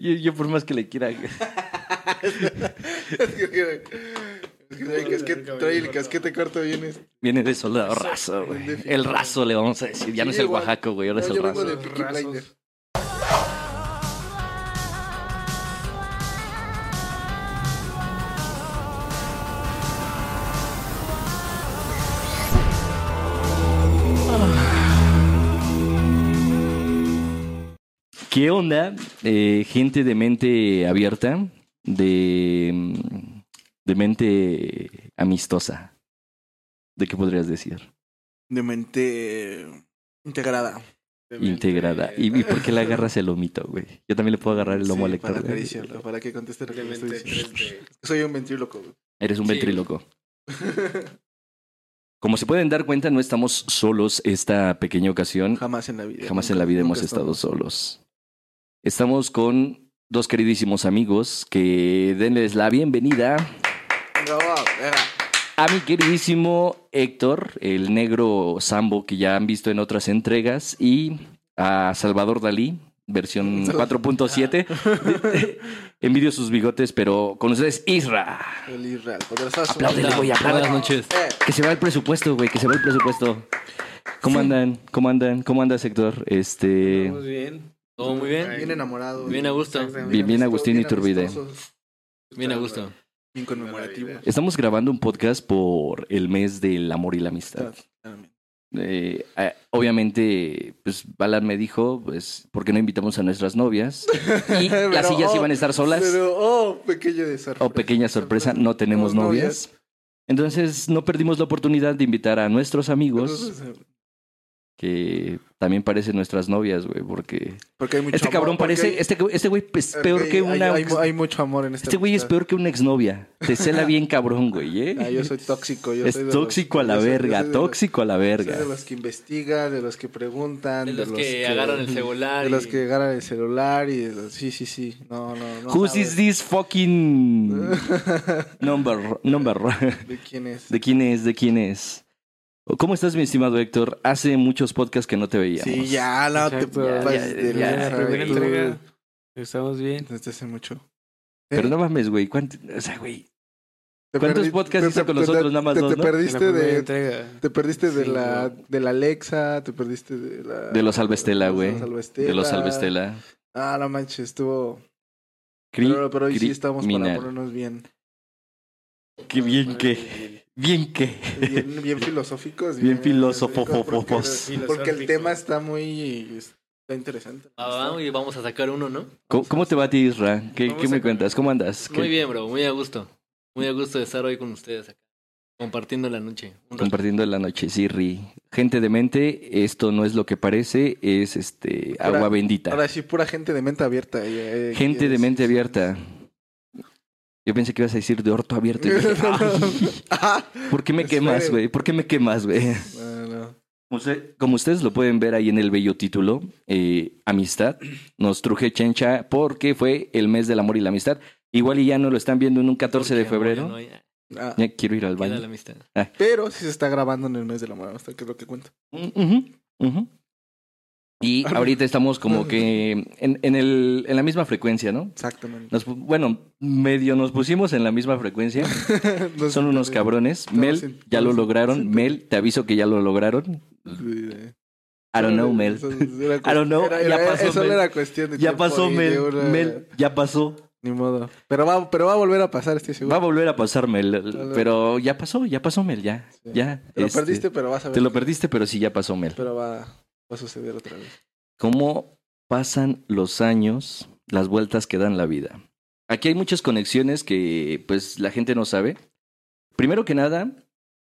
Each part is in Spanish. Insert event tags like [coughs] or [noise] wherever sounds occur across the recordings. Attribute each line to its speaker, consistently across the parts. Speaker 1: yo, yo por más que le quiera. [laughs]
Speaker 2: es que, güey, es que trae el casquete, trae el casquete corto bien. es-
Speaker 1: Viene de soldado raso, güey. El raso le vamos a decir. Ya no
Speaker 2: Sí,
Speaker 1: es el
Speaker 2: igual.
Speaker 1: Oaxaco, güey. Ahora es
Speaker 2: No,
Speaker 1: el
Speaker 2: yo vengo
Speaker 1: raso.
Speaker 2: de Peaky
Speaker 3: Rasos.
Speaker 2: Blinders.
Speaker 1: ¿Qué onda, eh, gente de mente abierta, de, mm, de mente amistosa? ¿De qué podrías decir?
Speaker 3: De mente eh, integrada.
Speaker 1: Integrada. ¿Y, y por qué le agarras el lomito, güey? Yo también le puedo agarrar el lomo
Speaker 2: Sí,
Speaker 1: al Héctor,
Speaker 2: Para
Speaker 1: güey.
Speaker 2: acariciarlo, para que conteste lo que le estoy diciendo.
Speaker 4: Demente
Speaker 2: Soy un ventríloco, güey.
Speaker 1: Eres un
Speaker 4: Sí.
Speaker 2: [laughs]
Speaker 1: ventriloco. Como se pueden dar cuenta, no estamos solos esta pequeña ocasión.
Speaker 2: Jamás en la vida.
Speaker 1: Jamás
Speaker 2: nunca-
Speaker 1: en la vida
Speaker 2: nunca
Speaker 1: hemos estado
Speaker 2: estamos.
Speaker 1: solos. Estamos con dos queridísimos amigos que denles la bienvenida
Speaker 2: Venga, va, venga.
Speaker 1: a mi queridísimo Héctor, el negro Sambo que ya han visto en otras entregas, y a Salvador Dalí,
Speaker 2: [laughs]
Speaker 1: versión 4.7. [laughs] Envidio sus bigotes, pero con ustedes, Isra.
Speaker 2: El Israel. poderosazo.
Speaker 1: Apláudele, güey,
Speaker 4: Buenas
Speaker 1: apláudele.
Speaker 4: noches.
Speaker 2: Eh,
Speaker 1: Que se va el presupuesto, güey, que se va el presupuesto. ¿Cómo andan? ¿Cómo andan? ¿Cómo andas, Héctor? Este...
Speaker 5: Estamos bien.
Speaker 4: Todo muy bien.
Speaker 2: Bien enamorado.
Speaker 4: Bien a gusto.
Speaker 5: Exactamente.
Speaker 1: Bien, bien Agustín
Speaker 2: y
Speaker 1: Iturbide.
Speaker 4: Bien a gusto.
Speaker 2: Bien conmemorativo.
Speaker 1: Estamos grabando un podcast por el mes del amor y la amistad.
Speaker 2: Claramente.
Speaker 1: Eh, eh, obviamente, pues Balan me dijo, pues, ¿por qué no invitamos a nuestras novias?
Speaker 2: [laughs]
Speaker 1: Y
Speaker 2: Pero,
Speaker 1: las sillas
Speaker 2: oh,
Speaker 1: iban a estar solas.
Speaker 2: Pero, oh, pequeño de sorpresa.
Speaker 1: O pequeña sorpresa, no tenemos
Speaker 2: No,
Speaker 1: novias. Entonces, no perdimos la oportunidad de invitar a nuestros amigos,
Speaker 2: Entonces,
Speaker 1: que también parecen nuestras novias, güey, porque...
Speaker 2: Porque hay mucho
Speaker 1: Este cabrón
Speaker 2: amor, porque
Speaker 1: parece,
Speaker 2: hay-
Speaker 1: este este güey es
Speaker 2: porque
Speaker 1: peor
Speaker 2: hay-
Speaker 1: que una...
Speaker 2: Hay, hay mucho amor en este
Speaker 1: Este güey es peor que una exnovia. Te
Speaker 2: [laughs]
Speaker 1: cela bien cabrón, güey, ¿eh?
Speaker 2: Ah, yo soy tóxico. Yo soy
Speaker 1: Es
Speaker 2: de los-
Speaker 1: tóxico a la
Speaker 2: yo soy- yo
Speaker 1: verga,
Speaker 2: soy de los-
Speaker 1: tóxico a la verga.
Speaker 2: Soy de los que investigan, de los que preguntan,
Speaker 4: De los que agarran el celular.
Speaker 2: de
Speaker 4: y-
Speaker 2: los que agarran el celular y de los- sí, sí, sí. No, no, no.
Speaker 1: Who's
Speaker 2: sabes
Speaker 1: is this
Speaker 2: [laughs]
Speaker 1: fucking number? number? [laughs]
Speaker 2: ¿De quién es?
Speaker 1: ¿De quién es? ¿De quién es? ¿Cómo estás, mi estimado Héctor? Hace muchos podcasts que no te veíamos.
Speaker 2: Sí, ya, no te
Speaker 5: Exacto.
Speaker 1: Ya,
Speaker 2: preocupes
Speaker 1: ya,
Speaker 2: de
Speaker 1: ya,
Speaker 2: la
Speaker 5: la primera
Speaker 2: tú-
Speaker 5: entrega. Estamos bien.
Speaker 2: Desde hace mucho.
Speaker 1: Pero no mames, güey. ¿cuánto- O sea, güey.
Speaker 2: Te
Speaker 1: ¿Cuántos
Speaker 2: perdi-
Speaker 1: podcasts hizo con nosotros? Nada más
Speaker 2: te,
Speaker 1: dos,
Speaker 2: te
Speaker 1: ¿no?
Speaker 2: perdiste
Speaker 5: En la primera
Speaker 2: de
Speaker 5: entrega.
Speaker 2: te perdiste de
Speaker 5: Sí,
Speaker 2: la
Speaker 5: güey.
Speaker 2: de la Alexa, te perdiste de la
Speaker 1: De los Alvestela,
Speaker 2: de los
Speaker 1: güey.
Speaker 2: Alvestela.
Speaker 1: De los Alvestela.
Speaker 2: Ah, no manches, estuvo
Speaker 1: Cri-
Speaker 2: pero, pero hoy sí estamos para
Speaker 1: criminal. [laughs]
Speaker 2: ponernos bien
Speaker 1: Qué bien que. Bien que.
Speaker 2: bien, bien filosóficos,
Speaker 1: Bien
Speaker 2: porque-
Speaker 1: filósofos.
Speaker 2: Porque, el tema está muy está interesante.
Speaker 4: Ah, vamos y vamos a sacar uno, ¿no?
Speaker 1: ¿Cómo, cómo te va a ti, Isra? ¿Qué,
Speaker 5: Vamos
Speaker 1: qué me
Speaker 5: a-
Speaker 1: cuentas? ¿Cómo andas? ¿Qué-
Speaker 4: Muy bien, bro. Muy a gusto. Muy a gusto de estar hoy con ustedes acá. Compartiendo la noche. Un rato.
Speaker 1: Compartiendo la noche, sí, Ri. Gente de mente, esto no es lo que parece, es este
Speaker 2: Ahora-
Speaker 1: agua bendita.
Speaker 2: Ahora sí pura gente de mente abierta. eh, eh,
Speaker 1: Gente de
Speaker 2: es-
Speaker 1: mente abierta. Yo pensé que ibas a decir de orto abierto. y dije,
Speaker 2: [laughs] No, no.
Speaker 1: [laughs] "Ay,
Speaker 2: Ah,
Speaker 1: ¿Por qué me
Speaker 2: Espere.
Speaker 1: quemas, güey? ¿Por qué me quemas, güey?
Speaker 2: no, no.
Speaker 1: Como usted- Como ustedes lo pueden ver ahí en el bello título, eh, Amistad, nos truje chencha porque fue el mes del amor y la amistad. Igual y ya no lo están viendo en un 14 de
Speaker 4: Porque, amor,
Speaker 1: febrero.
Speaker 4: ya no hay- queda
Speaker 2: Ah,
Speaker 1: Ya quiero ir al
Speaker 4: la
Speaker 1: baño.
Speaker 4: amistad.
Speaker 2: pero sí se está grabando en el mes de la mano, hasta que es lo que cuenta.
Speaker 1: Ujú, ujú. Y ahorita estamos como que en, en el- en la misma frecuencia, ¿no?
Speaker 2: Exactamente.
Speaker 1: Nos pu- bueno, medio nos pusimos en la misma frecuencia.
Speaker 2: [laughs] No
Speaker 1: Son
Speaker 2: sé,
Speaker 1: unos
Speaker 2: eh,
Speaker 1: cabrones.
Speaker 2: No,
Speaker 1: Mel,
Speaker 2: sí,
Speaker 1: ya
Speaker 2: no,
Speaker 1: lo
Speaker 2: sí,
Speaker 1: lograron.
Speaker 2: sí.
Speaker 1: Mel, te aviso que ya lo lograron.
Speaker 2: eh,
Speaker 1: I don't know,
Speaker 2: era-
Speaker 1: Mel.
Speaker 2: eso era cu-
Speaker 1: I don't know,
Speaker 2: era-
Speaker 1: ya
Speaker 2: era-
Speaker 1: pasó,
Speaker 2: Eso
Speaker 1: Mel.
Speaker 2: era cuestión de
Speaker 1: Ya
Speaker 2: tiempo
Speaker 1: pasó,
Speaker 2: y de
Speaker 1: Mel.
Speaker 2: una-
Speaker 1: Mel, ya pasó.
Speaker 2: Ni modo. Pero va, pero va a volver a pasar, estoy seguro.
Speaker 1: Va a volver a pasar, Mel.
Speaker 2: Hola.
Speaker 1: Pero ya pasó, ya pasó, Mel. Ya,
Speaker 2: Sí.
Speaker 1: ya.
Speaker 2: Te lo
Speaker 1: este,
Speaker 2: perdiste, pero vas a ver.
Speaker 1: Te lo
Speaker 2: que-
Speaker 1: perdiste, pero sí, ya pasó, Mel.
Speaker 2: Pero va, va a suceder otra vez.
Speaker 1: cómo pasan los años, las vueltas que dan la vida. Aquí hay muchas conexiones que pues la gente no sabe. Primero que nada,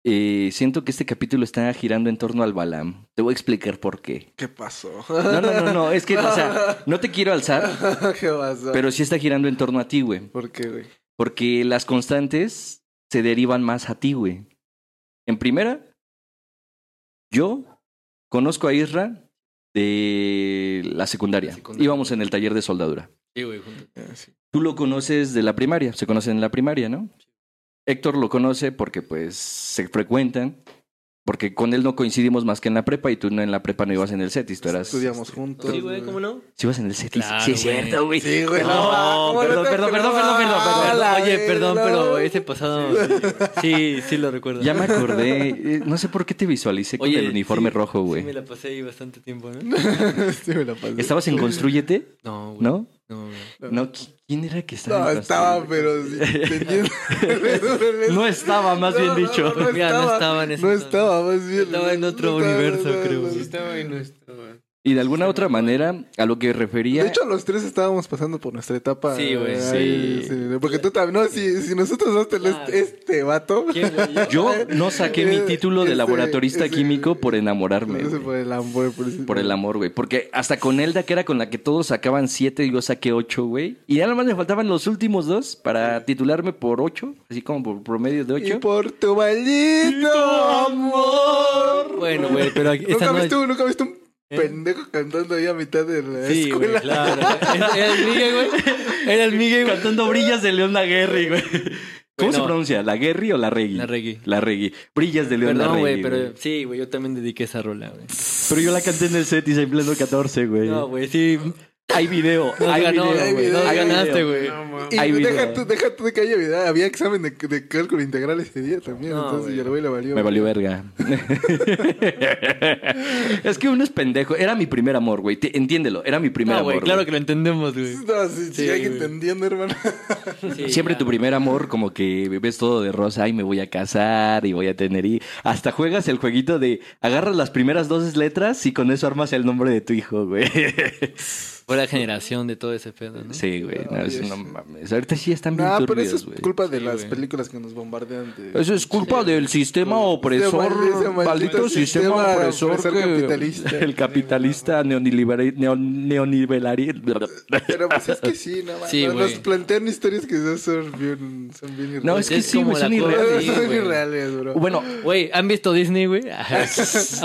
Speaker 1: eh, siento que este capítulo está girando en torno al Balam. Te voy a explicar por qué.
Speaker 2: ¿Qué pasó?
Speaker 1: No, no, no, no, es que, o sea, no te quiero alzar,
Speaker 2: [laughs] ¿Qué pasó?
Speaker 1: pero sí está girando en torno a ti, güey.
Speaker 2: ¿Por qué, güey?
Speaker 1: Porque las constantes se derivan más a ti, güey. En primera, yo conozco a Isra de la secundaria.
Speaker 4: La secundaria.
Speaker 1: Íbamos en el taller de soldadura.
Speaker 4: Sí, güey, juntos.
Speaker 2: Eh, sí.
Speaker 1: Tú lo conoces de la primaria, se conocen en la primaria, ¿no? Héctor lo conoce porque pues se frecuentan. Porque con él no coincidimos más que en la prepa y tú no en la prepa no ibas en el CETIS, tú eras...
Speaker 2: Estudiamos juntos.
Speaker 4: Este, Sí, güey, ¿cómo no?
Speaker 1: ¿Sí ibas en el CETIS?
Speaker 4: Claro,
Speaker 1: sí, es
Speaker 4: güey.
Speaker 1: cierto, güey.
Speaker 2: Sí, güey. ah,
Speaker 4: No,
Speaker 2: ¿cómo
Speaker 4: perdón,
Speaker 2: te
Speaker 4: perdón, perdón, perdón, perdón,
Speaker 2: acordabas?
Speaker 4: perdón.
Speaker 2: La
Speaker 4: Oye,
Speaker 2: verga,
Speaker 4: perdón,
Speaker 2: no.
Speaker 4: pero ese pasado. Sí, sí lo recuerdo.
Speaker 1: Ya me acordé. Eh, No sé por qué te visualicé con
Speaker 4: Oye,
Speaker 1: el uniforme
Speaker 4: sí,
Speaker 1: rojo, güey.
Speaker 4: Sí, me la pasé ahí bastante tiempo,
Speaker 1: [laughs]
Speaker 4: ¿no?
Speaker 2: [laughs] Sí, me la pasé.
Speaker 1: ¿Estabas en Construyete?
Speaker 4: No, güey.
Speaker 1: ¿No?
Speaker 4: No, güey.
Speaker 1: No, ¿qui- ¿quién era que estaba?
Speaker 2: No,
Speaker 1: en
Speaker 2: estaba,
Speaker 1: Construyete?
Speaker 2: pero
Speaker 1: [laughs]
Speaker 2: sí, tenía-
Speaker 1: No estaba, más bien dicho.
Speaker 2: No, no
Speaker 4: Mira, no
Speaker 2: estaba.
Speaker 4: estaba en ese
Speaker 2: No
Speaker 4: entonces.
Speaker 2: estaba, más bien.
Speaker 4: Estaba en otro
Speaker 2: No estaba,
Speaker 4: universo,
Speaker 2: no, no,
Speaker 4: creo.
Speaker 2: no.
Speaker 4: Sí
Speaker 6: Estaba y no estaba.
Speaker 1: Y de alguna otra manera, a lo que refería...
Speaker 2: De hecho, los tres estábamos pasando por nuestra etapa.
Speaker 4: Sí, Ah. güey,
Speaker 2: ay,
Speaker 1: sí.
Speaker 2: sí, Porque tú también, no, si, si nosotros dos te
Speaker 4: Claro.
Speaker 2: este, este vato.
Speaker 4: ¿Qué, güey?
Speaker 2: [laughs]
Speaker 1: Yo no saqué mi
Speaker 2: Ese-
Speaker 1: título de
Speaker 2: eh, ese-
Speaker 1: laboratorista
Speaker 2: ese-
Speaker 1: químico por
Speaker 2: [laughs]
Speaker 1: enamorarme.
Speaker 2: Entonces,
Speaker 1: güey.
Speaker 2: por el amor. Por, ese-
Speaker 1: Por el amor, güey. Porque hasta con Elda, que era con la que todos sacaban siete, yo saqué ocho, güey. Y nada más me faltaban los últimos dos para titularme por ocho, así como por promedio de
Speaker 2: Y
Speaker 1: ocho.
Speaker 2: por tu maldito amor.
Speaker 4: Bueno, güey, pero aquí-
Speaker 2: ¿Nunca,
Speaker 4: esta no es...
Speaker 2: viste, un- nunca viste un pendejo cantando ahí a mitad de la
Speaker 4: Sí, güey,
Speaker 2: escuela?
Speaker 4: claro. Era el Miguel, güey. Era el Miguel
Speaker 1: Cantando brillas de León Laguerri, [laughs] güey. ¿Cómo
Speaker 4: Güey,
Speaker 1: se
Speaker 4: no.
Speaker 1: pronuncia? ¿La Guerri o la Regui?
Speaker 4: La reggae.
Speaker 1: La Regui. Brillas de León
Speaker 4: Perdón,
Speaker 1: Laguerri.
Speaker 4: güey, pero sí, güey, yo también dediqué esa rola, güey.
Speaker 1: Pero yo la canté en el set y se en pleno 14, güey.
Speaker 4: No, güey, sí.
Speaker 1: Hay video.
Speaker 4: Nos
Speaker 1: hay
Speaker 4: ganó,
Speaker 1: video,
Speaker 4: güey.
Speaker 1: güey.
Speaker 4: Nos
Speaker 1: Hay
Speaker 4: ganaste,
Speaker 1: video.
Speaker 4: güey.
Speaker 6: No, mames.
Speaker 1: Hay
Speaker 2: Y
Speaker 1: video.
Speaker 2: deja tú, deja tú de que haya vida. Había examen de, de cálculo integral ese día también.
Speaker 4: No,
Speaker 2: entonces,
Speaker 4: güey.
Speaker 2: y al güey le valió.
Speaker 1: Me valió verga. [laughs] es que uno es pendejo. Era mi primer amor, güey. Te- Entiéndelo. Era mi primer
Speaker 4: No,
Speaker 1: amor.
Speaker 4: güey, claro
Speaker 1: güey.
Speaker 4: que lo entendemos, güey.
Speaker 2: No, sí, sí,
Speaker 4: Sí,
Speaker 2: hay que
Speaker 4: güey.
Speaker 2: entendiendo, hermano.
Speaker 4: Sí,
Speaker 1: Siempre
Speaker 4: ya.
Speaker 1: tu primer amor, como que ves todo de rosa, ay, me voy a casar y voy a tener. Y hasta juegas el jueguito de agarras las primeras dos letras y con eso armas el nombre de tu hijo,
Speaker 2: [laughs]
Speaker 1: güey.
Speaker 4: Fue la generación de todo ese pedo, ¿no?
Speaker 1: Sí, güey. No,
Speaker 2: Ay,
Speaker 1: eso
Speaker 2: Dios.
Speaker 1: no mames. Ahorita sí están bien
Speaker 2: No, Ah, pero eso
Speaker 1: turbios,
Speaker 2: es
Speaker 1: güey.
Speaker 2: culpa de
Speaker 4: Sí,
Speaker 2: las
Speaker 4: güey. Pues
Speaker 2: películas que nos bombardean. De...
Speaker 1: Eso es culpa del sistema opresor,
Speaker 2: Ese mal- ese maldito
Speaker 1: maldito sistema,
Speaker 2: sistema
Speaker 1: opresor,
Speaker 2: opresor
Speaker 1: que-
Speaker 2: capitalista.
Speaker 1: el capitalista neoniliberi- neon-
Speaker 2: [laughs]
Speaker 1: neonivelarista.
Speaker 2: Pero pues es que sí, no,
Speaker 4: Sí,
Speaker 2: no,
Speaker 4: güey.
Speaker 2: nos plantean historias que ya son bien, son bien irreales.
Speaker 1: No, es que
Speaker 4: Es
Speaker 1: sí,
Speaker 4: como
Speaker 1: güey,
Speaker 4: la
Speaker 1: son
Speaker 4: cosa,
Speaker 1: irreales.
Speaker 4: sí,
Speaker 2: [laughs] son
Speaker 4: güey.
Speaker 2: irreales, bro.
Speaker 1: Bueno,
Speaker 4: Güey, ¿han visto
Speaker 1: [laughs]
Speaker 4: Disney, güey? Ah,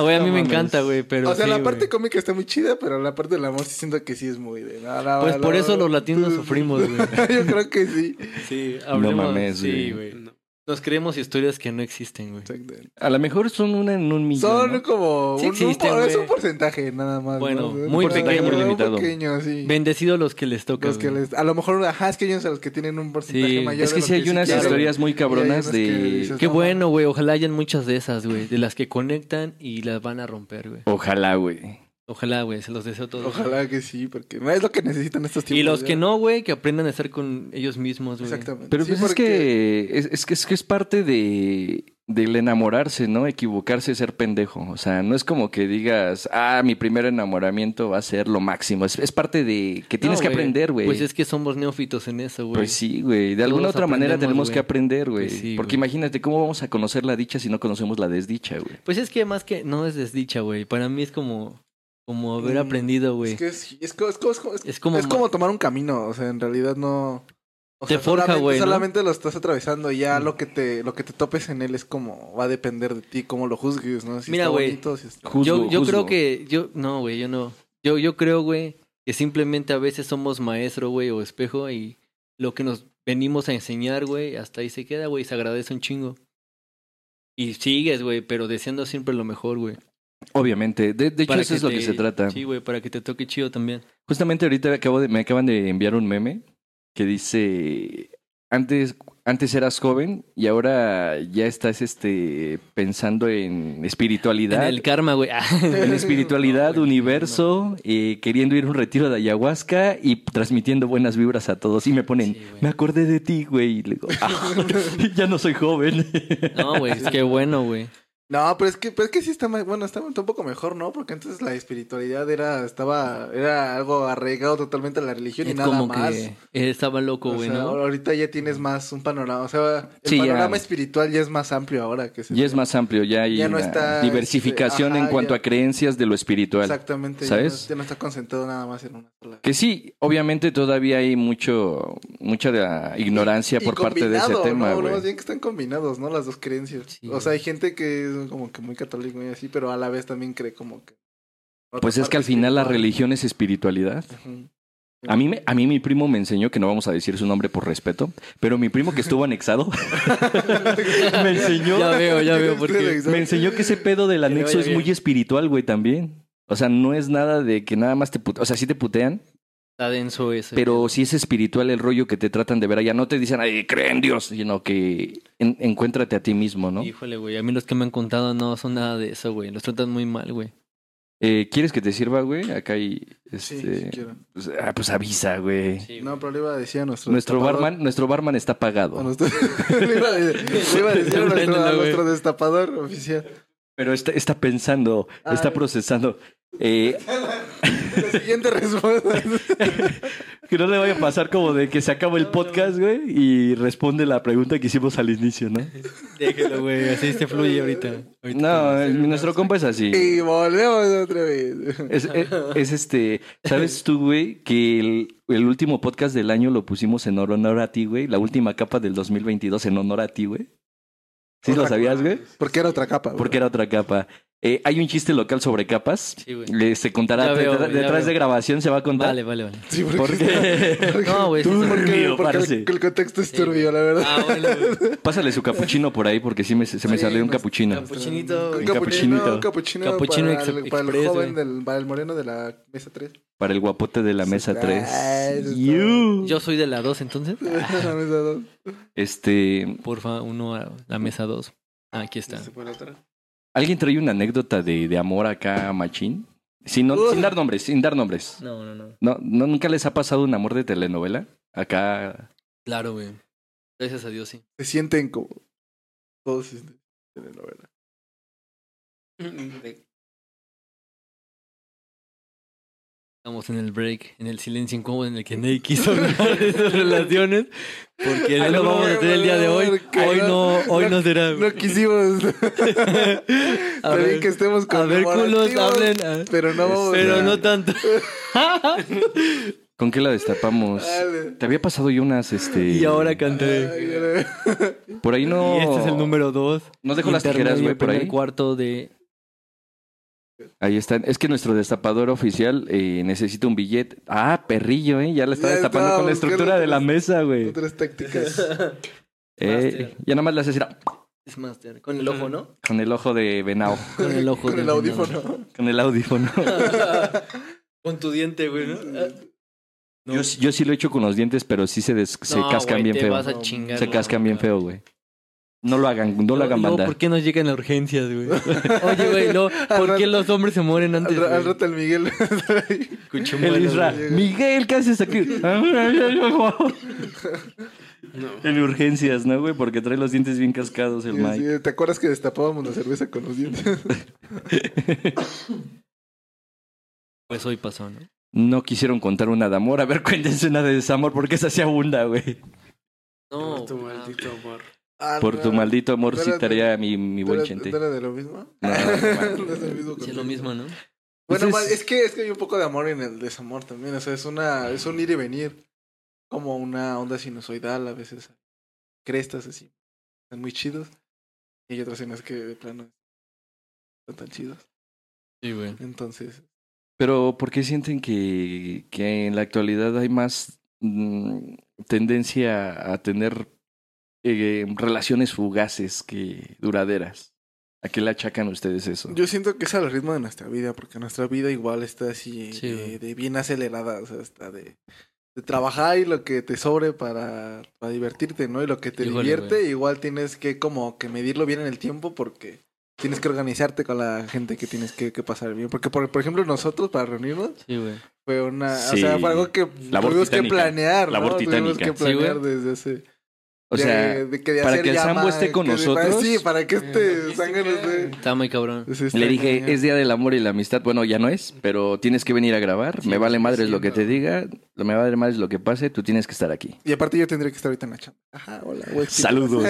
Speaker 4: güey, a mí
Speaker 2: No
Speaker 4: me
Speaker 2: mames.
Speaker 4: encanta, güey, pero
Speaker 2: o sea,
Speaker 4: sí,
Speaker 2: la
Speaker 4: güey.
Speaker 2: parte cómica está muy chida, pero la parte del amor sí siento que sí es muy de... no, no,
Speaker 4: Pues
Speaker 2: no,
Speaker 4: por
Speaker 2: no,
Speaker 4: eso
Speaker 2: no.
Speaker 4: los latinos sufrimos, güey.
Speaker 2: [laughs] Yo creo que sí.
Speaker 4: Sí, hablemos.
Speaker 1: mames,
Speaker 4: sí,
Speaker 1: güey.
Speaker 4: güey. Nos creemos historias que no existen, güey.
Speaker 2: Exacto.
Speaker 1: a lo mejor son una en un millón.
Speaker 2: Son
Speaker 1: ¿no?
Speaker 2: como
Speaker 4: Sí
Speaker 2: un,
Speaker 4: existen,
Speaker 2: un por- es
Speaker 4: güey.
Speaker 2: un porcentaje nada más.
Speaker 4: Bueno,
Speaker 2: ¿no?
Speaker 4: muy
Speaker 2: Un porcentaje
Speaker 1: pequeño.
Speaker 2: muy
Speaker 1: limitado.
Speaker 2: pequeño, sí.
Speaker 4: Bendecidos los que les toca.
Speaker 2: Los que
Speaker 4: güey.
Speaker 2: les- a lo mejor, ajá, es que ellos a los que tienen un porcentaje
Speaker 4: Sí.
Speaker 2: mayor.
Speaker 1: Es
Speaker 2: de
Speaker 1: que
Speaker 2: lo
Speaker 1: sí hay unas
Speaker 2: quieren.
Speaker 1: historias muy cabronas
Speaker 2: unas
Speaker 1: de...
Speaker 2: que dices,
Speaker 4: Qué
Speaker 2: no,
Speaker 4: bueno, güey. Ojalá hayan muchas de esas, güey. De las que conectan y las van a romper, güey.
Speaker 1: Ojalá, güey.
Speaker 4: Ojalá, güey. Se los deseo a todos.
Speaker 2: Ojalá que sí, porque no es lo que necesitan estos tiempos.
Speaker 4: Y los
Speaker 2: ya.
Speaker 4: que no, güey, que aprendan a estar con ellos mismos, güey.
Speaker 2: Exactamente.
Speaker 1: Pero
Speaker 2: Sí,
Speaker 1: pues es,
Speaker 2: porque-
Speaker 1: que, es, es que es que es parte de del enamorarse, ¿no? Equivocarse, ser pendejo. O sea, no es como que digas, ah, mi primer enamoramiento va a ser lo máximo. Es, es parte de que tienes
Speaker 4: No,
Speaker 1: que
Speaker 4: güey.
Speaker 1: aprender, güey.
Speaker 4: Pues es que somos neófitos en eso, güey.
Speaker 1: Pues sí, güey. De alguna
Speaker 4: Todos
Speaker 1: otra manera tenemos
Speaker 4: aprendemos,
Speaker 1: que
Speaker 4: güey.
Speaker 1: aprender, güey.
Speaker 4: Pues sí,
Speaker 1: Porque
Speaker 4: güey.
Speaker 1: imagínate, ¿cómo vamos a conocer la dicha si no conocemos la desdicha, güey?
Speaker 4: Pues es que más que no es desdicha, güey. Para mí es como, como haber
Speaker 2: Mm,
Speaker 4: aprendido, güey.
Speaker 2: Es, que es, es co- es co- es co- es-
Speaker 4: Es como
Speaker 2: es como tomar un camino, o sea, en realidad no... o
Speaker 4: Te forja,
Speaker 2: solamente-
Speaker 4: güey, ¿no? Mm.
Speaker 2: Solamente lo estás atravesando y ya lo que te lo que te topes en él es como va a depender de ti, cómo lo juzgues, ¿no? Si
Speaker 4: Mira,
Speaker 2: está
Speaker 4: güey,
Speaker 2: bonito,
Speaker 4: [laughs]
Speaker 2: si está-
Speaker 1: Juzgo,
Speaker 4: yo, yo
Speaker 1: juzgo.
Speaker 4: creo que, yo, no, güey, yo no. Yo, yo creo, güey, que simplemente a veces somos maestro, güey, o espejo y lo que nos venimos a enseñar, güey, hasta ahí se queda, güey, se agradece un chingo. Y sigues, güey, pero deseando siempre lo mejor, güey.
Speaker 1: Obviamente. De, de hecho,
Speaker 4: Para
Speaker 1: eso es lo que
Speaker 4: te-
Speaker 1: se trata.
Speaker 4: Sí, güey, para que te toque chido también.
Speaker 1: Justamente ahorita acabo de- me acaban de enviar un meme que dice antes, antes eras joven y ahora ya estás este pensando en espiritualidad.
Speaker 4: En el karma, güey. [laughs] Ah,
Speaker 1: [laughs] en espiritualidad,
Speaker 2: [laughs]
Speaker 4: No, güey,
Speaker 1: universo, eh, queriendo ir a un retiro de ayahuasca y transmitiendo buenas vibras a todos. Y me ponen,
Speaker 4: Sí, güey.
Speaker 1: me acordé de ti, güey. Y le digo, "Ah,
Speaker 2: [laughs]
Speaker 1: [laughs] ya no soy joven.
Speaker 4: No, güey, es que bueno, güey.
Speaker 2: No, pero es que pero es que sí está más, bueno, está un poco mejor, ¿no? Porque antes la espiritualidad era estaba era algo arraigado totalmente a la religión y
Speaker 4: Es
Speaker 2: nada
Speaker 4: como
Speaker 2: más.
Speaker 4: que eh, estaba loco,
Speaker 2: O
Speaker 4: güey,
Speaker 2: sea,
Speaker 4: ¿no?
Speaker 2: ahora- ahorita ya tienes más un panorama, o sea, el
Speaker 1: Sí, ya.
Speaker 2: panorama espiritual ya es más amplio ahora que se
Speaker 1: y es más amplio, ya hay
Speaker 2: Ya no
Speaker 1: una
Speaker 2: está, este,
Speaker 1: diversificación en
Speaker 2: ajá,
Speaker 1: cuanto
Speaker 2: ya.
Speaker 1: a creencias de lo espiritual.
Speaker 2: Exactamente,
Speaker 1: ¿Sabes?
Speaker 2: Ya, no, ya no está concentrado nada más en una sola.
Speaker 1: Que sí, obviamente todavía hay mucho, mucha de la ignorancia
Speaker 2: Y
Speaker 1: por parte de ese
Speaker 2: combinado,
Speaker 1: tema,
Speaker 2: ¿no? No,
Speaker 1: güey.
Speaker 2: más bien que están combinados, ¿no? Las dos creencias.
Speaker 4: Sí,
Speaker 2: o sea, hay gente que es como que muy católico y así, pero a la vez también cree como que...
Speaker 1: pues es que al final la religión es espiritualidad.
Speaker 2: religión...
Speaker 1: A mí, me- a mí mi primo me enseñó que no vamos a decir su nombre por respeto, pero mi primo que estuvo anexado [laughs] me enseñó
Speaker 4: Ya veo, ya veo, porque
Speaker 1: me enseñó que ese pedo del
Speaker 4: le
Speaker 1: anexo
Speaker 4: vaya
Speaker 1: es
Speaker 4: bien.
Speaker 1: muy espiritual, güey, también. O sea, no es nada de que nada más te putean. O sea, sí te putean,
Speaker 4: está denso ese.
Speaker 1: pero sí es espiritual el rollo que te tratan de ver allá. No te dicen, ay, cree en Dios, sino que en- encuéntrate a ti mismo, ¿no?
Speaker 4: Híjole, güey. A mí los que me han contado no son nada de eso, güey. Los tratan muy mal, güey.
Speaker 1: Eh, ¿Quieres que te sirva, güey? Acá hay.
Speaker 2: Sí,
Speaker 1: Este...
Speaker 2: sí quiero.
Speaker 1: pues, ah, pues avisa, güey.
Speaker 2: No, pero le iba a decir a nuestro.
Speaker 1: Nuestro
Speaker 2: destapador-
Speaker 1: barman, nuestro barman está pagado.
Speaker 2: a nuestro- [laughs] le, iba a, decir- le iba a decir a nuestro, a
Speaker 4: Préndelo, güey.
Speaker 2: nuestro destapador oficial.
Speaker 1: Pero está, está pensando,
Speaker 2: Ah,
Speaker 1: está
Speaker 2: ya.
Speaker 1: procesando. Eh, [laughs]
Speaker 2: La siguiente respuesta.
Speaker 1: que no le vaya a pasar como de que se acaba el podcast, güey, y responde la pregunta que hicimos al inicio, ¿no?
Speaker 4: Déjelo, güey. Así se fluye ahorita.
Speaker 1: No, eh, nuestro compa es así.
Speaker 2: y volvemos otra vez.
Speaker 1: Es, es- es este, ¿sabes tú, güey? Que el, el último podcast del año lo pusimos en honor a ti, güey. La última capa del 2022 en honor a ti, güey. ¿Sí lo
Speaker 2: Otra
Speaker 1: sabías, güey?
Speaker 2: Porque era otra capa. güey.
Speaker 1: Porque era otra capa. Eh, hay un chiste local sobre capas.
Speaker 4: Sí, güey.
Speaker 1: Le- Se contará
Speaker 4: Ya veo,
Speaker 1: detrás-
Speaker 4: güey, ya
Speaker 1: detrás de
Speaker 4: veo.
Speaker 1: grabación, se va a contar.
Speaker 4: Vale, vale, vale.
Speaker 2: [laughs] Sí, porque,
Speaker 1: Porque
Speaker 4: [laughs] No, güey. sí, sí, sí.
Speaker 2: porque-
Speaker 1: Turbio,
Speaker 2: porque
Speaker 1: parce.
Speaker 2: el, el contexto es
Speaker 4: Sí,
Speaker 2: turbio, la verdad.
Speaker 4: Ah, bueno, güey.
Speaker 1: pásale su capuchino por ahí porque sí me, se me
Speaker 2: Sí,
Speaker 1: salió un
Speaker 2: pues,
Speaker 1: capuchino.
Speaker 4: Capuchinito.
Speaker 2: Un
Speaker 1: Un
Speaker 2: capuchino,
Speaker 1: capuchinito.
Speaker 2: un capuchino,
Speaker 4: Capuchino
Speaker 2: para,
Speaker 4: ex-
Speaker 2: el, para el
Speaker 4: express,
Speaker 2: joven, del, para el moreno de la mesa 3.
Speaker 4: [laughs]
Speaker 1: Para el guapote de la
Speaker 2: Sí,
Speaker 1: mesa
Speaker 2: ah,
Speaker 1: 3.
Speaker 2: eso está
Speaker 4: Yo soy de la 2,
Speaker 2: [laughs]
Speaker 4: entonces.
Speaker 2: la mesa 2.
Speaker 1: Este,
Speaker 4: Porfa, uno a la mesa 2. Ah, aquí está.
Speaker 7: ¿Se fue la otra?
Speaker 1: ¿alguien trae una anécdota de, de amor acá, machín? Sin, no-
Speaker 2: Uf.
Speaker 1: sin dar nombres, sin dar nombres.
Speaker 4: No, no, no.
Speaker 1: No, no, ¿Nunca les ha pasado un amor de telenovela? Acá.
Speaker 4: Claro, güey. Gracias a Dios, sí.
Speaker 2: Se sienten como todos se sienten en la novela.
Speaker 4: [laughs] Estamos en el break, en el silencio incómodo en el que nadie quiso [laughs] hablar de esas relaciones. Porque no
Speaker 2: Ay,
Speaker 4: lo
Speaker 2: no,
Speaker 4: vamos a tener el día de hoy.
Speaker 2: porque
Speaker 4: Hoy no,
Speaker 2: no-
Speaker 4: hoy no será.
Speaker 2: No quisimos.
Speaker 4: a
Speaker 2: [laughs] Está bien
Speaker 4: ver,
Speaker 2: que estemos
Speaker 4: a ver, culos,
Speaker 2: conmemorativos,
Speaker 4: hablen. ah,
Speaker 2: Pero no vamos
Speaker 4: Pero
Speaker 2: a-
Speaker 4: no tanto.
Speaker 1: [laughs] ¿Con qué la
Speaker 2: [laughs]
Speaker 1: destapamos?
Speaker 2: Dale.
Speaker 1: Te había pasado yo unas, este.
Speaker 4: y ahora
Speaker 2: Ay,
Speaker 4: canté.
Speaker 2: güey.
Speaker 1: Por ahí no.
Speaker 4: Y este es el número 2.
Speaker 1: No dejo las tijeras, güey, por ahí.
Speaker 4: cuarto de.
Speaker 1: Ahí están. Es que nuestro destapador oficial eh, necesita un billete. Ah, perrillo, ¿eh? Ya la está
Speaker 2: Ya
Speaker 1: destapando
Speaker 2: estaba
Speaker 1: con la
Speaker 2: buscando
Speaker 1: estructura de la
Speaker 2: otras-
Speaker 1: mesa, güey.
Speaker 2: Otras
Speaker 4: [laughs]
Speaker 2: tácticas.
Speaker 1: Eh, ya nada más le haces ir a-
Speaker 4: Es Master. Con el ojo, ¿no?
Speaker 1: con el ojo de venado,
Speaker 4: Con el ojo.
Speaker 2: [laughs] Con el
Speaker 4: del
Speaker 2: audífono.
Speaker 1: con el audífono.
Speaker 4: venado. [laughs] Con tu diente, güey, ¿no? Ah,
Speaker 1: Yo, yo sí lo he hecho con los dientes, pero sí se, des- se
Speaker 4: no,
Speaker 1: cascan
Speaker 4: güey,
Speaker 1: bien
Speaker 4: te
Speaker 1: feo.
Speaker 4: vas a chingar
Speaker 1: Se
Speaker 4: la
Speaker 1: cascan bien
Speaker 4: boca.
Speaker 1: feo, güey. No lo hagan, no lo hagan
Speaker 4: Luego,
Speaker 1: banda.
Speaker 4: ¿Por qué no llegan a urgencias, güey? Oye, güey, luego, ¿por
Speaker 2: rato-
Speaker 4: qué los hombres se mueren
Speaker 2: Al,
Speaker 4: antes?
Speaker 2: ra- al
Speaker 4: güey?
Speaker 2: rato el Miguel. [laughs]
Speaker 4: Cuchumano,
Speaker 1: El Isra,
Speaker 4: güey.
Speaker 1: Miguel, ¿qué haces aquí? Ah,
Speaker 7: No.
Speaker 1: en urgencias, ¿no, güey? Porque trae los dientes bien cascados el Mike.
Speaker 2: Sí, ¿Te acuerdas que destapábamos la cerveza con los dientes?
Speaker 1: [laughs]
Speaker 4: Pues hoy pasó, ¿no?
Speaker 1: No quisieron contar una de amor. A ver, [laughs] cuéntense una de desamor, porque esa sí abunda, güey.
Speaker 4: No.
Speaker 7: Por tu maldito amor.
Speaker 2: Ah,
Speaker 1: Por
Speaker 2: no,
Speaker 1: tu
Speaker 2: no.
Speaker 1: maldito amor, sí
Speaker 2: Espérate.
Speaker 1: estaría mi, mi
Speaker 2: ¿No
Speaker 1: buen
Speaker 2: era-
Speaker 1: chente.
Speaker 2: ¿No era de lo [laughs] mismo?
Speaker 1: No, no, no.
Speaker 2: No es el mismo
Speaker 4: Sí, es lo
Speaker 2: contexto.
Speaker 4: mismo, ¿no?
Speaker 2: Bueno,
Speaker 1: Entonces-
Speaker 2: más- es que, es que hay un poco de amor en el desamor también. O sea, es, una, es un ir y venir. Como una onda sinusoidal a veces. Crestas así. Están muy chidos. Y hay otras en las que de plano están tan chidos.
Speaker 4: Sí, güey.
Speaker 2: Entonces,
Speaker 1: Pero, ¿por qué sienten que, que en la actualidad hay más mm, tendencia a tener eh, relaciones fugaces que duraderas? ¿A qué le achacan ustedes eso?
Speaker 2: yo siento que es al ritmo de nuestra vida. Porque nuestra vida igual está así
Speaker 4: Sí,
Speaker 2: eh,
Speaker 4: güey.
Speaker 2: de bien acelerada. O sea, está de, de trabajar y lo que te sobre para, para divertirte, ¿no? Y lo que te
Speaker 4: Híjole,
Speaker 2: divierte,
Speaker 4: güey.
Speaker 2: igual tienes que como que medirlo bien en el tiempo porque... Tienes que organizarte con la gente que tienes que, que pasar bien. Porque, por, por ejemplo, nosotros para reunirnos
Speaker 4: Sí, güey.
Speaker 2: fue una... O
Speaker 1: Sí.
Speaker 2: sea, fue algo que
Speaker 1: Labor
Speaker 2: tuvimos que
Speaker 1: titánica.
Speaker 2: planear,
Speaker 1: Labor
Speaker 2: ¿no? Tuvimos
Speaker 1: titánica.
Speaker 2: que
Speaker 4: Sí, güey.
Speaker 2: planear desde ese...
Speaker 1: O
Speaker 2: de-
Speaker 1: sea,
Speaker 2: de que de
Speaker 1: para
Speaker 2: hacer
Speaker 1: que el Sambo
Speaker 2: llama,
Speaker 1: esté con
Speaker 2: que de- para-
Speaker 1: nosotros.
Speaker 2: sí, para que este sangre nos dé-
Speaker 4: Está muy cabrón.
Speaker 2: Sí, está
Speaker 1: le dije,
Speaker 2: cañón.
Speaker 1: es Día del Amor y la Amistad. Bueno, ya no es, pero tienes que venir a grabar.
Speaker 4: Sí,
Speaker 1: me vale
Speaker 4: sí,
Speaker 1: madres
Speaker 4: sí,
Speaker 1: lo que
Speaker 4: no.
Speaker 1: te diga, me vale madres lo que pase, tú tienes que estar aquí.
Speaker 2: Y aparte yo tendría que estar ahorita en la chamba. Ajá, hola. güey. [laughs]
Speaker 1: Saludos.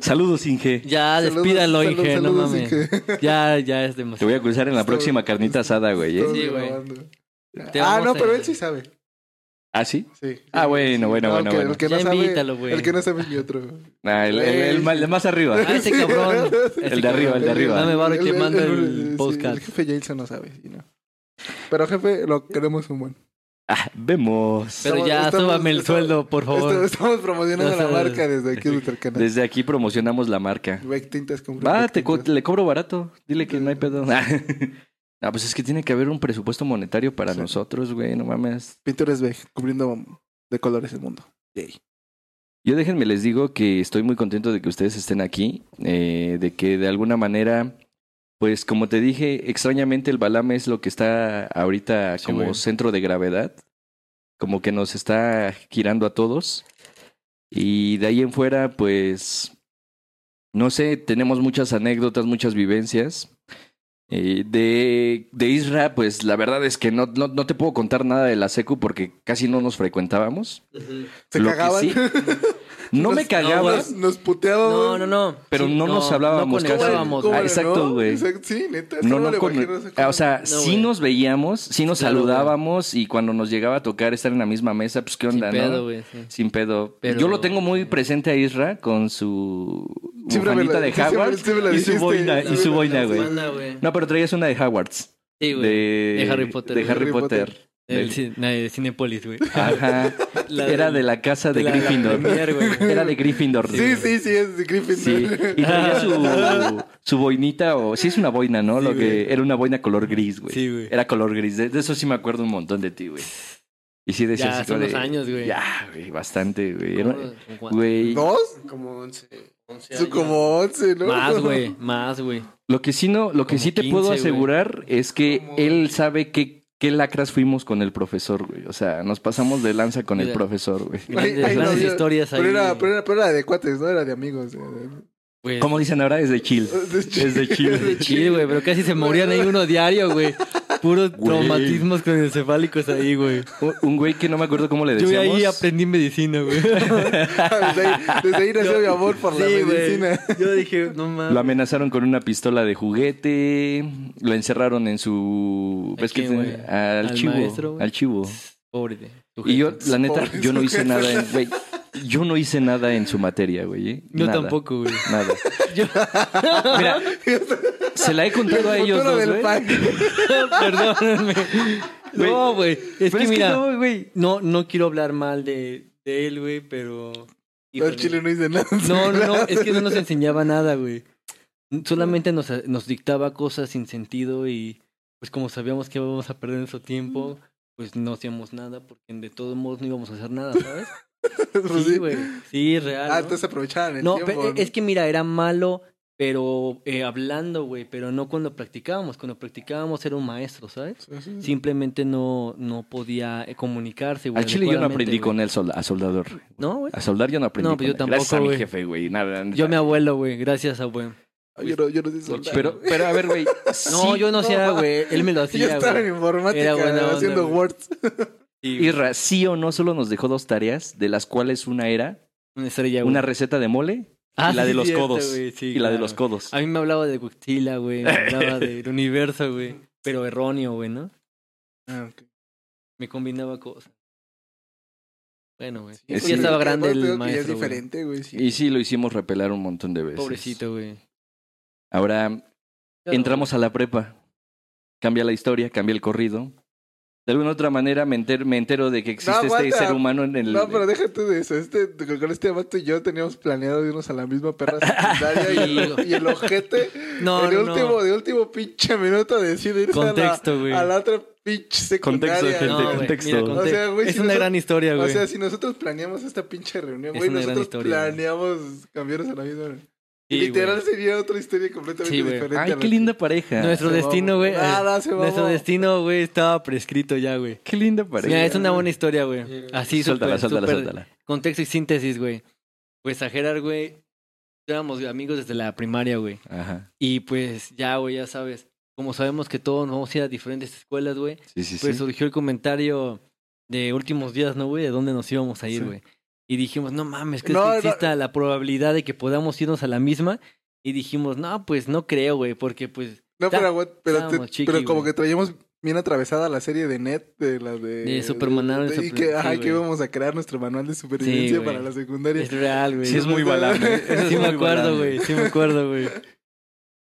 Speaker 1: Saludos, Inge.
Speaker 2: Saludos,
Speaker 4: Ya, Ah, despídalo,
Speaker 2: saludos,
Speaker 4: Inge, no
Speaker 2: saludos,
Speaker 4: mames.
Speaker 2: Inge.
Speaker 4: [laughs] Ya, ya es demasiado.
Speaker 1: Te voy a cruzar en la
Speaker 2: Estoy-
Speaker 1: próxima carnita asada, güey. ¿eh?
Speaker 2: Estamos
Speaker 4: Sí, güey.
Speaker 2: grabando.
Speaker 4: Te
Speaker 2: Ah,
Speaker 4: vamos
Speaker 2: no,
Speaker 4: a-
Speaker 2: pero él sí sabe.
Speaker 1: ¿Ah, sí?
Speaker 2: Sí.
Speaker 1: Ah, bueno, bueno,
Speaker 2: No,
Speaker 1: bueno,
Speaker 2: que-
Speaker 1: bueno.
Speaker 2: El que no
Speaker 4: Ya
Speaker 2: sabe,
Speaker 4: invítalo, güey.
Speaker 2: El que no sabe es mi otro.
Speaker 1: Ah, el, el- el más- el más arriba.
Speaker 2: Eh. [laughs]
Speaker 4: Ah, ese cabrón. Ese
Speaker 1: El de arriba, el de
Speaker 4: cabrón.
Speaker 1: arriba.
Speaker 4: No me va
Speaker 2: El- el-
Speaker 4: reclamando
Speaker 2: el-
Speaker 4: el
Speaker 2: sí, El
Speaker 4: podcast.
Speaker 2: jefe Jason no sabe. sí, no. Pero jefe, lo queremos un buen.
Speaker 1: Ah, vemos.
Speaker 4: Pero ya,
Speaker 2: Estamos-
Speaker 4: súbame el
Speaker 2: estamos-
Speaker 4: sueldo, por favor.
Speaker 2: Estamos promocionando
Speaker 4: No,
Speaker 2: la
Speaker 4: no, no.
Speaker 2: marca desde aquí desde el canal.
Speaker 1: Desde aquí promocionamos la marca.
Speaker 2: Vec Tintas compra
Speaker 1: Va,
Speaker 2: Vec
Speaker 1: te co-
Speaker 2: Tintas.
Speaker 1: le cobro barato. Dile que no hay pedo. [laughs] Ah, pues es que tiene que haber un presupuesto monetario para
Speaker 2: Sí.
Speaker 1: nosotros, güey, no mames.
Speaker 2: Pintores Vec, cubriendo de colores el mundo.
Speaker 1: Yo déjenme les digo que estoy muy contento de que ustedes estén aquí, eh, de que de alguna manera, pues como te dije, extrañamente el Balame es lo que está ahorita
Speaker 4: Sí,
Speaker 1: como
Speaker 4: güey.
Speaker 1: centro de gravedad, como que nos está girando a todos. Y de ahí en fuera, pues, no sé, tenemos muchas anécdotas, muchas vivencias. Eh, de, de Isra, pues la verdad es que no, no, no te puedo contar nada de la secu porque casi no nos frecuentábamos.
Speaker 4: [laughs]
Speaker 2: Se
Speaker 1: Lo que
Speaker 2: cagaban.
Speaker 1: sí-
Speaker 2: [laughs]
Speaker 1: No
Speaker 2: Nos-
Speaker 1: me cagaban,
Speaker 2: Nos, nos puteaban.
Speaker 4: No, no, no.
Speaker 1: Pero no nos hablábamos
Speaker 4: No
Speaker 1: casi.
Speaker 4: conectábamos,
Speaker 1: ¿Cómo Ah,
Speaker 4: güey.
Speaker 1: exacto, güey.
Speaker 2: Exacto, Sí, neta.
Speaker 1: No,
Speaker 2: No,
Speaker 1: no,
Speaker 2: le
Speaker 1: con-
Speaker 2: bajé, no sé
Speaker 1: ah,
Speaker 2: cómo.
Speaker 1: o sea,
Speaker 4: No,
Speaker 1: sí
Speaker 4: güey.
Speaker 1: nos veíamos, sí nos
Speaker 4: Claro, güey.
Speaker 1: saludábamos y cuando nos llegaba a tocar estar en la misma mesa, pues qué
Speaker 4: Sin
Speaker 1: onda,
Speaker 4: pedo,
Speaker 1: ¿no?
Speaker 4: güey, sí.
Speaker 1: Sin pedo.
Speaker 4: Pero-
Speaker 1: Yo lo tengo muy presente a Isra con su
Speaker 2: Siempre me
Speaker 1: bufandita
Speaker 2: la-
Speaker 1: de
Speaker 2: sí, [laughs] siempre-
Speaker 1: Hogwarts
Speaker 2: siempre la
Speaker 1: y su
Speaker 2: dijiste.
Speaker 1: boina, y su
Speaker 2: Siempre la
Speaker 1: boina, güey.
Speaker 4: Banda, güey.
Speaker 1: No, pero traías una de Hogwarts.
Speaker 4: Sí,
Speaker 1: de,
Speaker 4: güey. de Harry Potter,
Speaker 1: De
Speaker 4: güey.
Speaker 1: Harry
Speaker 2: Harry Potter.
Speaker 1: Potter.
Speaker 4: El
Speaker 1: Del-
Speaker 4: cine- la de
Speaker 1: [laughs]
Speaker 4: Cinépolis, güey.
Speaker 1: Ajá.
Speaker 4: [laughs] La
Speaker 1: Era de la casa de,
Speaker 4: la- la
Speaker 1: Gryffindor.
Speaker 4: premier, güey.
Speaker 1: [laughs] Era de Gryffindor.
Speaker 2: Sí, sí, sí, es de Griffin.
Speaker 1: Sí, y traía su,
Speaker 4: [laughs]
Speaker 1: su boinita, o sí es una boina, ¿no?
Speaker 2: Sí,
Speaker 1: Lo que
Speaker 2: güey.
Speaker 1: era una boina color gris, güey.
Speaker 4: Sí, güey.
Speaker 1: Era color gris, de, de eso sí me acuerdo un montón de ti, güey. Y sí decías
Speaker 4: Ya,
Speaker 1: así
Speaker 4: son
Speaker 1: como
Speaker 4: los
Speaker 1: de-
Speaker 4: años, güey.
Speaker 1: Ya, güey, bastante, güey. Era-
Speaker 4: ¿Cómo? ¿Cómo?
Speaker 1: Güey,
Speaker 2: [laughs] ¿Dos?
Speaker 8: Como 11. 11
Speaker 2: Son
Speaker 8: años.
Speaker 2: como once, ¿no?
Speaker 4: Más, güey. Más, güey.
Speaker 1: lo que sí no, lo que
Speaker 4: Como
Speaker 1: sí te
Speaker 4: 15,
Speaker 1: puedo
Speaker 4: güey.
Speaker 1: asegurar es que
Speaker 8: Como-
Speaker 1: él sabe que qué lacras fuimos con el profesor, güey. O sea, nos pasamos de lanza con el
Speaker 4: Mira.
Speaker 1: profesor, güey.
Speaker 4: Grandes,
Speaker 2: ay, no,
Speaker 4: grandes
Speaker 2: yo-
Speaker 4: historias ahí.
Speaker 2: [laughs] Pero era, pero, era, pero era de cuates, no era de amigos. güey.
Speaker 4: güey.
Speaker 1: Como dicen ahora, es de
Speaker 2: [laughs]
Speaker 1: chill.
Speaker 2: Es de chill.
Speaker 1: Es de chill.
Speaker 4: Qué chido, güey, pero casi se morían ahí uno diario, güey. Puros
Speaker 1: Güey.
Speaker 4: traumatismos cronocefálicos ahí, güey.
Speaker 1: Un- Un güey que no me acuerdo cómo le
Speaker 4: Yo
Speaker 1: decíamos.
Speaker 4: ahí aprendí
Speaker 1: [laughs]
Speaker 4: medicina, güey.
Speaker 2: [laughs] desde, ahí, desde ahí nació mi amor por la
Speaker 4: Sí, güey.
Speaker 2: medicina.
Speaker 4: Yo dije, no mames.
Speaker 1: Lo amenazaron con una pistola de juguete. Lo encerraron en su.
Speaker 4: ¿A
Speaker 1: ¿Ves que
Speaker 4: quién,
Speaker 1: tiene-
Speaker 4: güey?
Speaker 1: Al,
Speaker 4: ¿Al
Speaker 1: chivo.
Speaker 4: maestro, güey?
Speaker 1: al chivo.
Speaker 4: Pobre. de-
Speaker 1: Y yo,
Speaker 4: sujeto.
Speaker 1: la neta,
Speaker 2: Pobre
Speaker 1: yo no hice
Speaker 2: sujeto.
Speaker 1: nada en. Güey, yo no hice nada en su materia, güey. ¿eh?
Speaker 4: Yo
Speaker 1: Nada,
Speaker 4: tampoco, güey. [laughs]
Speaker 1: Nada. Mira, se la he contado a
Speaker 4: [laughs]
Speaker 2: El
Speaker 1: ellos
Speaker 2: futuro
Speaker 1: dos,
Speaker 2: del
Speaker 1: güey.
Speaker 2: pack.
Speaker 4: Perdóname.
Speaker 1: [laughs] Güey.
Speaker 4: No, güey. Es
Speaker 1: Pero
Speaker 4: que mira, no...
Speaker 1: no, güey.
Speaker 4: no, quiero hablar mal de, de él, güey, pero.
Speaker 2: No,
Speaker 4: Híjole.
Speaker 2: el chile no hice nada.
Speaker 4: [laughs] No, no, no, es que no nos enseñaba nada, güey. Solamente nos, nos dictaba cosas sin sentido y pues como sabíamos que íbamos a perder nuestro tiempo, pues no hacíamos nada porque de todos modos no íbamos a hacer nada, ¿sabes?
Speaker 2: [laughs] Pues
Speaker 4: Sí,
Speaker 2: sí.
Speaker 4: güey. Sí, real.
Speaker 2: Ah,
Speaker 4: ¿no?
Speaker 2: entonces aprovechaban el
Speaker 4: No,
Speaker 2: tiempo.
Speaker 4: pe- es que mira, era malo, pero eh, hablando, güey, pero no cuando practicábamos. Cuando practicábamos era un maestro, ¿sabes?
Speaker 2: Mm.
Speaker 4: Simplemente no, no podía eh, comunicarse, güey.
Speaker 1: Al chile yo no
Speaker 4: adecuadamente,
Speaker 1: aprendí
Speaker 4: güey.
Speaker 1: con él solda- a soldador.
Speaker 4: No, güey.
Speaker 1: A soldar yo no aprendí.
Speaker 4: No,
Speaker 1: con
Speaker 4: pues yo
Speaker 1: él.
Speaker 4: tampoco,
Speaker 1: Gracias a mi
Speaker 4: güey.
Speaker 1: jefe, güey. Nada, nada.
Speaker 4: Yo a mi abuelo, güey. Gracias, abuelo.
Speaker 2: Yo no, yo no sé soldar.
Speaker 1: Pero, pero a ver, güey. sí,
Speaker 4: [laughs] No, yo no hacía, güey. Él
Speaker 1: [laughs]
Speaker 4: me lo
Speaker 2: Yo
Speaker 4: hacía,
Speaker 2: estaba
Speaker 4: güey.
Speaker 2: en informática
Speaker 4: Era buena onda,
Speaker 2: haciendo
Speaker 4: güey.
Speaker 2: Words.
Speaker 4: Y
Speaker 1: Irra, sí o no, solo nos dejó dos tareas, de las cuales una era
Speaker 4: una estrella, güey.
Speaker 1: una receta de mole
Speaker 4: Ah,
Speaker 1: y la
Speaker 4: sí,
Speaker 1: de los
Speaker 4: cierto,
Speaker 1: codos.
Speaker 4: güey, sí,
Speaker 1: y la de
Speaker 4: claro.
Speaker 1: los codos.
Speaker 4: A mí me hablaba de Guxtila,
Speaker 1: [laughs]
Speaker 4: güey. Me hablaba del universo, güey. Pero erróneo, güey, ¿no?
Speaker 2: Ah, ok.
Speaker 4: Me combinaba cosas. Bueno, güey.
Speaker 1: Es
Speaker 4: ya
Speaker 1: que-
Speaker 4: estaba grande
Speaker 2: Aparte,
Speaker 4: el
Speaker 2: digo que ya Es
Speaker 4: maestro, güey.
Speaker 2: diferente, güey. sí.
Speaker 1: Y sí, lo hicimos repelar un montón de veces.
Speaker 4: Pobrecito, güey.
Speaker 1: Ahora
Speaker 4: Claro,
Speaker 1: entramos a la prepa. Cambia la historia, cambia el corrido. De alguna otra manera me enter- me entero, de que existe este
Speaker 2: aguanta.
Speaker 1: ser humano en el.
Speaker 2: No, pero déjate de eso. Este, con con este vato y yo teníamos planeado irnos a la misma perra secundaria y,
Speaker 4: [laughs]
Speaker 2: el, y el ojete.
Speaker 4: güey. No,
Speaker 2: de,
Speaker 4: no,
Speaker 2: último,
Speaker 4: no.
Speaker 2: de último pinche minuto decide irse a la,
Speaker 4: Contexto, güey.
Speaker 2: a la otra pinche secundaria.
Speaker 1: Contexto, gente,
Speaker 4: No, güey,
Speaker 1: contexto.
Speaker 4: mira,
Speaker 1: O
Speaker 4: conte-
Speaker 2: sea, güey,
Speaker 4: es
Speaker 2: si
Speaker 4: una
Speaker 2: nosotros-
Speaker 4: gran historia,
Speaker 2: O
Speaker 4: güey.
Speaker 2: sea, si nosotros planeamos esta pinche reunión,
Speaker 4: Es
Speaker 2: güey,
Speaker 4: una gran
Speaker 2: nosotros
Speaker 4: historia,
Speaker 2: planeamos cambiarnos a la misma. reunión.
Speaker 4: Sí,
Speaker 2: Literal
Speaker 4: güey.
Speaker 2: sería otra historia completamente
Speaker 4: Sí, güey.
Speaker 2: diferente. a
Speaker 1: Ay,
Speaker 2: la
Speaker 1: qué
Speaker 2: que-
Speaker 1: linda pareja.
Speaker 4: Nuestro
Speaker 2: Se
Speaker 4: destino,
Speaker 2: mamó.
Speaker 4: güey.
Speaker 2: Ah,
Speaker 4: eh,
Speaker 2: no, se
Speaker 4: Nuestro
Speaker 2: mamó.
Speaker 4: destino, güey, estaba prescrito ya, güey.
Speaker 1: Qué linda pareja.
Speaker 4: Mira, es una buena historia, güey. Así,
Speaker 1: suéltala, suéltala,
Speaker 4: súper, súper-
Speaker 1: suéltala.
Speaker 4: Contexto y síntesis, güey. Pues a Gerard, güey, éramos amigos desde la primaria, güey.
Speaker 1: Ajá.
Speaker 4: Y pues ya, güey, ya sabes. Como sabemos que todos nos vamos a ir a diferentes escuelas, güey.
Speaker 1: Sí, sí,
Speaker 4: Pues
Speaker 1: sí.
Speaker 4: surgió el comentario de últimos días, ¿no, güey? De dónde nos íbamos a ir,
Speaker 2: Sí.
Speaker 4: güey. Y dijimos, no mames, ¿crees
Speaker 2: No,
Speaker 4: que
Speaker 2: no.
Speaker 4: exista la probabilidad de que podamos irnos a la misma? Y dijimos, no, pues no creo, güey, porque pues
Speaker 2: No, pero,
Speaker 4: Ta-
Speaker 2: aguanta, pero, te-
Speaker 4: estábamos chiqui,
Speaker 2: pero como
Speaker 4: güey.
Speaker 2: que traíamos bien atravesada la serie de Net, de la de...
Speaker 4: De Supermanual de
Speaker 2: y
Speaker 4: Super-
Speaker 2: que,
Speaker 4: sí,
Speaker 2: ajá, que
Speaker 4: güey.
Speaker 2: íbamos a crear nuestro manual de supervivencia
Speaker 4: güey.
Speaker 2: para la secundaria.
Speaker 4: es real, güey.
Speaker 1: Sí, es muy
Speaker 4: [laughs]
Speaker 2: balada.
Speaker 1: balable. Eso es
Speaker 4: Sí me
Speaker 1: muy
Speaker 4: acuerdo,
Speaker 1: balable.
Speaker 4: güey, sí me acuerdo, güey.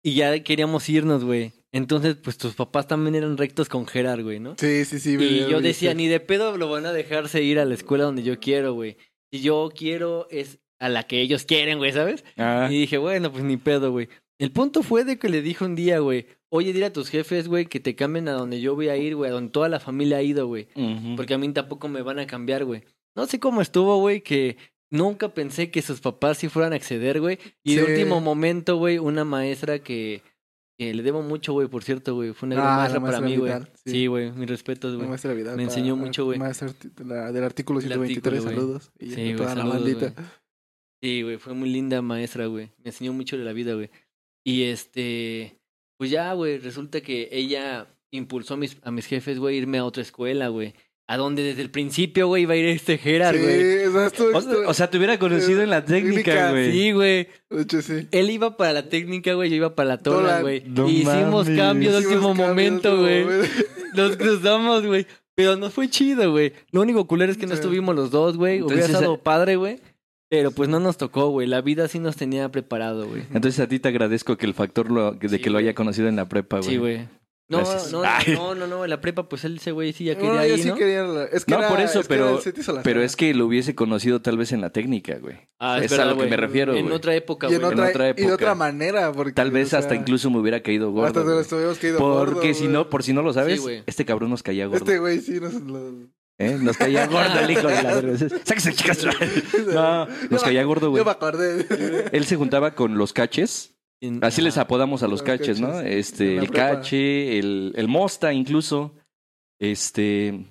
Speaker 4: Y ya queríamos irnos, güey. Entonces, pues tus papás también eran rectos con Gerard, güey, ¿no?
Speaker 2: Sí, sí, sí. me
Speaker 4: Y
Speaker 2: dio
Speaker 4: yo
Speaker 2: risa.
Speaker 4: decía, ni de pedo lo van a dejarse ir a la escuela donde yo quiero, güey. Si yo quiero es a la que ellos quieren, güey, ¿sabes?
Speaker 1: Ah,
Speaker 4: Y dije, bueno, pues ni pedo, güey. El punto fue de que le dije un día, güey, oye, dile a tus jefes, güey, que te cambien a donde yo voy a ir, güey, a donde toda la familia ha ido, güey.
Speaker 1: ujú.
Speaker 4: Porque a mí tampoco me van a cambiar, güey. No sé cómo estuvo, güey, que nunca pensé que sus papás sí fueran a acceder, güey. Y de
Speaker 2: Sí.
Speaker 4: último momento, güey, una maestra que, que le debo mucho, güey, por cierto, güey. Fue una gran
Speaker 2: Ah, la
Speaker 4: maestra, para
Speaker 2: maestra
Speaker 4: mí, güey.
Speaker 2: Vidal, sí.
Speaker 4: Sí, güey, mis respetos,
Speaker 2: La
Speaker 4: güey.
Speaker 2: maestra Vidal
Speaker 4: Me
Speaker 2: para-
Speaker 4: enseñó mucho, güey.
Speaker 2: maestra arti- la- del artículo
Speaker 4: El
Speaker 2: 123,
Speaker 4: artículo, güey.
Speaker 2: saludos. Y
Speaker 4: Sí, güey,
Speaker 2: toda la
Speaker 4: saludos,
Speaker 2: bandita.
Speaker 4: Sí, güey, fue muy linda maestra, güey. Me enseñó mucho de la vida, güey. Y este, pues ya, güey, resulta que ella impulsó a mis, a mis jefes, güey, a irme a otra escuela, güey. A donde desde el principio, güey, iba a ir este Gerard,
Speaker 2: Sí,
Speaker 4: güey.
Speaker 2: o sea, esto- esto-
Speaker 1: O, o sea, te hubiera conocido en la técnica,
Speaker 2: Técnica,
Speaker 1: güey.
Speaker 4: Sí, güey.
Speaker 2: de hecho, sí.
Speaker 4: Él iba para la técnica, güey, yo iba para la
Speaker 2: Tola,
Speaker 4: tola, güey.
Speaker 1: no
Speaker 4: Y hicimos
Speaker 1: mames.
Speaker 4: cambios de
Speaker 2: Hicimos
Speaker 4: último
Speaker 2: cambios,
Speaker 4: momento,
Speaker 2: último
Speaker 4: güey.
Speaker 2: momento.
Speaker 4: Nos cruzamos, güey. Pero no fue chido, güey. Lo único culero es que no
Speaker 2: Sí.
Speaker 4: estuvimos los dos, güey. Hubiera
Speaker 1: Entonces, eh,
Speaker 4: estado padre, güey. Pero pues no nos tocó, güey. La vida sí nos tenía preparado, güey.
Speaker 1: Entonces a ti te agradezco que el factor lo- que- de
Speaker 4: Sí,
Speaker 1: que lo
Speaker 4: güey.
Speaker 1: haya conocido en la prepa, güey.
Speaker 4: Sí, güey. No,
Speaker 1: Ah, Gracias.
Speaker 4: no,
Speaker 1: Ay.
Speaker 4: no, no, no, la prepa, pues él, ese güey, sí ya quería
Speaker 2: Bueno, yo
Speaker 4: ir,
Speaker 2: sí
Speaker 4: ¿no?
Speaker 2: quería la- es que
Speaker 1: No,
Speaker 2: era-
Speaker 1: por eso,
Speaker 2: es que era
Speaker 1: pero-
Speaker 2: el Cetis a la
Speaker 1: Pero
Speaker 2: cara.
Speaker 1: es que lo hubiese conocido tal vez en la técnica, güey.
Speaker 4: Ah,
Speaker 1: es a
Speaker 4: verdad,
Speaker 1: lo que
Speaker 4: güey.
Speaker 1: me refiero,
Speaker 4: En
Speaker 1: güey.
Speaker 4: otra época,
Speaker 2: y en
Speaker 4: güey.
Speaker 2: otra,
Speaker 1: otra
Speaker 2: y de
Speaker 1: época.
Speaker 2: otra manera. Porque,
Speaker 1: Tal vez
Speaker 2: o
Speaker 1: hasta
Speaker 2: sea,
Speaker 1: incluso me hubiera caído gordo.
Speaker 2: Hasta
Speaker 1: güey.
Speaker 2: nos hubiéramos caído
Speaker 1: Porque
Speaker 2: gordo,
Speaker 1: si
Speaker 2: güey.
Speaker 1: no, por si no lo sabes,
Speaker 4: Sí, güey.
Speaker 1: este cabrón nos caía gordo.
Speaker 2: Este güey sí nos... lo-
Speaker 4: Este
Speaker 1: ¿eh? Nos caía gordo el hijo de la verga. Sáquese,
Speaker 2: [laughs]
Speaker 1: chicas. No, nos caía gordo, güey.
Speaker 2: Yo me
Speaker 4: [laughs]
Speaker 2: acordé.
Speaker 1: Él se juntaba con los caches.
Speaker 4: En-
Speaker 1: Así les
Speaker 4: Ajá.
Speaker 1: apodamos a los
Speaker 2: Los
Speaker 1: caches, ¿no?
Speaker 2: caches.
Speaker 1: Este,
Speaker 2: En la
Speaker 1: el
Speaker 2: prepa.
Speaker 1: cache, el, el mosta incluso. Este.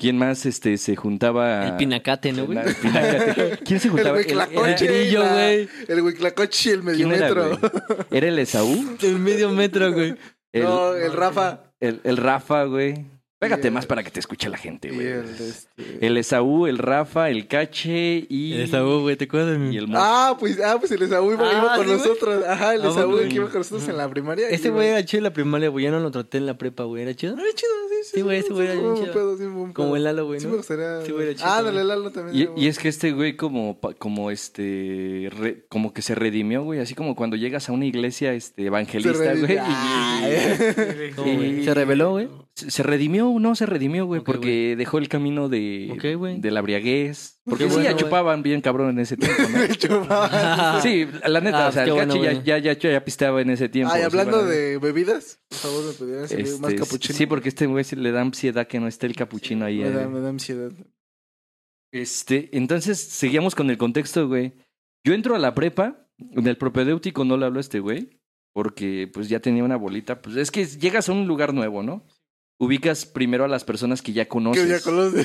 Speaker 1: ¿Quién más este, se juntaba?
Speaker 4: El pinacate, ¿no, güey?
Speaker 1: El pinacate. ¿Quién se juntaba?
Speaker 2: El güey
Speaker 4: El
Speaker 2: Oye,
Speaker 4: grillo,
Speaker 2: la-
Speaker 4: güey.
Speaker 2: El Huiclacochi, el
Speaker 1: ¿Quién era,
Speaker 2: mediometro.
Speaker 1: güey? ¿Era el Esaú?
Speaker 4: El medio metro, güey.
Speaker 1: El,
Speaker 2: no, el Rafa.
Speaker 1: el- el Rafa, güey. Pégate
Speaker 2: el-
Speaker 1: más para que te escuche la gente,
Speaker 2: Y
Speaker 1: güey.
Speaker 2: el, este-
Speaker 1: El Esaú, el Rafa, el Cache y.
Speaker 4: El Esaú, güey, ¿te acuerdas? de mí?
Speaker 1: Y el Mo-
Speaker 2: Ah, pues, ah, pues el Esaúl iba,
Speaker 4: Ah,
Speaker 2: iba con
Speaker 4: ¿sí, güey?
Speaker 2: nosotros. Ajá, el
Speaker 4: Ah,
Speaker 2: Esaú
Speaker 4: bueno.
Speaker 2: que iba con nosotros en la primaria.
Speaker 4: Ese
Speaker 2: Y
Speaker 4: Este güey era chido en la primaria, güey. Ya no lo traté en la prepa, güey. ¿Era
Speaker 2: [laughs]
Speaker 4: chido?
Speaker 2: No, era chido, sí, sí.
Speaker 4: Sí, güey, ese güey era
Speaker 2: sí,
Speaker 4: bien
Speaker 2: fue un
Speaker 4: chido.
Speaker 2: pedo, sí, fue un
Speaker 4: Como
Speaker 2: pedo.
Speaker 4: el Lalo, güey,
Speaker 2: Sí
Speaker 4: ¿no?
Speaker 2: me gustaría...
Speaker 4: Sí, güey, era chido
Speaker 2: ah, no,
Speaker 4: también.
Speaker 2: el Lalo también.
Speaker 1: Y,
Speaker 2: era
Speaker 1: y
Speaker 2: bueno.
Speaker 1: es que este güey como, pa- como este re- como que se redimió, güey, así como cuando llegas a una iglesia este
Speaker 2: Se Ah,
Speaker 1: evangelista,
Speaker 2: reí.
Speaker 1: güey. y-
Speaker 2: [laughs] Ay.
Speaker 4: [laughs] No, güey. Se reveló, güey.
Speaker 1: Se se redimió, no se redimió, güey,
Speaker 4: Ok,
Speaker 1: porque dejó el camino de,
Speaker 4: Ok, güey.
Speaker 1: de la briaguez. Porque
Speaker 4: Qué
Speaker 1: sí,
Speaker 4: bueno,
Speaker 1: ya
Speaker 4: güey.
Speaker 1: chupaban bien cabrón en ese tiempo, ¿no?
Speaker 2: [laughs] Me chupaba.
Speaker 1: Sí, la neta,
Speaker 4: Ah,
Speaker 1: o sea, el
Speaker 4: qué bueno,
Speaker 1: cachi ya-
Speaker 4: güey.
Speaker 1: ya, ya, ya, pisteaba en ese tiempo.
Speaker 2: Ay,
Speaker 1: sí,
Speaker 2: hablando
Speaker 1: bueno,
Speaker 2: de bebidas, por favor, me pudieran servir
Speaker 1: este,
Speaker 2: más capuchino.
Speaker 1: Sí, porque este güey se le da ansiedad que no esté el capuchino ahí.
Speaker 2: me
Speaker 1: eh.
Speaker 2: da, me da ansiedad.
Speaker 1: Este, entonces seguíamos con el contexto, güey. Yo entro a la prepa, en el propedéutico no le hablo a este güey, porque pues ya tenía una bolita. Pues es que llegas a un lugar nuevo, ¿no? Ubicas primero a las personas que ya conoces.
Speaker 2: que ya conoces.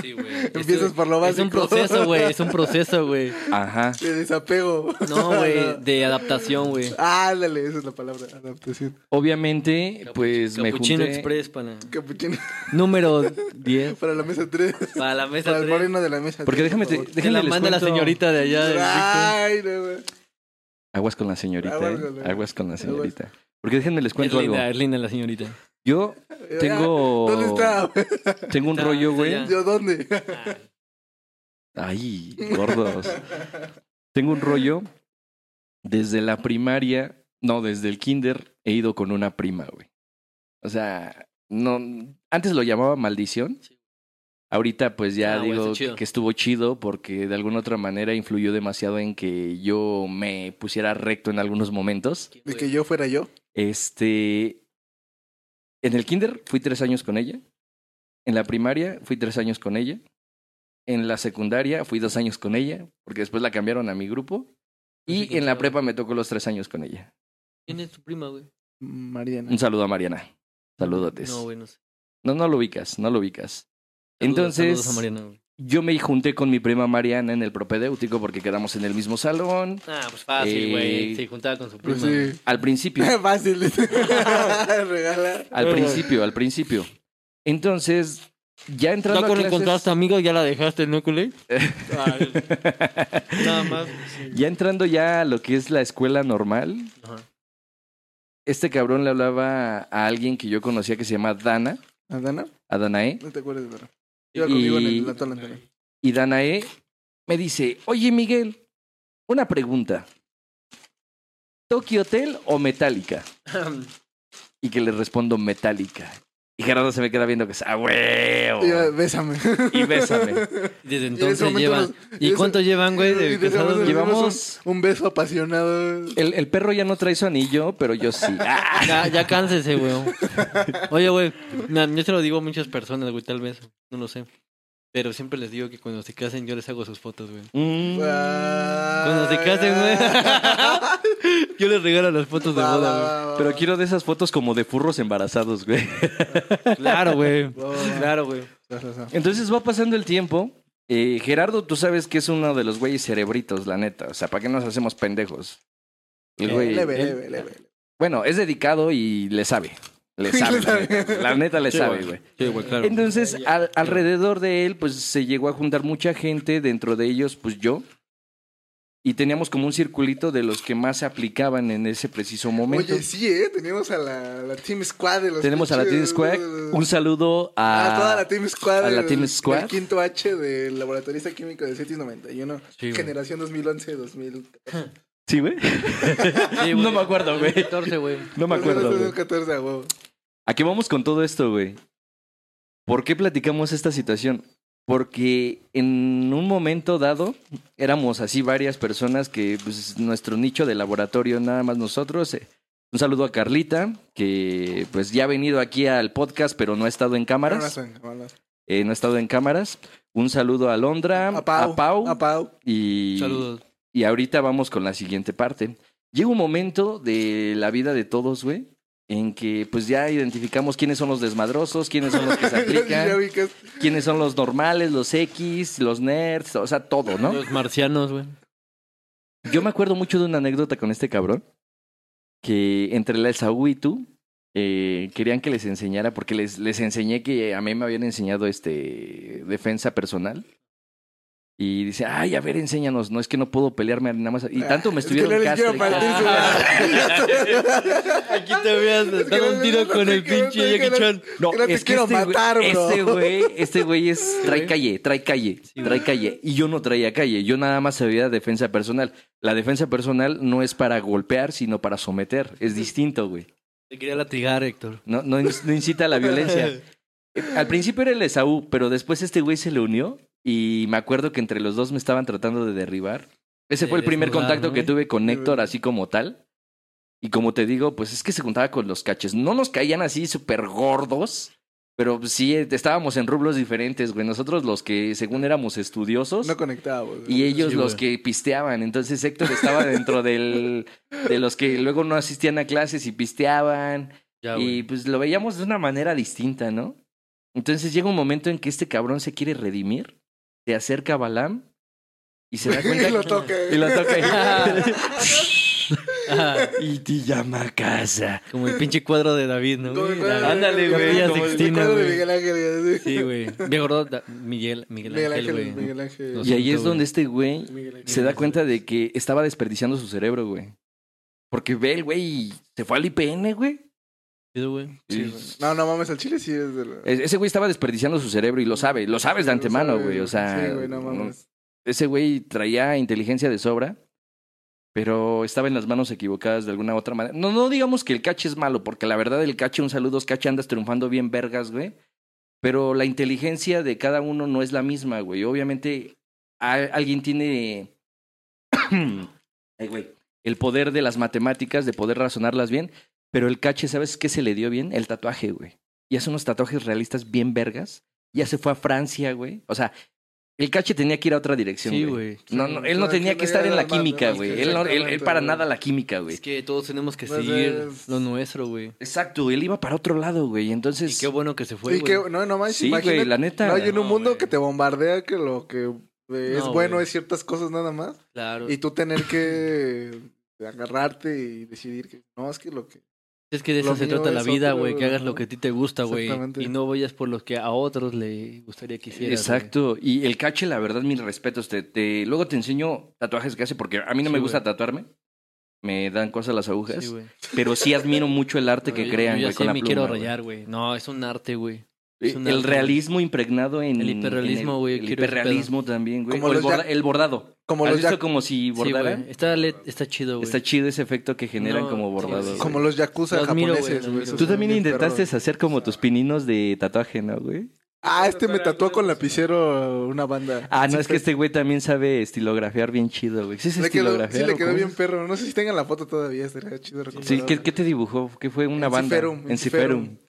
Speaker 4: Sí,
Speaker 2: [laughs]
Speaker 4: güey.
Speaker 2: Empiezas por lo
Speaker 4: Es
Speaker 2: básico.
Speaker 4: un proceso, Este güey.
Speaker 2: [laughs]
Speaker 4: Es un proceso, güey.
Speaker 1: Ajá.
Speaker 2: De desapego. [laughs]
Speaker 4: No, güey. De adaptación, güey.
Speaker 2: Ándale, esa es la palabra, adaptación.
Speaker 1: Obviamente, pues me
Speaker 4: Capuchino
Speaker 1: junté.
Speaker 4: Express para...
Speaker 2: Capuchino
Speaker 4: Número 10.
Speaker 2: para la mesa 3.
Speaker 4: Para la
Speaker 2: Para
Speaker 4: mesa
Speaker 2: el
Speaker 4: 3.
Speaker 2: moreno de la mesa
Speaker 1: Porque
Speaker 2: tres,
Speaker 1: déjame
Speaker 2: por
Speaker 1: te-
Speaker 2: favor.
Speaker 4: Que la
Speaker 1: déjenme les
Speaker 4: manda la
Speaker 1: cuento-
Speaker 4: señorita de allá. del Victor.
Speaker 2: Ay, no, güey.
Speaker 1: Aguas con la señorita.
Speaker 2: Aguas
Speaker 1: eh.
Speaker 2: con la-
Speaker 1: Aguas con la
Speaker 2: aguas.
Speaker 1: señorita. Porque déjenme les cuento
Speaker 4: Es
Speaker 1: algo.
Speaker 4: linda, es linda la señorita.
Speaker 1: Yo tengo
Speaker 2: ¿Dónde está? güey?
Speaker 1: tengo un
Speaker 4: Está-
Speaker 1: rollo,
Speaker 4: está
Speaker 1: güey.
Speaker 4: ya.
Speaker 2: ¿Yo dónde?
Speaker 4: Ah,
Speaker 1: Ay, gordos. Tengo un rollo. Desde la primaria, no, desde el kinder he ido con una prima, güey. O sea, no, antes lo llamaba maldición.
Speaker 4: Sí.
Speaker 1: Ahorita pues ya
Speaker 4: Ah, güey,
Speaker 1: digo
Speaker 4: está chido.
Speaker 1: que estuvo chido porque de alguna otra manera influyó demasiado en que yo me pusiera recto en algunos momentos.
Speaker 2: De que yo fuera yo.
Speaker 1: Este, en el kinder fui tres años con ella. En la primaria fui tres años con ella. En la secundaria fui dos años con ella, porque después la cambiaron a mi grupo.
Speaker 4: Pues Sí,
Speaker 1: Y
Speaker 4: con
Speaker 1: en la
Speaker 4: todo.
Speaker 1: prepa me tocó los tres años con ella.
Speaker 4: ¿Quién es tu prima, güey?
Speaker 2: Mariana.
Speaker 1: Un saludo a Mariana. Saludotes.
Speaker 4: No, güey, no sé.
Speaker 1: No, no lo ubicas, no lo ubicas.
Speaker 4: Saludos-
Speaker 1: Entonces-
Speaker 4: saludos a Mariana, güey.
Speaker 1: Yo me junté con mi prima Mariana en el propedéutico porque quedamos en el mismo salón.
Speaker 4: Ah, pues fácil,
Speaker 1: Eh,
Speaker 4: güey. Se juntaba con su prima.
Speaker 2: Pues sí.
Speaker 1: Al principio,
Speaker 2: [laughs] Fácil. Regala.
Speaker 1: al principio, al principio. Entonces, ya entrando
Speaker 4: Ya
Speaker 1: a
Speaker 4: cuando
Speaker 1: clases-
Speaker 4: encontraste amigo, ya la dejaste, ¿no, culé? Nada más.
Speaker 1: Ya entrando ya a lo que es la escuela normal,
Speaker 4: Ajá. [clears throat]
Speaker 1: este cabrón le hablaba a alguien que yo conocía que se llama Dana,
Speaker 2: ¿Adana?
Speaker 1: a Danae,
Speaker 2: No te acuerdes, pero. Iba
Speaker 1: Y-
Speaker 2: conmigo en el, la tola entera.
Speaker 1: y Danae me dice, oye Miguel, una pregunta. ¿Tokyo Hotel o Metallica? Y que le respondo Metallica. Y Gerardo se me queda viendo que es a huevo.
Speaker 3: Y ya, bésame.
Speaker 1: Y bésame.
Speaker 4: Desde
Speaker 3: ese
Speaker 4: entonces
Speaker 3: momento
Speaker 4: llevan.
Speaker 3: nos- y
Speaker 4: ¿Y
Speaker 3: ese-
Speaker 4: cuánto llevan, güey?
Speaker 3: y
Speaker 4: De
Speaker 3: desde
Speaker 4: casados?
Speaker 3: entonces-
Speaker 4: Llevamos-
Speaker 1: Llevamos.
Speaker 3: Un beso apasionado.
Speaker 1: El, el perro ya no trae su anillo, pero yo sí. ¡Ah!
Speaker 4: Ya, ya cánsese, güey. Oye, güey, na- yo se lo digo a muchas personas, güey, tal vez, no lo sé. Pero siempre les digo que cuando se casen yo les hago sus fotos, güey.
Speaker 1: Mm.
Speaker 4: Cuando
Speaker 3: Cuando
Speaker 4: se casen,
Speaker 3: [laughs]
Speaker 4: güey. yo les regalo las fotos de boda,
Speaker 1: Pero quiero de esas fotos como de furros embarazados, güey.
Speaker 4: güey. Claro,
Speaker 2: [laughs]
Speaker 4: güey.
Speaker 3: Va, va, va.
Speaker 4: Claro, güey.
Speaker 1: Entonces va pasando el tiempo. Eh, Gerardo, tú sabes que es uno de los güeyes cerebritos, la neta. O sea, ¿para qué nos hacemos pendejos?
Speaker 2: Eh,
Speaker 1: El güey-
Speaker 3: Leve,
Speaker 1: él-
Speaker 3: leve, leve.
Speaker 1: Bueno, es dedicado y le sabe. Le sabe. la neta. [laughs] la neta le
Speaker 4: Sí,
Speaker 1: sabe,
Speaker 4: güey.
Speaker 1: güey.
Speaker 4: Sí, güey, claro.
Speaker 1: Entonces, al- alrededor de él, pues se llegó a juntar mucha gente, dentro de ellos, pues yo. Y teníamos como un circulito de los que más se aplicaban en ese preciso momento.
Speaker 3: Oye, sí, ¿eh? Tenemos a la, la Team Squad de los
Speaker 1: Tenemos a la Team
Speaker 3: pinches-
Speaker 1: Squad. Un saludo a.
Speaker 3: a toda la Team Squad.
Speaker 1: a la
Speaker 3: del-
Speaker 1: Team Squad.
Speaker 3: del quinto H del Laboratorista Químico de CETIS 91.
Speaker 4: Sí, güey.
Speaker 3: generación 2011-2000.
Speaker 1: Sí, güey.
Speaker 4: Sí, güey.
Speaker 1: No me acuerdo, ah, güey.
Speaker 4: 14, güey.
Speaker 1: No me acuerdo. güey.
Speaker 3: 2014, a huevo.
Speaker 1: ¿A qué vamos con todo esto, güey? ¿Por qué platicamos esta situación? Porque en un momento dado éramos así varias personas que pues, nuestro nicho de laboratorio, nada más nosotros. eh. Un saludo a Carlita, que pues ya ha venido aquí al podcast, pero no ha estado en cámaras.
Speaker 3: Amazon, Amazon.
Speaker 1: Eh, no ha estado en cámaras. Un saludo a Londra,
Speaker 3: A Pau.
Speaker 1: a Pau,
Speaker 3: A Pau.
Speaker 1: y
Speaker 4: Saludos.
Speaker 1: y ahorita vamos con la siguiente parte. Llega un momento de la vida de todos, güey, en que pues ya identificamos quiénes son los desmadrosos, quiénes son los que
Speaker 2: [laughs]
Speaker 1: se
Speaker 3: [laughs] Ya
Speaker 1: aplican,
Speaker 3: vi que es-
Speaker 1: quiénes son los normales, los X, los nerds, o sea, todo, ¿no?
Speaker 4: Los marcianos, güey.
Speaker 1: Yo me acuerdo mucho de una anécdota con este cabrón, que entre la Esaú y tú eh, querían que les enseñara, porque les, les enseñé que a mí me habían enseñado este defensa personal. Y dice, ay, a ver, enséñanos. No, es que no puedo pelearme nada más. Y tanto me
Speaker 3: Es que no
Speaker 1: estuvieron
Speaker 3: les quiero
Speaker 1: castre,
Speaker 3: partir su-
Speaker 4: [laughs] Aquí te habías dado un tiro con el pinche Jackie Chan.
Speaker 1: No,
Speaker 3: Que no te
Speaker 1: es que
Speaker 3: quiero
Speaker 1: este güey-
Speaker 3: matar, bro.
Speaker 1: Este güey, este güey es trae calle, trae calle, trae calle. Y yo no traía calle, yo nada más sabía defensa personal. La defensa personal no es para golpear, sino para someter. Es distinto, güey.
Speaker 4: Te quería latigar, Héctor.
Speaker 1: No, no, in- no incita a la
Speaker 4: [laughs]
Speaker 1: violencia. Eh, Al principio era el Esaú, pero después este güey se le unió y me acuerdo que entre los dos me estaban tratando de derribar. Ese
Speaker 4: De
Speaker 1: fue el primer
Speaker 4: desnudar,
Speaker 1: contacto
Speaker 4: ¿no,
Speaker 1: que
Speaker 4: güey?
Speaker 1: tuve con Héctor, así como tal. Y como te digo, pues es que se juntaba con los caches. No nos caían así súper gordos, pero sí eh, estábamos en rublos diferentes, güey. Nosotros los que según éramos estudiosos
Speaker 3: No conectábamos.
Speaker 1: y ellos
Speaker 4: Sí,
Speaker 1: los
Speaker 4: güey.
Speaker 1: que pisteaban. Entonces Héctor estaba dentro del, de los que luego no asistían a clases y pisteaban.
Speaker 4: Ya,
Speaker 3: Ah,
Speaker 1: Y
Speaker 4: güey.
Speaker 1: pues lo veíamos de una manera distinta, ¿no? Entonces llega un momento en que este cabrón se quiere redimir, se acerca a Balam y se da
Speaker 3: [laughs]
Speaker 1: cuenta
Speaker 3: Y lo toca.
Speaker 1: y lo toca.
Speaker 4: [laughs] Ajá.
Speaker 1: [laughs] y te llama a casa.
Speaker 4: Como el pinche cuadro de David, ¿no?
Speaker 3: Como el
Speaker 4: güey?
Speaker 3: cuadro de-
Speaker 4: Ándale,
Speaker 3: como el-
Speaker 4: güey.
Speaker 3: como el
Speaker 4: Sixtina,
Speaker 3: cuadro de
Speaker 4: güey.
Speaker 3: Miguel Ángel.
Speaker 4: Sí, güey. Me acordó da- Miguel, Miguel,
Speaker 3: Miguel
Speaker 4: Ángel,
Speaker 3: Ángel,
Speaker 4: güey.
Speaker 3: Miguel Ángel.
Speaker 4: Los-
Speaker 1: Y ahí es
Speaker 4: Asunto,
Speaker 1: donde
Speaker 4: güey.
Speaker 1: este güey
Speaker 3: Miguel Ángel.
Speaker 1: se da cuenta de que estaba desperdiciando su cerebro, güey. Porque ve el güey y se fue al IPN, güey.
Speaker 4: Chido, güey.
Speaker 3: Sí,
Speaker 1: Y-
Speaker 3: güey. No, no mames, al chile sí es de la...
Speaker 1: E- Ese güey estaba desperdiciando su cerebro y lo sabe, lo sabes
Speaker 3: Lo
Speaker 1: de antemano,
Speaker 3: sabe,
Speaker 1: güey. O sea,
Speaker 3: Sí, güey, no mames.
Speaker 1: ese güey traía inteligencia de sobra, pero estaba en las manos equivocadas de alguna otra manera. No, no digamos que el cache es malo, porque la verdad el cache, un saludo, cache, andas triunfando bien vergas, güey. Pero la inteligencia de cada uno no es la misma, güey. Obviamente a- alguien tiene [clears throat] Ay, güey, el poder de las matemáticas, de poder razonarlas bien, pero el cache, ¿sabes qué se le dio bien? El tatuaje, güey. Y hace unos tatuajes realistas bien vergas. Ya se fue a Francia, güey. O sea, el cache tenía que ir a otra dirección,
Speaker 4: Sí, güey.
Speaker 1: no, no, él no
Speaker 3: Claro,
Speaker 1: tenía
Speaker 3: que
Speaker 1: que
Speaker 3: no
Speaker 1: estar en
Speaker 3: era
Speaker 1: la
Speaker 3: más, ¿no?
Speaker 1: química,
Speaker 3: Es que
Speaker 1: güey. Él, no- él- él
Speaker 3: exactamente,
Speaker 1: para
Speaker 3: güey.
Speaker 1: nada la química, güey.
Speaker 4: Es que todos tenemos que
Speaker 3: Pues
Speaker 4: seguir
Speaker 3: es-
Speaker 4: lo nuestro, güey.
Speaker 1: Exacto, él iba para otro lado, güey.
Speaker 4: Y
Speaker 1: Entonces,
Speaker 4: qué bueno que se fue,
Speaker 3: Y que,
Speaker 4: güey.
Speaker 3: no, no manches,
Speaker 1: sí, güey,
Speaker 3: imagínate.
Speaker 1: la neta.
Speaker 3: no hay en
Speaker 4: no,
Speaker 3: un mundo
Speaker 4: güey.
Speaker 3: que te bombardea que lo que eh, es
Speaker 4: No,
Speaker 3: bueno
Speaker 4: güey.
Speaker 3: es ciertas cosas nada más.
Speaker 4: Claro.
Speaker 3: Y tú tener que [laughs] agarrarte y decidir que no, es que lo que...
Speaker 4: Es que de
Speaker 3: lo
Speaker 4: eso se
Speaker 3: mío
Speaker 4: trata la
Speaker 3: es
Speaker 4: vida,
Speaker 3: otro,
Speaker 4: güey. Que hagas
Speaker 3: ajá.
Speaker 4: lo que a ti te gusta, güey.
Speaker 3: Exactamente.
Speaker 4: Y no vayas por los que a otros le gustaría que hicieras. güey.
Speaker 1: Exacto. Y el cache, la verdad, mis respetos. Te, te- luego te enseño tatuajes que hace, porque a mí no
Speaker 4: Sí,
Speaker 1: me gusta
Speaker 4: güey.
Speaker 1: tatuarme. Me dan cosas las agujas.
Speaker 4: Sí, güey.
Speaker 1: pero sí admiro mucho el arte que
Speaker 4: Yo-
Speaker 1: crean,
Speaker 4: yo ya
Speaker 1: güey,
Speaker 4: sé,
Speaker 1: con la
Speaker 4: me
Speaker 1: pluma,
Speaker 4: quiero
Speaker 1: güey.
Speaker 4: rayar, güey. No, es un arte, güey.
Speaker 1: Eh,
Speaker 4: Es un
Speaker 1: El
Speaker 4: arte.
Speaker 1: realismo impregnado en.
Speaker 4: El hiperrealismo,
Speaker 1: en el-
Speaker 4: güey,
Speaker 1: El
Speaker 4: quiero ese
Speaker 1: hiperrealismo también, güey.
Speaker 3: Como
Speaker 1: O el,
Speaker 3: los ya-
Speaker 1: borda- el bordado.
Speaker 2: Como
Speaker 1: ¿Has
Speaker 2: los,
Speaker 1: visto
Speaker 2: ya-
Speaker 1: como si
Speaker 4: Sí,
Speaker 1: bordaran?
Speaker 4: güey. Está, le- está chido, güey.
Speaker 1: Está chido ese efecto que generan
Speaker 4: No,
Speaker 1: como
Speaker 4: sí,
Speaker 1: bordados.
Speaker 4: sí, sí.
Speaker 1: güey.
Speaker 2: como los yakuza
Speaker 4: Los miro, güey,
Speaker 2: japoneses,
Speaker 4: los
Speaker 2: güey,
Speaker 4: miro.
Speaker 2: esos
Speaker 1: Tú
Speaker 2: son
Speaker 1: también
Speaker 2: bien
Speaker 1: intentaste
Speaker 2: perros.
Speaker 1: hacer como tus pininos de tatuaje, ¿no, güey?
Speaker 2: Ah, este me tatuó con lapicero una banda.
Speaker 1: Ah, no,
Speaker 2: Sí,
Speaker 1: es que este güey también sabe estilografiar bien chido, güey. Sí, es
Speaker 2: le quedó,
Speaker 1: estilografiar.
Speaker 2: sí le
Speaker 1: o
Speaker 2: quedó
Speaker 1: cómo?
Speaker 2: bien perro. No sé si tengan la foto todavía, estaría chido
Speaker 1: Sí,
Speaker 2: recuperarla.
Speaker 1: ¿qué, qué te dibujó? ¿Qué fue una banda?
Speaker 2: Enciferum,
Speaker 1: Enciferum.
Speaker 2: Pero-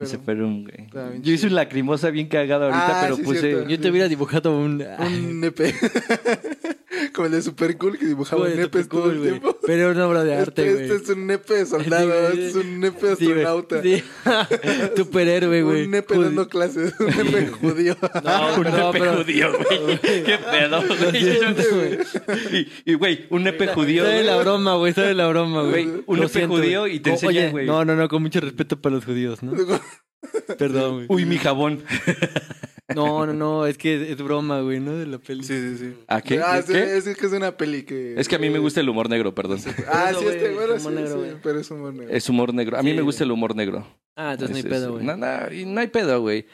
Speaker 1: Enciferum, güey.
Speaker 2: Está bien
Speaker 1: Yo hice
Speaker 2: chido.
Speaker 1: una lacrimosa bien cagada ahorita,
Speaker 2: Ah,
Speaker 1: pero
Speaker 2: sí,
Speaker 1: puse... [laughs]
Speaker 2: cierto.
Speaker 4: Yo te hubiera dibujado [laughs] un...
Speaker 2: Un nepe. [laughs] Como el de Super Cool que dibujaba
Speaker 4: Güey,
Speaker 2: nepes
Speaker 4: está
Speaker 2: todo
Speaker 4: cool,
Speaker 2: el
Speaker 4: güey.
Speaker 2: tiempo.
Speaker 4: Pero una obra de arte,
Speaker 2: Este,
Speaker 4: güey.
Speaker 2: este es un nepe de soldado,
Speaker 4: Sí, güey.
Speaker 2: este es un nepe de
Speaker 4: Sí, güey.
Speaker 2: astronauta.
Speaker 4: Sí. [laughs] Superhéroe, güey.
Speaker 2: Un nepe
Speaker 4: Judi-
Speaker 2: dando clases, un nepe judío.
Speaker 4: No,
Speaker 1: un
Speaker 4: no,
Speaker 1: nepe
Speaker 4: pero- [laughs]
Speaker 1: judío, güey. Qué pedo,
Speaker 4: Lo siento,
Speaker 1: güey.
Speaker 4: güey.
Speaker 1: Y, y, güey, un nepe judío,
Speaker 4: Sabe la
Speaker 1: güey.
Speaker 4: broma, güey. Sabe la broma, güey.
Speaker 1: Güey, un
Speaker 4: Lo
Speaker 1: nepe
Speaker 4: siento,
Speaker 1: judío
Speaker 4: güey.
Speaker 1: y te
Speaker 4: Co-
Speaker 1: enseñan,
Speaker 4: oye,
Speaker 1: güey.
Speaker 4: No, no, no. Con mucho respeto para los judíos, ¿no? [laughs] Perdón, güey.
Speaker 1: Uy, mi jabón.
Speaker 4: No, no, no. Es que es broma, güey, ¿no? De la
Speaker 2: [laughs]
Speaker 4: peli.
Speaker 2: Sí, sí, sí.
Speaker 1: ¿A qué?
Speaker 2: Ah,
Speaker 1: ¿Qué?
Speaker 2: es, es que es una peli que.
Speaker 1: Es que a mí me gusta el humor negro, perdón.
Speaker 2: Ah,
Speaker 4: Eso,
Speaker 2: sí,
Speaker 4: güey,
Speaker 2: este, bueno,
Speaker 4: es
Speaker 2: sí,
Speaker 4: humor negro,
Speaker 2: sí,
Speaker 4: güey.
Speaker 2: pero es humor negro.
Speaker 1: Es humor negro. A mí
Speaker 4: Sí,
Speaker 1: me gusta
Speaker 4: güey.
Speaker 1: el humor negro.
Speaker 4: Ah, entonces no hay
Speaker 1: Es- es-
Speaker 4: pedo, güey.
Speaker 1: No, no, y no hay pedo, güey.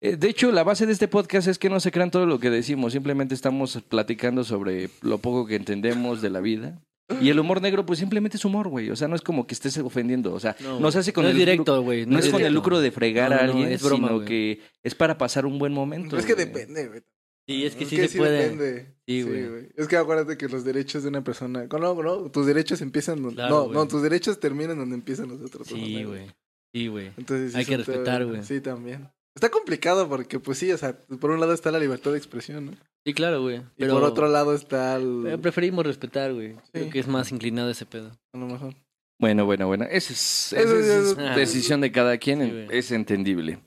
Speaker 1: Eh, De hecho, la base de este podcast es que no se crean todo lo que decimos, simplemente estamos platicando sobre lo poco que entendemos de la vida. Y el humor negro, pues simplemente es humor, güey. O sea, no es como que estés ofendiendo. O sea,
Speaker 4: No,
Speaker 1: no se hace con
Speaker 4: No
Speaker 1: el
Speaker 4: es
Speaker 1: lucro-
Speaker 4: directo, güey.
Speaker 1: No, es con el lucro de fregar
Speaker 4: No, no,
Speaker 1: a
Speaker 4: no,
Speaker 1: alguien,
Speaker 4: es broma,
Speaker 1: sino
Speaker 4: güey.
Speaker 1: que es para pasar un buen momento.
Speaker 2: es que
Speaker 1: güey.
Speaker 2: depende, güey.
Speaker 4: Sí, es que sí
Speaker 2: que
Speaker 4: se puede.
Speaker 2: depende.
Speaker 4: Sí, güey.
Speaker 2: Es que acuérdate que los derechos de una persona. No, no, tus derechos empiezan. donde-
Speaker 4: Claro,
Speaker 2: no,
Speaker 4: güey.
Speaker 2: no, tus derechos terminan donde empiezan los otros.
Speaker 4: Sí,
Speaker 2: ¿no?
Speaker 4: güey. Sí, güey.
Speaker 2: Entonces, sí
Speaker 4: Hay que
Speaker 2: son todo-
Speaker 4: respetar, güey.
Speaker 2: Sí, también. Está complicado porque, pues sí, o sea, por un lado está la libertad de expresión, ¿no?
Speaker 4: Sí, claro, güey.
Speaker 2: Y por otro lado está el.
Speaker 4: Eh, Preferimos respetar, güey. Creo
Speaker 2: Sí.
Speaker 4: que es más inclinado ese pedo.
Speaker 2: A lo mejor.
Speaker 1: Bueno, bueno, bueno. Esa es,
Speaker 2: Eso
Speaker 1: esa es
Speaker 4: ya es-
Speaker 1: decisión de cada quien.
Speaker 4: Ah. Sí, güey.
Speaker 1: es entendible.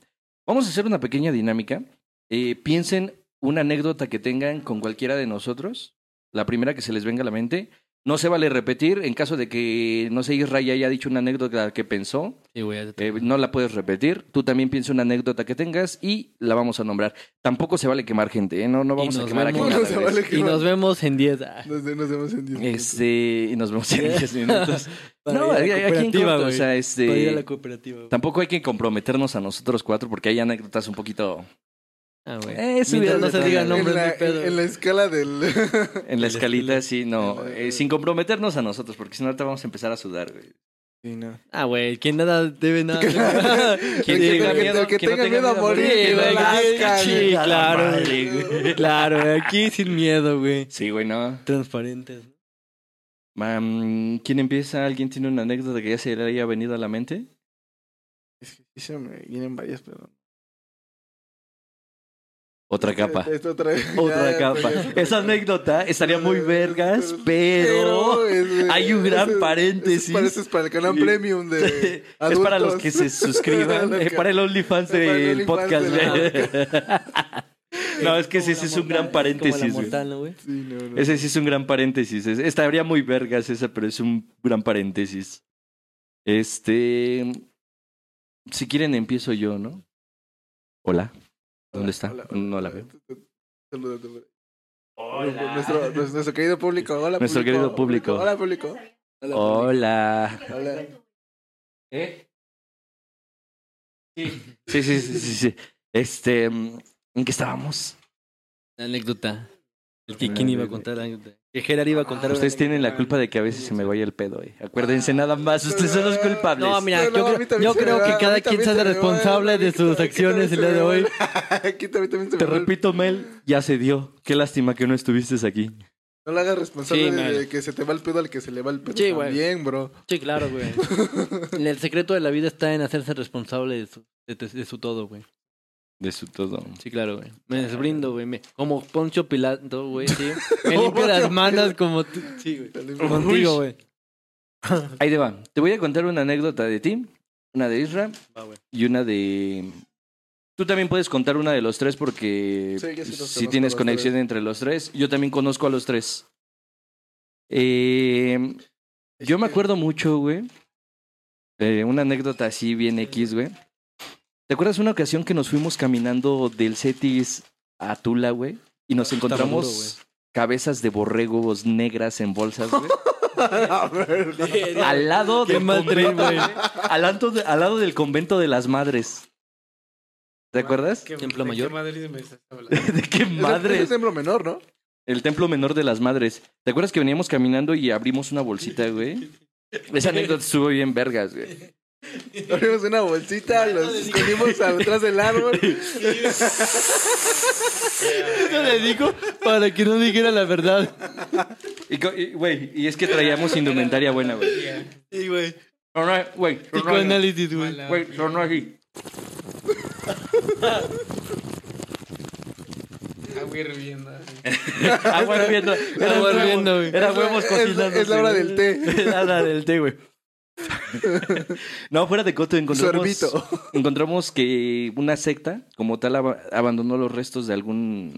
Speaker 1: Vamos a hacer una pequeña dinámica. Eh, piensen una anécdota que tengan con cualquiera de nosotros. La primera que se les venga a la mente. No se vale repetir. En caso de que, no sé, Israel haya dicho una anécdota que pensó,
Speaker 4: Sí, güey. ya te-
Speaker 1: eh, no la puedes repetir. Tú también piensa una anécdota que tengas y la vamos a nombrar. Tampoco se vale quemar gente, ¿eh? No, no
Speaker 4: Y
Speaker 1: vamos a
Speaker 4: nos
Speaker 1: quemar a
Speaker 4: vemos. No,
Speaker 1: quien
Speaker 4: no
Speaker 1: a
Speaker 2: se
Speaker 1: la vez.
Speaker 2: vale
Speaker 4: Y nos vemos en 10. Ah,
Speaker 2: Nos, nos vemos en 10
Speaker 1: Este, y nos vemos [laughs] en
Speaker 4: [laughs]
Speaker 1: 10 minutos.
Speaker 4: para
Speaker 1: No,
Speaker 4: ir a la
Speaker 1: aquí en
Speaker 4: cooperativa,
Speaker 1: corto, o
Speaker 4: güey.
Speaker 1: sea, este...
Speaker 4: Para ir a la cooperativa, güey.
Speaker 1: Tampoco hay que comprometernos a nosotros cuatro porque hay anécdotas un poquito
Speaker 4: Ah, güey.
Speaker 1: Eh, eso
Speaker 4: Mientras
Speaker 1: hubiera-
Speaker 4: no se diga nombres,
Speaker 2: en,
Speaker 4: no hay
Speaker 2: la,
Speaker 4: pedo.
Speaker 2: en la escala del. [laughs]
Speaker 1: en la escalita, sí, no,
Speaker 2: Ah,
Speaker 1: eh, sin comprometernos a nosotros porque si no ahorita vamos a empezar a sudar, güey.
Speaker 2: sí, no.
Speaker 4: Ah, güey. Quien nada debe
Speaker 1: [laughs]
Speaker 4: nada.
Speaker 1: ¿Quién
Speaker 4: [laughs]
Speaker 2: El que-
Speaker 1: tenga
Speaker 2: el que-
Speaker 1: miedo-
Speaker 2: el que
Speaker 1: quien no
Speaker 2: tenga miedo a morir,
Speaker 4: Sí,
Speaker 2: que no
Speaker 4: güey,
Speaker 2: la asca,
Speaker 4: sí,
Speaker 2: güey.
Speaker 1: A la
Speaker 4: claro,
Speaker 1: madre, güey.
Speaker 4: [laughs] Claro, güey, aquí sin miedo, güey.
Speaker 1: Sí, güey, no.
Speaker 4: Transparentes.
Speaker 1: Mam, ¿Quién empieza? ¿Alguien tiene una anécdota que ya se le haya venido a la mente?
Speaker 2: Es que sí se me vienen varias, pero.
Speaker 1: Otra capa. [laughs]
Speaker 2: Esta otra,
Speaker 1: Otra
Speaker 2: ya,
Speaker 1: capa.
Speaker 2: pues, ya.
Speaker 1: Esa anécdota estaría muy vergas, pero...
Speaker 2: es-
Speaker 1: hay un gran
Speaker 2: es-
Speaker 1: paréntesis.
Speaker 2: Es, para, eso es para el canal
Speaker 1: Y-
Speaker 2: premium de.
Speaker 1: [laughs] Es para los
Speaker 2: eh, adultos.
Speaker 1: que se
Speaker 2: [laughs]
Speaker 1: suscriban,
Speaker 2: Los
Speaker 1: es
Speaker 2: que-
Speaker 1: para el OnlyFans
Speaker 2: para el
Speaker 1: del
Speaker 2: OnlyFans
Speaker 1: podcast.
Speaker 2: de la
Speaker 1: güey. [laughs] No, es que ese sí es un gran paréntesis.
Speaker 4: Como
Speaker 1: güey.
Speaker 4: la Montana, güey.
Speaker 2: Sí, no, no.
Speaker 1: Ese sí es un gran paréntesis. Es- Estaría muy vergas esa, pero es un gran paréntesis. Este. Si quieren, empiezo yo, ¿no? Hola. ¿Dónde está?
Speaker 2: Hola, hola,
Speaker 1: No la
Speaker 2: hola.
Speaker 1: veo.
Speaker 2: Salúdate, güey. Nuestro, nuestro- nuestro querido público. Hola,
Speaker 1: Nuestro
Speaker 2: público.
Speaker 1: querido público.
Speaker 2: Hola, público. Hola. público.
Speaker 1: Hola.
Speaker 2: Hola.
Speaker 1: ¿Eh? Sí, sí, sí, sí, sí. Este. mm, ¿En qué estábamos?
Speaker 4: La anécdota. El que quién iba a contar la anécdota. Que Gerard iba a contar una
Speaker 1: Ustedes tienen la culpa de que a veces se me vaya el pedo, eh. Acuérdense nada
Speaker 2: Ah,
Speaker 1: más, ustedes son los culpables.
Speaker 4: No, mira,
Speaker 2: No, no,
Speaker 4: yo,
Speaker 2: a mí
Speaker 4: creo-
Speaker 2: también
Speaker 4: yo
Speaker 2: se me
Speaker 4: creo
Speaker 2: va, a
Speaker 4: que
Speaker 2: mí
Speaker 4: cada
Speaker 2: también
Speaker 4: quien se hace
Speaker 2: me va,
Speaker 4: responsable de
Speaker 2: Manolito,
Speaker 4: sus
Speaker 2: aquí
Speaker 4: acciones
Speaker 2: también
Speaker 4: el día
Speaker 2: se
Speaker 4: de
Speaker 2: me
Speaker 4: hoy.
Speaker 2: va. [laughs] Aquí también, también se
Speaker 1: Te
Speaker 2: me va.
Speaker 1: repito, Mel, ya se dio. Qué lástima que no estuviste aquí.
Speaker 2: No le hagas responsable
Speaker 4: Sí,
Speaker 2: de
Speaker 4: man.
Speaker 2: que se te va el pedo al que se le va el pedo
Speaker 4: Sí, güey.
Speaker 2: también, bro.
Speaker 4: Sí, claro, güey. [laughs] El secreto de la vida está en hacerse responsable de su, de, de- de su todo, güey.
Speaker 1: De su todo.
Speaker 4: Sí, claro, güey. Me desbrindo, güey. me- Como Poncho Pilato, güey, [laughs] sí. Me limpio las manos como tú. Sí, güey. Contigo, güey.
Speaker 1: Ahí te va. Te voy a contar una anécdota de ti, una de Isra
Speaker 4: Va, güey.
Speaker 1: y una de. Tú también puedes contar una de los tres porque
Speaker 2: Sí, yo sí
Speaker 1: si
Speaker 2: los conozco
Speaker 1: tienes
Speaker 2: los
Speaker 1: conexión entre los tres, yo también conozco a los tres. Eh, yo me
Speaker 2: [laughs]
Speaker 1: acuerdo mucho, güey. eh, una anécdota así bien X, güey. ¿Te acuerdas una ocasión que nos fuimos caminando del Cetis a Tula, güey? Y
Speaker 2: Ah,
Speaker 1: nos encontramos
Speaker 4: duro, güey.
Speaker 1: cabezas de borregos negras en bolsas, güey.
Speaker 2: A ver, no.
Speaker 1: al lado
Speaker 4: Qué
Speaker 1: del
Speaker 4: mal trip,
Speaker 1: convento,
Speaker 4: güey.
Speaker 1: al, lado de- al lado del convento de las madres. ¿Te acuerdas?
Speaker 9: ¿Qué-
Speaker 4: Templo
Speaker 9: de
Speaker 4: Mayor.
Speaker 9: qué madre me estás hablando?
Speaker 1: [laughs] ¿De qué
Speaker 2: Es el- Es el
Speaker 1: madres?
Speaker 2: templo menor, ¿no?
Speaker 1: El templo menor de las madres. ¿Te acuerdas que veníamos caminando y abrimos una bolsita, güey? Esa anécdota estuvo bien vergas, güey.
Speaker 2: Abrimos una bolsita, los escondimos atrás del árbol.
Speaker 4: Yo le digo para que no dijera la verdad.
Speaker 1: Y, co- y, güey, y es que traíamos indumentaria buena, güey.
Speaker 4: Sí, güey.
Speaker 1: No, no, güey, no,
Speaker 4: Psicoanálisis, güey.
Speaker 1: güey, no, no, así.
Speaker 5: Agua hirviendo. así.
Speaker 1: Agua hirviendo. Era
Speaker 4: Agua
Speaker 1: huevo-
Speaker 4: hirviendo, güey.
Speaker 1: Era huevos
Speaker 2: Es-
Speaker 1: cocinando.
Speaker 2: es la hora del té.
Speaker 1: [laughs] Es la hora del
Speaker 2: [laughs]
Speaker 1: té, güey. No, fuera de coto encontramos...
Speaker 2: Sorbito.
Speaker 1: Encontramos que una secta, como tal, ab- abandonó los restos de algún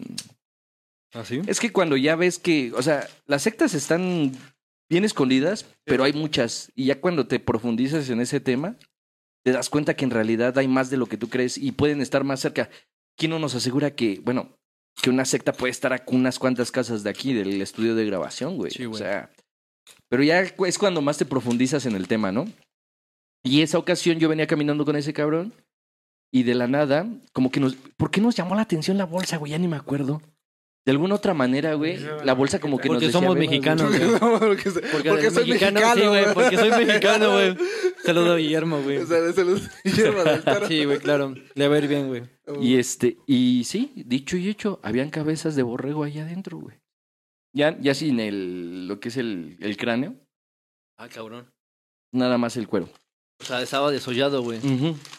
Speaker 4: ¿Así?
Speaker 1: Es que cuando ya ves que, o sea, las sectas están bien escondidas, pero hay muchas. Y ya cuando te profundizas en ese tema, te das cuenta que en realidad hay más de lo que tú crees y pueden estar más cerca. ¿Quién no nos asegura que, bueno, que una secta puede estar a unas cuantas casas de aquí, del estudio de grabación, güey?
Speaker 4: Sí,
Speaker 1: o
Speaker 4: güey.
Speaker 1: sea, pero ya cu- es cuando más te profundizas en el tema, ¿no? Y esa ocasión yo venía caminando con ese cabrón y de la nada, como que nos... ¿Por qué nos llamó la atención la bolsa, güey? Ya ni me acuerdo. De alguna otra manera, güey, la bolsa como que nos
Speaker 4: Porque
Speaker 1: decía,
Speaker 4: somos
Speaker 1: "Ven, güey".
Speaker 4: mexicanos, güey.
Speaker 2: No, [laughs] porque, se-
Speaker 4: Porque,
Speaker 2: porque soy mexicano,
Speaker 4: sí, güey.
Speaker 2: güey.
Speaker 4: Porque soy mexicano, güey. Saludo a Guillermo, güey.
Speaker 2: O sea, saludos [laughs] a Guillermo del Toro.
Speaker 4: [laughs] Sí, güey, claro. Le va a ir bien, güey.
Speaker 1: Y este, y sí, dicho y hecho, habían cabezas de borrego ahí adentro, güey. Ya, ya sin el, lo que es el, el cráneo,
Speaker 4: Ah, cabrón.
Speaker 1: nada más el cuero.
Speaker 4: O sea, estaba desollado, güey.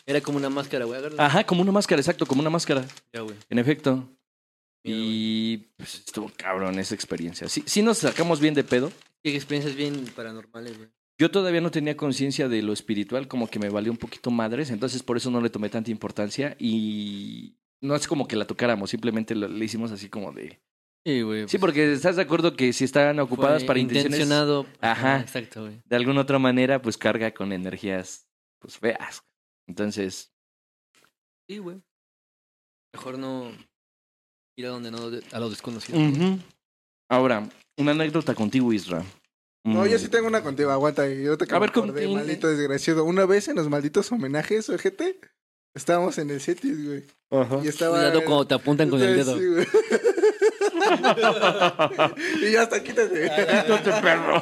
Speaker 4: Era como una máscara, güey. Agárrala.
Speaker 1: Ajá, como una máscara, exacto, como una máscara,
Speaker 4: Ya, güey.
Speaker 1: en efecto.
Speaker 4: Mira, güey.
Speaker 1: y pues, estuvo cabrón esa experiencia. Sí, sí nos sacamos bien de pedo.
Speaker 4: Qué experiencias bien paranormales, güey.
Speaker 1: Yo todavía no tenía conciencia de lo espiritual, como que me valió un poquito madres, entonces por eso no le tomé tanta importancia y no es como que la tocáramos, simplemente lo- le hicimos así como de...
Speaker 4: Sí, güey.
Speaker 1: Sí, porque estás de acuerdo que si están ocupadas para intenciones...
Speaker 4: intencionado.
Speaker 1: Ajá.
Speaker 4: Exacto, güey.
Speaker 1: de alguna otra manera, pues carga con energías pues feas. Entonces,
Speaker 4: Sí, güey. Mejor no ir a donde no a los desconocidos. güey.
Speaker 1: ahora, una anécdota contigo, Isra.
Speaker 2: No,
Speaker 1: Mm.
Speaker 2: yo sí tengo una contigo, aguanta. güey, Yo te
Speaker 1: A ver,
Speaker 2: acordé,
Speaker 1: contigo.
Speaker 2: maldito desgraciado. Una vez en los malditos homenajes, ojete, estábamos en el Cetis, güey.
Speaker 1: Mm.
Speaker 2: Y estaba...
Speaker 4: Cuidado cuando te apuntan con el dedo.
Speaker 2: Sí, güey. [laughs] y ya hasta quítate.
Speaker 1: perro.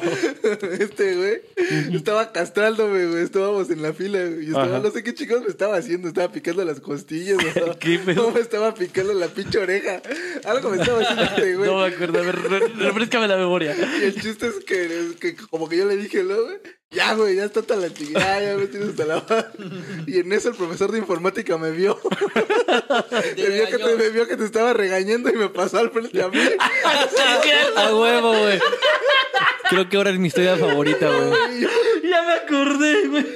Speaker 2: Este, güey. Estaba castrándome, güey. Estábamos en la fila, güey. Y estaba,
Speaker 1: Ajá.
Speaker 2: no sé qué chicos me estaba haciendo. Estaba picando las costillas, o
Speaker 1: [laughs] ¿Qué
Speaker 2: No,
Speaker 1: pedo?
Speaker 2: me [laughs] estaba picando la pinche oreja. Algo me estaba haciendo este, güey.
Speaker 1: No me acuerdo, a ver, re-
Speaker 2: [laughs]
Speaker 1: refrescame la
Speaker 4: [laughs]
Speaker 1: memoria.
Speaker 2: Y el chiste es que, es que como que yo le dije, ¿no, güey? Ya, güey, ya está hasta la chingada, ya me tienes hasta la madre". Y en eso el profesor de informática me vio. me, vio que te, me vio que te estaba regañando y me pasó al frente a mí.
Speaker 4: Ah, A huevo, güey. Creo que ahora es mi historia favorita, güey.
Speaker 2: Y yo,
Speaker 1: Ya me acordé, güey.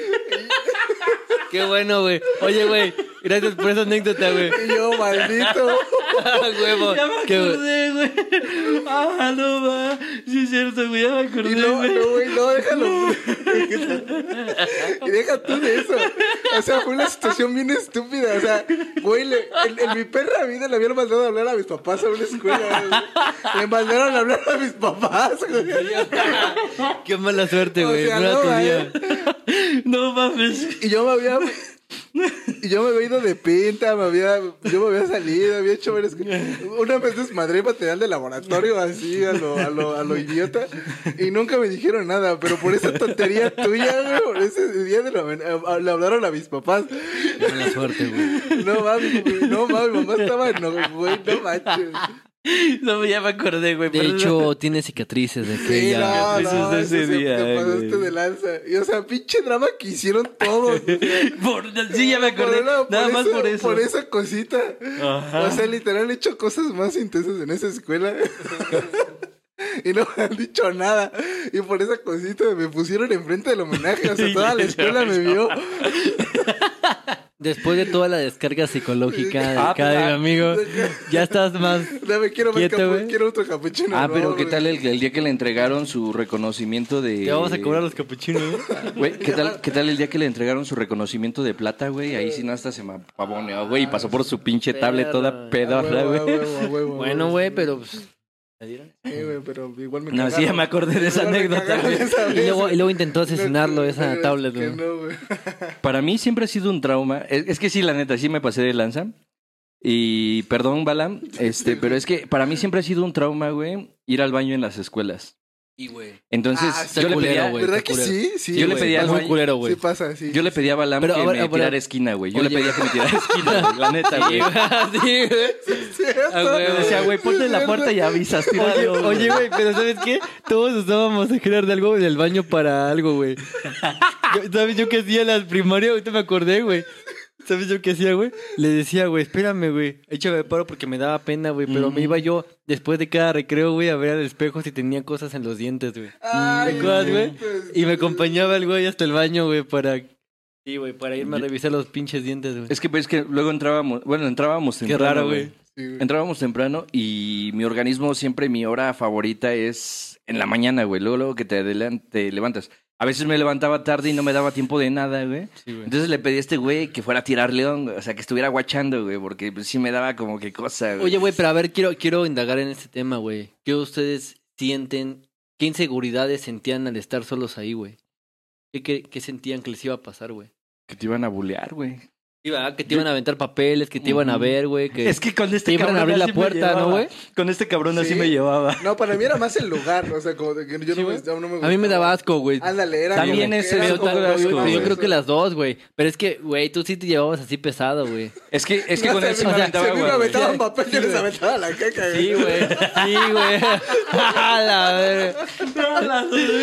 Speaker 4: Qué bueno, güey. Oye, güey. Gracias por esa
Speaker 1: [laughs]
Speaker 4: anécdota, güey.
Speaker 2: y yo, maldito.
Speaker 4: A huevo.
Speaker 1: Ya me
Speaker 4: Qué güey.
Speaker 1: acordé, güey. Ah, no va. Sí, es cierto, güey. Ya me
Speaker 2: Y
Speaker 1: acordé,
Speaker 2: no,
Speaker 1: güey.
Speaker 2: no, güey, no, déjalo. y deja tú de eso. O sea, fue una situación bien estúpida. O sea, güey, le- en, en mi perra vida le habían mandado a hablar a mis papás a una escuela. güey. Le mandaron a hablar a mis papás, güey.
Speaker 4: Qué mala suerte,
Speaker 2: O
Speaker 4: güey.
Speaker 2: sea,
Speaker 4: Mira
Speaker 2: no,
Speaker 4: tu
Speaker 2: güey.
Speaker 4: día.
Speaker 1: eh. No mames.
Speaker 2: Y yo me había. Y yo me había ido de pinta, me había. Yo me había salido, había hecho varias cosas. Una vez desmadré material de laboratorio así, a lo, a lo, a lo idiota. Y nunca me dijeron nada, pero por esa tontería tuya, güey, por ese día de la, a- a- le hablaron a mis papás.
Speaker 4: Qué mala suerte, güey.
Speaker 2: No mames, güey, no mames, mi mamá estaba no, güey, no manches.
Speaker 1: No, ya me acordé, güey.
Speaker 4: De
Speaker 1: perdón.
Speaker 4: hecho, tiene cicatrices de
Speaker 2: Sí,
Speaker 4: aquella.
Speaker 2: no,
Speaker 1: eso
Speaker 2: no,
Speaker 1: es de
Speaker 2: eso
Speaker 1: ese
Speaker 2: se-
Speaker 1: día,
Speaker 2: te pasaste
Speaker 1: güey.
Speaker 2: de lanza. Y o sea, pinche drama que hicieron
Speaker 1: [laughs]
Speaker 2: todos. güey.
Speaker 1: Por- sí, ya me acordé.
Speaker 2: Por una-
Speaker 1: Nada más por eso.
Speaker 2: Por esa cosita.
Speaker 1: Ajá.
Speaker 2: O sea, literal he hecho cosas más intensas en esa escuela. [laughs] y no me han dicho nada. Y por esa cosita me pusieron enfrente del homenaje.
Speaker 1: [laughs]
Speaker 2: O sea, toda la escuela me vio.
Speaker 4: Después de toda la descarga psicológica de
Speaker 1: Ah,
Speaker 4: cada
Speaker 1: pero-
Speaker 4: amigo, ya estás más.
Speaker 2: No me quiero más
Speaker 4: Quieto,
Speaker 2: capu-
Speaker 4: güey.
Speaker 2: quiero otro capuchino.
Speaker 1: Ah,
Speaker 2: por
Speaker 1: pero
Speaker 2: favor,
Speaker 1: ¿qué
Speaker 2: güey.
Speaker 1: tal el, el día que le entregaron su reconocimiento de...
Speaker 4: Te vamos a cobrar los capuchinos, güey.
Speaker 1: Güey, ¿qué
Speaker 4: [laughs]
Speaker 1: tal, ¿qué tal el día que le entregaron su reconocimiento de plata, güey? Ahí sí no hasta se me pavoneó, güey, y pasó por su pinche tablet toda
Speaker 4: perro. Ah,
Speaker 2: A
Speaker 1: pedorra,
Speaker 2: Ah, huevo, a
Speaker 1: güey.
Speaker 2: huevo, a huevo, a
Speaker 4: Bueno,
Speaker 2: huevo.
Speaker 4: güey, pero pues. ¿la dieron?
Speaker 2: Sí, güey, pero igual me
Speaker 1: No, sí, ya me acordé de
Speaker 4: [laughs]
Speaker 1: esa anécdota. güey.
Speaker 4: Y luego, y luego intentó asesinarlo esa tablet, güey.
Speaker 2: No, güey.
Speaker 1: Para mí siempre ha sido un trauma. Es, es que sí, la neta, sí me pasé de lanza. Y perdón, Balam, este, pero es que para mí siempre ha sido un trauma, güey, ir al baño en las escuelas.
Speaker 4: Y, güey.
Speaker 1: Entonces,
Speaker 3: Ah,
Speaker 4: está
Speaker 1: yo, le
Speaker 4: culero,
Speaker 1: pedía,
Speaker 4: güey.
Speaker 3: ¿Verdad
Speaker 4: está
Speaker 3: que
Speaker 4: culero.
Speaker 3: sí? Sí,
Speaker 1: Yo le
Speaker 3: güey.
Speaker 1: pedí pedía al
Speaker 4: Está muy
Speaker 1: baño.
Speaker 4: culero, güey.
Speaker 3: Sí pasa, sí.
Speaker 1: yo le pedía a Balam
Speaker 4: Pero,
Speaker 1: que
Speaker 4: a ver,
Speaker 1: me
Speaker 4: a ver.
Speaker 1: tirara esquina, güey. Yo
Speaker 4: Oye.
Speaker 1: le pedía que me tirara esquina, güey, la neta,
Speaker 4: Sí, [laughs]
Speaker 1: güey.
Speaker 4: güey.
Speaker 3: Sí,
Speaker 4: A huevo.
Speaker 1: Le decía, güey, ponte en la puerta y avisas,
Speaker 4: Oye,
Speaker 1: tíralo, güey.
Speaker 4: oye, güey, pero ¿sabes qué? Todos usábamos a girar de algo del baño para algo, güey. Yo- ¿Sabes yo qué hacía en la primaria? Ahorita me acordé, güey. ¿Sabes yo qué hacía, güey? Le decía, güey, espérame, güey. Échame de paro porque me daba pena, güey. Pero me iba yo, después de cada recreo, güey, a ver al espejo si tenía cosas en los dientes, güey.
Speaker 3: Ay,
Speaker 4: ¿Te acuerdas, güey?
Speaker 3: pues,
Speaker 4: Y me acompañaba el güey hasta el baño, güey, para... Sí, güey, para irme a revisar los pinches dientes, güey.
Speaker 1: Es que, pues, es que luego entrábamos, bueno, entrábamos
Speaker 4: Qué
Speaker 1: temprano.
Speaker 4: raro, güey.
Speaker 3: sí, güey.
Speaker 1: Entrábamos temprano y mi organismo siempre, mi hora favorita es en la mañana, güey. Luego, luego que te, adelan- te levantas. A veces me levantaba tarde y no me daba tiempo de nada, güey.
Speaker 4: Sí, güey.
Speaker 1: Entonces le pedí a este güey que fuera a tirar león, güey. o sea, que estuviera guachando, güey, porque pues, sí me daba como que cosa, güey.
Speaker 4: Oye, güey, pero a ver, quiero, quiero indagar en este tema, güey. ¿Qué ustedes sienten? ¿Qué inseguridades sentían al estar solos ahí, güey? ¿Qué, qué, qué sentían que les iba a pasar, güey?
Speaker 1: Que te iban a bulear, güey.
Speaker 4: Sí, ¿verdad? Que te iban a aventar papeles, que te iban a
Speaker 1: Ujú.
Speaker 4: ver, güey. Que
Speaker 1: Es que con este
Speaker 4: te iban
Speaker 1: cabrón
Speaker 4: a abrir la
Speaker 1: así me
Speaker 4: puerta, ¿no,
Speaker 1: llevaba.
Speaker 4: güey?
Speaker 1: Con este cabrón
Speaker 3: Sí.
Speaker 1: así me llevaba.
Speaker 3: No, para mí era más el lugar, o sea, como de que yo
Speaker 4: Sí,
Speaker 3: no, me,
Speaker 4: güey.
Speaker 3: no me
Speaker 4: A mí me
Speaker 3: gustaba.
Speaker 4: daba asco, güey.
Speaker 3: Ándale, era
Speaker 1: También
Speaker 3: como
Speaker 1: es
Speaker 3: que era
Speaker 1: eso,
Speaker 4: Pero
Speaker 3: como
Speaker 1: todo
Speaker 3: de,
Speaker 1: asco,
Speaker 3: "Uy,
Speaker 1: güey.
Speaker 3: mames,
Speaker 4: yo creo
Speaker 3: eso".
Speaker 4: que las dos, güey. Pero es que, güey, tú sí te llevabas así pesado, güey.
Speaker 1: Es que, es que
Speaker 3: No,
Speaker 1: [laughs] con
Speaker 3: se
Speaker 1: él sí
Speaker 3: me-
Speaker 1: me
Speaker 3: se
Speaker 1: aventaba,
Speaker 3: me
Speaker 1: güey.
Speaker 3: aventaban papel, yo les aventaba la caca, güey.
Speaker 4: Sí, güey. Sí, güey. [laughs] A la verga.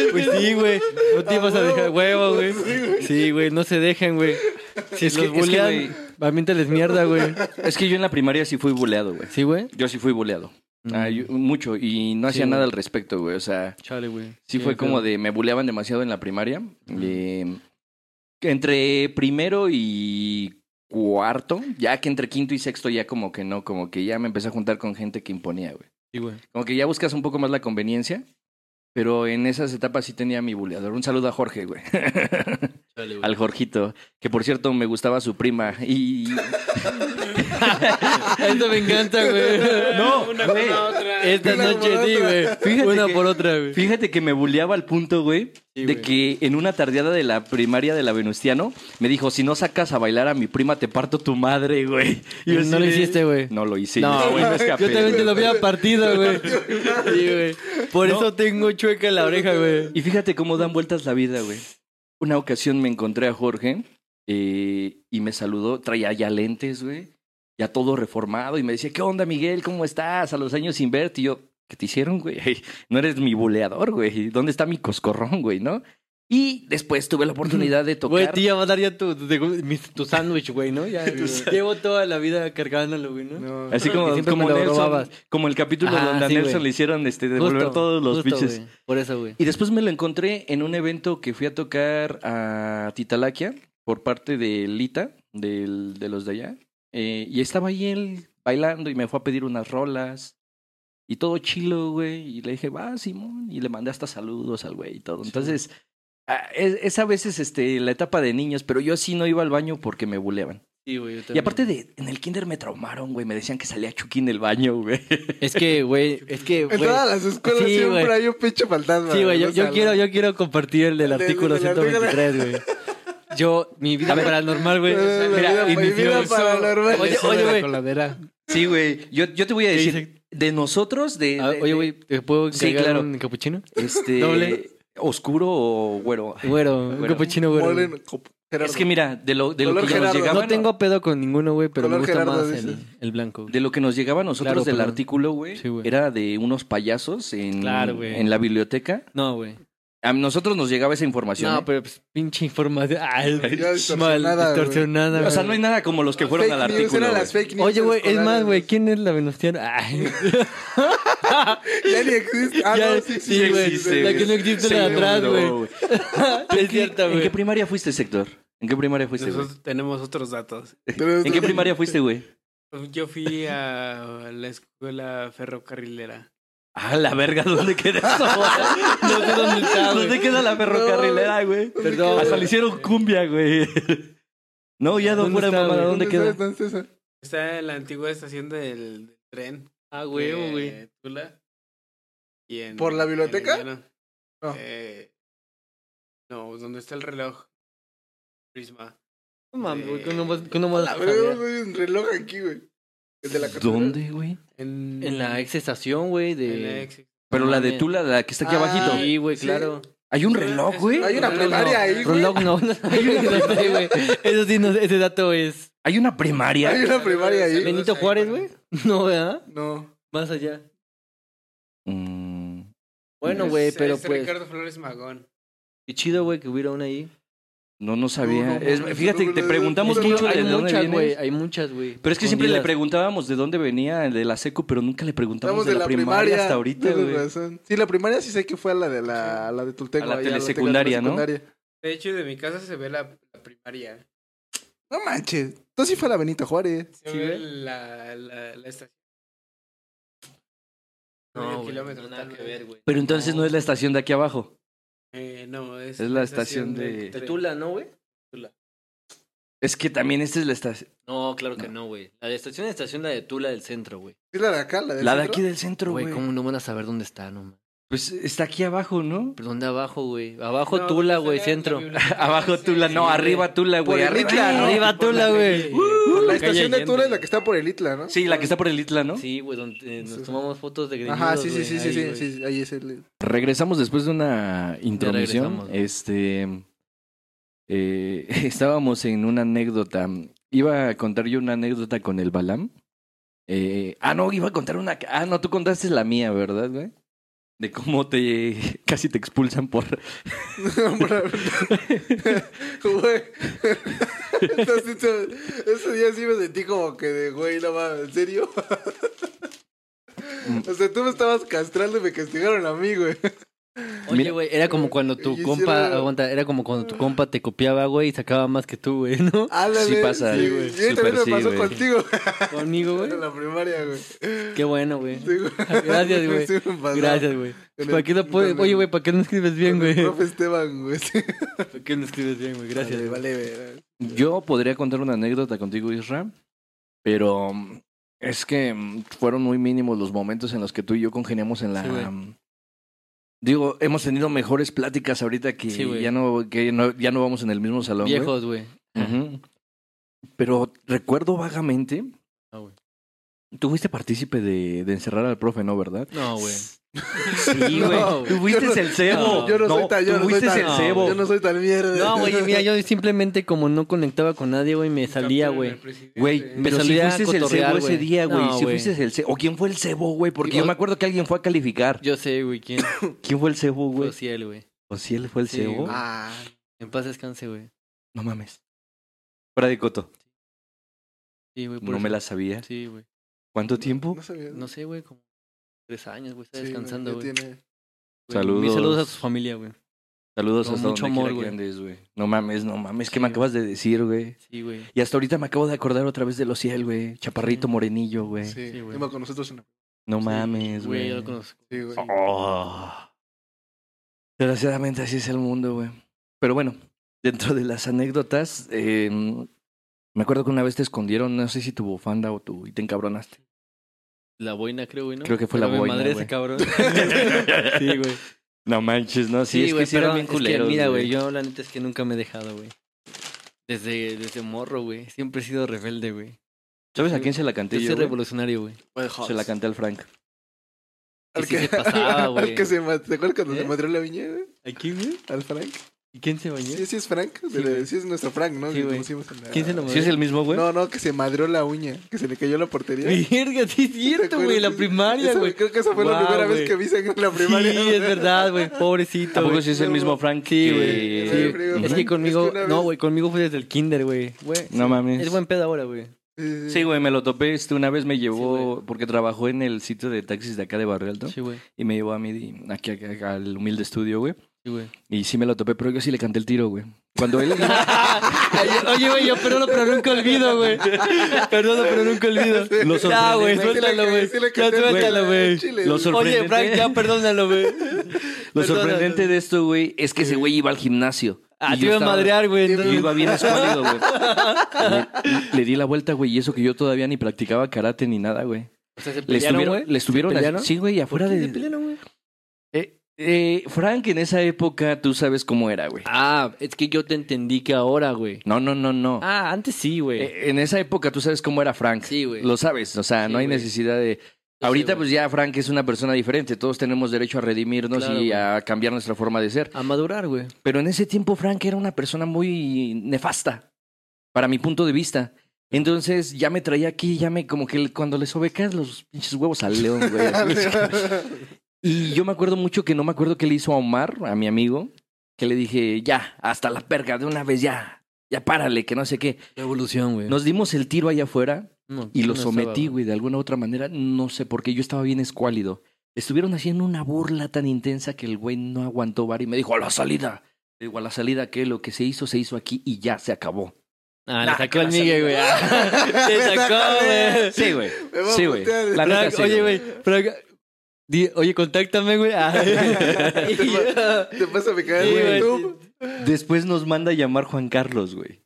Speaker 4: Pues sí, güey. No te ibas a dejar huevo, güey. Sí, güey. No se dejan, güey. Si
Speaker 1: Es que-
Speaker 4: los
Speaker 1: es que,
Speaker 4: bulean,
Speaker 1: güey.
Speaker 4: aviéntales mierda, güey.
Speaker 1: Es que yo en la primaria sí fui buleado, güey.
Speaker 4: ¿Sí, güey?
Speaker 1: Yo sí fui buleado. Ah, yo- mucho. Y no
Speaker 4: Sí,
Speaker 1: hacía nada
Speaker 4: güey.
Speaker 1: al respecto, güey. O sea,
Speaker 4: Chale, güey.
Speaker 1: Sí, fue como de. Me buleaban demasiado en la primaria. Eh, que entre primero y cuarto, ya que entre quinto y sexto, ya como que no, como que ya me empecé a juntar con gente que imponía, güey.
Speaker 4: Sí, güey.
Speaker 1: Como que ya buscas un poco más la conveniencia. Pero en esas etapas sí tenía mi buleador. Un saludo a Jorge, güey. [laughs]
Speaker 4: Chale, güey.
Speaker 1: Al Jorgito. Que por cierto me gustaba su prima. Y.
Speaker 4: Ah, Esto me encanta, güey.
Speaker 1: No,
Speaker 5: una
Speaker 1: güey.
Speaker 5: con la otra.
Speaker 4: Esta
Speaker 3: Una por
Speaker 4: noche sí,
Speaker 3: otra.
Speaker 4: güey.
Speaker 1: Fíjate
Speaker 4: Una
Speaker 1: que-
Speaker 4: por otra, güey.
Speaker 1: Fíjate que me buleaba al punto, güey,
Speaker 4: Sí,
Speaker 1: de
Speaker 4: güey.
Speaker 1: que en una tardeada de la primaria de la Venustiano me dijo, si no sacas a bailar a mi prima, te parto tu madre, güey. Y yo
Speaker 4: No
Speaker 1: así
Speaker 4: lo
Speaker 1: de-
Speaker 4: hiciste, güey.
Speaker 1: No lo hice.
Speaker 4: No,
Speaker 1: yo-
Speaker 4: güey,
Speaker 1: me escapé,
Speaker 4: Yo también te lo
Speaker 1: güey.
Speaker 4: había partido,
Speaker 1: [laughs]
Speaker 4: güey. Sí, güey. Por eso tengo chueca la oreja, güey.
Speaker 1: Y fíjate cómo dan vueltas la vida, güey. Una ocasión me encontré a Jorge eh, y me saludó, traía ya lentes, güey, ya todo reformado y me decía, ¿qué onda, Miguel? ¿Cómo estás? A los años sin verte. Y yo, ¿qué te hicieron, güey? [laughs] No eres mi buleador, güey. ¿Dónde está mi coscorrón, güey, no? Y después tuve la oportunidad de tocar.
Speaker 4: Güey, te iba a dar ya tu, de- mis- tu sándwich, güey, ¿no?
Speaker 1: [laughs]
Speaker 4: Ya, güey. Llevo toda la vida cargándolo, güey, ¿no?
Speaker 3: No.
Speaker 1: Así
Speaker 4: Que
Speaker 1: como,
Speaker 4: siempre
Speaker 1: como
Speaker 4: me lo
Speaker 1: Nelson,
Speaker 4: robabas.
Speaker 1: como el capítulo
Speaker 4: Ajá,
Speaker 1: donde a
Speaker 4: sí,
Speaker 1: Nelson
Speaker 4: güey.
Speaker 1: le hicieron este, devolver
Speaker 4: Justo,
Speaker 1: todos los
Speaker 4: justo,
Speaker 1: biches.
Speaker 4: güey. Por eso, güey.
Speaker 1: Y después me lo encontré en un evento que fui a tocar a Titalaquia por parte de Lita, del- de los de allá. Eh, y estaba ahí él bailando y me fue a pedir unas rolas. Y todo chilo, güey. Y le dije, va, Simón. Y le mandé hasta saludos al güey y todo. Entonces, ah, es, es a veces este, la etapa de niños, pero yo sí no iba al baño porque me buleaban.
Speaker 4: Sí, güey, yo
Speaker 1: Y
Speaker 4: también.
Speaker 1: aparte de, en el kinder me traumaron, güey. Me decían que salía Chucky en el baño, güey.
Speaker 4: Es que, güey, es que,
Speaker 3: En
Speaker 4: güey.
Speaker 3: todas las escuelas
Speaker 4: Sí,
Speaker 3: siempre
Speaker 4: güey.
Speaker 3: hay un pinche fantasma.
Speaker 4: Sí, güey, yo,
Speaker 3: O
Speaker 4: yo
Speaker 3: sea,
Speaker 4: quiero, yo quiero compartir el del
Speaker 3: Del- del
Speaker 4: artículo
Speaker 3: artículo.
Speaker 4: 123, güey. Yo, mi vida paranormal, güey.
Speaker 3: Eh, [laughs]
Speaker 4: Mira,
Speaker 3: la vida-
Speaker 4: y
Speaker 3: mi
Speaker 4: mis
Speaker 3: vida
Speaker 4: videos-
Speaker 3: paranormal.
Speaker 4: Oye, oye, güey.
Speaker 1: Sí, güey. Yo, yo te voy a
Speaker 4: ¿Qué
Speaker 1: decir, de nosotros, de...
Speaker 4: Ah,
Speaker 1: Eh, de-
Speaker 4: Oye, güey, ¿te puedo
Speaker 1: Sí,
Speaker 4: encargar
Speaker 1: claro.
Speaker 4: un capuchino?
Speaker 1: Este.
Speaker 4: Doble.
Speaker 1: ¿Oscuro o güero?
Speaker 4: Güero, un
Speaker 1: Güero.
Speaker 4: capuchino, güero. güey.
Speaker 3: Molen- cop- Gerardo.
Speaker 1: Es que mira, de lo, de lo
Speaker 3: Color
Speaker 1: que nos
Speaker 3: Gerardo.
Speaker 1: llegaba.
Speaker 4: No tengo pedo con ninguno, güey, pero me
Speaker 3: Color
Speaker 4: gusta
Speaker 3: Gerardo,
Speaker 4: más el,
Speaker 3: dices.
Speaker 4: el blanco. güey.
Speaker 1: De lo que nos llegaba a nosotros
Speaker 4: Claro,
Speaker 1: del
Speaker 4: perdón.
Speaker 1: artículo, güey,
Speaker 4: Sí, güey.
Speaker 1: era de unos payasos en,
Speaker 4: Claro, güey.
Speaker 1: en la biblioteca.
Speaker 4: No, güey.
Speaker 1: A nosotros nos llegaba esa información.
Speaker 4: No,
Speaker 1: ¿eh?
Speaker 4: pero pues, pinche información.
Speaker 3: Ya
Speaker 4: Ay, mal,
Speaker 3: distorsionada, güey.
Speaker 4: distorsionada,
Speaker 1: o sea,
Speaker 4: güey.
Speaker 1: no hay nada como los que fueron
Speaker 3: Fake
Speaker 1: al
Speaker 3: news,
Speaker 1: artículo.
Speaker 3: eran
Speaker 1: güey.
Speaker 3: las fake news
Speaker 4: Oye, güey, es
Speaker 3: escolares,
Speaker 4: más, güey,
Speaker 3: güey.
Speaker 4: ¿quién es la Venustiana? [laughs] Ay.
Speaker 3: Ya ni existe. Ah,
Speaker 4: Ya,
Speaker 3: no, sí,
Speaker 4: sí,
Speaker 3: sí,
Speaker 4: güey,
Speaker 3: sí,
Speaker 4: la
Speaker 3: sí,
Speaker 4: que no
Speaker 3: sí.
Speaker 4: existe
Speaker 1: Sí,
Speaker 4: la de atrás,
Speaker 1: no,
Speaker 4: güey.
Speaker 1: güey.
Speaker 4: [laughs] Es cierto,
Speaker 1: ¿En
Speaker 4: güey.
Speaker 1: qué primaria fuiste, sector? ¿En qué primaria fuiste, güey?
Speaker 5: Nosotros Pues tenemos otros datos.
Speaker 3: Pero-
Speaker 1: ¿En qué primaria fuiste, güey?
Speaker 5: Yo fui a la escuela ferrocarrilera.
Speaker 1: Ah, la verga, ¿dónde queda eso?
Speaker 4: [laughs] No sé dónde está, güey.
Speaker 1: ¿Dónde queda la ferrocarrilera, güey?
Speaker 4: Perdón.
Speaker 1: Hasta le hicieron cumbia, güey. No, ya no
Speaker 4: ¿Dónde
Speaker 1: fuera
Speaker 4: está,
Speaker 1: mamada,
Speaker 4: güey?
Speaker 1: ¿dónde,
Speaker 3: ¿Dónde
Speaker 1: queda?
Speaker 3: está? ¿Dónde está esa?
Speaker 5: Está en la antigua estación del, del tren.
Speaker 4: Ah, güey,
Speaker 5: de
Speaker 4: güey.
Speaker 5: Tula. Y en-
Speaker 3: ¿Por la
Speaker 5: en
Speaker 3: biblioteca?
Speaker 5: Indiana.
Speaker 3: No.
Speaker 5: Eh, no, donde está el reloj. Prisma.
Speaker 4: No mames, güey, ¿cómo vas- cómo vas a
Speaker 3: A ver,
Speaker 4: saber?
Speaker 3: güey, un reloj aquí, güey.
Speaker 2: El de la cartera.
Speaker 1: ¿Dónde, güey?
Speaker 5: En,
Speaker 4: En la ex estación, güey, de...
Speaker 5: en la ex-
Speaker 1: Pero
Speaker 4: No
Speaker 1: la de
Speaker 4: mames.
Speaker 1: Tula, la que está aquí
Speaker 2: Ah,
Speaker 1: abajito.
Speaker 4: Sí, güey,
Speaker 2: Sí.
Speaker 4: claro.
Speaker 1: Hay un reloj, güey.
Speaker 2: Hay una
Speaker 5: Reloj,
Speaker 2: plenaria
Speaker 5: no.
Speaker 2: ahí, güey.
Speaker 4: Reloj no. no sé, güey. Eso sí, no, sé, ese dato es...
Speaker 1: Hay una primaria.
Speaker 2: Hay una primaria ahí.
Speaker 5: Saludos
Speaker 4: Benito
Speaker 5: ahí
Speaker 4: Juárez,
Speaker 5: para-
Speaker 4: güey. [laughs] No, ¿verdad?
Speaker 2: No.
Speaker 4: Más allá.
Speaker 1: Mm,
Speaker 4: Bueno,
Speaker 5: Es-
Speaker 4: güey, pero
Speaker 5: es
Speaker 4: pues...
Speaker 5: Ricardo Flores Magón.
Speaker 4: Qué chido, güey, que hubiera una ahí.
Speaker 1: no, no sabía.
Speaker 2: No, no,
Speaker 1: Es-
Speaker 2: no,
Speaker 1: fíjate,
Speaker 2: no,
Speaker 1: te
Speaker 2: no,
Speaker 1: preguntamos
Speaker 2: no, no,
Speaker 1: mucho
Speaker 2: no,
Speaker 1: de
Speaker 4: Hay
Speaker 1: dónde
Speaker 4: muchas, güey.
Speaker 1: vienes.
Speaker 4: Hay muchas, güey.
Speaker 1: Pero es que siempre le
Speaker 4: Escondidas.
Speaker 1: preguntábamos de dónde venía el de la secu, pero nunca le preguntamos
Speaker 2: Estamos
Speaker 1: de la primaria hasta ahorita,
Speaker 2: tienes
Speaker 1: güey.
Speaker 2: razón. Sí, la primaria sí sé que fue a la de la, a la de Tulteco.
Speaker 1: A la
Speaker 2: ahí, Tecate,
Speaker 1: telesecundaria, ¿no?
Speaker 2: secundaria.
Speaker 5: De hecho, de mi casa se ve la, la primaria.
Speaker 2: No manches. Entonces sí fue a la Benito Juárez.
Speaker 5: Se
Speaker 4: ¿Sí,
Speaker 5: ve
Speaker 4: güey?
Speaker 5: la, la, la estación.
Speaker 4: No,
Speaker 5: Medio
Speaker 4: güey,
Speaker 5: kilómetro,
Speaker 4: no, nada
Speaker 5: tal
Speaker 4: que
Speaker 5: vez.
Speaker 4: ver, güey.
Speaker 1: Pero entonces no es la estación de aquí abajo.
Speaker 5: Eh, no, es,
Speaker 1: Es la estación de-
Speaker 5: del
Speaker 4: De
Speaker 5: tren.
Speaker 4: Tula, ¿no, güey?
Speaker 1: Es que también esta es la estación.
Speaker 4: No, claro que no, güey. La de estación de estación, la de Tula del centro, güey.
Speaker 2: ¿Es la de acá? La de,
Speaker 1: La de aquí del centro,
Speaker 4: Güey,
Speaker 1: güey.
Speaker 4: ¿cómo no van a saber dónde está, no, man?
Speaker 1: Pues está aquí abajo, ¿no?
Speaker 4: ¿Pero dónde abajo, güey? Abajo
Speaker 5: No, pues,
Speaker 4: Tula,
Speaker 5: está
Speaker 4: güey,
Speaker 5: la- la
Speaker 4: centro.
Speaker 5: [laughs] biblioteca.
Speaker 1: Abajo
Speaker 5: Sí,
Speaker 1: Tula, no,
Speaker 5: sí,
Speaker 1: arriba Tula, güey.
Speaker 2: el
Speaker 1: Arriba,
Speaker 2: Itla, ¿no?
Speaker 4: Arriba Tula, güey.
Speaker 5: Uh,
Speaker 2: La
Speaker 4: Calle
Speaker 2: estación de
Speaker 4: Allende.
Speaker 2: Tula es la que está por el Itla, ¿no?
Speaker 1: Sí, la que está por el Itla, ¿no?
Speaker 4: Sí, güey, donde eh,
Speaker 2: Sí, sí.
Speaker 4: nos tomamos fotos de greñudos,
Speaker 2: Ajá, sí, sí,
Speaker 4: güey,
Speaker 2: sí, sí,
Speaker 4: ahí,
Speaker 2: sí,
Speaker 4: güey.
Speaker 2: sí, ahí es el...
Speaker 1: Regresamos después de una
Speaker 4: regresamos,
Speaker 1: intromisión.
Speaker 4: ¿no?
Speaker 1: Este. eh, [laughs] estábamos en una anécdota. Iba a contar yo una anécdota con el Balam. Eh, ah, no, iba a contar una. Ah, no, tú contaste la mía, ¿verdad, güey? De cómo te [laughs] casi te expulsan por.
Speaker 5: [laughs]
Speaker 2: Güey. Entonces, eso- ese día sí me sentí como que de, güey, no mames, ¿en serio?
Speaker 1: Mm.
Speaker 2: O sea, tú me estabas castrando y me castigaron a mí, güey.
Speaker 4: Oye,
Speaker 1: Mira-
Speaker 4: güey, era como cuando tu
Speaker 2: Yo
Speaker 4: compa,
Speaker 2: hiciera-
Speaker 4: aguanta, era como cuando tu compa te copiaba, güey, y sacaba más que tú, güey, ¿no?
Speaker 2: Ándale,
Speaker 1: Sí pasa,
Speaker 2: sí,
Speaker 1: güey.
Speaker 2: Y también
Speaker 1: Súper
Speaker 2: me
Speaker 1: sí,
Speaker 2: pasó
Speaker 1: güey.
Speaker 2: contigo.
Speaker 4: [laughs]
Speaker 2: [laughs]
Speaker 4: Conmigo, güey.
Speaker 2: En la primaria, güey.
Speaker 4: Qué bueno, güey.
Speaker 2: Sí, güey.
Speaker 4: Gracias, güey.
Speaker 2: Sí, me pasó.
Speaker 4: Gracias, güey.
Speaker 2: Con
Speaker 4: ¿Para
Speaker 2: el-
Speaker 4: qué no puedes-
Speaker 2: con el-
Speaker 4: Oye, güey, ¿para qué no escribes bien,
Speaker 2: Con el
Speaker 4: güey?
Speaker 2: Profe Esteban, güey. Sí.
Speaker 4: ¿Por qué no escribes bien, güey? Gracias.
Speaker 2: Vale,
Speaker 4: güey.
Speaker 2: vale, güey.
Speaker 1: Yo podría contar una anécdota contigo, Isra, pero mm, es que mm, fueron muy mínimos los momentos en los que tú y yo congeniamos en la.
Speaker 4: Sí, güey.
Speaker 1: mm, Digo, hemos tenido mejores pláticas ahorita que,
Speaker 4: Sí, güey.
Speaker 1: ya, no, que no- ya no vamos en el mismo salón. güey.
Speaker 4: Viejos, güey.
Speaker 1: Ujú. Pero recuerdo vagamente.
Speaker 4: Ah, güey.
Speaker 1: Tú fuiste partícipe de, de encerrar al profe, ¿no, verdad?
Speaker 4: No, güey.
Speaker 2: [laughs]
Speaker 1: Sí,
Speaker 4: No,
Speaker 1: güey.
Speaker 4: güey.
Speaker 1: tú fuiste
Speaker 2: Yo no-
Speaker 1: el cebo.
Speaker 4: no,
Speaker 2: Yo [laughs] no, soy tan... Yo
Speaker 1: tú
Speaker 2: no soy
Speaker 1: fuiste
Speaker 2: tan,
Speaker 1: el
Speaker 4: no,
Speaker 1: cebo.
Speaker 2: yo no soy tan mierda.
Speaker 4: No, güey, mira, yo simplemente como no conectaba con nadie, güey, me salía, güey.
Speaker 1: Güey,
Speaker 4: Me
Speaker 1: Eh, pero si
Speaker 4: salía a
Speaker 1: fuiste el
Speaker 4: cotorrear,
Speaker 1: cebo ese
Speaker 4: güey.
Speaker 1: día, güey.
Speaker 4: No,
Speaker 1: si
Speaker 4: güey.
Speaker 1: fuiste el cebo. ¿O quién fue el cebo, güey? Porque
Speaker 4: Y-
Speaker 1: yo me acuerdo que alguien fue a calificar.
Speaker 4: Yo sé, güey, quién
Speaker 1: ¿Quién fue el cebo,
Speaker 4: fue
Speaker 1: güey?
Speaker 4: Ociel, [laughs] güey.
Speaker 1: ¿O si él fue el
Speaker 4: Sí,
Speaker 1: cebo?
Speaker 4: güey.
Speaker 2: Ah,
Speaker 4: En paz descanse, güey.
Speaker 1: No mames. Fuera de coto.
Speaker 4: Sí, güey. por
Speaker 1: No me
Speaker 4: eso.
Speaker 1: la sabía.
Speaker 4: Sí, güey.
Speaker 1: ¿Cuánto tiempo?
Speaker 2: [laughs] no sabía.
Speaker 4: No sé, güey, como tres años, güey. Está
Speaker 2: Sí,
Speaker 4: descansando,
Speaker 2: ya
Speaker 4: güey.
Speaker 2: tiene-
Speaker 4: Güey, Mis
Speaker 1: Saludos.
Speaker 4: saludos a su familia, güey.
Speaker 1: Saludos
Speaker 4: Con
Speaker 1: hasta
Speaker 4: mucho
Speaker 1: mucho amor,
Speaker 4: amor, güey.
Speaker 1: güey. No mames, no mames. ¿Qué
Speaker 4: Sí,
Speaker 1: me
Speaker 4: güey.
Speaker 1: acabas de decir, güey?
Speaker 4: Sí, güey.
Speaker 1: Y hasta ahorita me acabo de acordar otra vez de los ciel, güey. Chaparrito
Speaker 4: Sí.
Speaker 1: morenillo, güey.
Speaker 2: Sí,
Speaker 4: Sí, güey.
Speaker 2: iba con nosotros en la...
Speaker 1: No
Speaker 4: Sí,
Speaker 1: mames,
Speaker 4: Yo
Speaker 1: güey.
Speaker 4: lo conozco.
Speaker 2: Sí, güey.
Speaker 1: Oh. Desgraciadamente así es el mundo, güey. Pero bueno, dentro de las anécdotas, eh, me acuerdo que una vez te escondieron, no sé si tu bufanda o tu... y te encabronaste.
Speaker 4: La boina, creo, güey, ¿no?
Speaker 1: Creo que fue la
Speaker 4: Pero me
Speaker 1: boina,
Speaker 4: madre
Speaker 1: güey.
Speaker 4: ese [laughs] cabrón. sí, güey.
Speaker 1: No manches, no, sí, es
Speaker 4: güey,
Speaker 1: que sí eran
Speaker 4: pero
Speaker 1: bien
Speaker 4: es que
Speaker 1: culeros,
Speaker 4: Mira, güey, yo la neta es que nunca me he dejado, güey. Desde, desde morro, güey. Siempre he sido rebelde, güey.
Speaker 1: ¿Sabes a quién se la
Speaker 4: Yo
Speaker 1: canté
Speaker 4: soy
Speaker 1: yo? güey?
Speaker 4: revolucionario, güey.
Speaker 2: Wild
Speaker 1: Se la
Speaker 2: Hogs.
Speaker 1: canté al Frank.
Speaker 2: [laughs]
Speaker 4: Y
Speaker 2: Al
Speaker 4: sí se pasaba, güey.
Speaker 2: Al que se ma- ¿Te acuerdas cuando
Speaker 4: ¿Eh?
Speaker 2: se mató la viña, güey?
Speaker 4: ¿A quién, güey?
Speaker 2: Al Frank.
Speaker 4: ¿Y quién se bañó?
Speaker 2: Sí, sí es Frank. de-
Speaker 4: Sí, güey.
Speaker 2: sí es nuestro Frank, ¿no?
Speaker 4: Sí,
Speaker 2: Que
Speaker 4: güey.
Speaker 2: conocimos en la-
Speaker 4: ¿Quién se lo
Speaker 1: ¿Sí es el mismo, güey?
Speaker 2: No, no, que se madrió la uña, que se le cayó la portería.
Speaker 4: Verga, sí es cierto,
Speaker 2: acuerdas?
Speaker 4: güey. La primaria,
Speaker 2: Esa-
Speaker 4: güey.
Speaker 2: Creo que esa fue la
Speaker 4: Guau,
Speaker 2: primera
Speaker 4: güey.
Speaker 2: vez que vi sangre en la primaria.
Speaker 4: Sí,
Speaker 2: güey.
Speaker 4: es verdad, güey. Pobrecito,
Speaker 1: Tampoco
Speaker 4: güey.
Speaker 1: sí es el
Speaker 2: no,
Speaker 1: mismo
Speaker 2: no.
Speaker 1: Frank.
Speaker 4: Sí,
Speaker 1: que-
Speaker 4: güey.
Speaker 2: Sí,
Speaker 1: Ujú.
Speaker 2: güey.
Speaker 4: Es que conmigo...
Speaker 2: Es que una
Speaker 4: No,
Speaker 2: vez-
Speaker 4: güey, conmigo fue desde el kinder, güey. Güey,
Speaker 1: No mames.
Speaker 4: Es buen pedo ahora, güey.
Speaker 2: Sí, sí, sí.
Speaker 1: Sí, güey, me lo topé. Este una vez me
Speaker 4: Sí,
Speaker 1: llevó, porque trabajó en el sitio de taxis de acá de Barrio Alto,
Speaker 4: Sí, güey.
Speaker 1: y me llevó a mí, aquí, aquí- al humilde estudio, güey.
Speaker 4: Sí, güey.
Speaker 1: Y sí me lo topé, pero yo sí le canté el tiro, güey. Cuando
Speaker 4: [laughs]
Speaker 1: él.
Speaker 4: Ay, Oye, güey, yo perdono, pero nunca olvido, güey. Perdono, pero nunca olvido.
Speaker 1: Lo
Speaker 4: Ya, güey,
Speaker 1: sorprendente-
Speaker 4: suéltalo, güey.
Speaker 2: Sí le
Speaker 4: Ya,
Speaker 2: canté,
Speaker 4: suéltalo, güey.
Speaker 2: Chile,
Speaker 1: Lo
Speaker 2: güey.
Speaker 1: sor-
Speaker 4: Oye,
Speaker 1: Sorprendente.
Speaker 4: Frank, ya perdónalo,
Speaker 1: [laughs]
Speaker 4: güey.
Speaker 1: Lo
Speaker 4: Perdónalo.
Speaker 1: sorprendente de esto, güey, es que ese güey iba al gimnasio.
Speaker 4: Ah,
Speaker 1: Y yo
Speaker 4: te iba a
Speaker 1: estaba-
Speaker 4: madrear, güey.
Speaker 1: y Yo
Speaker 4: entonces-
Speaker 1: iba bien escondido, güey. Le- Le di la vuelta, güey, y eso que yo todavía ni practicaba karate ni nada, güey.
Speaker 4: O sea, se
Speaker 1: Le
Speaker 4: pelearon,
Speaker 1: estuvieron,
Speaker 4: güey.
Speaker 1: le estuvieron
Speaker 4: ¿Se
Speaker 1: así-
Speaker 4: pelearon?
Speaker 1: Sí, güey, afuera
Speaker 4: ¿Por qué se
Speaker 1: de.
Speaker 4: pelearon, güey?
Speaker 1: Eh, Eh, Frank, en esa época tú sabes cómo era, güey.
Speaker 4: Ah, es que yo te entendí que ahora, güey.
Speaker 1: No, no, no, no.
Speaker 4: Ah, antes sí, güey.
Speaker 1: Eh, en esa época tú sabes cómo era Frank.
Speaker 4: Sí, güey.
Speaker 1: Lo sabes, o sea,
Speaker 4: Sí,
Speaker 1: no hay
Speaker 4: güey.
Speaker 1: necesidad de...
Speaker 4: Yo
Speaker 1: Ahorita
Speaker 4: sé, güey.
Speaker 1: pues ya Frank es una persona diferente, todos tenemos derecho a redimirnos
Speaker 4: Claro,
Speaker 1: y
Speaker 4: güey.
Speaker 1: a cambiar nuestra forma de ser.
Speaker 4: A madurar, güey.
Speaker 1: Pero en ese tiempo Frank era una persona muy nefasta, para mi punto de vista. Entonces ya me traía aquí, ya me como que le- cuando les obecas los pinches huevos al león,
Speaker 4: [laughs]
Speaker 1: güey. y yo me acuerdo mucho que no me acuerdo qué le hizo a Omar, a mi amigo, que le dije, ya, hasta la perga, de una vez ya, ya párale, que no sé qué.
Speaker 4: La evolución, güey.
Speaker 1: Nos dimos el tiro allá afuera
Speaker 4: No,
Speaker 1: y
Speaker 4: yo
Speaker 1: lo
Speaker 4: no
Speaker 1: sometí,
Speaker 4: estaba,
Speaker 1: güey, de alguna u otra manera, no sé por qué, yo estaba bien escuálido. Estuvieron haciendo una burla tan intensa que el güey no aguantó bar y me dijo, a la salida. Le digo, a la salida, que lo que se hizo, se hizo aquí y ya se acabó. Nah,
Speaker 4: Ah, le sacó
Speaker 1: con
Speaker 4: el
Speaker 1: la
Speaker 4: Miguel, [laughs] güey. [laughs] Le sacó, güey.
Speaker 1: Sí, [laughs] güey.
Speaker 2: Me va a
Speaker 1: Sí, güey.
Speaker 2: putear.
Speaker 1: La neta,
Speaker 4: Frank,
Speaker 1: sí,
Speaker 4: oye, güey. Frank, di- oye, contáctame, güey. Ah.
Speaker 2: [laughs] [laughs] Te pasa a mi
Speaker 4: Sí, güey,
Speaker 2: canal de YouTube.
Speaker 4: sí.
Speaker 1: Después nos manda a llamar Juan Carlos, güey.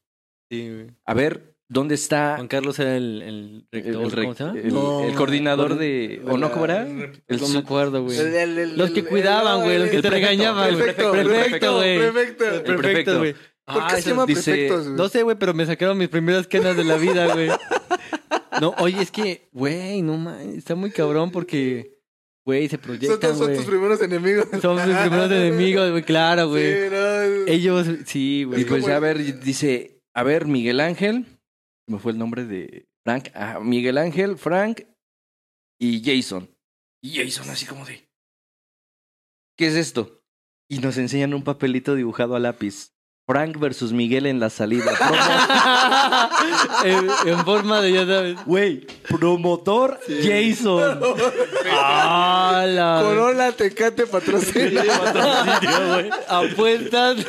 Speaker 4: Sí, güey.
Speaker 1: A ver, ¿dónde
Speaker 2: Ah.
Speaker 1: está
Speaker 4: Juan Carlos era el, el
Speaker 1: el,
Speaker 4: rector,
Speaker 1: el re-
Speaker 4: ¿cómo se llama?
Speaker 1: el-
Speaker 2: No.
Speaker 1: el coordinador de... ¿O no
Speaker 2: la-
Speaker 1: cómo era? El
Speaker 4: no
Speaker 1: su-
Speaker 4: me acuerdo, güey.
Speaker 2: El- el- el-
Speaker 4: Los que
Speaker 2: el-
Speaker 4: cuidaban,
Speaker 2: no,
Speaker 4: güey, los
Speaker 2: el-
Speaker 4: que
Speaker 2: el
Speaker 4: te
Speaker 2: prefecto,
Speaker 4: regañaban, güey.
Speaker 2: Perfecto,
Speaker 4: Perfecto,
Speaker 2: perfecto,
Speaker 4: güey.
Speaker 2: perfecto.
Speaker 1: El prefecto.
Speaker 4: güey.
Speaker 2: ¿Por qué
Speaker 4: Ah,
Speaker 2: se
Speaker 4: eso-
Speaker 2: llama
Speaker 1: dice-
Speaker 2: prefectos? güey?
Speaker 4: No sé, güey, pero me sacaron mis primeras quenas de la
Speaker 2: [laughs]
Speaker 4: vida, güey. No, oye, es que, güey, no mames, está muy cabrón porque, güey, se
Speaker 2: Son,
Speaker 4: proyectan,
Speaker 2: tus- son
Speaker 4: güey.
Speaker 2: tus primeros enemigos.
Speaker 4: Son mis
Speaker 2: [laughs]
Speaker 4: primeros enemigos, güey, claro, güey.
Speaker 2: Sí, no, es-
Speaker 4: Ellos, sí,
Speaker 2: [laughs]
Speaker 4: güey. [laughs]
Speaker 1: Y pues
Speaker 2: como-
Speaker 1: a ver, dice, a ver, Miguel Ángel, me fue el nombre de Frank, ah, Miguel Ángel, Frank y Jason. Y Jason así como de, ¿qué es esto? Y nos enseñan un papelito dibujado a lápiz. Frank versus Miguel en la salida. Promo-
Speaker 4: en, en forma de, ya sabes.
Speaker 1: Güey, promotor Jason.
Speaker 4: ¡Ah, la-
Speaker 2: Corona Tecate [laughs] patrocina.
Speaker 4: [laughs] Apuestas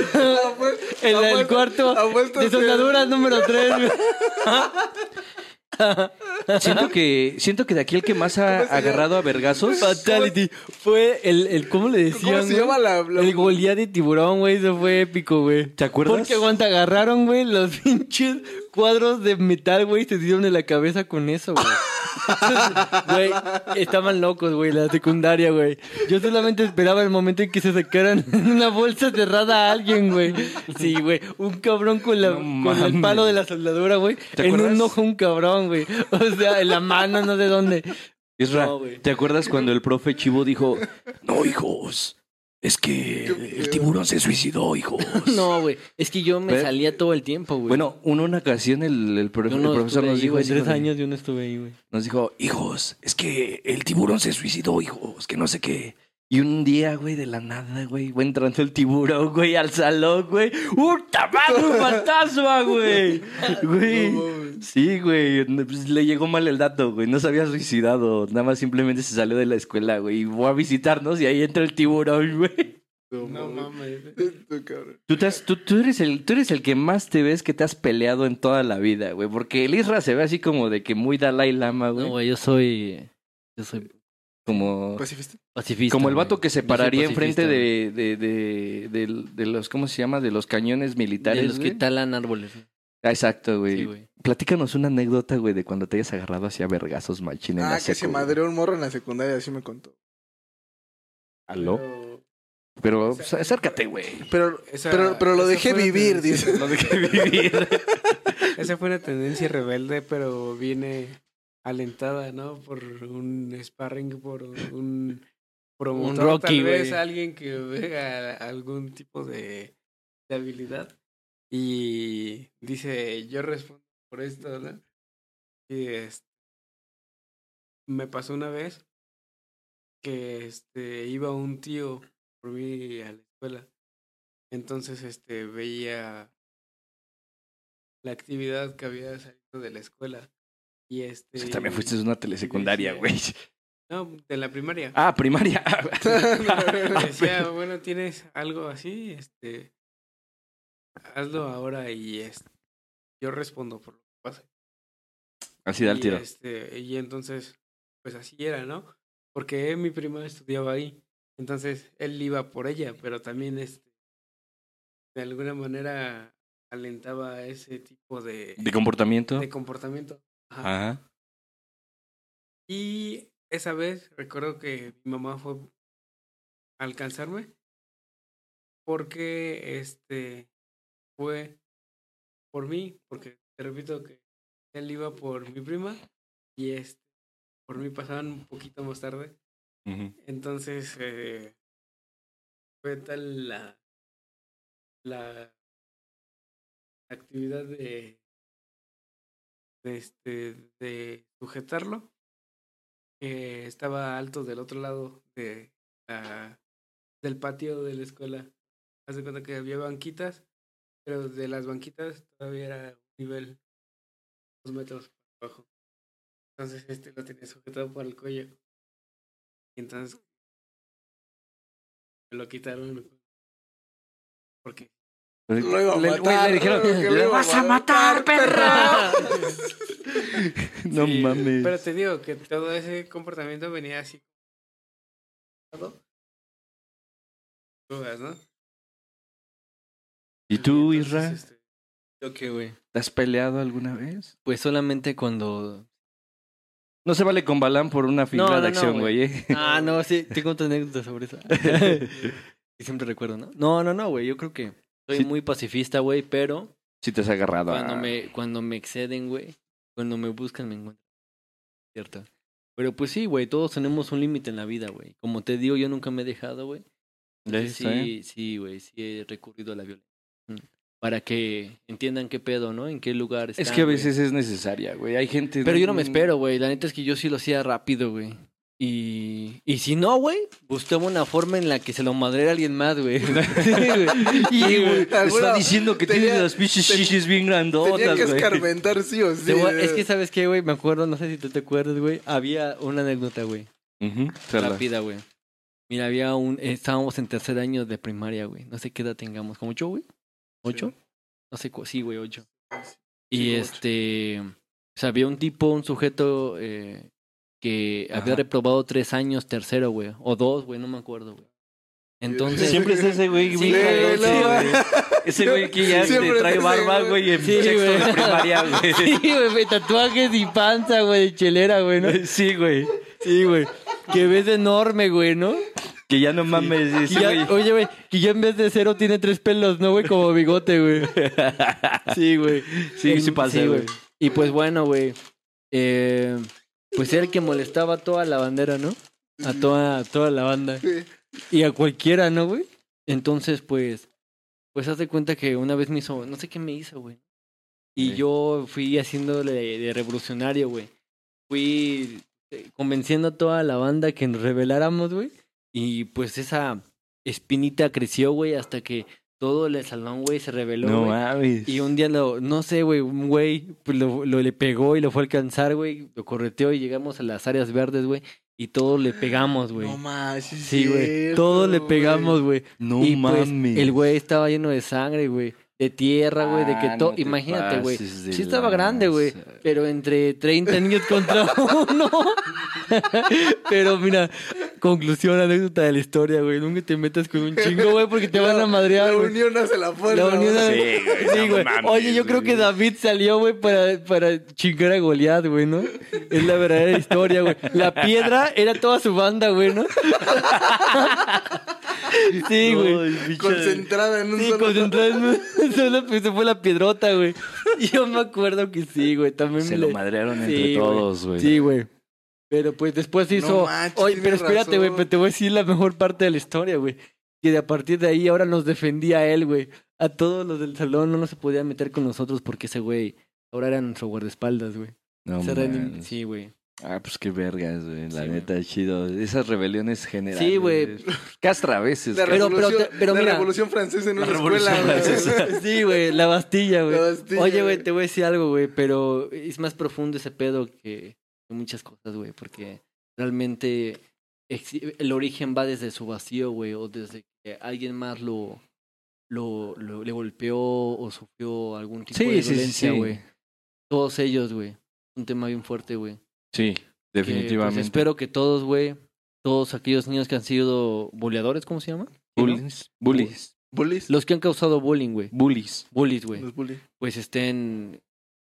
Speaker 4: en la- el
Speaker 2: Apuestas-
Speaker 4: cuarto
Speaker 2: apuestas
Speaker 4: de
Speaker 2: en-
Speaker 4: soldadura número 3.
Speaker 1: Siento que, siento que de aquí el que más ha agarrado a vergazos.
Speaker 4: Fatality. Fue el, el ¿cómo le decían?
Speaker 2: ¿Cómo se
Speaker 4: güey?
Speaker 2: llama la, la-
Speaker 4: El Goliat de tiburón, güey, eso fue épico, güey.
Speaker 1: ¿Te acuerdas?
Speaker 4: Porque aguanta, agarraron, güey, los [laughs] pinches cuadros de metal, güey, y se dieron en la cabeza con
Speaker 1: [laughs]
Speaker 4: eso, güey. Güey, estaban locos, güey, la secundaria, güey. Yo solamente esperaba el momento en que se sacaran [laughs] en una bolsa cerrada a alguien, güey. Sí, güey, un cabrón con, la,
Speaker 1: No
Speaker 4: con el
Speaker 1: mames.
Speaker 4: palo de la soldadura, güey.
Speaker 1: ¿Te
Speaker 4: En
Speaker 1: acuerdas?
Speaker 4: un ojo un cabrón, güey. O sea, en la mano, no sé dónde.
Speaker 1: Isra,
Speaker 4: No, güey.
Speaker 1: ¿te acuerdas cuando el profe Chivo dijo, no, hijos, es que el tiburón se suicidó, hijos?
Speaker 4: [laughs] No, güey, es que yo me
Speaker 1: Pero-
Speaker 4: salía todo el tiempo, güey.
Speaker 1: Bueno, en una ocasión el, el profe-
Speaker 4: Yo
Speaker 1: el
Speaker 4: no
Speaker 1: profesor
Speaker 4: estuve
Speaker 1: nos
Speaker 4: ahí,
Speaker 1: dijo,
Speaker 4: güey,
Speaker 1: así
Speaker 4: tres
Speaker 1: como de-
Speaker 4: años yo no estuve ahí, güey.
Speaker 1: nos dijo, hijos, es que el tiburón se suicidó, hijos, que no sé qué. Y un día, güey, de la nada, güey, va entrando el tiburón, güey, al salón, güey. ¡Un tabaco, un fantasma,
Speaker 4: [laughs]
Speaker 1: güey! Güey. Sí, güey, no, pues, le llegó mal el dato, güey, no se había suicidado, nada más simplemente se salió de la escuela, güey, y fue a visitarnos y ahí entra el tiburón, [laughs] güey.
Speaker 5: No mames.
Speaker 2: Tú, cabrón.
Speaker 1: Tú, te has- tú, tú eres el, tú eres el que más te ves que te has peleado en toda la vida, güey. Porque el Isra se ve así como de que muy Dalai Lama, güey.
Speaker 4: No, güey, yo soy. Yo soy
Speaker 1: como,
Speaker 2: Pacifista.
Speaker 4: pacifista.
Speaker 1: como el
Speaker 4: güey.
Speaker 1: vato que se
Speaker 4: Yo soy
Speaker 1: pararía
Speaker 4: pacifista,
Speaker 1: enfrente de, de, de, de- de los, ¿cómo se llama? De los cañones
Speaker 4: güey.
Speaker 1: militares.
Speaker 4: De los que
Speaker 1: güey.
Speaker 4: talan árboles. güey.
Speaker 1: Ah, exacto, güey.
Speaker 4: Sí, güey. [laughs]
Speaker 1: Platícanos una anécdota, güey, de cuando te hayas agarrado hacia vergazos machín en
Speaker 2: Ah,
Speaker 1: la
Speaker 2: que se
Speaker 1: secu, güey.
Speaker 2: madreó un morro en la secundaria, así me contó.
Speaker 1: ¿Aló?
Speaker 5: Pero
Speaker 1: Pero pues, acércate, güey. [laughs]
Speaker 2: Pero, [laughs]
Speaker 5: esa-
Speaker 2: pero, pero lo
Speaker 5: esa
Speaker 2: dejé
Speaker 5: fue una
Speaker 2: vivir,
Speaker 5: tendencia-
Speaker 2: dice.
Speaker 5: Lo dejé vivir. [laughs] Esa fue una tendencia rebelde, pero viene alentada, ¿no? Por un sparring, por un promotor.
Speaker 4: Un Rocky,
Speaker 5: tal vez
Speaker 4: güey.
Speaker 5: alguien que vea algún tipo de, de habilidad. Y dice, yo respondo por esto, ¿no? Y este, me pasó una vez que este, iba un tío por mí a la escuela. Entonces, este, veía la actividad que había salido de la escuela. Y este.
Speaker 1: O sea, también fuiste una telesecundaria, güey. [laughs]
Speaker 5: No, de la primaria. [laughs]
Speaker 1: Ah, primaria. [laughs]
Speaker 5: Y decía, bueno, tienes algo así, este. Hazlo ahora y este. Yo respondo por lo que pasa.
Speaker 1: Así da el
Speaker 5: Y,
Speaker 1: tiro.
Speaker 5: este, y entonces, pues así era, ¿no? Porque mi prima estudiaba ahí. Entonces, él iba por ella, pero también, este, de alguna manera alentaba ese tipo de,
Speaker 1: ¿De comportamiento?
Speaker 5: de comportamiento. Ajá.
Speaker 1: Ajá.
Speaker 5: Y esa vez recuerdo que mi mamá fue alcanzarme. Porque este fue por mí, porque te repito que él iba por mi prima y este por mí pasaban un poquito más tarde.
Speaker 1: Ujú.
Speaker 5: Entonces eh, fue tal la, la actividad de, de este de sujetarlo que estaba alto del otro lado de la- del patio de la escuela. Haz de cuenta que había banquitas, pero de las banquitas todavía era un nivel dos metros para abajo. Entonces este lo tenía sujetado por el cuello. Y entonces me lo quitaron porque
Speaker 2: Lo iba a
Speaker 1: Le- güey,
Speaker 2: matar,
Speaker 1: le dijeron,
Speaker 2: que lo
Speaker 1: "Le
Speaker 2: iba a
Speaker 1: vas a matar, perro. [laughs] no
Speaker 5: Sí, eh,
Speaker 1: mames.
Speaker 5: Pero te digo que todo ese comportamiento venía así. Drogas, ¿no?
Speaker 1: ¿Y tú,
Speaker 5: entonces,
Speaker 1: Isra?
Speaker 5: este,
Speaker 4: Ok, güey.
Speaker 1: ¿Te has peleado alguna vez?
Speaker 4: Pues
Speaker 1: [laughs]
Speaker 4: solamente cuando.
Speaker 1: No se vale con Balán por una figura
Speaker 4: no,
Speaker 1: de
Speaker 4: no,
Speaker 1: acción,
Speaker 4: güey.
Speaker 1: güey. ¿eh?
Speaker 4: Ah, no, sí, tengo otras anécdotas
Speaker 1: [laughs]
Speaker 4: sobre eso. [laughs] y siempre recuerdo, ¿no? No, no, no, güey. Yo creo que soy
Speaker 1: Sí.
Speaker 4: muy pacifista, güey, pero
Speaker 1: Si te has agarrado a-
Speaker 4: cuando me, cuando me exceden, güey, cuando me buscan, me encuentran. Cierto. Pero pues sí, güey, todos tenemos un límite en la vida, güey. Como te digo, yo nunca me he dejado, güey.
Speaker 1: Ya
Speaker 4: Entonces,
Speaker 1: está, ¿eh?
Speaker 4: Sí, sí, güey, sí he recurrido a la violencia. Mm. Para que entiendan qué pedo, ¿no? En qué lugar
Speaker 1: Es
Speaker 4: están,
Speaker 1: que a
Speaker 4: güey.
Speaker 1: veces es necesaria, güey. Hay gente...
Speaker 4: Pero yo no me espero, güey. La neta es que yo sí lo hacía rápido, güey. Y, y si no, güey, buscaba una forma en la que se lo madre a alguien más, güey. [laughs] Sí, güey.
Speaker 1: [laughs] Sí, güey, [laughs] te
Speaker 2: Alguna-
Speaker 1: está diciendo que
Speaker 2: tenía-
Speaker 1: tienes las pinches
Speaker 2: ten-
Speaker 1: shishis bien
Speaker 2: Tenía
Speaker 1: grandotas,
Speaker 2: que
Speaker 1: güey.
Speaker 2: escarmentar sí eh. o
Speaker 4: Te
Speaker 2: sí.
Speaker 4: voy a- es que, ¿sabes qué, güey? Me acuerdo, no sé si tú te acuerdas, güey. Había una anécdota, güey.
Speaker 1: Ujú, charla.
Speaker 4: Rápida, güey. Mira, había un... Estábamos en tercer año de primaria, güey. No sé qué edad tengamos. ¿Como ocho, güey? ¿Ocho? No sé, cu- sí, güey, ocho. Y
Speaker 3: como ocho.
Speaker 4: este... O sea, había un tipo, un sujeto eh, que había
Speaker 1: Ajá.
Speaker 4: reprobado tres años tercero, güey. O dos, güey, no me acuerdo, güey. Entonces...
Speaker 1: Siempre es ese güey,
Speaker 4: Sí,
Speaker 1: bien
Speaker 4: güey,
Speaker 1: jalón,
Speaker 4: no,
Speaker 1: sí,
Speaker 4: güey.
Speaker 1: Ese güey que ya te
Speaker 2: Siempre
Speaker 1: trae
Speaker 2: es ese
Speaker 1: barba,
Speaker 2: güey.
Speaker 1: güey, en
Speaker 4: Sí,
Speaker 1: sexto
Speaker 4: güey.
Speaker 1: de [laughs] primaria, güey.
Speaker 4: Sí, güey, güey, tatuajes y panza, güey, de chelera, güey, ¿no?
Speaker 1: Sí, güey.
Speaker 4: Sí, güey. Que ves enorme, güey, ¿no?
Speaker 1: Que ya no mames.
Speaker 4: Que
Speaker 1: ese
Speaker 4: ya-
Speaker 1: güey.
Speaker 4: oye, güey, que ya en vez de cero tiene tres pelos, ¿no, güey? Como bigote, güey. [laughs] Sí, güey.
Speaker 1: Sí,
Speaker 4: En-
Speaker 1: sí pasa, güey.
Speaker 4: Em, Y pues bueno, güey. eh, pues era el que molestaba a toda la bandera, ¿no? A toda, a toda la banda.
Speaker 2: Sí.
Speaker 4: Y a cualquiera, ¿no, güey? Entonces, pues. Pues haz de cuenta que una vez me hizo. No sé qué me hizo, güey. Y
Speaker 1: Ok.
Speaker 4: yo fui haciéndole de, de revolucionario, güey. Fui eh, convenciendo a toda la banda que nos reveláramos, güey. Y pues esa espinita creció, güey, hasta que todo el salón, güey, se reveló.
Speaker 1: No
Speaker 4: güey.
Speaker 1: mames.
Speaker 4: Y un día lo, no sé, güey, un güey pues, lo, lo- le pegó y lo fue a alcanzar, güey. Lo correteó y llegamos a las áreas verdes, güey. Y todos le pegamos, güey.
Speaker 2: No más,
Speaker 4: sí, güey. Todos le pegamos, güey.
Speaker 1: No
Speaker 4: y pues
Speaker 1: mames.
Speaker 4: el güey estaba lleno de sangre, güey. De tierra, güey. de que
Speaker 1: Ah,
Speaker 4: todo.
Speaker 1: no te
Speaker 4: Imagínate, güey.
Speaker 1: pases de
Speaker 4: Sí estaba grande, güey.
Speaker 1: lanza.
Speaker 4: Pero entre 30 niños contra uno. [laughs] Pero mira, conclusión, anécdota de la historia, güey. Nunca te metas con un chingo, güey,
Speaker 1: [laughs]
Speaker 4: porque te van a madrear,
Speaker 2: La
Speaker 4: güey.
Speaker 2: unión hace la fuerza.
Speaker 4: La unión
Speaker 2: güey.
Speaker 4: de-
Speaker 1: Sí, güey,
Speaker 4: Sí,
Speaker 1: no
Speaker 4: güey.
Speaker 1: mames,
Speaker 4: Oye, yo creo
Speaker 1: güey.
Speaker 4: que David salió, güey, para, para chingar a Goliat, güey, ¿no? Es la verdadera historia, güey. La piedra era toda su banda, güey, ¿no? Sí, güey.
Speaker 1: Ay, pinche-
Speaker 2: Concentrada en un
Speaker 4: Sí,
Speaker 2: solo.
Speaker 1: [laughs]
Speaker 4: concentrada en un solo, pues, se fue la piedrota, güey. Yo me acuerdo que sí, güey. También
Speaker 1: Se
Speaker 4: me
Speaker 1: lo
Speaker 4: le-
Speaker 1: madrearon
Speaker 4: Sí,
Speaker 1: entre
Speaker 4: güey.
Speaker 1: todos, güey.
Speaker 4: Sí, güey. Pero pues después se
Speaker 2: No
Speaker 4: hizo.
Speaker 2: manches,
Speaker 4: Oye, pero
Speaker 2: tienes
Speaker 4: espérate, güey,
Speaker 2: razón.
Speaker 4: pero te voy a decir la mejor parte de la historia, güey. Que de a partir de ahí ahora nos defendía a él, güey. A todos los del salón no nos se podía meter con nosotros porque ese güey ahora era nuestro guardaespaldas, güey.
Speaker 1: No
Speaker 4: Se renim-
Speaker 1: mames.
Speaker 4: Sí, güey.
Speaker 1: Ah, pues qué vergas, güey. La
Speaker 4: Sí,
Speaker 1: neta, chido. Esas rebeliones generales.
Speaker 4: Sí, güey.
Speaker 1: Castra a veces.
Speaker 2: La
Speaker 1: güey.
Speaker 4: Pero- pero
Speaker 2: revolución,
Speaker 4: te- pero
Speaker 2: la
Speaker 4: mira.
Speaker 2: revolución francesa en
Speaker 1: La
Speaker 2: una
Speaker 1: revolución
Speaker 2: escuela. güey. [laughs]
Speaker 1: francesa.
Speaker 4: Sí, güey, la Bastilla, güey.
Speaker 2: La Bastilla,
Speaker 4: Oye, güey, te voy a decir algo, güey, pero es más profundo ese pedo que que muchas cosas, güey, porque realmente exi- el origen va desde su vacío, güey, o desde que alguien más lo, lo, lo- le golpeó o sufrió algún tipo
Speaker 1: Sí, sí,
Speaker 4: de
Speaker 1: sí,
Speaker 4: violencia,
Speaker 1: sí.
Speaker 4: güey. Todos ellos, güey. Un tema bien fuerte, güey.
Speaker 1: Sí,
Speaker 4: Que, pues,
Speaker 1: definitivamente.
Speaker 4: espero que todos, güey, todos aquellos niños que han sido boleadores, ¿cómo se llama?
Speaker 1: Bullies. Bullies.
Speaker 2: Bullies.
Speaker 4: Los que han causado bullying, güey.
Speaker 1: Bullies.
Speaker 4: Bullies, güey.
Speaker 2: Los bullies.
Speaker 4: Pues estén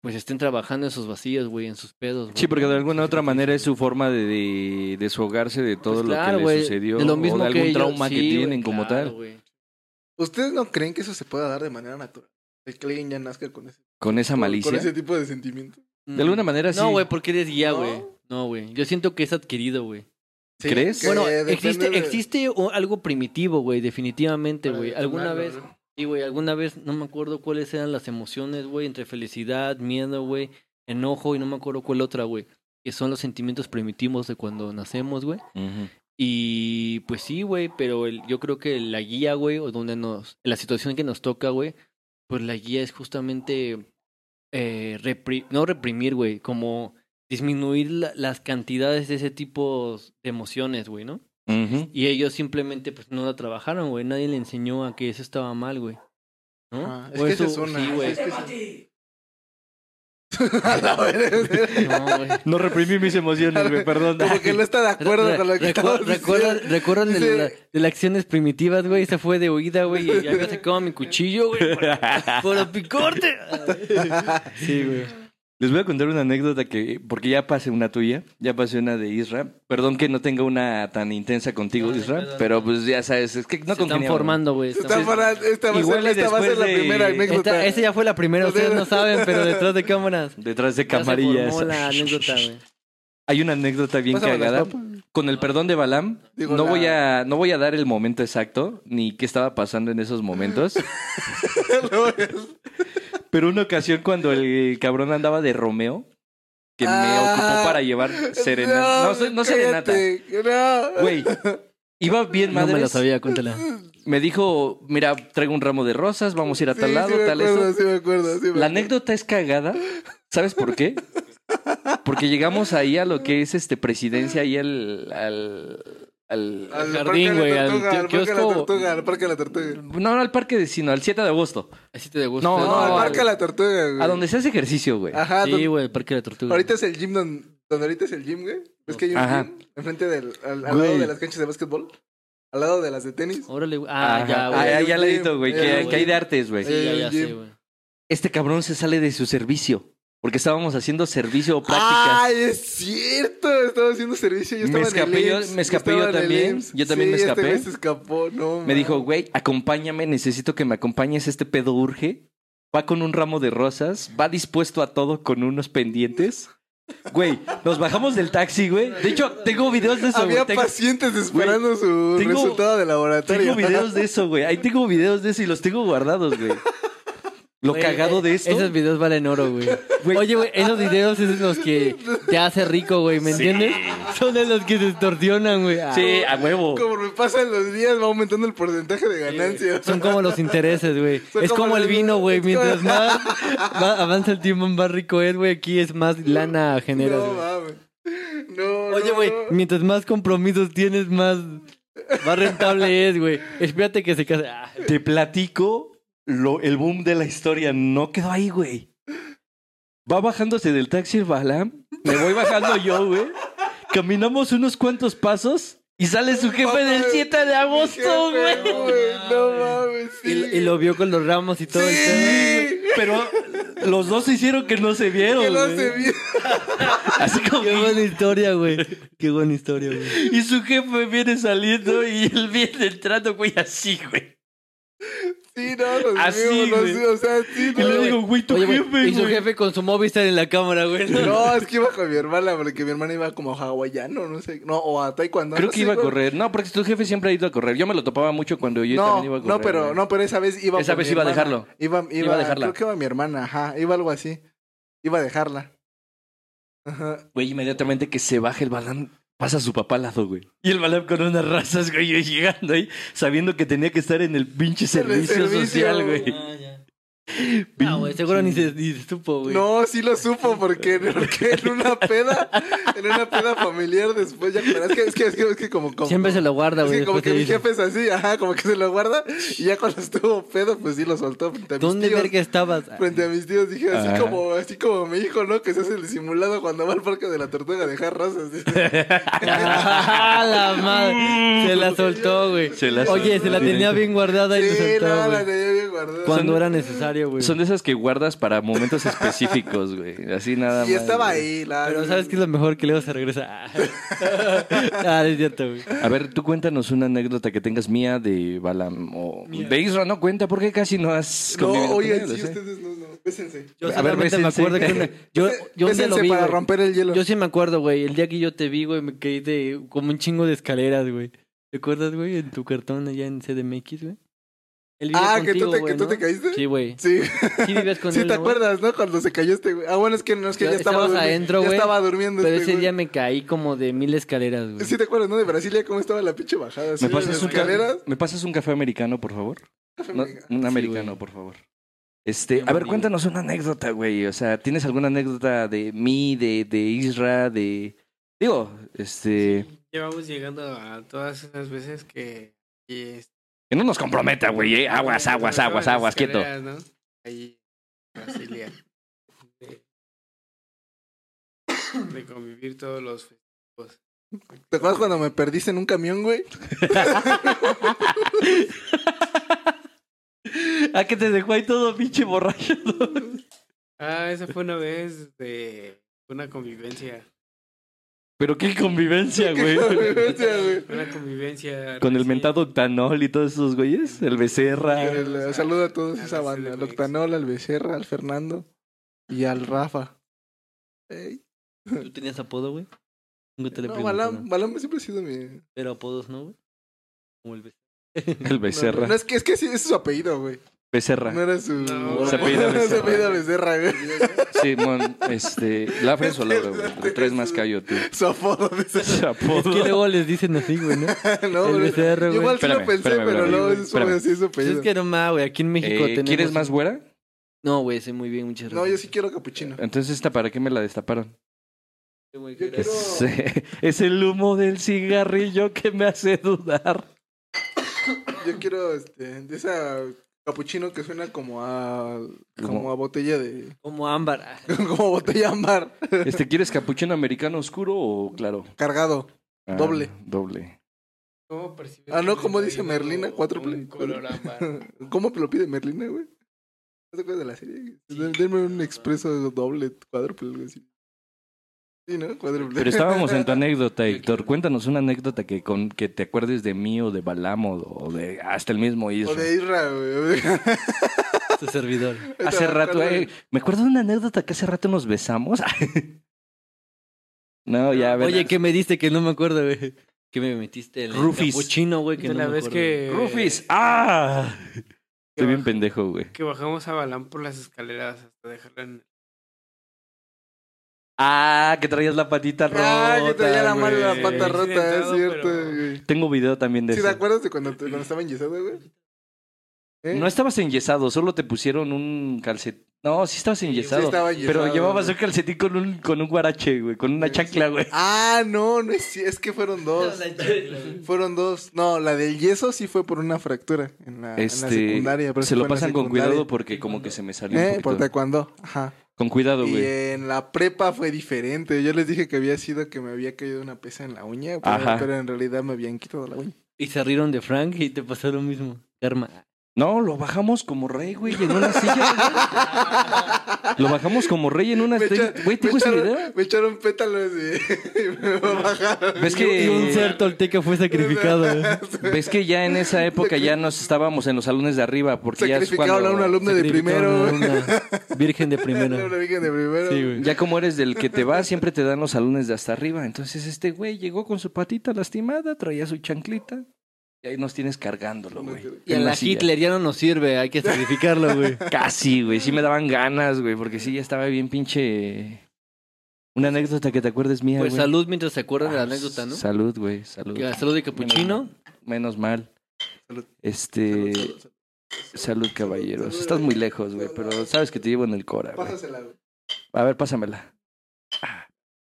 Speaker 4: pues estén trabajando en sus vacíos, güey, en sus pedos. güey.
Speaker 1: Sí, porque de alguna otra manera es su forma de, de deshogarse de todo
Speaker 4: Pues
Speaker 1: lo
Speaker 4: claro,
Speaker 1: que
Speaker 4: güey,
Speaker 1: le sucedió
Speaker 4: de lo mismo
Speaker 1: o de algún
Speaker 4: que ellos-
Speaker 1: trauma que
Speaker 4: sí, güey,
Speaker 1: tienen como
Speaker 4: claro,
Speaker 1: tal.
Speaker 4: güey.
Speaker 2: ¿Ustedes no creen que eso se pueda dar de manera natural? El que alguien ya nazca con ese,
Speaker 1: Con esa malicia.
Speaker 2: con ese tipo de sentimiento.
Speaker 1: De alguna manera sí.
Speaker 4: No, güey, porque eres guía,
Speaker 2: ¿No?
Speaker 4: güey. No, güey. Yo siento que es adquirido, güey.
Speaker 2: Sí,
Speaker 1: ¿Crees?
Speaker 2: que
Speaker 4: Bueno,
Speaker 2: depende
Speaker 4: existe,
Speaker 2: de- Ah,
Speaker 4: existe o- algo primitivo, güey, definitivamente,
Speaker 10: Para
Speaker 4: güey. Alguna
Speaker 10: detonarlo,
Speaker 4: vez,
Speaker 10: ¿no?
Speaker 4: y güey, alguna vez, no me acuerdo cuáles eran las emociones, güey, entre felicidad, miedo, güey, enojo, y no me acuerdo cuál otra, güey. Que son los sentimientos primitivos de cuando nacemos, güey.
Speaker 1: Ujú.
Speaker 4: Y pues sí, güey, pero el- yo creo que la guía, güey, o donde nos, la situación que nos toca, güey, pues la guía es justamente, eh, repri- no reprimir, güey, como disminuir la- las cantidades de ese tipo de emociones, güey, ¿no?
Speaker 1: Ujú.
Speaker 4: Y ellos simplemente, pues, no la trabajaron, güey, nadie le enseñó a que eso estaba mal, güey, ¿no?
Speaker 2: Ajá,
Speaker 4: O
Speaker 2: Ah, es que esa
Speaker 4: eso-
Speaker 2: es una.
Speaker 4: sí, güey.
Speaker 2: [laughs] es que esa- A la verga.
Speaker 4: No, güey.
Speaker 1: No reprimí mis emociones, güey, [laughs] perdón.
Speaker 2: Como que no está de acuerdo con lo que
Speaker 4: Recuer-
Speaker 2: estamos
Speaker 4: recuerdan-
Speaker 2: diciendo.
Speaker 4: recuerdan de,
Speaker 2: Dice-
Speaker 4: la- de las acciones primitivas, güey. Se fue de huida, güey. Y ya había sacado mi cuchillo, güey. Para, para picarte. Sí, güey.
Speaker 1: Les voy a contar una anécdota que, porque ya pasé una tuya, ya pasé una de Isra. Perdón que no tenga una tan intensa contigo,
Speaker 4: No, no hay
Speaker 1: Isra,
Speaker 4: pedo,
Speaker 1: pero
Speaker 4: no.
Speaker 1: pues ya sabes, es que no
Speaker 4: se están
Speaker 1: congeniamos.
Speaker 4: formando, güey.
Speaker 2: Está
Speaker 4: Estamos-
Speaker 2: para- esta va a ser,
Speaker 1: Igual y
Speaker 2: la- esta va a ser la
Speaker 1: después de-
Speaker 2: primera anécdota.
Speaker 4: Esta-
Speaker 2: [laughs]
Speaker 4: esa ya fue la primera, ustedes no saben, pero detrás de cámaras.
Speaker 1: Detrás de
Speaker 4: ya se
Speaker 1: camarillas.
Speaker 4: formó la anécdota, güey.
Speaker 1: Hay una anécdota bien
Speaker 2: Pásame las
Speaker 1: cagada.
Speaker 2: papas.
Speaker 1: Con el perdón de Balam,
Speaker 2: Digo,
Speaker 1: no,
Speaker 2: la-
Speaker 1: voy a, no voy a dar el momento exacto ni qué estaba pasando en esos
Speaker 2: [laughs]
Speaker 1: momentos. Pero una ocasión cuando el cabrón andaba de Romeo, que me
Speaker 2: Ah.
Speaker 1: ocupó para llevar serenata. No, se- no serenata.
Speaker 2: cállate, No.
Speaker 1: Güey, iba bien
Speaker 4: No
Speaker 1: madre.
Speaker 4: me la sabía, cuéntala.
Speaker 1: me dijo, mira, traigo un ramo de rosas, vamos a ir a tal
Speaker 2: Sí,
Speaker 1: lado,
Speaker 2: sí me
Speaker 1: tal
Speaker 2: acuerdo,
Speaker 1: eso.
Speaker 2: sí me acuerdo, sí me
Speaker 1: La
Speaker 2: acuerdo.
Speaker 1: anécdota es cagada. ¿Sabes por qué? Porque llegamos ahí a lo que es este presidencia ahí al- al- al,
Speaker 2: Al
Speaker 4: jardín,
Speaker 2: parque de la
Speaker 4: güey, al
Speaker 2: tortuga,
Speaker 4: ti-
Speaker 2: al parque de la
Speaker 4: kiosco.
Speaker 2: tortuga, al parque de la tortuga.
Speaker 1: No, no al parque de sino al 7 de agosto.
Speaker 4: Así te gusta.
Speaker 1: No,
Speaker 2: No,
Speaker 1: no,
Speaker 2: al
Speaker 1: al-
Speaker 2: parque de la tortuga, güey.
Speaker 1: A donde se hace ejercicio, güey.
Speaker 2: Ajá,
Speaker 4: Sí,
Speaker 2: donde-
Speaker 4: güey, el parque de la tortuga.
Speaker 2: ahorita es el gym donde, donde ahorita es el gym, güey. ¿Ves que hay un
Speaker 1: Ajá.
Speaker 2: gym enfrente del al, al
Speaker 1: Güey.
Speaker 2: lado de las canchas de básquetbol? Al lado de las de tenis.
Speaker 4: Órale, güey. Ah,
Speaker 1: Ajá.
Speaker 4: ya,
Speaker 1: Ah,
Speaker 4: güey.
Speaker 1: ya,
Speaker 2: Hay
Speaker 1: ya
Speaker 2: un
Speaker 1: le
Speaker 2: gym,
Speaker 1: dito, güey,
Speaker 2: hay
Speaker 1: que,
Speaker 4: un
Speaker 1: que hay
Speaker 4: gym.
Speaker 1: de artes, güey.
Speaker 4: Sí, ya, ya
Speaker 2: Sí,
Speaker 4: sé, güey.
Speaker 1: Este cabrón se sale de su servicio. Porque estábamos haciendo servicio o prácticas.
Speaker 2: ¡Ay, Ah, es cierto! Estaba haciendo servicio. Yo
Speaker 1: Me
Speaker 2: estaba en
Speaker 1: escapé
Speaker 2: el
Speaker 1: yo-
Speaker 2: IMSS,
Speaker 1: me escapé
Speaker 2: estaba
Speaker 1: yo
Speaker 2: en el
Speaker 1: también,
Speaker 2: IMSS.
Speaker 1: yo también me
Speaker 2: Sí, este
Speaker 1: escapé.
Speaker 2: güey se escapó, no.
Speaker 1: Me dijo,
Speaker 2: mames.
Speaker 1: güey, acompáñame, necesito que me acompañes, este pedo urge. Va con un ramo de rosas, va dispuesto a todo con unos pendientes. Güey, nos bajamos del taxi, güey. De hecho, tengo videos de eso,
Speaker 2: Había
Speaker 1: güey. Tengo-
Speaker 2: pacientes esperando su
Speaker 1: tengo-
Speaker 2: resultado de laboratorio.
Speaker 1: Tengo videos de eso, güey. Ahí tengo videos de eso y los tengo guardados, güey. Lo
Speaker 4: Güey,
Speaker 1: cagado de
Speaker 4: eh,
Speaker 1: esto.
Speaker 4: Esos videos valen oro, güey. Oye, güey, esos videos es los que te hace rico, güey, ¿me entiendes? Son de los que se extorsionan, güey. Ah,
Speaker 1: Sí, a huevo.
Speaker 2: [laughs] Como me pasan los días, va aumentando el porcentaje de ganancias.
Speaker 4: Son como los intereses, güey.
Speaker 2: Son
Speaker 4: Es como
Speaker 2: como
Speaker 4: el
Speaker 2: los-
Speaker 4: vino, güey.
Speaker 2: es como-
Speaker 4: Mientras más va- avanza el tiempo, más rico es, güey. Aquí es más lana generas,
Speaker 2: [laughs] no
Speaker 4: güey.
Speaker 2: mames. No,
Speaker 4: Oye,
Speaker 2: no,
Speaker 4: güey,
Speaker 2: no.
Speaker 4: mientras más compromisos tienes, más, más rentable es, güey. Espérate que se case. Ah,
Speaker 1: Te platico lo, el boom de la historia. No quedó ahí, güey. Va bajándose del taxi el Balam. Me voy bajando yo, güey. Caminamos unos cuantos pasos y sale su jefe del 7 de agosto,
Speaker 2: Jefe,
Speaker 1: güey.
Speaker 2: No mames,
Speaker 4: y,
Speaker 2: sí.
Speaker 4: y lo vio con los ramos y todo. el pedo.
Speaker 2: Sí,
Speaker 1: Pero los dos se hicieron que no se vieron.
Speaker 2: que lo
Speaker 1: güey.
Speaker 2: hace bien.
Speaker 1: Así como.
Speaker 4: Qué buena historia, güey. Qué buena historia, güey.
Speaker 2: [laughs]
Speaker 1: Y su jefe viene saliendo y él viene entrando, güey, así, güey.
Speaker 2: Sí, no, los
Speaker 1: Así,
Speaker 2: vimos, los
Speaker 1: güey.
Speaker 2: vimos, o sea, sí,
Speaker 1: Y
Speaker 2: no.
Speaker 1: le digo, güey, tu
Speaker 4: Oye, güey,
Speaker 1: jefe, güey.
Speaker 4: Y su jefe con su Movistar en la cámara, güey.
Speaker 2: No, es que iba con mi hermana, porque mi hermana iba como a hawaiano, no sé, no, o a taekwondo.
Speaker 1: Creo
Speaker 2: no
Speaker 1: que
Speaker 2: sé,
Speaker 1: iba a
Speaker 2: güey.
Speaker 1: correr. No, porque tu jefe siempre ha ido a correr. Yo me lo topaba mucho cuando yo
Speaker 2: No,
Speaker 1: también iba a correr.
Speaker 2: no, pero,
Speaker 1: güey.
Speaker 2: no, pero esa vez iba
Speaker 1: Esa
Speaker 2: con
Speaker 1: vez
Speaker 2: mi
Speaker 1: iba a
Speaker 2: hermana.
Speaker 1: dejarlo.
Speaker 2: Iba, iba,
Speaker 1: a dejarla.
Speaker 2: Creo que iba mi hermana, ajá, iba algo así. Iba a dejarla. Ajá.
Speaker 1: Güey, inmediatamente que se baja el balán, pasa su papá al lado, güey. Y el balán con unas razas, güey, yo llegando ahí, sabiendo que tenía que estar en el pinche
Speaker 2: En el
Speaker 1: servicio,
Speaker 2: servicio.
Speaker 1: social, güey.
Speaker 4: Ah, ya. No, Ah, güey, seguro ni se, ni se supo, güey.
Speaker 2: No, sí lo supo porque, porque en una peda, en una peda familiar después ya pero es que es que es que, es que como, como
Speaker 4: Siempre se lo guarda,
Speaker 2: es
Speaker 4: güey.
Speaker 2: que como
Speaker 4: después
Speaker 2: que
Speaker 4: te
Speaker 2: mi
Speaker 4: dice,
Speaker 2: jefe es así, ajá, como que se lo guarda y ya cuando estuvo pedo pues sí lo soltó frente a mis
Speaker 4: ¿Dónde
Speaker 2: tíos. [laughs]
Speaker 4: verga estabas? [laughs]
Speaker 2: Frente a mis tíos dije así
Speaker 1: Ajá.
Speaker 2: como así como mi hijo, ¿no? Que se hace el simulado cuando va al parque de la tortuga a dejar razas.
Speaker 4: Ah, la
Speaker 2: Mm.
Speaker 4: madre. Se la soltó, güey.
Speaker 1: Se la
Speaker 4: Oye,
Speaker 1: soltó.
Speaker 4: se la tenía bien guardada y
Speaker 2: Sí,
Speaker 4: la
Speaker 2: no,
Speaker 4: soltó,
Speaker 2: la
Speaker 4: güey.
Speaker 2: tenía bien guardado.
Speaker 4: Cuando era necesario, güey.
Speaker 1: Son de esas que guardas para momentos específicos, [laughs] güey. Así nada más.
Speaker 2: Y estaba
Speaker 1: güey.
Speaker 2: ahí, la.
Speaker 4: Pero ¿sabes qué es lo mejor? Que luego
Speaker 2: [laughs]
Speaker 4: se regresa. Ah, es cierto, güey.
Speaker 1: A ver, tú cuéntanos una anécdota que tengas mía de Balam o de Isra no cuenta porque casi no has
Speaker 2: No,
Speaker 1: convivido con
Speaker 2: oigan,
Speaker 1: ellos,
Speaker 2: si
Speaker 1: ¿eh?
Speaker 2: ustedes no, no. Bésense.
Speaker 4: Yo
Speaker 1: A ver,
Speaker 4: solamente me
Speaker 1: bésense.
Speaker 4: acuerdo que una- yo, yo un día lo
Speaker 2: Bésense
Speaker 4: vi,
Speaker 2: para
Speaker 4: güey.
Speaker 2: romper el hielo.
Speaker 4: Yo sí me acuerdo, güey. El día que yo te vi, güey, me caí de como un chingo de escaleras, güey. ¿Te acuerdas, güey? En tu cartón allá en CDMX, güey. Él vivía
Speaker 2: ah, que, tú
Speaker 4: contigo,
Speaker 2: te,
Speaker 4: güey,
Speaker 2: que tú
Speaker 4: ¿no?
Speaker 2: te caíste.
Speaker 4: Sí, güey.
Speaker 2: Sí,
Speaker 4: Sí vivías
Speaker 2: [laughs]
Speaker 4: con
Speaker 2: sí
Speaker 4: él,
Speaker 2: te
Speaker 4: ¿no, güey?
Speaker 2: acuerdas, ¿no? Cuando se cayó este güey. Ah, bueno, es que no es que ya estaba
Speaker 4: Estabas
Speaker 2: durmiendo.
Speaker 4: adentro,
Speaker 2: ya
Speaker 4: güey,
Speaker 2: estaba durmiendo
Speaker 4: Pero
Speaker 2: este
Speaker 4: ese
Speaker 2: güey.
Speaker 4: día me caí como de mil escaleras, güey.
Speaker 2: Sí te acuerdas, ¿no? De Brasilia, cómo estaba la pinche bajada. así,
Speaker 1: ¿Me pasas,
Speaker 2: las
Speaker 1: un ca-
Speaker 2: escaleras.
Speaker 1: ¿Me pasas un café americano, por favor? No, un americano, por favor. Este, a ver,
Speaker 4: Amarillo.
Speaker 1: cuéntanos una anécdota, güey. O sea, ¿tienes alguna anécdota de mí, de, de Isra, de. Digo, este.
Speaker 5: Llevamos llegando a todas esas veces que... este, y es-
Speaker 1: Que no nos comprometa, güey, eh. Aguas, aguas, aguas, aguas, quieto.
Speaker 5: Escaleras, ¿no? Ahí,
Speaker 1: [coughs]
Speaker 5: Brasilia. De, de convivir todos los...
Speaker 2: ¿Te acuerdas cuando me perdiste en un camión, güey?
Speaker 1: Ah, que te dejó ahí todo pinche borracho.
Speaker 5: Ah, esa fue una vez de una convivencia.
Speaker 1: Pero qué
Speaker 2: [laughs]
Speaker 1: convivencia, güey.
Speaker 2: Convivencia, güey.
Speaker 5: Una convivencia...
Speaker 1: Con el
Speaker 5: recién-
Speaker 1: mentado Octanol y todos esos güeyes. El
Speaker 4: Ah,
Speaker 1: Becerra.
Speaker 2: El, eh, saludo a todos
Speaker 5: Ah,
Speaker 2: esa
Speaker 5: sí,
Speaker 2: banda. Al
Speaker 5: güey.
Speaker 2: Octanol, al Becerra, al Fernando y al Rafa. Ey,
Speaker 4: ¿Tú tenías apodo, güey? Nunca te le
Speaker 2: no,
Speaker 4: pregunté,
Speaker 2: Balam,
Speaker 4: ¿no?
Speaker 2: Balam siempre ha sido mi...
Speaker 4: Pero apodos no, güey. Como el beso.
Speaker 1: El Becerra.
Speaker 2: No, no, es que, es que sí, ese es su apellido, güey. No
Speaker 1: Becerra.
Speaker 2: era su...
Speaker 5: No,
Speaker 1: Se apellida
Speaker 2: No, se
Speaker 1: Becerra.
Speaker 2: apellida Becerra, güey.
Speaker 1: Sí, mon, este. La o Laura, güey. De tres más callo, tú.
Speaker 2: Su apodo Becerra.
Speaker 1: Ese
Speaker 4: Es
Speaker 1: apodo.
Speaker 4: que luego les dicen así, güey, ¿no?
Speaker 2: No,
Speaker 4: el
Speaker 2: güey.
Speaker 4: becerro,
Speaker 2: Yo
Speaker 4: güey.
Speaker 2: igual sí lo
Speaker 1: Espérame,
Speaker 2: pensé,
Speaker 1: espérame,
Speaker 2: pero
Speaker 1: espérame,
Speaker 2: no, es su,
Speaker 1: espérame.
Speaker 2: así es su
Speaker 4: Pues
Speaker 2: apellido.
Speaker 4: es que no más, güey. Aquí en
Speaker 1: Eh,
Speaker 4: México tenemos...
Speaker 1: ¿Quieres más güera?
Speaker 4: No, güey, soy muy bien, muchas
Speaker 2: No, yo sí
Speaker 4: gracias.
Speaker 2: quiero capuchino.
Speaker 1: Entonces, ¿esta para qué me la destaparon?
Speaker 4: güey,
Speaker 2: yo
Speaker 4: gracias.
Speaker 1: Es, [laughs] es el humo del cigarrillo que me hace dudar.
Speaker 2: Yo quiero este, de esa capuchino que suena como a como
Speaker 1: Como-
Speaker 2: a botella de [laughs]
Speaker 4: Como ámbar. ah,
Speaker 2: como botella ámbar
Speaker 1: [laughs] Este, ¿Quieres capuchino americano oscuro o claro? [laughs]
Speaker 2: cargado.
Speaker 1: Ah,
Speaker 2: Doble.
Speaker 1: Doble.
Speaker 5: ¿Cómo percibes
Speaker 2: Ah,
Speaker 5: que
Speaker 2: no,
Speaker 5: te
Speaker 2: como
Speaker 5: está
Speaker 2: dice
Speaker 5: llegando
Speaker 2: Merlina, cuatro
Speaker 5: Un
Speaker 1: [laughs]
Speaker 5: color ámbar.
Speaker 2: ¿Cómo te lo pide Merlina, güey? ¿No te acuerdas de la serie? Den- Denme un expreso doble, cuádruple, algo así. Sí, ¿no? Cuádruple.
Speaker 1: Pero estábamos
Speaker 2: [laughs]
Speaker 1: en tu anécdota, Héctor. Cuéntanos una anécdota que, con, que te acuerdes de mí o de Balam o, o de hasta el mismo
Speaker 2: O
Speaker 1: Isra.
Speaker 2: de [laughs] Isra, güey.
Speaker 4: Su este servidor.
Speaker 1: Hace rato, eh, me acuerdo de una anécdota que hace rato nos besamos. [laughs] no, ya, a ver.
Speaker 4: Oye, que me diste que no me acuerdo, güey. Que me metiste el
Speaker 1: Rufis.
Speaker 4: capuchino, güey, que
Speaker 5: de
Speaker 4: no
Speaker 5: la
Speaker 4: me
Speaker 5: vez
Speaker 4: acuerdo.
Speaker 2: Eh,
Speaker 5: que...
Speaker 1: Rufis, ¡ah!
Speaker 5: que
Speaker 1: Estoy bien
Speaker 5: baj-
Speaker 1: pendejo, güey.
Speaker 5: Que bajamos a Balán por las escaleras hasta dejarla en...
Speaker 1: Ah, que traías la patita rota.
Speaker 2: Ah, que traía la mano la
Speaker 1: güey.
Speaker 2: pata rota, es
Speaker 5: Accidentado,
Speaker 2: cierto,
Speaker 5: pero-
Speaker 2: güey.
Speaker 1: Tengo video también de
Speaker 2: ¿Sí te
Speaker 1: eso.
Speaker 2: acuerdas de cuando, cuando estaba enyesado, güey? ¿Eh?
Speaker 1: No estabas enyesado, solo te pusieron un calcetín. No, sí estabas
Speaker 2: Sí
Speaker 1: enyesado.
Speaker 2: estaba enyesado,
Speaker 1: pero llevabas
Speaker 2: güey.
Speaker 1: un calcetín con un, con un guarache, güey, con una chancla, güey.
Speaker 2: Ah, no, no es, es que fueron dos. Fueron dos. No, la del yeso sí fue por una fractura en la, Ah, en la
Speaker 1: Este,
Speaker 2: secundaria. Pero
Speaker 1: se
Speaker 2: eso
Speaker 1: lo
Speaker 2: fue en la
Speaker 1: pasan con
Speaker 2: secundaria.
Speaker 1: cuidado porque como que se me salió
Speaker 2: ¿Eh?
Speaker 1: un
Speaker 2: Por
Speaker 1: poquito.
Speaker 2: taekwondo. Ajá.
Speaker 1: Con cuidado,
Speaker 2: Y eh.
Speaker 1: güey.
Speaker 2: en la prepa fue diferente. Yo les dije que había sido que me había caído una pesa en la uña, pero,
Speaker 1: Ajá.
Speaker 2: pero en realidad me habían quitado la uña.
Speaker 4: Y se rieron de Frank y te pasó lo mismo. Karma. Ah,
Speaker 1: No, lo bajamos como rey, güey, en una
Speaker 4: [laughs]
Speaker 1: silla. lo bajamos como rey en una
Speaker 2: Me
Speaker 1: silla.
Speaker 2: echa-
Speaker 1: Güey,
Speaker 2: me
Speaker 1: tengo ese
Speaker 2: echaron- [laughs]
Speaker 1: video.
Speaker 2: Me echaron pétalos y, [laughs] y me bajaron.
Speaker 1: ¿Ves
Speaker 2: [laughs]
Speaker 4: Y un
Speaker 1: que,
Speaker 4: ser tolteca fue sacrificado. eh.
Speaker 1: ves que ya en esa época ya nos estábamos en los salones de arriba porque ya es
Speaker 2: Sacrificaron
Speaker 1: cuando...
Speaker 2: a un alumno de primero. güey.
Speaker 4: Sacrificaron a una Virgen de
Speaker 2: [laughs] A una
Speaker 4: primero.
Speaker 2: virgen de primero.
Speaker 4: Sí, güey.
Speaker 1: Ya como eres del que te va, siempre te dan los salones de hasta arriba. Entonces este güey llegó con su patita lastimada, traía su chanclita. Y ahí nos tienes cargándolo, güey.
Speaker 4: Y a
Speaker 1: En
Speaker 4: la
Speaker 1: silla.
Speaker 4: Hitler ya no nos sirve, hay que sacrificarlo, [laughs] güey.
Speaker 1: Casi, güey. Sí me daban ganas, güey, porque sí ya estaba bien pinche... Una anécdota que te acuerdes mía,
Speaker 4: Pues
Speaker 1: güey.
Speaker 4: salud mientras se acuerdan de la
Speaker 1: Ah,
Speaker 4: anécdota, ¿no?
Speaker 1: Salud, güey, salud.
Speaker 4: Que Salud de capuchino.
Speaker 1: Menos mal.
Speaker 2: Salud.
Speaker 1: Este...
Speaker 2: Salud, salud, salud.
Speaker 1: Salud, caballeros.
Speaker 2: salud.
Speaker 1: Estás muy lejos, güey, pero sabes que te llevo en el cora, güey.
Speaker 2: Pásasela, güey.
Speaker 1: A ver, pásamela.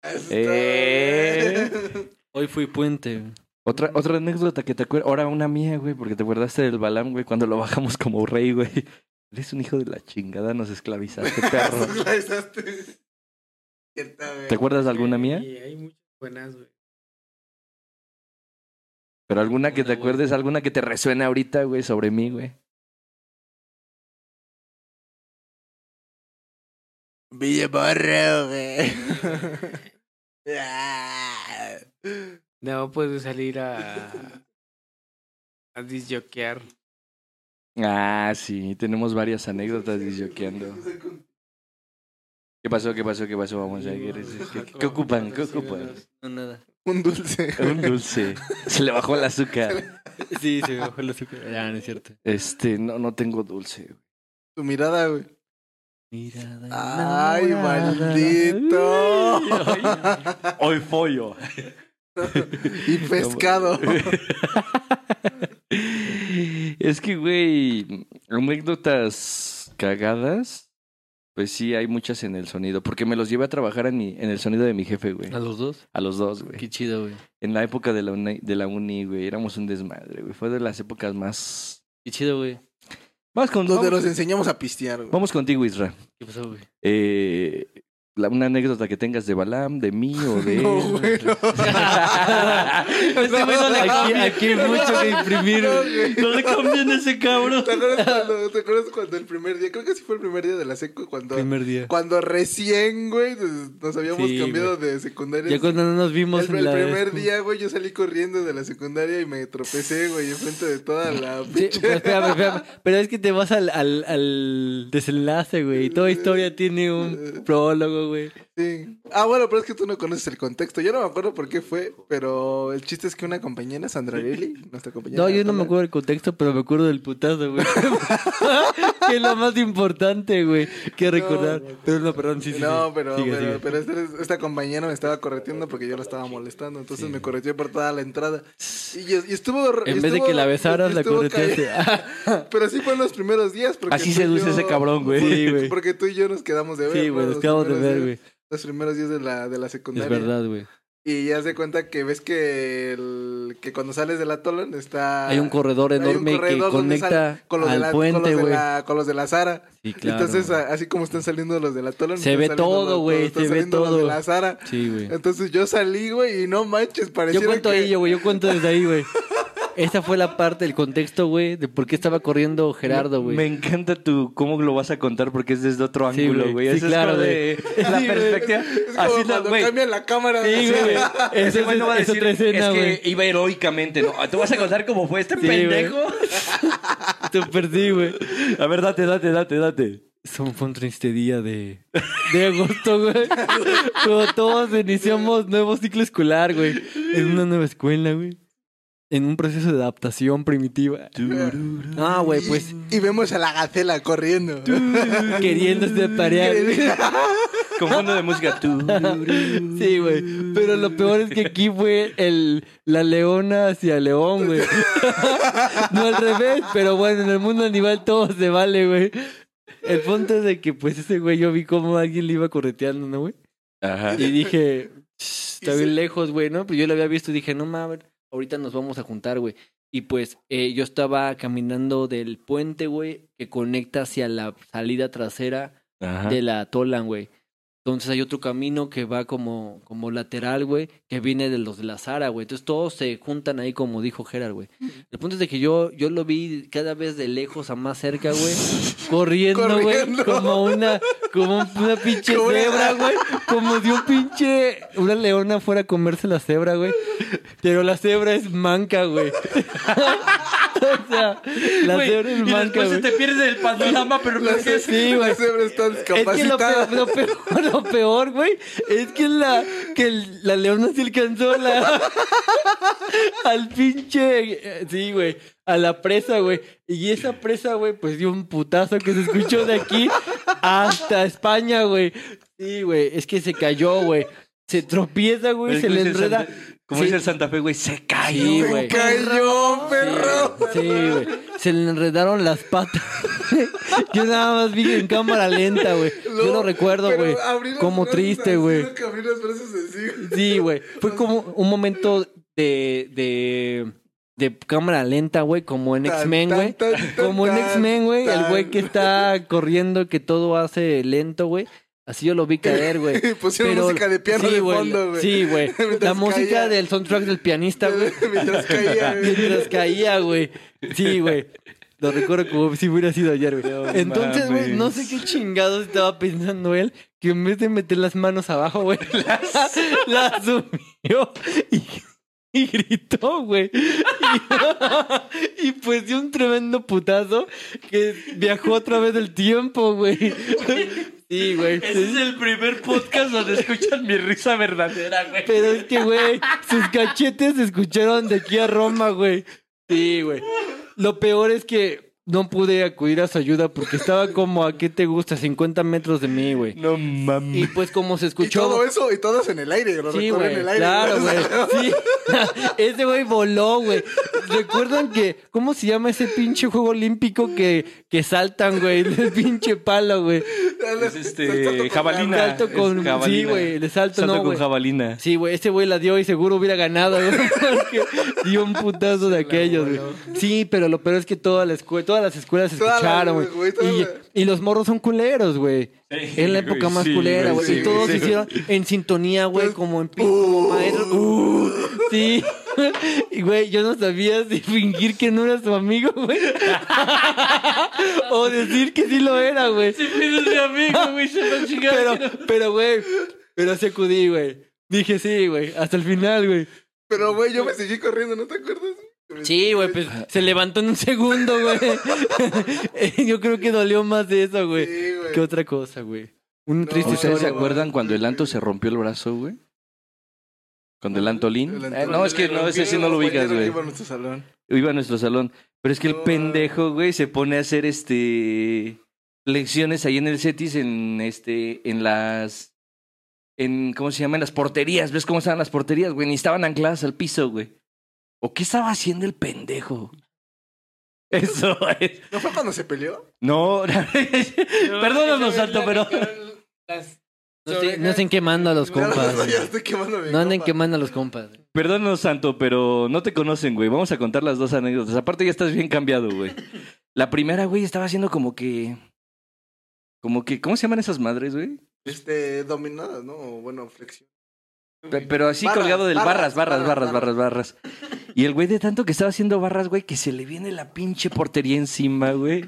Speaker 2: Eso está, [laughs]
Speaker 1: Eh.
Speaker 2: güey.
Speaker 4: Hoy fui puente. güey.
Speaker 1: Otra, otra anécdota que te acuerdas. Ahora una mía, güey, porque te acordaste del Balam, güey, cuando lo bajamos como rey, güey. [laughs] Eres un hijo de la chingada, nos [laughs] esclavizaste, perro.
Speaker 2: La besaste. Cierta, güey.
Speaker 1: ¿Te acuerdas de alguna mía?
Speaker 5: Y hay muchas buenas, güey.
Speaker 1: Pero alguna que te
Speaker 4: Una, güey.
Speaker 1: acuerdes, alguna que te resuena ahorita, güey, sobre mí, güey.
Speaker 3: Villa Borreo,
Speaker 2: [laughs]
Speaker 3: güey.
Speaker 2: Ah.
Speaker 5: No puedes
Speaker 2: [laughs]
Speaker 5: salir a. a disjoquear.
Speaker 1: Ah, sí, tenemos varias anécdotas disyoqueando. ¿Qué pasó? ¿Qué pasó? ¿Qué pasó? Vamos a ver. ¿Qué, qué ocupan? ¿Qué ocupan?
Speaker 4: No, nada.
Speaker 2: Un dulce.
Speaker 1: Un [laughs] dulce. Se le bajó el azúcar.
Speaker 4: [laughs] Sí, se me bajó el azúcar. Ah, no es cierto.
Speaker 1: Este, no, no tengo dulce.
Speaker 3: Tu mirada, güey.
Speaker 4: Mirada.
Speaker 3: Ay,
Speaker 4: enamorada. [laughs]
Speaker 3: maldito.
Speaker 2: [laughs]
Speaker 1: Hoy follo.
Speaker 3: y pescado.
Speaker 1: Es que, güey, anécdotas cagadas, pues sí, hay muchas en el sonido. Porque me los llevé a trabajar en, mi, en el sonido de mi jefe, güey.
Speaker 3: Ah.
Speaker 4: ¿A los dos?
Speaker 1: A los dos, güey.
Speaker 4: Qué chido, güey.
Speaker 1: En la época de la uni, de la uni güey, éramos un desmadre, güey. Fue de las épocas más...
Speaker 4: Qué chido, güey.
Speaker 1: Más con...
Speaker 3: Donde
Speaker 1: vamos,
Speaker 3: nos enseñamos a pistear, güey.
Speaker 1: vamos contigo, Isra.
Speaker 4: ¿Qué pasó, güey?
Speaker 1: Eh, la- una anécdota que tengas de Balam, de mí o de...
Speaker 3: [laughs] No,
Speaker 1: él.
Speaker 3: güey, no.
Speaker 4: [laughs] Este güey no le aquí, aquí hay mucho que imprimir, güey. No le cambien a ese cabrón.
Speaker 2: ¿Te acuerdas,
Speaker 4: [laughs]
Speaker 2: cuando, ¿Te acuerdas cuando el primer día? Creo que sí fue el primer día de la seco cuando,
Speaker 4: Primer día.
Speaker 2: cuando recién, güey, nos nos habíamos
Speaker 4: Sí,
Speaker 2: cambiado de secundaria.
Speaker 4: Ya cuando no nos vimos
Speaker 2: El,
Speaker 4: en
Speaker 2: el
Speaker 4: la...
Speaker 2: primer día, güey, yo salí corriendo de la secundaria y me tropecé, güey, enfrente de toda la
Speaker 4: [laughs] Sí,
Speaker 2: pinche.
Speaker 4: pero
Speaker 3: [laughs]
Speaker 4: espérame, espérame. Pero es que te vas al, al, al desenlace, güey. Y toda historia tiene un prólogo, güey.
Speaker 2: Sí.
Speaker 3: Ah, bueno, pero es que tú no conoces el contexto. Yo no me acuerdo por qué fue, pero el chiste es que una compañera, Sandra Lili, nuestra compañera.
Speaker 4: No, yo no
Speaker 3: Sandra,
Speaker 4: me acuerdo del contexto, pero me acuerdo del putazo, güey. [laughs] que es lo más importante, güey, que recordar. pero no, perdón, sí, sí.
Speaker 3: No,
Speaker 4: sí.
Speaker 3: pero,
Speaker 4: Sigue,
Speaker 3: pero,
Speaker 4: sigue.
Speaker 3: pero esta, esta compañera me estaba correteando porque yo la estaba molestando. Entonces me correteó por toda la entrada. Y, yo- y estuvo.
Speaker 4: En vez de que la besaras, la correteaste.
Speaker 3: [laughs]
Speaker 4: [laughs]
Speaker 3: Pero sí fue en los primeros días. Porque
Speaker 1: Así
Speaker 3: tú y
Speaker 1: seduce
Speaker 3: yo-
Speaker 1: ese cabrón, güey.
Speaker 4: sí, güey.
Speaker 3: Porque tú y yo nos quedamos de ver.
Speaker 4: Sí,
Speaker 3: ¿no?
Speaker 4: güey, nos
Speaker 3: Los
Speaker 4: acabamos de
Speaker 3: primeros
Speaker 4: ver,
Speaker 3: días-
Speaker 4: güey.
Speaker 3: Los primeros días de la, de la
Speaker 4: Es
Speaker 3: secundaria.
Speaker 4: verdad, güey.
Speaker 3: Y ya se cuenta que ves que, el- que cuando sales del atolón está.
Speaker 4: Hay un corredor
Speaker 3: Ah, hay un
Speaker 4: enorme
Speaker 3: corredor
Speaker 4: que
Speaker 3: donde
Speaker 4: conecta
Speaker 3: sal- con los de
Speaker 4: al
Speaker 3: la- con los
Speaker 4: puente,
Speaker 3: de
Speaker 4: güey.
Speaker 3: la- Con los de la Sara.
Speaker 4: Sí, claro.
Speaker 3: Entonces,
Speaker 4: güey.
Speaker 3: a- así como están saliendo los de la Tolan.
Speaker 4: Se ve todo, güey, se ve
Speaker 3: Los de
Speaker 4: todo.
Speaker 3: la Zara.
Speaker 4: Sí, güey.
Speaker 3: Entonces yo salí, güey, y no manches,
Speaker 4: Yo
Speaker 3: pareciera
Speaker 4: cuento
Speaker 3: que...
Speaker 4: ahí, yo, güey. Yo cuento desde ahí, güey. Esta fue la parte, el contexto, güey, de por qué estaba corriendo Gerardo, güey.
Speaker 1: Me encanta tu cómo lo vas a contar porque es desde otro
Speaker 4: Sí,
Speaker 1: ángulo,
Speaker 4: güey.
Speaker 1: güey.
Speaker 4: Sí,
Speaker 1: Eso
Speaker 4: claro,
Speaker 1: es como de la
Speaker 4: Sí, güey.
Speaker 1: perspectiva.
Speaker 3: Es como
Speaker 1: Así la,
Speaker 3: cuando
Speaker 1: güey.
Speaker 3: cambian la cámara.
Speaker 4: Sí, güey.
Speaker 3: [laughs]
Speaker 1: Ese
Speaker 4: Entonces,
Speaker 1: güey no va a
Speaker 4: es
Speaker 1: decir
Speaker 4: otra escena,
Speaker 1: es que
Speaker 4: güey.
Speaker 1: iba heroicamente, ¿no? ¿Tú vas a contar cómo fue este
Speaker 4: Sí, güey.
Speaker 1: pendejo? [laughs]
Speaker 4: Súper sí, güey.
Speaker 1: A ver, date, date, date, date.
Speaker 4: Eso fue un triste día de, de agosto, güey. Cuando todos iniciamos nuevo ciclo escolar, güey. En una nueva escuela, güey. En un proceso de adaptación primitiva. Ah, güey, [laughs] pues
Speaker 3: Y vemos a la gacela corriendo.
Speaker 4: queriendo separar.
Speaker 1: [laughs] Con fondo de música.
Speaker 4: Sí, güey. Pero lo peor es que aquí fue el, la leona hacia el león, güey. [laughs] No al revés, pero bueno, en el mundo animal todo se vale, güey. El punto es de que, pues, ese güey, yo vi cómo alguien le iba correteando, ¿no, güey?
Speaker 1: [laughs] Ajá.
Speaker 4: Y dije, "Shh, está bien lejos, güey, ¿no? Pero yo lo había visto y dije, no mames, ahorita nos vamos a juntar, güey. Y pues eh, yo estaba caminando del puente, güey, que conecta hacia la salida trasera
Speaker 1: Ajá.
Speaker 4: de la Tolan, güey. Entonces hay otro camino que va como, como lateral, güey, que viene de los de la Zara, güey. Entonces todos se juntan ahí, como dijo Gerard, güey. El punto es de que yo, yo lo vi cada vez de lejos a más
Speaker 3: [laughs]
Speaker 4: cerca, güey. Corriendo, güey.
Speaker 3: Corriendo.
Speaker 4: Como una, como una pinche
Speaker 3: Como una- [laughs]
Speaker 4: cebra, güey. Como si un pinche, una leona fuera a comerse la cebra, güey. Pero la cebra es manca, güey. [laughs] o sea, la cebra es manca, güey.
Speaker 1: te pierde el panorama, pero
Speaker 4: Sí, güey.
Speaker 3: Las cebras están
Speaker 4: Es que lo
Speaker 3: discapacitadas.
Speaker 4: peor, lo peor, [laughs] lo peor, güey, es que la, que el- la leona se alcanzó a la, [laughs] al pinche, eh, sí, güey, a la presa, güey. Y esa presa, güey, pues dio un putazo que se escuchó de aquí hasta España, güey. Sí, güey, es que se cayó, güey. Se tropieza, güey, se le enreda.
Speaker 1: Como
Speaker 4: Sí.
Speaker 1: dice el Santa Fe, güey, se cayó.
Speaker 4: Sí,
Speaker 1: güey.
Speaker 4: güey.
Speaker 3: ¡Cayó, perro!
Speaker 4: Sí, güey. Se le enredaron las patas. [laughs] Yo nada más vi en cámara lenta, güey. Yo lo recuerdo,
Speaker 3: Pero
Speaker 4: güey.
Speaker 3: abrí las
Speaker 4: Como
Speaker 3: brazos
Speaker 4: triste,
Speaker 3: así,
Speaker 4: güey.
Speaker 3: creo que abrí las brazos así, güey.
Speaker 4: Sí, güey. Fue como un momento de. de. de cámara lenta, güey, como en
Speaker 3: Tan,
Speaker 4: X-Men,
Speaker 3: tan,
Speaker 4: güey.
Speaker 3: tan, tan,
Speaker 4: Como en
Speaker 3: tan,
Speaker 4: X-Men, güey. El
Speaker 3: tan.
Speaker 4: güey que está corriendo, que todo hace lento, güey. Así yo lo vi
Speaker 3: [laughs]
Speaker 4: caer, güey.
Speaker 2: [laughs]
Speaker 3: Y pusieron música de piano
Speaker 4: sí,
Speaker 3: de
Speaker 4: güey,
Speaker 3: fondo, güey.
Speaker 4: Sí, güey.
Speaker 3: [laughs]
Speaker 4: La
Speaker 3: Mientras
Speaker 4: música
Speaker 3: caía.
Speaker 4: del soundtrack del pianista, güey.
Speaker 2: [laughs]
Speaker 3: Mientras caía, güey.
Speaker 4: [laughs] Mientras caía, güey. Sí, güey. Lo recuerdo como si hubiera sido ayer, güey. Entonces, güey, no sé qué chingados estaba pensando él que en vez de meter las manos abajo, güey, las, las subió y, y gritó, güey. Y, [laughs] y pues dio un tremendo putazo que viajó a través del tiempo, güey. Sí, güey.
Speaker 11: Ese es el primer podcast donde escuchan mi risa verdadera, güey.
Speaker 4: Pero es que, güey, sus cachetes se escucharon de aquí a Roma, güey. Sí, güey. Lo peor es que no pude acudir a su ayuda porque estaba como a qué te gusta, 50 metros de mí, güey.
Speaker 11: No mames.
Speaker 4: Y pues como se
Speaker 2: Y
Speaker 4: escuchó.
Speaker 2: todo eso, y todos en el aire, lo
Speaker 4: Sí,
Speaker 2: recorren
Speaker 4: güey,
Speaker 2: en el aire.
Speaker 4: claro,
Speaker 2: O sea, [laughs]
Speaker 4: güey. Sí. [laughs] Ese güey voló, güey. ¿Recuerdan que cómo se llama ese pinche juego olímpico que, que saltan, güey? El pinche palo, güey.
Speaker 11: Es este,
Speaker 4: Un
Speaker 11: jabalina.
Speaker 4: salto
Speaker 11: es
Speaker 4: con sí,
Speaker 11: jabalina.
Speaker 4: güey, le salto,
Speaker 11: Salto
Speaker 4: no,
Speaker 11: con
Speaker 4: güey.
Speaker 11: jabalina.
Speaker 4: Sí, güey, ese güey la dio y seguro hubiera ganado, güey, porque dio un putazo de aquellos, güey. Sí, pero lo peor es que toda la escue- todas las escuelas
Speaker 2: Todas las-
Speaker 4: escucharon,
Speaker 2: güey,
Speaker 4: güey.
Speaker 2: todas
Speaker 4: Y-
Speaker 2: las-
Speaker 4: Y, los morros son culeros, güey.
Speaker 11: Sí,
Speaker 4: Es la
Speaker 11: güey,
Speaker 4: época más
Speaker 11: sí,
Speaker 4: culera,
Speaker 11: güey,
Speaker 4: güey.
Speaker 11: sí,
Speaker 4: y todos
Speaker 11: güey, sí.
Speaker 4: hicieron en sintonía, güey, como en pico, como maestros. Uh, sí. [laughs] Y, güey, yo no sabía si fingir que no era su amigo, güey. [laughs] o decir que sí pues, lo era, güey.
Speaker 11: mi amigo, güey, se lo
Speaker 4: Pero, pero, güey, pero sí acudí, güey. Dije sí, güey, hasta el final, güey.
Speaker 2: Pero, güey, yo me seguí corriendo, ¿no te acuerdas?
Speaker 4: Sí, güey, pues se levantó en un segundo, güey. Eh, [laughs] Yo creo que dolió más de eso, güey.
Speaker 2: Sí, güey.
Speaker 4: ¿Qué otra cosa, güey? Un
Speaker 2: No,
Speaker 4: triste
Speaker 1: ¿Ustedes se
Speaker 4: historia,
Speaker 2: no,
Speaker 4: güey.
Speaker 1: acuerdan cuando el Anto se rompió el brazo, güey? Cuando el Antolín.
Speaker 2: El
Speaker 1: Eh,
Speaker 2: Antolín
Speaker 1: no, es que no, ese sí no lo ubicas, güey.
Speaker 2: Iba a nuestro salón.
Speaker 1: Iba a nuestro salón. Pero es que el
Speaker 2: No.
Speaker 1: pendejo, güey, se pone a hacer este. Lecciones ahí en el Cetis, en este. En las. En, ¿Cómo se llama? En las porterías. ¿Ves cómo estaban las porterías, güey? Ni estaban ancladas al piso, güey. ¿O qué estaba haciendo el pendejo? Eso es.
Speaker 2: ¿No fue cuando se peleó?
Speaker 1: No, [laughs] perdónanos, Santo, pero.
Speaker 4: No, estén- no estén quemando a los compas.
Speaker 2: Claro,
Speaker 4: güey.
Speaker 2: ya estoy quemando mi
Speaker 4: No anden
Speaker 2: copa.
Speaker 4: quemando a los compas. güey.
Speaker 1: Perdónanos, Santo, pero no te conocen, güey. Vamos a contar las dos anécdotas. Aparte, ya estás bien cambiado, güey. La primera, güey, estaba haciendo como que. Como que. ¿Cómo se llaman esas madres, güey?
Speaker 2: Este, dominadas, ¿no? O, Bueno, flexión.
Speaker 1: Pe- Pero así
Speaker 2: Barras,
Speaker 1: colgado del barras,
Speaker 2: barras,
Speaker 1: barras, barras,
Speaker 2: barras,
Speaker 1: barras, barras. Y el güey de tanto que estaba haciendo barras, güey, que se le viene la pinche portería encima, güey.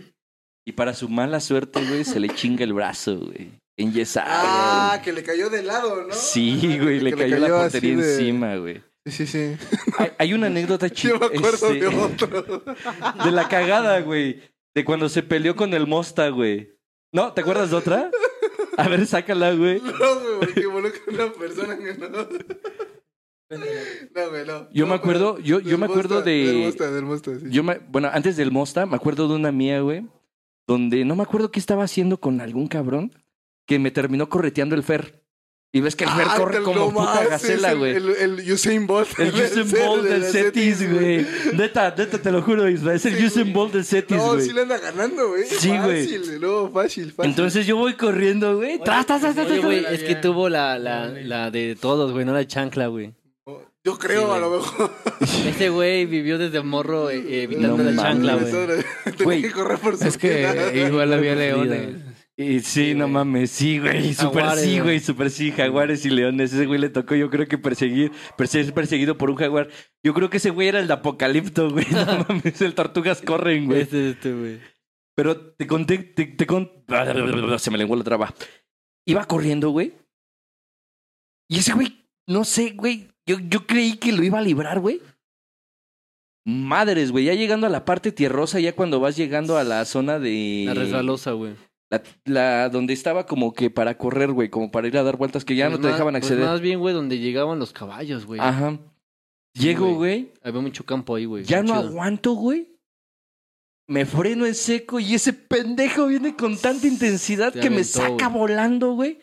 Speaker 1: Y para su mala suerte, güey, se le chinga el brazo, güey. Enyesado.
Speaker 2: Ah,
Speaker 1: güey.
Speaker 2: que le cayó de lado, ¿no?
Speaker 1: Sí,
Speaker 2: Ajá,
Speaker 1: güey, le
Speaker 2: que
Speaker 1: cayó, la
Speaker 2: así
Speaker 1: portería
Speaker 2: de-
Speaker 1: encima, güey.
Speaker 2: Sí, sí, sí.
Speaker 1: Hay, hay una anécdota
Speaker 2: [laughs]
Speaker 1: este,
Speaker 2: Yo
Speaker 1: chica.
Speaker 2: me
Speaker 4: Este,
Speaker 2: acuerdo de otro.
Speaker 1: De la cagada, güey. De cuando se peleó con el Mosta, güey. ¿No? ¿Te acuerdas de otra? A ver, sácala, güey.
Speaker 2: No, güey, porque involucra a una persona que no. No, güey, no.
Speaker 1: Yo
Speaker 2: No,
Speaker 1: me acuerdo,
Speaker 2: pero-
Speaker 1: yo, yo
Speaker 2: del
Speaker 1: me acuerdo
Speaker 2: Mosta, Del
Speaker 1: de.
Speaker 2: Mosta, del Mosta, sí.
Speaker 1: Yo me, bueno, antes del Mosta, me acuerdo de una mía, güey. Donde no me acuerdo qué estaba haciendo con algún cabrón que me terminó correteando el Fer. Y ves que el Fer
Speaker 2: Ah,
Speaker 1: corre
Speaker 2: te
Speaker 1: como
Speaker 2: lo
Speaker 1: puta
Speaker 2: mames,
Speaker 1: gacela,
Speaker 2: el-
Speaker 1: güey.
Speaker 2: El, el Usain Bolt. [laughs]
Speaker 1: El Usain Bolt del Cetis, güey. Neta, neta, te lo juro, Isma. Es el
Speaker 2: Sí,
Speaker 1: Usain
Speaker 2: güey.
Speaker 1: Bolt del Cetis,
Speaker 2: No,
Speaker 1: güey.
Speaker 2: sí le anda ganando, güey.
Speaker 1: Sí, güey.
Speaker 2: Fácil, no, fácil, fácil.
Speaker 1: Entonces yo voy corriendo, güey. Tras, tras, tras, tras,
Speaker 4: Oye,
Speaker 1: tras,
Speaker 4: güey,
Speaker 5: la
Speaker 4: es que
Speaker 5: bien.
Speaker 4: tuvo la, la,
Speaker 5: Dale.
Speaker 4: la de todos, güey, no la chancla, güey.
Speaker 2: Yo creo,
Speaker 4: Sí,
Speaker 2: a lo mejor.
Speaker 4: Ese güey vivió desde morro eh, evitando
Speaker 1: No
Speaker 4: la
Speaker 1: mames.
Speaker 4: chancla, güey.
Speaker 1: Güey,
Speaker 2: [laughs]
Speaker 1: eh,
Speaker 2: Tenía que correr por su
Speaker 5: Es que igual había leones.
Speaker 1: Y sí, no
Speaker 5: güey.
Speaker 1: mames, sí, güey, super
Speaker 4: Jaguares,
Speaker 1: sí,
Speaker 4: güey.
Speaker 1: güey, super sí, jaguares y leones. Ese güey le tocó, yo creo que perseguir, per- ser perseguido por un jaguar. Yo creo que ese güey era el de Apocalipto, güey.
Speaker 4: [laughs]
Speaker 1: No mames, el Tortugas Corren, güey.
Speaker 4: Ese es este, güey.
Speaker 1: Pero te conté, te, te con... Se me lenguó la traba. Iba corriendo, güey. Y ese güey, no sé, güey. Yo, yo creí que lo iba a librar, güey. Madres, güey. Ya llegando a la parte tierrosa, ya cuando vas llegando a la zona de...
Speaker 4: La resbalosa, güey.
Speaker 1: La, la donde estaba como que para correr, güey, como para ir a dar vueltas que ya
Speaker 4: Pues
Speaker 1: no te
Speaker 4: más-
Speaker 1: dejaban
Speaker 4: pues
Speaker 1: acceder. Ah.
Speaker 4: más bien, güey, donde llegaban los caballos, güey.
Speaker 1: Ajá.
Speaker 4: Sí,
Speaker 1: Llego, güey,
Speaker 4: Había mucho campo ahí, güey.
Speaker 1: ya
Speaker 4: Muy
Speaker 1: no
Speaker 4: chido.
Speaker 1: aguanto, güey. Me freno en seco y ese pendejo viene con tanta intensidad
Speaker 4: Te
Speaker 1: que me
Speaker 4: aventó,
Speaker 1: saca
Speaker 4: güey.
Speaker 1: volando, güey.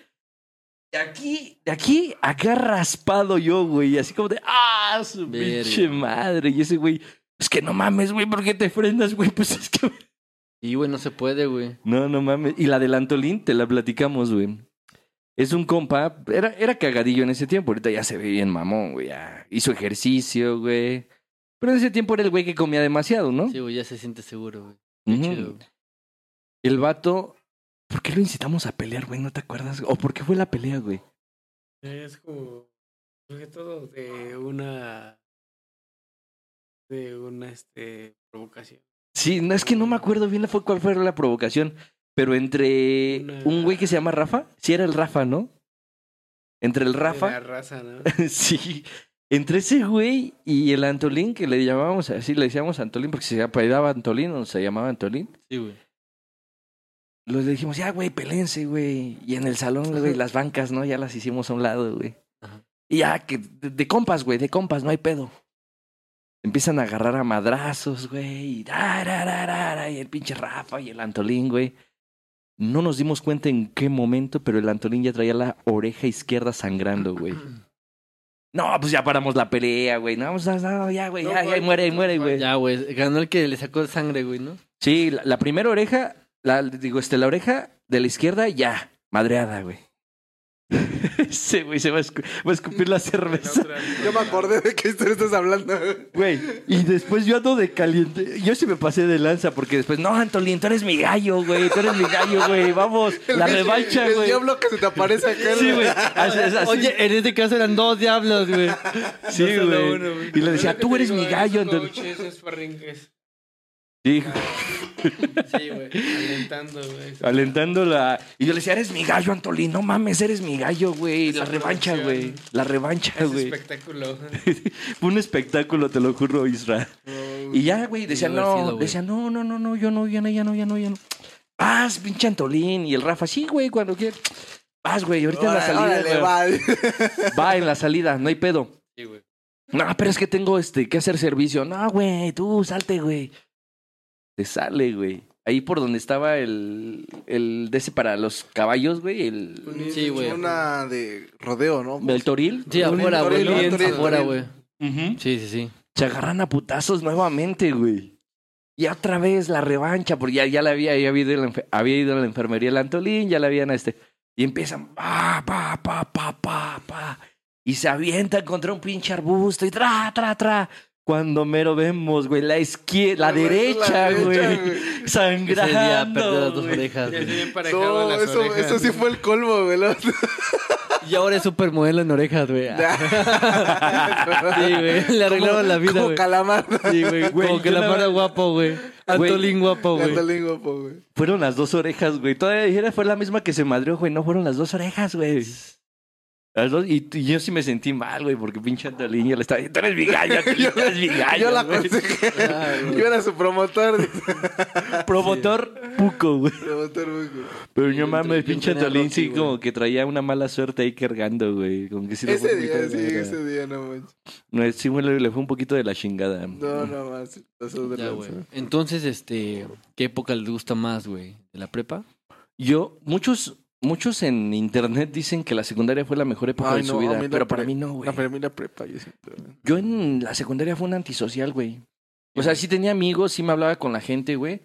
Speaker 1: De aquí, de aquí, acá raspado yo, güey. y Así como de, ah, su
Speaker 4: Verga.
Speaker 1: pinche madre. Y ese güey, es que no mames, güey, ¿por qué te frenas, güey? [laughs] Pues es que
Speaker 4: Y, güey, no se puede, güey.
Speaker 1: No, no mames. Y la del Antolín, te la platicamos, güey. Es un compa, era, era cagadillo en ese tiempo, ahorita ya se ve bien mamón, güey. ya Hizo ejercicio, güey. Pero en ese tiempo era el güey que comía demasiado, ¿no?
Speaker 4: Sí, güey, ya se siente seguro, güey.
Speaker 1: Ujú.
Speaker 4: Chido, güey.
Speaker 1: El vato, ¿por qué lo incitamos a pelear, güey? ¿No te acuerdas? ¿O por qué fue la pelea, güey?
Speaker 5: Es como todo de una de una este provocación.
Speaker 1: Sí, no, es que no me acuerdo bien fue cuál fue la provocación. Pero entre
Speaker 5: Una-
Speaker 1: un güey que se llama Rafa, sí era el Rafa, ¿no? Entre el Rafa.
Speaker 5: De la
Speaker 1: [laughs]
Speaker 5: raza, ¿no?
Speaker 1: Sí. Entre ese güey y el Antolín, que le llamábamos así, le decíamos Antolín porque se apellidaba Antolín o se llamaba Antolín.
Speaker 4: Sí, güey.
Speaker 1: Los le dijimos, ya, güey, pelense, güey. Y en el salón, güey, las bancas, ¿no? Ya las hicimos a un lado, güey.
Speaker 4: Ajá.
Speaker 1: Y ya, que de, de compas, güey, de compas, no hay pedo. Empiezan a agarrar a madrazos, güey. Y, da, da, da, da, da, y el pinche Rafa y el Antolín, güey. No nos dimos cuenta en qué momento, pero el Antolín ya traía la oreja izquierda sangrando,
Speaker 3: [clears throat]
Speaker 1: güey. No, pues ya paramos la pelea, güey. No, pues, no, no, ya, güey,
Speaker 3: No
Speaker 1: ya, ya,
Speaker 3: fight,
Speaker 1: muere, ahí
Speaker 3: no
Speaker 1: muere, güey.
Speaker 4: Ya, güey. Ganó el que le sacó sangre, güey, ¿no?
Speaker 1: Sí, la, la primera oreja, la, digo, este, la oreja de la izquierda, ya, madreada, güey. [laughs] Ese güey se va a, escu- va a escupir la cerveza,
Speaker 2: [laughs] Yo me acordé de qué historia estás hablando.
Speaker 1: güey. Y después yo ando de caliente. Yo sí me pasé de lanza porque después, no, Antolín, tú eres mi gallo, güey. Tú eres mi gallo, güey. Vamos, la
Speaker 2: pinche-
Speaker 1: revancha,
Speaker 2: el
Speaker 1: güey.
Speaker 2: diablo que se te aparece acá.
Speaker 1: Sí, güey. Así- así-
Speaker 4: [laughs] Oye, en este caso eran dos diablos, güey.
Speaker 1: sí, güey. Y le decía, tú eres mi gallo, Antolín.
Speaker 5: "Ah, Esos parrinques.
Speaker 1: Sí,
Speaker 5: Sí, güey. Alentando, güey.
Speaker 1: alentándola. Y yo le decía, eres mi gallo, Antolín. No mames, eres mi gallo, güey. La
Speaker 5: Esa
Speaker 1: revancha, güey.
Speaker 5: producción.
Speaker 1: La revancha,
Speaker 5: Ese
Speaker 1: güey.
Speaker 5: espectáculo.
Speaker 1: [laughs] Fue un espectáculo, te lo juro, Israel. Y ya, güey, decía,
Speaker 4: Debió haber sido,
Speaker 1: no,
Speaker 4: güey.
Speaker 1: decía, no, no, no, no, yo no, ya no, ya no, ya no, ya no. Vas, pinche Antolín. Y el Rafa, sí, güey, cuando quieras. Vas, güey, ahorita en la salida. güey. va. en la salida, no hay pedo.
Speaker 5: Sí, güey.
Speaker 1: No, pero es que tengo este que hacer servicio. No, güey, tú salte, güey. Te sale, güey. Ahí por donde estaba el, el de ese para los caballos, güey, el,
Speaker 4: Sí, güey.
Speaker 3: Una de rodeo, ¿no?
Speaker 1: el toril.
Speaker 4: Sí, afuera, güey.
Speaker 3: Toril,
Speaker 4: ¿no?
Speaker 3: Toril,
Speaker 4: Afuera,
Speaker 3: Toril.
Speaker 4: güey. Sí, sí, sí.
Speaker 1: se agarran a putazos nuevamente, güey. Y otra vez la revancha, porque ya, ya la había, ya había, ido a la enfe- había ido a la enfermería el Antolín, ya la habían a este. Y empiezan, pa, pa, pa, pa, pa, pa. Y se avientan contra un pinche arbusto y tra, tra, tra. Cuando mero vemos, güey, la izquierda, la derecha, güey.
Speaker 4: Ese día perdió las
Speaker 1: Sangrando,
Speaker 4: dos
Speaker 1: güey.
Speaker 4: orejas,
Speaker 5: Ya
Speaker 4: güey.
Speaker 5: se emparejado
Speaker 3: No,
Speaker 5: las
Speaker 3: eso,
Speaker 5: orejas.
Speaker 3: eso sí fue el colmo, güey. ¿no?
Speaker 4: Y ahora es supermodelo en orejas, güey. Sí, güey. Le arreglaron la vida,
Speaker 3: Como
Speaker 4: güey.
Speaker 3: calamar.
Speaker 4: [laughs] Sí, güey. Como
Speaker 1: Güey,
Speaker 4: que
Speaker 1: yo
Speaker 4: la
Speaker 1: la-
Speaker 4: para guapo, güey. Antolín guapo, güey.
Speaker 3: Gandalín, po, güey.
Speaker 1: Fueron las dos orejas, güey. Todavía dijera, fue la misma que se madrió, güey. No fueron las dos orejas, güey. Las dos, y, y yo sí me sentí mal, güey, porque pinche Antolín yo le estaba diciendo, tú eres mi
Speaker 3: [laughs]
Speaker 1: gallo, Antolín, tú eres mi gallo.
Speaker 3: Yo la
Speaker 1: güey".
Speaker 3: aconsejé.
Speaker 4: Ah, güey.
Speaker 3: Yo era su promotor. [laughs] dice,
Speaker 1: Promotor puco, güey.
Speaker 3: promotor, güey, güey.
Speaker 1: Pero
Speaker 4: Sí,
Speaker 1: no mames,
Speaker 4: yo
Speaker 1: pinche
Speaker 4: tenía
Speaker 1: Antolín
Speaker 4: Rocky,
Speaker 1: sí
Speaker 4: güey.
Speaker 1: como que traía una mala suerte ahí cargando, güey. Como que sí le fue
Speaker 3: Ese
Speaker 1: muy
Speaker 3: día, sí,
Speaker 1: cargada.
Speaker 3: ese día, no manches.
Speaker 1: No, sí, güey, le le fue un poquito de la chingada.
Speaker 3: No, no más. pasó de
Speaker 4: Ya,
Speaker 3: lanza.
Speaker 4: güey. Entonces, este, ¿qué época les gusta más, güey? ¿De la prepa?
Speaker 1: Yo, muchos, muchos en internet dicen que la secundaria fue la mejor época
Speaker 3: Ay,
Speaker 1: de
Speaker 3: no,
Speaker 1: su
Speaker 3: a
Speaker 1: vida,
Speaker 3: mí la
Speaker 1: pero para
Speaker 3: pre-
Speaker 1: mí no, güey.
Speaker 3: No, pero a mí la prepa, yo siempre.
Speaker 4: [laughs]
Speaker 1: Yo en la secundaria fue un antisocial, güey. O sea, sí tenía amigos, sí me hablaba con la gente, güey.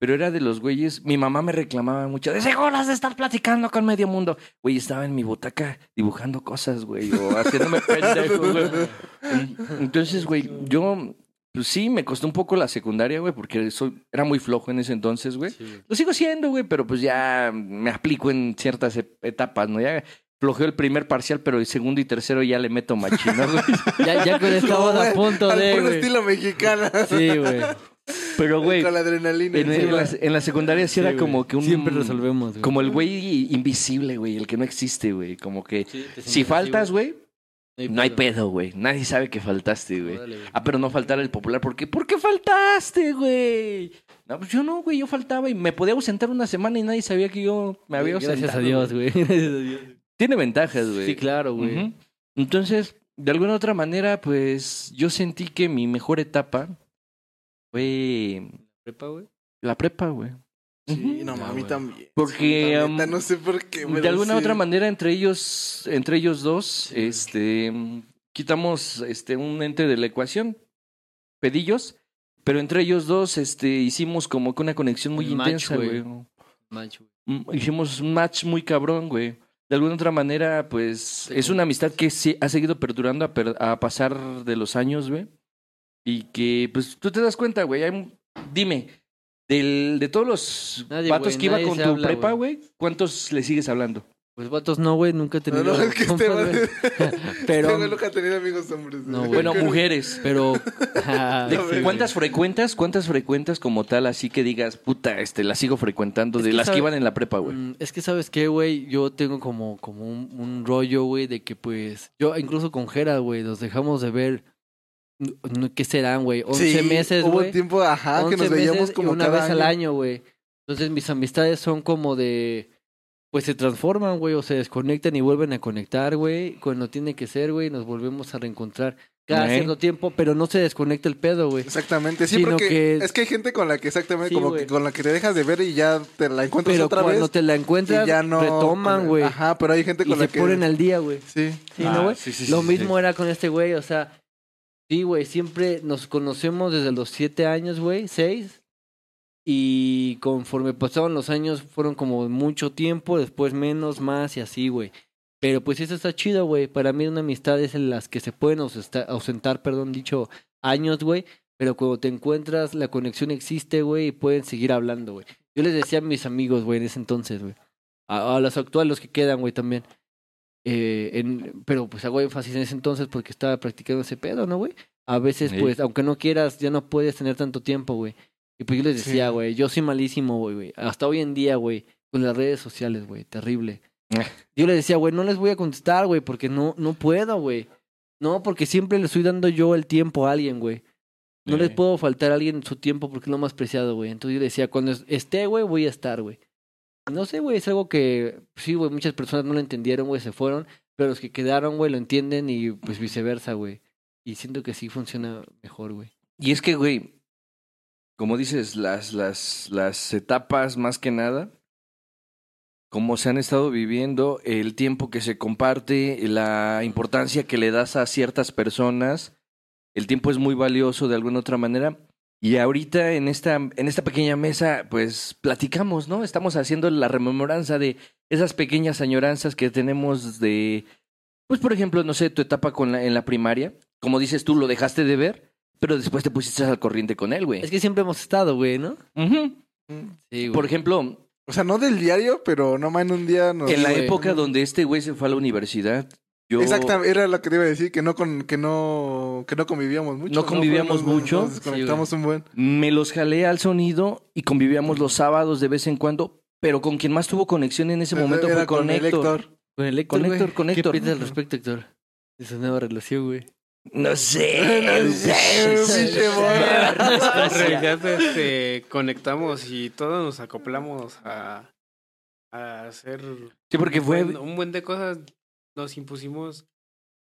Speaker 1: Pero era de los güeyes. Mi mamá me reclamaba mucho. De seguro has de estar platicando con medio mundo. Güey, estaba en mi butaca dibujando cosas, güey. O haciéndome pendejo, güey. Entonces, güey, yo... Pues sí, me costó un poco la secundaria, güey. Porque soy, era muy flojo en ese entonces, güey. Lo sigo siendo, güey. Pero pues ya me aplico en ciertas e- etapas, ¿no? Ya flojeo el primer parcial, pero el segundo y tercero ya le meto machino, güey.
Speaker 4: Ya, ya con estamos a
Speaker 3: güey,
Speaker 4: punto
Speaker 3: Al
Speaker 4: de,
Speaker 3: puro
Speaker 4: güey.
Speaker 3: estilo mexicana.
Speaker 4: Sí, güey.
Speaker 1: Pero,
Speaker 3: [laughs]
Speaker 1: güey...
Speaker 3: Con la adrenalina.
Speaker 1: En, en
Speaker 3: encima.
Speaker 1: la, en la secundaria sí,
Speaker 4: Sí,
Speaker 1: era
Speaker 4: güey.
Speaker 1: como que un...
Speaker 4: Siempre resolvemos, güey.
Speaker 1: Como el güey invisible, güey, el que no existe, güey. Como que
Speaker 4: Sí, te
Speaker 1: si
Speaker 4: sientes
Speaker 1: faltas,
Speaker 4: así,
Speaker 1: güey, no hay
Speaker 4: pedo.
Speaker 1: pedo, güey. Nadie sabe que faltaste, güey.
Speaker 4: Órale, güey.
Speaker 1: Ah, pero no faltar el popular. ¿Por qué? ¿Por qué faltaste, güey? No, pues yo no, güey. Yo faltaba y me podía ausentar una semana y nadie sabía que yo me había ausentado.
Speaker 4: Gracias a Dios,
Speaker 1: güey.
Speaker 4: güey. [laughs] Gracias a Dios.
Speaker 1: Tiene ventajas, güey.
Speaker 4: Sí, claro, güey.
Speaker 1: Ujú. Entonces, de alguna u otra manera, pues yo sentí que mi mejor etapa fue
Speaker 4: Prepa, güey.
Speaker 1: la prepa, güey. Ujú.
Speaker 3: Sí, no,
Speaker 4: Ya,
Speaker 3: mami
Speaker 4: güey.
Speaker 3: también.
Speaker 1: Porque,
Speaker 3: La
Speaker 1: um,
Speaker 3: neta, no sé por qué.
Speaker 1: de
Speaker 3: pero
Speaker 1: alguna
Speaker 3: sí.
Speaker 1: otra manera entre ellos entre ellos dos este mm, quitamos este un ente de la ecuación pedillos pero entre ellos dos este hicimos como que una conexión muy
Speaker 4: Un match,
Speaker 1: intensa
Speaker 4: güey.
Speaker 1: güey
Speaker 4: Macho, güey.
Speaker 1: Mm, hicimos un match muy cabrón güey de alguna otra manera pues es
Speaker 4: güey.
Speaker 1: una amistad que sí ha seguido perdurando a, per- a pasar de los años güey y que pues tú te das cuenta güey hay un- dime del, de todos los
Speaker 4: Nadie,
Speaker 1: patos
Speaker 4: güey,
Speaker 1: que iba
Speaker 4: nadie
Speaker 1: con
Speaker 4: se
Speaker 1: tu
Speaker 4: habla,
Speaker 1: prepa
Speaker 4: güey.
Speaker 1: güey cuántos le sigues hablando
Speaker 4: Pues vatos no, güey, nunca he
Speaker 2: No,
Speaker 4: tenido
Speaker 2: no, es que este
Speaker 4: compas,
Speaker 3: [laughs]
Speaker 2: güey.
Speaker 4: güey. Pero-
Speaker 2: Este güey nunca ha tenido amigos hombres.
Speaker 4: No,
Speaker 2: güey.
Speaker 4: güey.
Speaker 1: Bueno, mujeres.
Speaker 4: Pero...
Speaker 2: [laughs]
Speaker 1: ¿De
Speaker 2: sí,
Speaker 1: ¿Cuántas frecuentas? ¿Cuántas frecuentas como tal así que digas, puta, este, las sigo frecuentando?
Speaker 4: Es
Speaker 1: De
Speaker 4: que
Speaker 1: las
Speaker 4: sabe-
Speaker 1: que iban en la prepa, güey.
Speaker 4: Mm, Es que, ¿sabes qué, güey? Yo tengo como, como un, un rollo, güey, de que, pues, yo incluso con Jera, güey, nos dejamos de ver, n- n- ¿qué serán, güey? 11
Speaker 3: Sí,
Speaker 4: meses,
Speaker 3: Hubo
Speaker 4: güey.
Speaker 3: un tiempo, ajá, Ah, que
Speaker 4: 11
Speaker 3: nos veíamos
Speaker 4: meses y
Speaker 3: como
Speaker 4: una
Speaker 3: cada
Speaker 4: vez al año, güey. Entonces, mis amistades son como de, pues, se transforman, güey, o se desconectan y vuelven a conectar, güey. Cuando tiene que ser, güey, nos volvemos a reencontrar cada
Speaker 1: Ok.
Speaker 4: cierto tiempo, pero no se desconecta el pedo, güey.
Speaker 3: Exactamente, sí,
Speaker 4: Sino
Speaker 3: porque
Speaker 4: que-
Speaker 3: es que hay gente con la que exactamente
Speaker 4: Sí,
Speaker 3: como
Speaker 4: güey.
Speaker 3: que con la que te dejas de ver y ya te la encuentras
Speaker 4: Pero
Speaker 3: otra
Speaker 4: cuando
Speaker 3: vez
Speaker 4: te la
Speaker 3: y
Speaker 4: encuentran,
Speaker 3: ya no
Speaker 4: retoman, güey.
Speaker 3: Ajá, pero hay gente
Speaker 4: Y
Speaker 3: con la
Speaker 4: se
Speaker 3: que
Speaker 4: ponen al día, güey.
Speaker 3: Sí.
Speaker 4: Sí, ¿no, güey?
Speaker 1: Ah, sí, sí,
Speaker 4: Lo
Speaker 1: sí,
Speaker 4: mismo era con este güey, o sea, sí, güey, siempre nos conocemos desde los siete años, güey, seis. Y conforme pasaban los años, fueron como mucho tiempo, después menos, más y así, güey. Pero pues eso está chido, güey. Para mí una amistad es en las que se pueden ausenta- ausentar, perdón, dicho años, güey. Pero cuando te encuentras, la conexión existe, güey, y pueden seguir hablando, güey. Yo les decía a mis amigos, güey, en ese entonces, güey. A, a los actuales, los que quedan, güey, también. Eh, en- pero pues hago énfasis en ese entonces porque estaba practicando ese pedo, ¿no, güey? A veces,
Speaker 1: Sí.
Speaker 4: pues, aunque no quieras, ya no puedes tener tanto tiempo, güey. Y pues yo les
Speaker 3: Sí.
Speaker 4: decía, güey, yo soy malísimo, güey, güey. Hasta hoy en día, güey, con las redes sociales, güey, terrible. yo les decía, güey, no les voy a contestar, güey, porque no, no puedo, güey. No, porque siempre le estoy dando yo el tiempo a alguien, güey. No les
Speaker 1: Sí.
Speaker 4: puedo faltar a alguien su tiempo porque es lo más preciado, güey. Entonces yo le decía, cuando es- esté, güey, voy a estar, güey. No sé, güey, es algo que sí, güey, muchas personas no lo entendieron, güey, se fueron, pero los que quedaron, güey, lo entienden y pues viceversa, güey. Y siento que sí funciona mejor, güey.
Speaker 1: Y es que, güey, como dices, las, las, las etapas más que nada, como se han estado viviendo, el tiempo que se comparte, la importancia que le das a ciertas personas, el tiempo es muy valioso de alguna otra manera. Y ahorita en esta, en esta pequeña mesa, pues platicamos, ¿no? Estamos haciendo la rememoranza de esas pequeñas añoranzas que tenemos de, pues por ejemplo, no sé, tu etapa con la, en la primaria. Como dices tú, lo dejaste de ver, pero después te pusiste al corriente con él, güey.
Speaker 4: Es que siempre hemos estado, güey, ¿no?
Speaker 1: Ujú.
Speaker 4: Sí,
Speaker 1: Por ejemplo,
Speaker 3: O sea, no del diario, pero no más en un día nos
Speaker 1: en la
Speaker 4: güey.
Speaker 1: época donde este güey se fue a la universidad, yo
Speaker 3: Exactamente, era lo que te iba a decir, que no con que no que no convivíamos mucho.
Speaker 1: No convivíamos
Speaker 3: Fuimos-
Speaker 1: mucho.
Speaker 3: Nos desconectamos un buen.
Speaker 1: me los jalé al sonido y convivíamos los sábados de vez en cuando, pero con quien más tuvo conexión en ese momento
Speaker 3: Era
Speaker 1: fue con,
Speaker 3: el
Speaker 1: Héctor.
Speaker 3: Héctor.
Speaker 4: Con el Héctor,
Speaker 1: Con
Speaker 4: güey.
Speaker 1: Héctor, con
Speaker 4: ¿Qué
Speaker 1: Héctor.
Speaker 4: piensas al respecto, Héctor? De su nueva relación, güey.
Speaker 1: No
Speaker 3: [laughs]
Speaker 1: sé, no sé.
Speaker 3: Pinche bola.
Speaker 5: [laughs]
Speaker 1: [laughs]
Speaker 5: En realidad este, conectamos y todos nos acoplamos a, a hacer
Speaker 1: Sí, porque
Speaker 5: un
Speaker 1: fue
Speaker 5: buen- un buen de cosas. Nos impusimos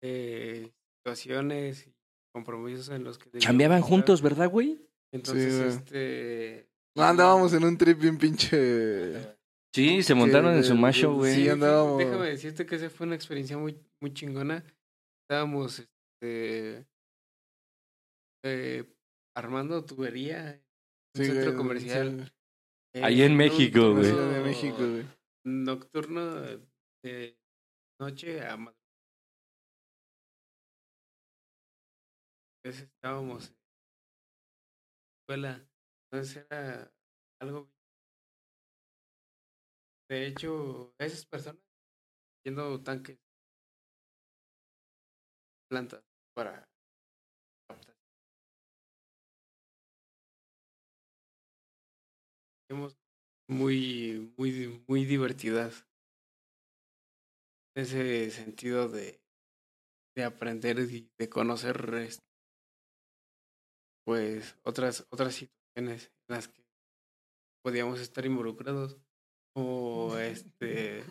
Speaker 5: eh, situaciones y compromisos en los que... debíamos
Speaker 1: chambeaban
Speaker 5: estar.
Speaker 1: juntos, ¿verdad, güey?
Speaker 5: Entonces,
Speaker 3: Sí, güey.
Speaker 5: este...
Speaker 3: No, andábamos en un trip bien pinche.
Speaker 1: Sí, se
Speaker 3: montaron en su macho,
Speaker 1: macho,
Speaker 3: güey.
Speaker 5: Sí,
Speaker 3: Sí, andábamos.
Speaker 5: Déjame decirte que esa fue una experiencia muy, muy chingona. Estábamos este, eh, armando tubería. Un
Speaker 3: sí,
Speaker 5: centro
Speaker 3: güey,
Speaker 5: comercial.
Speaker 3: sí,
Speaker 5: eh,
Speaker 1: Ahí en
Speaker 5: un
Speaker 1: México,
Speaker 5: turno
Speaker 3: en la
Speaker 1: güey.
Speaker 3: Ciudad de México, güey.
Speaker 5: Nocturno de noche a madrugada. Entonces estábamos en escuela. Entonces era algo. De hecho, esas personas yendo tanques, plantas para captar. Hemos muy, muy, di- muy divertidas. Ese sentido de, de aprender y de conocer este, pues otras, otras situaciones en las que podíamos estar involucrados. O este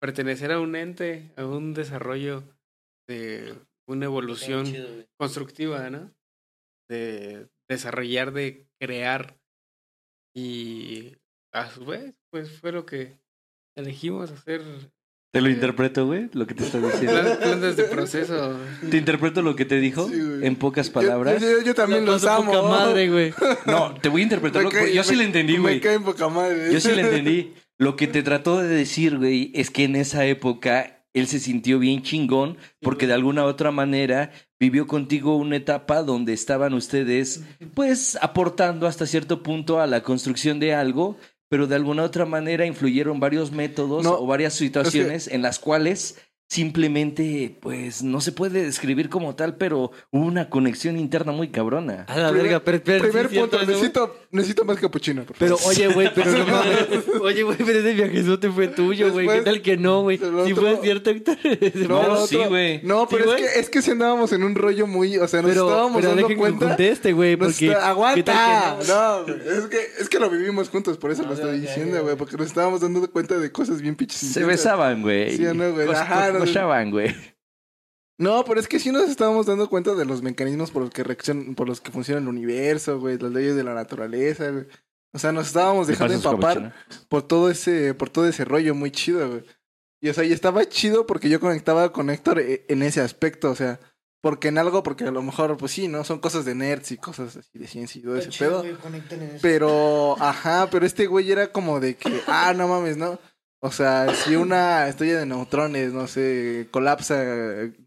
Speaker 5: pertenecer a un ente, a un desarrollo de una evolución constructiva, ¿no? De desarrollar, de crear. Y a su vez, pues fue lo que elegimos hacer.
Speaker 11: Te lo interpreto, güey, lo que te estás diciendo.
Speaker 5: Plan- Plantas de
Speaker 1: [laughs]
Speaker 5: proceso.
Speaker 11: Te interpreto lo que te dijo
Speaker 3: Sí, güey.
Speaker 11: en pocas
Speaker 3: Yo-
Speaker 11: palabras.
Speaker 3: Yo, yo- yo también los amo.
Speaker 4: Poca
Speaker 2: [laughs]
Speaker 4: madre, güey.
Speaker 11: No, te voy a interpretar. lo que- Yo sí le entendí,
Speaker 3: Me
Speaker 11: güey.
Speaker 3: caen poca madre.
Speaker 11: Yo sí le entendí. Lo que te trató de decir, güey, es que en esa época él se sintió bien chingón porque de alguna u otra manera vivió contigo una etapa donde estaban ustedes, pues, aportando hasta cierto punto a la construcción de algo,
Speaker 1: pero de alguna otra manera influyeron varios métodos
Speaker 2: No,
Speaker 1: o varias situaciones en las cuales simplemente, pues, no se puede describir como tal, pero hubo una conexión interna muy cabrona.
Speaker 4: A la
Speaker 2: Primer-
Speaker 4: verga, pero, pero-
Speaker 2: Primer
Speaker 4: sí, cierto,
Speaker 2: punto,
Speaker 4: eso, güey.
Speaker 2: necesito, necesito más capuchino, por
Speaker 4: Pero
Speaker 2: favor.
Speaker 4: oye, güey,
Speaker 2: [laughs]
Speaker 4: pero no mames. Oye, güey, pero ese viajezote fue tuyo, güey. ¿Qué
Speaker 2: Después-
Speaker 4: tal que no, güey?
Speaker 2: el
Speaker 4: Si
Speaker 2: otro-
Speaker 4: fue cierto, Héctor. [laughs]
Speaker 2: No,
Speaker 4: Pero-
Speaker 2: sí,
Speaker 1: güey.
Speaker 2: No, pero
Speaker 4: ¿Sí,
Speaker 2: es,
Speaker 4: güey?
Speaker 2: que, es que si andábamos en un rollo muy. O sea, nos
Speaker 4: Pero,
Speaker 2: estábamos
Speaker 4: pero
Speaker 2: dando
Speaker 4: dejen que me
Speaker 2: cuenta.
Speaker 4: conteste, güey,
Speaker 2: nos
Speaker 4: porque...
Speaker 2: está-
Speaker 4: ¿qué tal
Speaker 2: ¡Aguanta!
Speaker 4: que no? Ah,
Speaker 2: No, güey, es que, es que lo vivimos juntos, por eso lo estoy diciendo, güey. Porque nos estábamos dando cuenta de cosas bien pinches.
Speaker 1: Se
Speaker 2: intensas.
Speaker 1: besaban, güey.
Speaker 2: Sí, o no, güey.
Speaker 1: Cos-
Speaker 2: Ajá,
Speaker 1: cos-
Speaker 2: no-
Speaker 1: cochaban, güey.
Speaker 2: No, pero es que sí nos estábamos dando cuenta de los mecanismos por los que reaccion- por los que funciona el universo, güey, las leyes de la naturaleza, güey. O sea, nos estábamos dejando
Speaker 1: ¿Le pasas
Speaker 2: empapar
Speaker 1: capuchino?
Speaker 2: por todo ese, por todo ese rollo muy chido, güey. Y o sea, y estaba chido porque yo conectaba con Héctor e- en ese aspecto, o sea, porque en algo, porque a lo mejor, pues sí, ¿no? Son cosas de nerds y cosas así de ciencia y todo ese pedo. Pero, ajá, pero este güey era como de que, ah, no mames, ¿no? O sea, si una estrella de neutrones, no sé, colapsa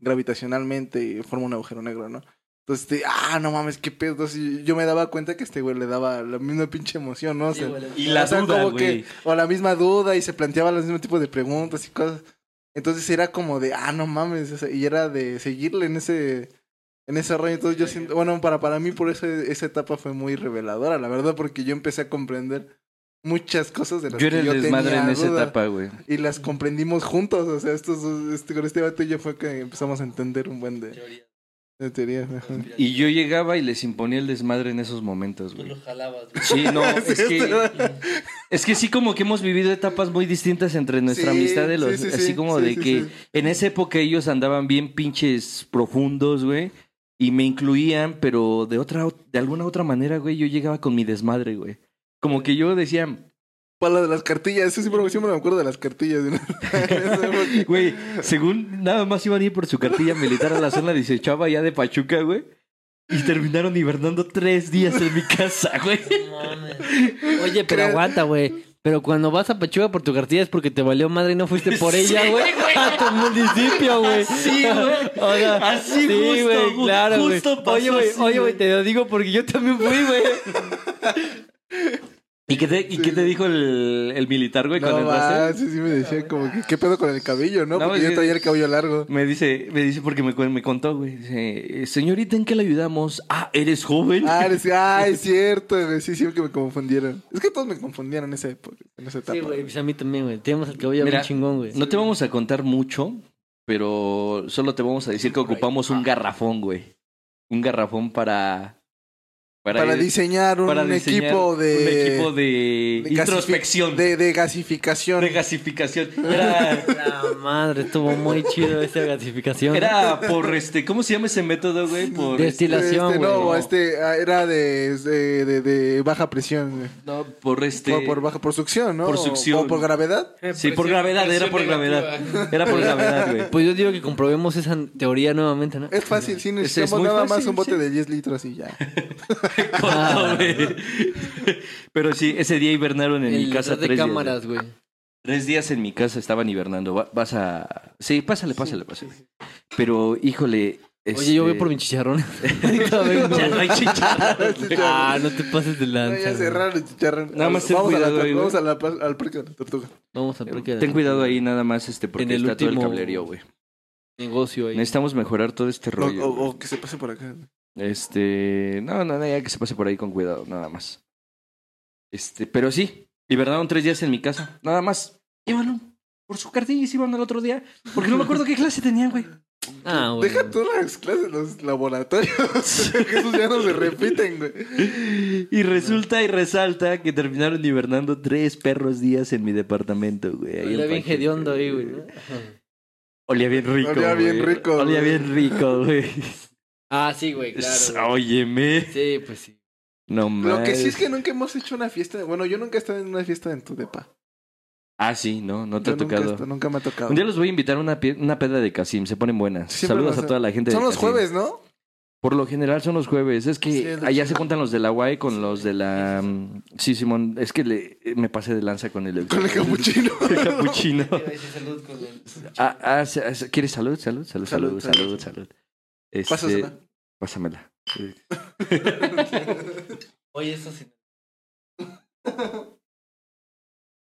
Speaker 2: gravitacionalmente y forma un agujero negro, ¿no? Entonces, te- ah, no mames, qué pedo. Entonces, yo me daba cuenta que este güey le daba la misma pinche emoción, ¿no? O sea,
Speaker 1: Y la
Speaker 2: o sea,
Speaker 1: duda,
Speaker 2: como que-
Speaker 1: güey.
Speaker 2: o la misma duda y se planteaba los mismos tipos de preguntas y cosas. Entonces era como de, ah, no mames, o sea, y era de seguirle en ese en ese rollo. Entonces yo siento, bueno, para, para mí por eso e-, esa etapa fue muy reveladora, la verdad, porque yo empecé a comprender muchas cosas de las
Speaker 1: Yo era
Speaker 2: que
Speaker 1: el
Speaker 2: yo
Speaker 1: desmadre
Speaker 2: tenía
Speaker 1: en esa
Speaker 2: duda,
Speaker 1: etapa, güey.
Speaker 2: Y las comprendimos juntos, o sea, estos dos- este, con este vato y yo fue que empezamos a entender un buen de, de teorías. ajá.
Speaker 1: Y yo llegaba y les imponía el desmadre en esos momentos, güey.
Speaker 4: jalabas,
Speaker 1: Sí,
Speaker 2: [laughs]
Speaker 1: no, es que, es que sí como que hemos vivido etapas muy distintas entre nuestra
Speaker 2: Sí,
Speaker 1: amistad de los,
Speaker 2: sí, sí, sí,
Speaker 1: así como
Speaker 2: sí,
Speaker 1: de
Speaker 2: sí,
Speaker 1: que
Speaker 2: sí.
Speaker 1: en esa época ellos andaban bien pinches profundos, güey, y me incluían, pero de otra, de alguna otra manera, güey, yo llegaba con mi desmadre, güey. Como que yo decía,
Speaker 2: Para la de las cartillas, eso sí, pero siempre me acuerdo de las cartillas. ¿no? [laughs]
Speaker 1: güey, según nada más iban a ir por su cartilla militar a la zona 18 allá de Pachuca, güey. Y terminaron hibernando tres días en mi casa, güey.
Speaker 4: [laughs] Oye, pero aguanta, güey. Pero cuando vas a Pachuca por tu cartilla es porque te valió madre y no fuiste
Speaker 1: [laughs]
Speaker 4: por ella, güey. [laughs] A tu municipio, güey.
Speaker 1: Sí, güey.
Speaker 4: [laughs] O sea,
Speaker 1: Así justo, ju-
Speaker 4: claro, güey.
Speaker 1: justo pasó
Speaker 4: Oye, güey,
Speaker 1: así,
Speaker 4: oye,
Speaker 1: güey.
Speaker 4: güey, te lo digo porque yo también fui, güey.
Speaker 1: ¿Y qué te, y qué te dijo el, el militar, güey,
Speaker 2: No,
Speaker 1: cuando
Speaker 2: va,
Speaker 1: entraste?
Speaker 2: sí, sí me decía como que, ¿qué pedo con el cabello,
Speaker 1: No,
Speaker 2: no?
Speaker 1: pues
Speaker 2: Porque
Speaker 1: es
Speaker 2: yo
Speaker 1: que-
Speaker 2: traía el cabello largo.
Speaker 1: Me dice, me dice porque me, cu- me contó, güey. Dice, señorita, ¿en qué le ayudamos? Ah, ¿eres joven?
Speaker 2: Ah, le decía,
Speaker 1: [laughs]
Speaker 2: ah, es cierto, güey. Sí, sí, que me confundieron. Es que todos me confundían en esa época, en esa etapa.
Speaker 4: Sí, güey, pues a mí también, güey. Tenemos el cabello
Speaker 1: Mira,
Speaker 4: bien chingón, güey.
Speaker 1: no te vamos a contar mucho, pero solo te vamos a decir que ocupamos
Speaker 4: ah.
Speaker 1: un garrafón, güey. Un garrafón para...
Speaker 2: para diseñar un,
Speaker 1: para diseñar
Speaker 2: equipo de...
Speaker 1: Un equipo de,
Speaker 2: de gasifi-
Speaker 1: introspección. De,
Speaker 2: De, de gasificación.
Speaker 1: gasificación. Era,
Speaker 4: [laughs] La madre, estuvo muy chido esa gratificación.
Speaker 1: era por este... ¿Cómo se llama ese método, güey? Por... este-
Speaker 4: destilación,
Speaker 2: Este,
Speaker 4: güey.
Speaker 2: no, este ah, era de, de, de- de baja presión, güey.
Speaker 1: no, por este...
Speaker 2: Por, por baja, por succión, ¿no?
Speaker 1: Por
Speaker 2: O-
Speaker 1: succión.
Speaker 2: O por gravedad.
Speaker 1: Sí, por gravedad, era por gravedad. [laughs] Era por gravedad,
Speaker 4: [laughs]
Speaker 1: güey.
Speaker 4: Pues yo digo que comprobemos esa teoría nuevamente, ¿no?
Speaker 2: Es fácil, sí,
Speaker 1: es
Speaker 2: necesitamos
Speaker 1: muy
Speaker 2: nada más
Speaker 1: fácil,
Speaker 2: un bote de 10 litros
Speaker 1: [laughs]
Speaker 2: y ya. [laughs]
Speaker 1: corto, güey. Pero sí, ese día hibernaron en mi
Speaker 4: El
Speaker 1: casa
Speaker 4: detrás de
Speaker 1: tres días.
Speaker 4: cámaras, güey.
Speaker 1: Tres días en mi casa estaban hibernando. Va- vas a... Sí, pásale, pásale, pásale. Pero, híjole...
Speaker 4: Oye, yo voy
Speaker 1: este-
Speaker 4: por
Speaker 1: [laughs]
Speaker 4: mi chicharrón. [laughs]
Speaker 1: Ya no hay chicharrón, güey.
Speaker 4: ah, no te pases de
Speaker 2: No, ya
Speaker 4: lanza. güey.
Speaker 2: cerraron el chicharrón.
Speaker 1: Nada más ten
Speaker 2: vamos, a la,
Speaker 1: cuidado
Speaker 2: tor-
Speaker 1: ahí, güey.
Speaker 2: vamos a la pa- al parque de la tortuga.
Speaker 4: Vamos a ver qué
Speaker 1: Ten cuidado ahí nada más este porque
Speaker 4: En el
Speaker 1: está todo el
Speaker 4: último-
Speaker 1: cablerío, güey.
Speaker 4: negocio ahí.
Speaker 1: Necesitamos mejorar todo este
Speaker 2: O,
Speaker 1: rollo.
Speaker 2: o-
Speaker 1: güey.
Speaker 2: o que se pase por acá.
Speaker 1: Este, no, no, no, ya que se pase por ahí con cuidado, nada más. Este, pero sí, hibernaron tres días en mi casa, nada más. Iban por su cartilla y se iban al otro día, porque no me acuerdo qué clase tenían, [laughs] güey.
Speaker 4: Ah, güey.
Speaker 2: Deja todas las clases, los laboratorios. [laughs] que esos ya no se repiten, güey.
Speaker 1: Y resulta y resalta que terminaron hibernando tres perros días en mi departamento, güey. ahí en
Speaker 4: Olía bien
Speaker 1: Pachuca,
Speaker 4: hediondo ahí, güey. ¿no?
Speaker 1: Olía bien rico.
Speaker 2: Olía bien
Speaker 1: güey.
Speaker 2: rico,
Speaker 1: Olía
Speaker 2: güey.
Speaker 1: bien rico, güey.
Speaker 4: Ah, sí, güey, claro. güey.
Speaker 1: Óyeme.
Speaker 4: Sí, pues sí.
Speaker 1: No mames.
Speaker 2: Lo que sí es que nunca hemos hecho una fiesta. Bueno, yo nunca he estado en una fiesta en tu depa.
Speaker 1: Ah, sí, no, no te
Speaker 2: Yo
Speaker 1: ha
Speaker 2: nunca, he
Speaker 1: tocado.
Speaker 2: estado- nunca me ha tocado.
Speaker 1: Un día los voy a invitar a una, pie- una peda de Casim, se ponen buenas.
Speaker 2: Siempre
Speaker 1: Saludos
Speaker 2: nos-
Speaker 1: a toda la gente. de
Speaker 2: Son los
Speaker 1: Casim.
Speaker 2: jueves, ¿no?
Speaker 1: Por lo general son los jueves. Es que
Speaker 2: Sí, es lo
Speaker 1: allá se juntan los de la UAE con los de la. mm, Sí, Simón, es que le, eh, me pasé de lanza [laughs] con el.
Speaker 2: Con el capuchino.
Speaker 1: el capuchino. Ah, ah, se- ah, se- ¿Quieres salud? Salud, salud, salud,
Speaker 2: Salud,
Speaker 1: salud, salud.
Speaker 2: salud.
Speaker 1: Este,
Speaker 2: Pásasela.
Speaker 1: Pásamela. Eh,
Speaker 4: Oye, eso sí.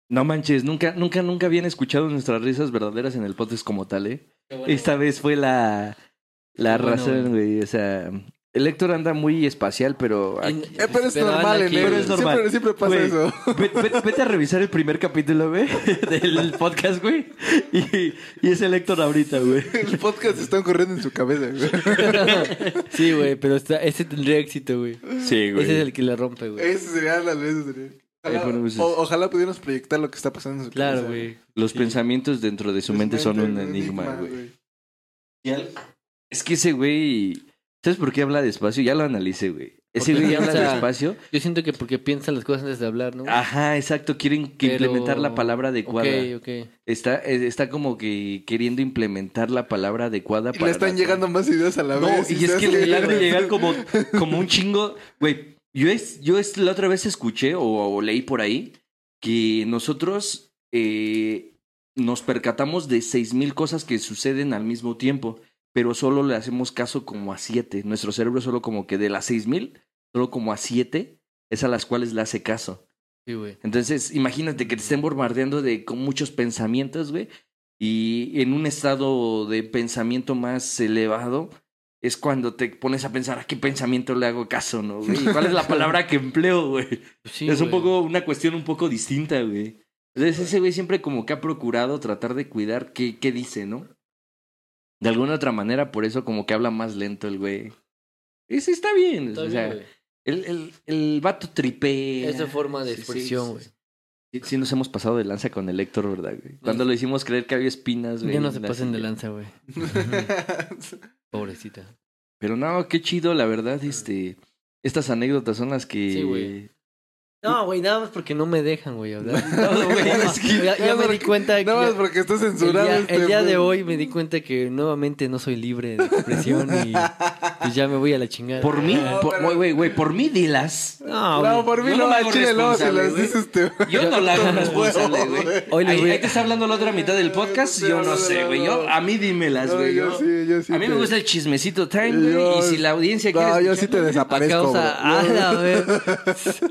Speaker 1: No manches, nunca, nunca, nunca habían escuchado nuestras risas verdaderas en el podcast como tal, ¿eh? Esta vez fue la, la
Speaker 4: Qué bueno,
Speaker 1: razón, güey. O sea, el Héctor anda muy espacial, pero... aquí-
Speaker 2: Eh, pero es normal, en
Speaker 4: en
Speaker 2: él.
Speaker 1: Pero
Speaker 4: [laughs]
Speaker 1: es normal.
Speaker 2: Siempre, siempre pasa
Speaker 1: Güey.
Speaker 2: eso.
Speaker 1: [laughs] Ve- ve- Vete, a revisar el primer capítulo, güey, del podcast, güey. [laughs] Y, y es el Héctor ahorita, güey.
Speaker 2: El podcast está corriendo en su cabeza, güey.
Speaker 1: [laughs]
Speaker 4: [laughs] Sí, güey, pero está, ese tendría éxito, güey.
Speaker 1: Sí,
Speaker 4: Ese es el que la rompe, güey.
Speaker 2: Eso sería las veces. sería. Ojalá,
Speaker 1: Ahí ponemos
Speaker 2: o- ojalá pudiéramos proyectar lo que está pasando en su cabeza.
Speaker 4: Claro, güey.
Speaker 1: Los pensamientos dentro de su mente son un enigma, güey. Es que ese güey. ¿Sabes por qué habla despacio? Ya lo analicé, güey. Ese
Speaker 4: Porque
Speaker 1: güey habla
Speaker 4: piensa-
Speaker 1: despacio.
Speaker 4: Yo siento que porque piensa las cosas antes de hablar, ¿no?
Speaker 1: Ajá, exacto. Quieren que
Speaker 4: Pero-
Speaker 1: implementar la palabra adecuada.
Speaker 4: Ok, ok.
Speaker 1: Está, eh, está como que queriendo implementar la palabra adecuada
Speaker 2: Y
Speaker 1: para.
Speaker 2: le están
Speaker 1: la-
Speaker 2: llegando más ideas a la
Speaker 1: No,
Speaker 2: vez.
Speaker 1: y es
Speaker 2: se
Speaker 1: que
Speaker 2: hace-
Speaker 1: le
Speaker 2: [laughs]
Speaker 1: han de llegar como, como un chingo. Güey, yo, es, yo es, la otra vez escuché o, o leí por ahí que nosotros eh, nos percatamos de seis mil cosas que suceden al mismo tiempo, pero solo le hacemos caso como a siete. Nuestro cerebro solo como que de las seis mil, solo como a siete es a las cuales le hace caso.
Speaker 4: Sí, güey.
Speaker 1: Entonces, imagínate que te estén bombardeando de con muchos pensamientos, güey. Y en un estado de pensamiento más elevado es cuando te pones a pensar a qué pensamiento le hago caso, ¿no? güey? ¿Cuál es la palabra que empleo, güey?
Speaker 4: Pues Sí,
Speaker 1: es un
Speaker 4: güey.
Speaker 1: poco una cuestión un poco distinta, güey. Entonces, ese güey siempre como que ha procurado tratar de cuidar qué, qué dice, ¿no? De alguna otra manera, por eso como que habla más lento el güey. Ese está bien.
Speaker 4: Está
Speaker 1: o
Speaker 4: bien,
Speaker 1: sea,
Speaker 4: güey.
Speaker 1: el, el, el vato tripea.
Speaker 4: Esa forma de
Speaker 1: Sí, sí,
Speaker 4: expresión,
Speaker 1: sí,
Speaker 4: güey.
Speaker 1: Sí, sí nos hemos pasado de lanza con el Héctor, ¿verdad, güey? Cuando lo hicimos creer que había espinas, güey.
Speaker 4: Ya no se
Speaker 1: en la
Speaker 4: pasen de
Speaker 1: silla.
Speaker 4: lanza, güey. Pobrecita.
Speaker 1: Pero no, qué chido, la verdad, este... Estas anécdotas son las que...
Speaker 4: Sí, güey. No, güey, nada más porque no me dejan, güey, [laughs] hablar.
Speaker 1: No, güey, es que-
Speaker 4: ya ya me di cuenta que...
Speaker 2: Nada más porque está
Speaker 4: el
Speaker 2: censurado.
Speaker 4: día,
Speaker 2: este
Speaker 4: el día de
Speaker 2: güey.
Speaker 4: hoy me di cuenta que nuevamente no soy libre de expresión y pues ya me voy a la chingada.
Speaker 1: Por mí,
Speaker 2: No,
Speaker 1: por-
Speaker 2: pero-
Speaker 1: güey, güey, güey, por mí dilas.
Speaker 4: No, güey.
Speaker 2: No, por mí
Speaker 1: Yo
Speaker 2: no,
Speaker 1: no me
Speaker 2: al
Speaker 1: hago
Speaker 2: chile luego se
Speaker 1: responsable,
Speaker 2: las
Speaker 1: güey.
Speaker 2: dices este,
Speaker 1: [laughs]
Speaker 2: tú.
Speaker 1: Yo no la hago responsable, güey.
Speaker 4: Hoy les
Speaker 1: Ahí,
Speaker 4: voy a-
Speaker 1: ahí te está hablando la otra mitad del podcast, yo no sé, güey. Yo, a mí dímelas,
Speaker 2: No,
Speaker 1: güey.
Speaker 2: yo
Speaker 1: yo-
Speaker 2: sí, yo sí.
Speaker 1: A mí me
Speaker 2: te-
Speaker 1: gusta el chismecito time, güey.
Speaker 2: Yo-
Speaker 1: Y si la audiencia quiere...
Speaker 2: No, yo sí te
Speaker 1: escucharlo,
Speaker 4: A
Speaker 2: desaparezco.
Speaker 4: causa,
Speaker 2: bro.
Speaker 4: [laughs] a,
Speaker 2: [laughs]
Speaker 4: la vez,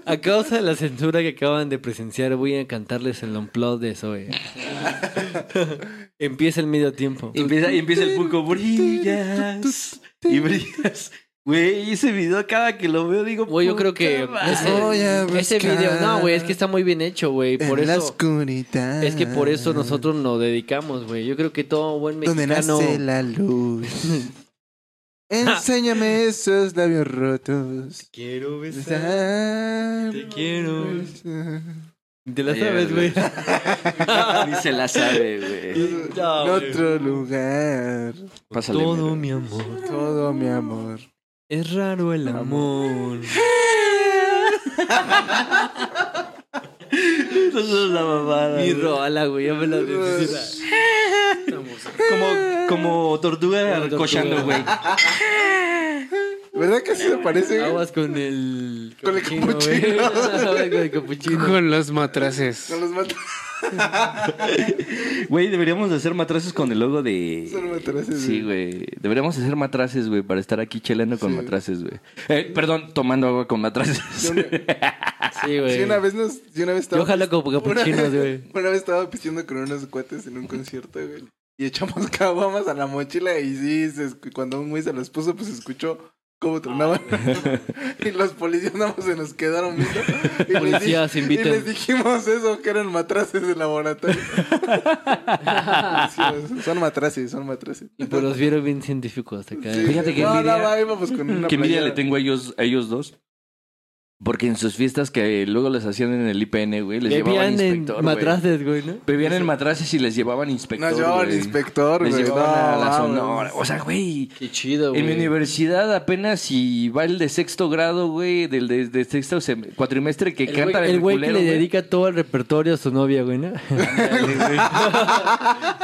Speaker 4: a causa de la censura que acaban de presenciar, voy a cantarles el unplug
Speaker 2: [laughs]
Speaker 4: de Zoe. Empieza el medio tiempo.
Speaker 1: Y empieza, y empieza el punco, brillas y brillas. Güey, ese video cada que lo veo digo,
Speaker 4: Güey, yo creo
Speaker 1: puta
Speaker 4: que
Speaker 1: madre.
Speaker 4: ese,
Speaker 2: Voy a
Speaker 4: ese
Speaker 2: buscar
Speaker 4: video, no, güey, es que está muy bien hecho, güey. Por
Speaker 2: en la
Speaker 4: eso
Speaker 2: oscuridad.
Speaker 4: es que por eso nosotros nos dedicamos, güey. Yo creo que todo buen
Speaker 2: Donde
Speaker 4: mexicano
Speaker 2: nace
Speaker 1: [laughs]
Speaker 2: la luz. Enséñame esos labios rotos.
Speaker 4: quiero besar.
Speaker 2: Te
Speaker 4: Te quiero. Te la sabes, güey.
Speaker 1: [laughs] Ni se la sabe, güey.
Speaker 2: En otro lugar.
Speaker 1: Pásale. mira.
Speaker 4: Todo mi amor.
Speaker 2: Todo mi amor.
Speaker 4: Es raro el amor.
Speaker 1: Eso es una mamada.
Speaker 4: Mi
Speaker 1: güey.
Speaker 4: rola, güey, ya me la
Speaker 1: Como, como tortuga
Speaker 4: Como tortuga.
Speaker 1: cochando, güey.
Speaker 2: ¿Verdad que así se parece? güey?
Speaker 4: Aguas con el
Speaker 2: Con el
Speaker 4: güey. [laughs] Aguas con el capuchino.
Speaker 5: Con los matraces.
Speaker 2: Con los mat-
Speaker 1: Güey, deberíamos de hacer matraces con el logo de.
Speaker 2: Son matraces,
Speaker 1: Sí, güey. Deberíamos hacer matraces, güey, para estar aquí chelando con
Speaker 2: Sí.
Speaker 1: matraces, güey. Eh, perdón, tomando agua con matraces.
Speaker 2: Yo una-
Speaker 4: Sí, güey.
Speaker 2: [laughs] Sí, una vez nos. sí, una vez
Speaker 4: Yo
Speaker 2: estaba.
Speaker 4: ojalá como capuchinos, güey.
Speaker 2: Una vez estaba pisteando con unos cuates en un concierto, güey. Y echamos [laughs] caguamas a la mochila y sí, se escu- cuando un güey se los puso, pues se escuchó cómo tronaban.
Speaker 4: Ah.
Speaker 2: [laughs] y los policías nada más se nos quedaron
Speaker 4: [laughs]
Speaker 2: viendo. Y les di-
Speaker 4: Policías, inviten.
Speaker 2: Y les dijimos eso, que eran matraces
Speaker 1: [laughs]
Speaker 2: de laboratorio. Policías, son matraces, son matraces.
Speaker 4: Y pues los vieron bien científicos acá.
Speaker 2: Sí.
Speaker 1: Fíjate que
Speaker 2: no,
Speaker 1: envidia-
Speaker 2: no, va, íbamos con una
Speaker 1: Qué envidia
Speaker 2: playera.
Speaker 1: le tengo a ellos, a ellos dos. Porque en sus fiestas que luego las hacían en el IPN, güey, les llevaban
Speaker 4: Bebían en
Speaker 1: inspector. güey.
Speaker 4: matraces, güey, ¿no?
Speaker 1: Bebían en matraces y les llevaban inspector.
Speaker 2: Nos llevaban
Speaker 1: güey.
Speaker 2: inspector,
Speaker 1: Les
Speaker 2: güey.
Speaker 1: llevaban a la
Speaker 2: vamos.
Speaker 1: Sonora. O sea, güey.
Speaker 4: Qué chido,
Speaker 1: En mi universidad apenas si va el de sexto grado, güey, del de, de sexto sem- cuatrimestre que
Speaker 4: El
Speaker 1: canta
Speaker 4: güey, el güey que le dedica todo el repertorio a su novia, güey, [laughs] ¿no?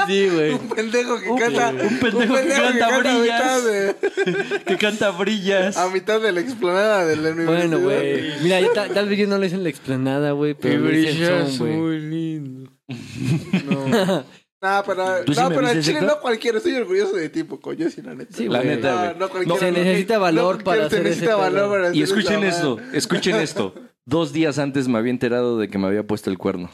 Speaker 4: sí, güey.
Speaker 2: Un pendejo que canta.
Speaker 1: un pendejo que canta
Speaker 2: a mitad
Speaker 1: brillas.
Speaker 2: de-
Speaker 1: que canta brillas.
Speaker 2: A mitad de la explanada de la universidad.
Speaker 4: Bueno, güey. Mira, ya ta- tal vez yo no lo hice en la explanada, güey, pero lo hice en Zoom, güey.
Speaker 5: [laughs] lindo.
Speaker 2: No, pero,
Speaker 1: ¿Tú sí
Speaker 2: no,
Speaker 1: me
Speaker 2: pero al
Speaker 1: viste,
Speaker 2: Chile
Speaker 1: Héctor?
Speaker 2: no cualquiera. Estoy orgulloso de ti, Poco. Yo sí, la neta.
Speaker 4: Sí,
Speaker 1: La
Speaker 4: güey.
Speaker 1: neta, güey.
Speaker 2: No, no cualquiera.
Speaker 4: se
Speaker 2: no,
Speaker 4: necesita valor
Speaker 2: no,
Speaker 4: para
Speaker 2: se
Speaker 4: hacer
Speaker 2: necesita
Speaker 4: ese
Speaker 2: valor
Speaker 4: pedo.
Speaker 2: para hacer
Speaker 1: Y escuchen
Speaker 2: esa
Speaker 1: esto,
Speaker 2: madre. [laughs]
Speaker 1: escuchen esto. Dos días antes me había enterado de que me había puesto el cuerno.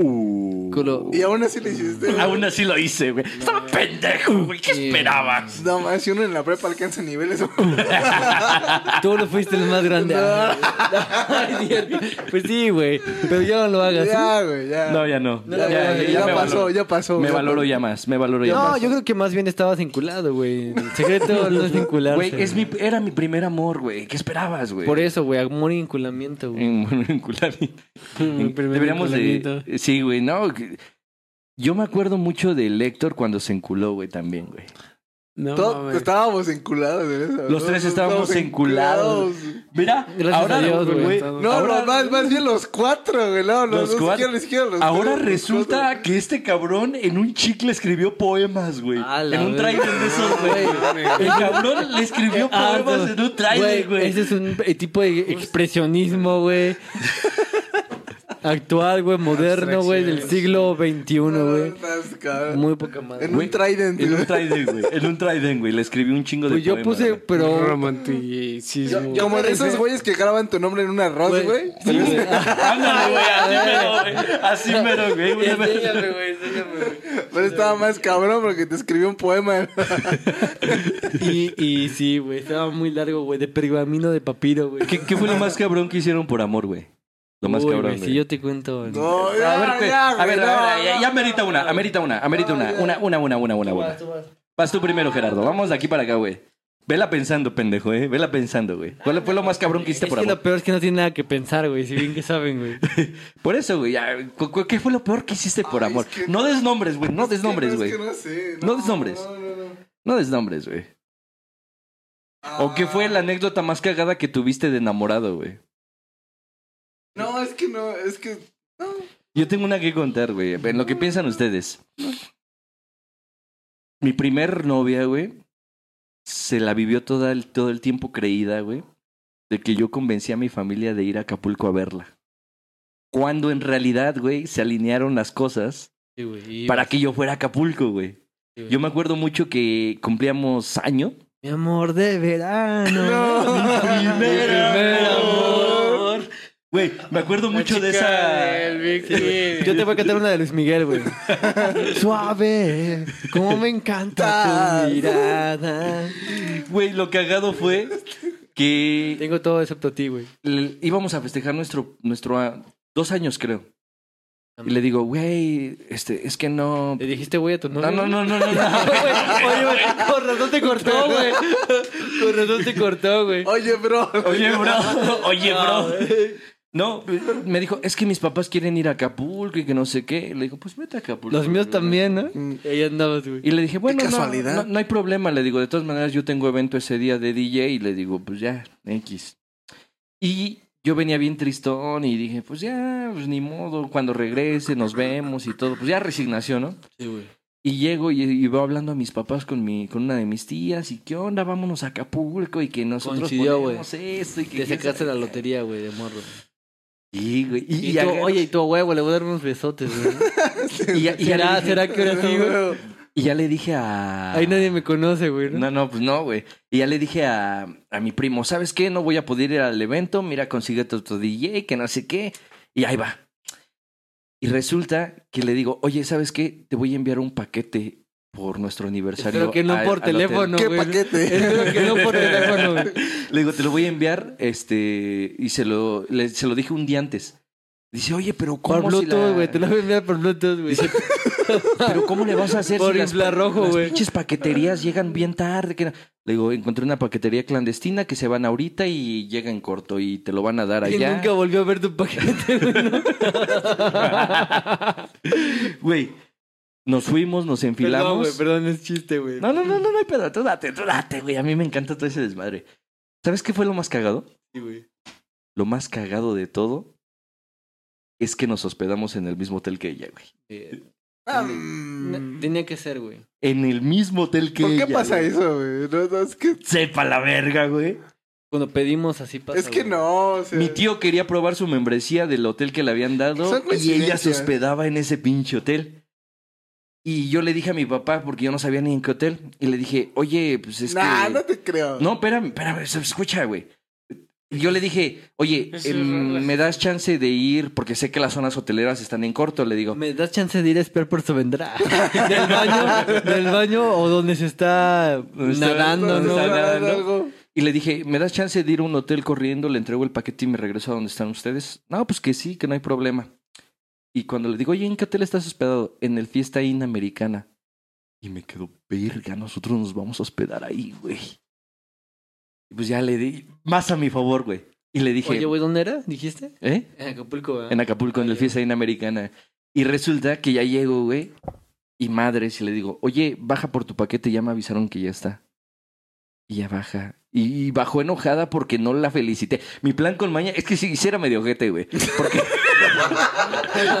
Speaker 2: Uh.
Speaker 4: Culo.
Speaker 2: Y aún así le hiciste.
Speaker 1: Aún así lo hice, güey. Estaba pendejo, güey. ¿Qué
Speaker 4: Sí.
Speaker 1: esperabas?
Speaker 2: No más, si uno en la prepa alcanza niveles. [laughs]
Speaker 4: Tú no fuiste el más grande. Ay, cierto. Pues sí, güey. Pero ya no lo hagas.
Speaker 2: ya, güey, ya.
Speaker 1: No, ya no.
Speaker 2: ya, ya,
Speaker 1: ya,
Speaker 2: ya
Speaker 1: ya me
Speaker 2: pasó,
Speaker 1: valoro.
Speaker 2: ya pasó.
Speaker 1: Me
Speaker 2: ya
Speaker 1: valoro ya más, me valoro ya
Speaker 4: No,
Speaker 1: más.
Speaker 4: yo creo que más bien estabas vinculado, güey. El secreto no es vincularse.
Speaker 1: Güey, es mi, era mi primer amor, güey. ¿Qué esperabas, güey?
Speaker 4: Por eso, güey, amor y vinculamiento, güey.
Speaker 1: [laughs] vincular.
Speaker 4: Mi Mm, primer
Speaker 1: Mm, Deberíamos de...
Speaker 4: vinculamiento.
Speaker 1: Sí, güey, no. que- Yo me acuerdo mucho de Héctor cuando se enculó, güey, también, güey.
Speaker 5: No,
Speaker 2: Todo-
Speaker 5: mames.
Speaker 2: estábamos enculados en eso.
Speaker 1: Los tres estábamos
Speaker 2: enculados.
Speaker 1: Mira,
Speaker 4: Gracias
Speaker 1: ahora,
Speaker 4: a Dios,
Speaker 1: güey,
Speaker 4: güey.
Speaker 2: No,
Speaker 1: ahora-
Speaker 2: no, más, más bien los cuatro, güey. No, no,
Speaker 1: Los
Speaker 2: no, ni
Speaker 1: cuatro.
Speaker 2: siquiera, ni siquiera los
Speaker 1: Ahora
Speaker 2: tres, los
Speaker 1: resulta que este cabrón en un chicle escribió poemas, güey.
Speaker 4: A la
Speaker 1: En un
Speaker 4: verga.
Speaker 1: trailer de esos, güey. El
Speaker 5: [laughs]
Speaker 1: cabrón le escribió
Speaker 4: Ah,
Speaker 1: poemas
Speaker 4: no.
Speaker 1: en un trailer, güey. Pues-
Speaker 4: Ese es un eh, tipo de expresionismo, güey. Actual, güey, moderno, güey, del siglo XXI,
Speaker 2: cuatro.
Speaker 4: güey.
Speaker 2: No, estás, cabrón.
Speaker 4: Muy poca madre.
Speaker 2: En un
Speaker 1: Güey,
Speaker 2: trident.
Speaker 1: En un
Speaker 2: güey.
Speaker 1: trident, güey. En un trident, güey. Le escribió un chingo de
Speaker 4: Pues yo
Speaker 1: poemas,
Speaker 4: puse,
Speaker 1: güey.
Speaker 4: pero.
Speaker 5: romanticismo.
Speaker 2: Como de esos güeyes que graban tu nombre en un arroz, güey.
Speaker 4: Ah,
Speaker 1: Ándale, güey. Así mero, güey. Así mero, güey. Una vez-
Speaker 2: [laughs] Pero estaba más cabrón porque te escribió un poema.
Speaker 4: Y, y sí, güey, estaba muy largo, güey, de pergamino de papiro, güey.
Speaker 1: ¿Qué, qué fue lo más cabrón que hicieron por amor, güey? Lo más
Speaker 4: Uy,
Speaker 1: cabrón,
Speaker 4: güey,
Speaker 1: güey.
Speaker 4: Si yo te cuento. güey.
Speaker 2: No,
Speaker 1: A
Speaker 2: ya,
Speaker 1: ver, güey,
Speaker 2: ya,
Speaker 1: a
Speaker 2: güey,
Speaker 1: ver,
Speaker 2: no,
Speaker 1: a ver, ya,
Speaker 2: no.
Speaker 1: ya amerita una, amerita una, amerita una, una, una, una, una, una, una. Vas tú primero, Gerardo. Vamos de aquí para acá, güey. Vela pensando, pendejo, eh. Vela pensando, güey. ¿Cuál fue lo más cabrón que hiciste
Speaker 4: Es
Speaker 1: por
Speaker 4: que
Speaker 1: amor?
Speaker 4: lo peor es que no tiene nada que pensar, güey, si bien que saben, güey.
Speaker 1: Por eso, güey. ya, cu- cu- ¿Qué fue lo peor que hiciste por
Speaker 2: Ay,
Speaker 1: amor?
Speaker 2: es que-
Speaker 1: No desnombres, güey. No
Speaker 2: Es que
Speaker 1: desnombres,
Speaker 2: no, es
Speaker 1: güey.
Speaker 2: que no sé,
Speaker 1: No desnombres.
Speaker 2: no, no, no.
Speaker 1: No desnombres, güey. ¿O qué fue
Speaker 2: Ah,
Speaker 1: la anécdota más cagada que tuviste de enamorado, güey?
Speaker 2: No, es que no, es que. No.
Speaker 1: Yo tengo una que contar, güey. En lo que piensan ustedes. Mi primer novia, güey, se la vivió toda el, todo el tiempo creída, güey, de que yo convencí a mi familia de ir a Acapulco a verla. Cuando en realidad, güey, se alinearon las cosas
Speaker 4: Sí, güey, y-
Speaker 1: para que yo fuera a Acapulco, güey.
Speaker 4: sí, güey.
Speaker 1: Yo me acuerdo mucho que cumplíamos año.
Speaker 4: Mi amor de verano. [laughs]
Speaker 2: No.
Speaker 1: Primer
Speaker 4: amor.
Speaker 1: Güey, me acuerdo mucho de esa...
Speaker 4: Yo te voy a cantar una de Luis
Speaker 1: [laughs]
Speaker 4: Miguel, güey. Suave, como me encanta tu mirada.
Speaker 1: Güey, lo cagado fue que
Speaker 4: Tengo todo excepto a ti, güey.
Speaker 1: le- íbamos a festejar nuestro, nuestro ah, dos años, creo. Y le digo, güey, este, es que no.
Speaker 4: Le dijiste, güey, a tu novio.
Speaker 1: No, no, no, no, no.
Speaker 4: Ah,
Speaker 1: no.
Speaker 4: güey, [laughs] Oye, güey, con razón te cortó, güey. Con razón te cortó, güey.
Speaker 2: Oye, bro.
Speaker 1: Oye, bro, oye, bro. No, me dijo, es que mis papás quieren ir a Acapulco y que no sé qué. Le digo, pues vete a Acapulco.
Speaker 4: Los míos
Speaker 1: güey".
Speaker 4: también, ¿no? Y Mm, ahí andabas, güey.
Speaker 1: Y le dije, bueno, no,
Speaker 2: casualidad.
Speaker 1: No, no hay problema. Le digo, de todas maneras, yo tengo evento ese día de DJ y le digo, pues ya, X. Y yo venía bien tristón y dije, pues ya, pues ni modo, cuando regrese nos vemos y todo. Pues ya resignación, ¿no?
Speaker 4: Sí, güey.
Speaker 1: Y llego y, y voy hablando a mis papás con mi con una de mis tías y qué onda, vámonos a Acapulco y que nosotros
Speaker 4: Coincidió, güey.
Speaker 1: ponemos esto y que
Speaker 4: Te
Speaker 1: quién
Speaker 4: sacaste
Speaker 1: sabe
Speaker 4: la
Speaker 1: qué.
Speaker 4: lotería, güey, de morro.
Speaker 1: Sí, güey. Y,
Speaker 4: Y,
Speaker 1: y
Speaker 4: tú,
Speaker 1: agarro-
Speaker 4: oye, y tu huevo, le voy a dar unos besotes, [laughs] güey.
Speaker 1: y ya, y ya le
Speaker 4: ¿Será,
Speaker 1: dije,
Speaker 4: será que ahora sí, güey?
Speaker 1: [laughs] y ya le dije a
Speaker 4: Ahí Ah. nadie me conoce, güey. ¿no?
Speaker 1: No, no, pues no, güey. Y ya le dije a, a mi primo, ¿sabes qué? No voy a poder ir al evento, mira, consigue tu, tu DJ, que no sé qué. Y ahí va. Y resulta que le digo, oye, ¿sabes qué? Te voy a enviar un paquete por nuestro aniversario.
Speaker 4: Espero que no
Speaker 1: al-
Speaker 4: por
Speaker 1: al hotel".
Speaker 4: teléfono,
Speaker 2: ¿Qué
Speaker 4: güey.
Speaker 2: paquete?
Speaker 4: [laughs] Espero que no por teléfono, güey.
Speaker 1: Le digo, te lo voy a enviar, este, y se lo, le- se lo dije un día antes. Dice, oye, pero
Speaker 4: Por
Speaker 1: ¿cómo, si la-
Speaker 4: Bluetooth, güey. Te lo voy a enviar por Bluetooth, güey.
Speaker 1: pero ¿cómo le vas a hacer
Speaker 4: Por
Speaker 1: si las,
Speaker 4: infrarrojo,
Speaker 1: las
Speaker 4: güey.
Speaker 1: pinches paqueterías llegan bien tarde? que no?". Le digo, encontré una paquetería clandestina que se van ahorita y llega en corto y te lo van a dar
Speaker 4: Y
Speaker 1: allá.
Speaker 4: nunca volvió a ver tu paquete, güey. [laughs] ¿no?
Speaker 1: Güey, nos fuimos, nos
Speaker 4: Perdón,
Speaker 1: enfilamos.
Speaker 4: güey. Perdón, es chiste, güey.
Speaker 1: No, no, no, no, no hay pedo. Tú date, tú date, güey. A mí me encanta todo ese desmadre. ¿Sabes qué fue lo más cagado?
Speaker 4: [laughs] Sí, güey.
Speaker 1: Lo más cagado de todo es que nos hospedamos en el mismo hotel que ella, güey.
Speaker 4: Eh,
Speaker 2: Ah, Mm.
Speaker 4: Tenía que ser, güey.
Speaker 1: En el mismo hotel que
Speaker 2: ¿Por
Speaker 1: ella.
Speaker 2: qué pasa
Speaker 1: güey.
Speaker 2: eso, güey? No, no, es que,
Speaker 1: Sepa la verga, güey.
Speaker 4: Cuando pedimos así pasa.
Speaker 2: es que
Speaker 4: güey.
Speaker 2: no, o sea.
Speaker 1: Mi tío quería probar su membresía del hotel que le habían dado
Speaker 2: Son
Speaker 1: y ella
Speaker 2: coincidencias.
Speaker 1: se hospedaba en ese pinche hotel. Y yo le dije a mi papá, porque yo no sabía ni en qué hotel, y le dije, oye, pues es
Speaker 2: nah,
Speaker 1: que...
Speaker 2: no te creo.
Speaker 1: No, espérame, espérame, se- escucha, güey. Yo le dije, oye,
Speaker 5: Eso
Speaker 1: eh,
Speaker 5: es raro.
Speaker 1: ¿me das chance de ir? Porque sé que las zonas hoteleras están en corto. Le digo,
Speaker 4: ¿Me das chance de ir a esperar por su vendrá? [laughs] ¿Del baño, del baño o donde se está
Speaker 1: está-
Speaker 4: nadando,
Speaker 1: donde
Speaker 4: no?
Speaker 1: está nadando.
Speaker 2: Algo.
Speaker 1: Y le dije, ¿me das chance de ir a un hotel corriendo? Le entrego el paquete y me regreso a donde están ustedes. No, pues que sí, que no hay problema. Y cuando le digo, oye, ¿en qué hotel estás hospedado? En el Fiesta Inn Americana. Y me quedo, verga, nosotros nos vamos a hospedar ahí, güey. Y pues ya le di, más a mi favor, güey. Y le dije,
Speaker 4: Oye, güey, ¿dónde era? ¿Dijiste?
Speaker 1: ¿eh?
Speaker 4: En Acapulco, ¿verdad?
Speaker 1: En Acapulco, en el Fiesta Inn Americana. Y resulta que ya llego, güey. Y madre, si le digo, oye, baja por tu paquete, ya me avisaron que ya está. Y ya baja. Y, y bajó enojada porque no la felicité. Mi plan con maña es que si hiciera medio ojete, güey. Porque [laughs]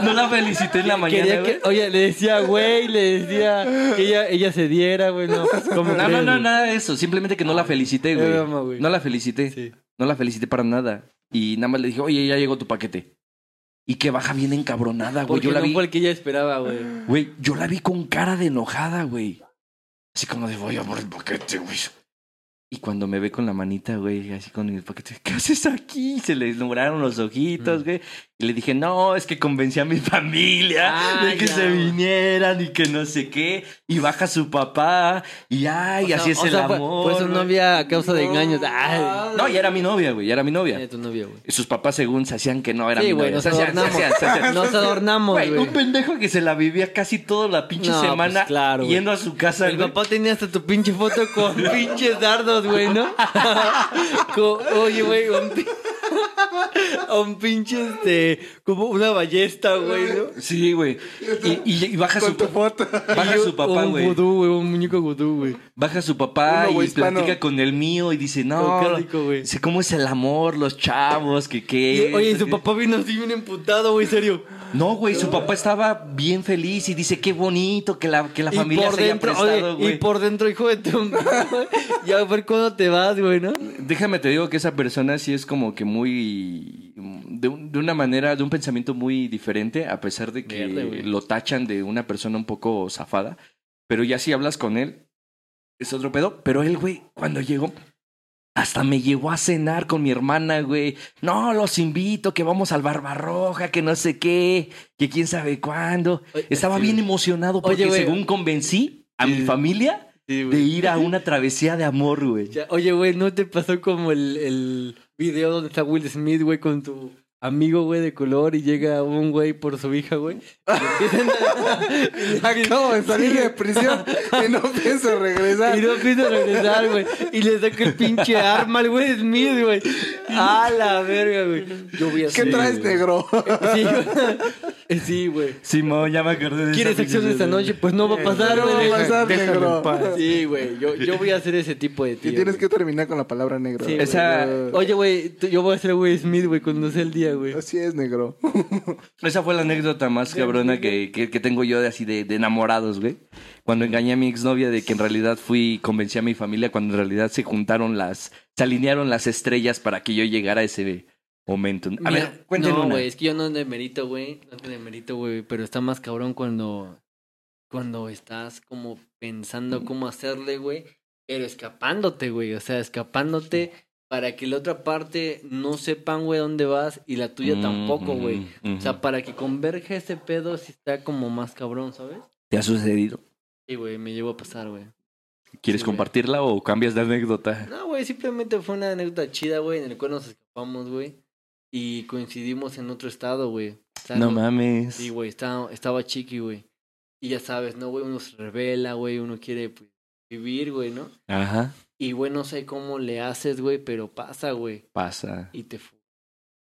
Speaker 1: no la felicité en la mañana.
Speaker 4: Quería
Speaker 1: güey.
Speaker 4: que, oye, le decía, güey, le decía que ella, ella se diera, güey, no. pues, ¿cómo
Speaker 1: No, no,
Speaker 4: crees,
Speaker 1: no,
Speaker 4: güey?
Speaker 1: nada de eso. Simplemente que no la felicité,
Speaker 4: Era
Speaker 1: güey.
Speaker 4: broma, güey.
Speaker 1: No la felicité.
Speaker 4: Sí.
Speaker 1: No la felicité para nada. Y nada más le dije, oye, ya llegó tu paquete. Y que baja bien encabronada, güey.
Speaker 4: Porque
Speaker 1: Yo la
Speaker 4: no
Speaker 1: vi.
Speaker 4: fue el que ella esperaba, güey.
Speaker 1: Güey, yo la vi con cara de enojada, güey. Así como de voy a por el paquete, güey. Y cuando me ve con la manita, güey, así con el paquete, ¿qué haces aquí? Se le deslumbraron los ojitos,
Speaker 4: Mm.
Speaker 1: güey. Y le dije, no, es que convencí a mi familia
Speaker 4: Ah,
Speaker 1: de que
Speaker 4: ya,
Speaker 1: se
Speaker 4: güey.
Speaker 1: vinieran y que no sé qué. Y baja su papá. Y ay,
Speaker 4: O sea,
Speaker 1: así es
Speaker 4: o
Speaker 1: el
Speaker 4: sea, fue-
Speaker 1: amor.
Speaker 4: Fue, su
Speaker 1: güey. Ah.
Speaker 4: novia a causa de engaños. Ay,
Speaker 1: No, ya era mi novia, güey, ya era mi novia.
Speaker 4: era tu novia, güey.
Speaker 1: Y Sus papás, según, se hacían que no era
Speaker 4: Eh. Sí,
Speaker 1: mi
Speaker 4: güey,
Speaker 1: novia.
Speaker 4: nos
Speaker 1: Se hacían- se
Speaker 4: adornamos.
Speaker 1: hacían- se hacían-
Speaker 4: Nos adornamos,
Speaker 1: Güey,
Speaker 4: güey.
Speaker 1: un pendejo que se la vivía casi toda la pinche
Speaker 4: No,
Speaker 1: semana
Speaker 4: pues claro, güey.
Speaker 1: yendo a su casa.
Speaker 4: El
Speaker 1: güey.
Speaker 4: papá tenía hasta tu pinche foto
Speaker 1: [laughs]
Speaker 4: con pinches dardos, güey, ¿no? Co- oye, güey, un, pi- un pinche, este, como una ballesta, güey, ¿no?
Speaker 1: Sí, güey. Y, y- y baja, su,
Speaker 2: Con tu foto.
Speaker 1: baja su papá,
Speaker 4: un
Speaker 1: güey.
Speaker 4: vudú, güey, un muñeco vudú, güey.
Speaker 1: Baja su papá
Speaker 2: Uno,
Speaker 1: y
Speaker 2: güey, hispano.
Speaker 1: platica con el mío y dice,
Speaker 4: Oh,
Speaker 1: no,
Speaker 4: qué rico, güey.
Speaker 1: sé cómo es el amor, los chavos, que qué.
Speaker 4: Y, oye, y su
Speaker 1: que-
Speaker 4: papá vino así bien emputado, güey, serio.
Speaker 1: No, güey, su papá estaba bien feliz y dice, qué bonito que la, que la
Speaker 4: Y
Speaker 1: familia
Speaker 4: por
Speaker 1: se haya
Speaker 4: dentro, oye,
Speaker 1: prestado,
Speaker 4: y
Speaker 1: güey.
Speaker 4: por dentro, hijo de tu... [laughs] ya, a ver cuándo te vas, güey, ¿no?
Speaker 1: Déjame te digo que esa persona sí es como que muy... De, un- de una manera, de un pensamiento muy diferente, a pesar de que
Speaker 4: Verde, güey.
Speaker 1: lo tachan de una persona un poco zafada. Pero ya si hablas con él, es otro pedo. Pero él, güey, cuando llegó, hasta me llevó a cenar con mi hermana, güey. No, los invito, que vamos al Barbarroja, que no sé qué, que quién sabe cuándo.
Speaker 4: Oye,
Speaker 1: Estaba
Speaker 4: sí,
Speaker 1: bien
Speaker 4: güey.
Speaker 1: emocionado porque
Speaker 4: Oye, güey.
Speaker 1: según convencí a mi familia
Speaker 4: Sí, güey.
Speaker 1: de ir a una travesía de amor, güey.
Speaker 4: Ya, oye, güey, ¿no te pasó como el, el video donde está Will Smith, güey, con tu amigo, güey, de color y llega un güey por su hija, güey? Y empiezan a-
Speaker 2: Acabo de salir de
Speaker 4: [laughs]
Speaker 2: prisión y no pienso [laughs] regresar.
Speaker 4: Y no quiso regresar, güey. Y le saca el pinche arma al güey Smith, güey. A la verga, güey. Yo voy a
Speaker 2: ¿Qué traes, negro?
Speaker 4: Sí, güey. Sí, güey.
Speaker 1: Simón, ya me acordé de
Speaker 4: ¿Quieres
Speaker 1: esa
Speaker 4: acción esta
Speaker 1: pinche-
Speaker 4: noche? Pues no va a
Speaker 2: [laughs]
Speaker 4: pasar,
Speaker 2: No va a
Speaker 4: güey.
Speaker 2: pasar,
Speaker 4: Déjalo
Speaker 2: negro.
Speaker 4: en paz. Sí, güey. Yo, yo voy a hacer ese tipo de tío.
Speaker 2: Y tienes
Speaker 4: güey.
Speaker 2: que terminar con la palabra negro.
Speaker 4: Sí,
Speaker 1: Esa-
Speaker 2: güey.
Speaker 4: Oye, güey, tú- yo voy a ser Will Smith, güey, cuando sea el día, güey.
Speaker 2: Así es, negro. [laughs]
Speaker 1: Esa fue la anécdota más cabrona que, que, que tengo yo de así de, de enamorados, güey. Cuando engañé a mi exnovia de que en realidad fui y convencí a mi familia, cuando en realidad se juntaron las, se alinearon las estrellas para que yo llegara a ese momento. A
Speaker 4: Mira,
Speaker 1: ver, cuéntenme
Speaker 4: No,
Speaker 1: una.
Speaker 4: güey, es que yo no demerito, güey. No te demerito, güey. Pero está más cabrón cuando. Cuando estás como pensando cómo hacerle, güey. Pero escapándote, güey. O sea, escapándote para que la otra parte no sepan, güey, dónde vas. Y la tuya
Speaker 1: Mm,
Speaker 4: tampoco, güey.
Speaker 1: ujú,
Speaker 4: O sea,
Speaker 1: ujú.
Speaker 4: para que converja ese pedo, sí está como más cabrón, ¿sabes?
Speaker 1: ¿Te ha sucedido?
Speaker 4: Sí, güey, me llegó a pasar, güey.
Speaker 1: ¿Quieres
Speaker 4: Sí, güey.
Speaker 1: compartirla o cambias de anécdota?
Speaker 4: No, güey, simplemente fue una anécdota chida, güey, en el cual nos escapamos, güey. Y coincidimos en otro estado, güey. O sea,
Speaker 1: No
Speaker 4: nos-
Speaker 1: mames.
Speaker 4: Sí, güey, estaba, estaba chiqui, güey. Y ya sabes, ¿no, güey? Uno se revela, güey, uno quiere pues, vivir, güey, ¿no?
Speaker 1: Ajá,
Speaker 4: Y, güey, no sé cómo le haces, güey, pero pasa, güey.
Speaker 1: pasa.
Speaker 4: Y te fugas,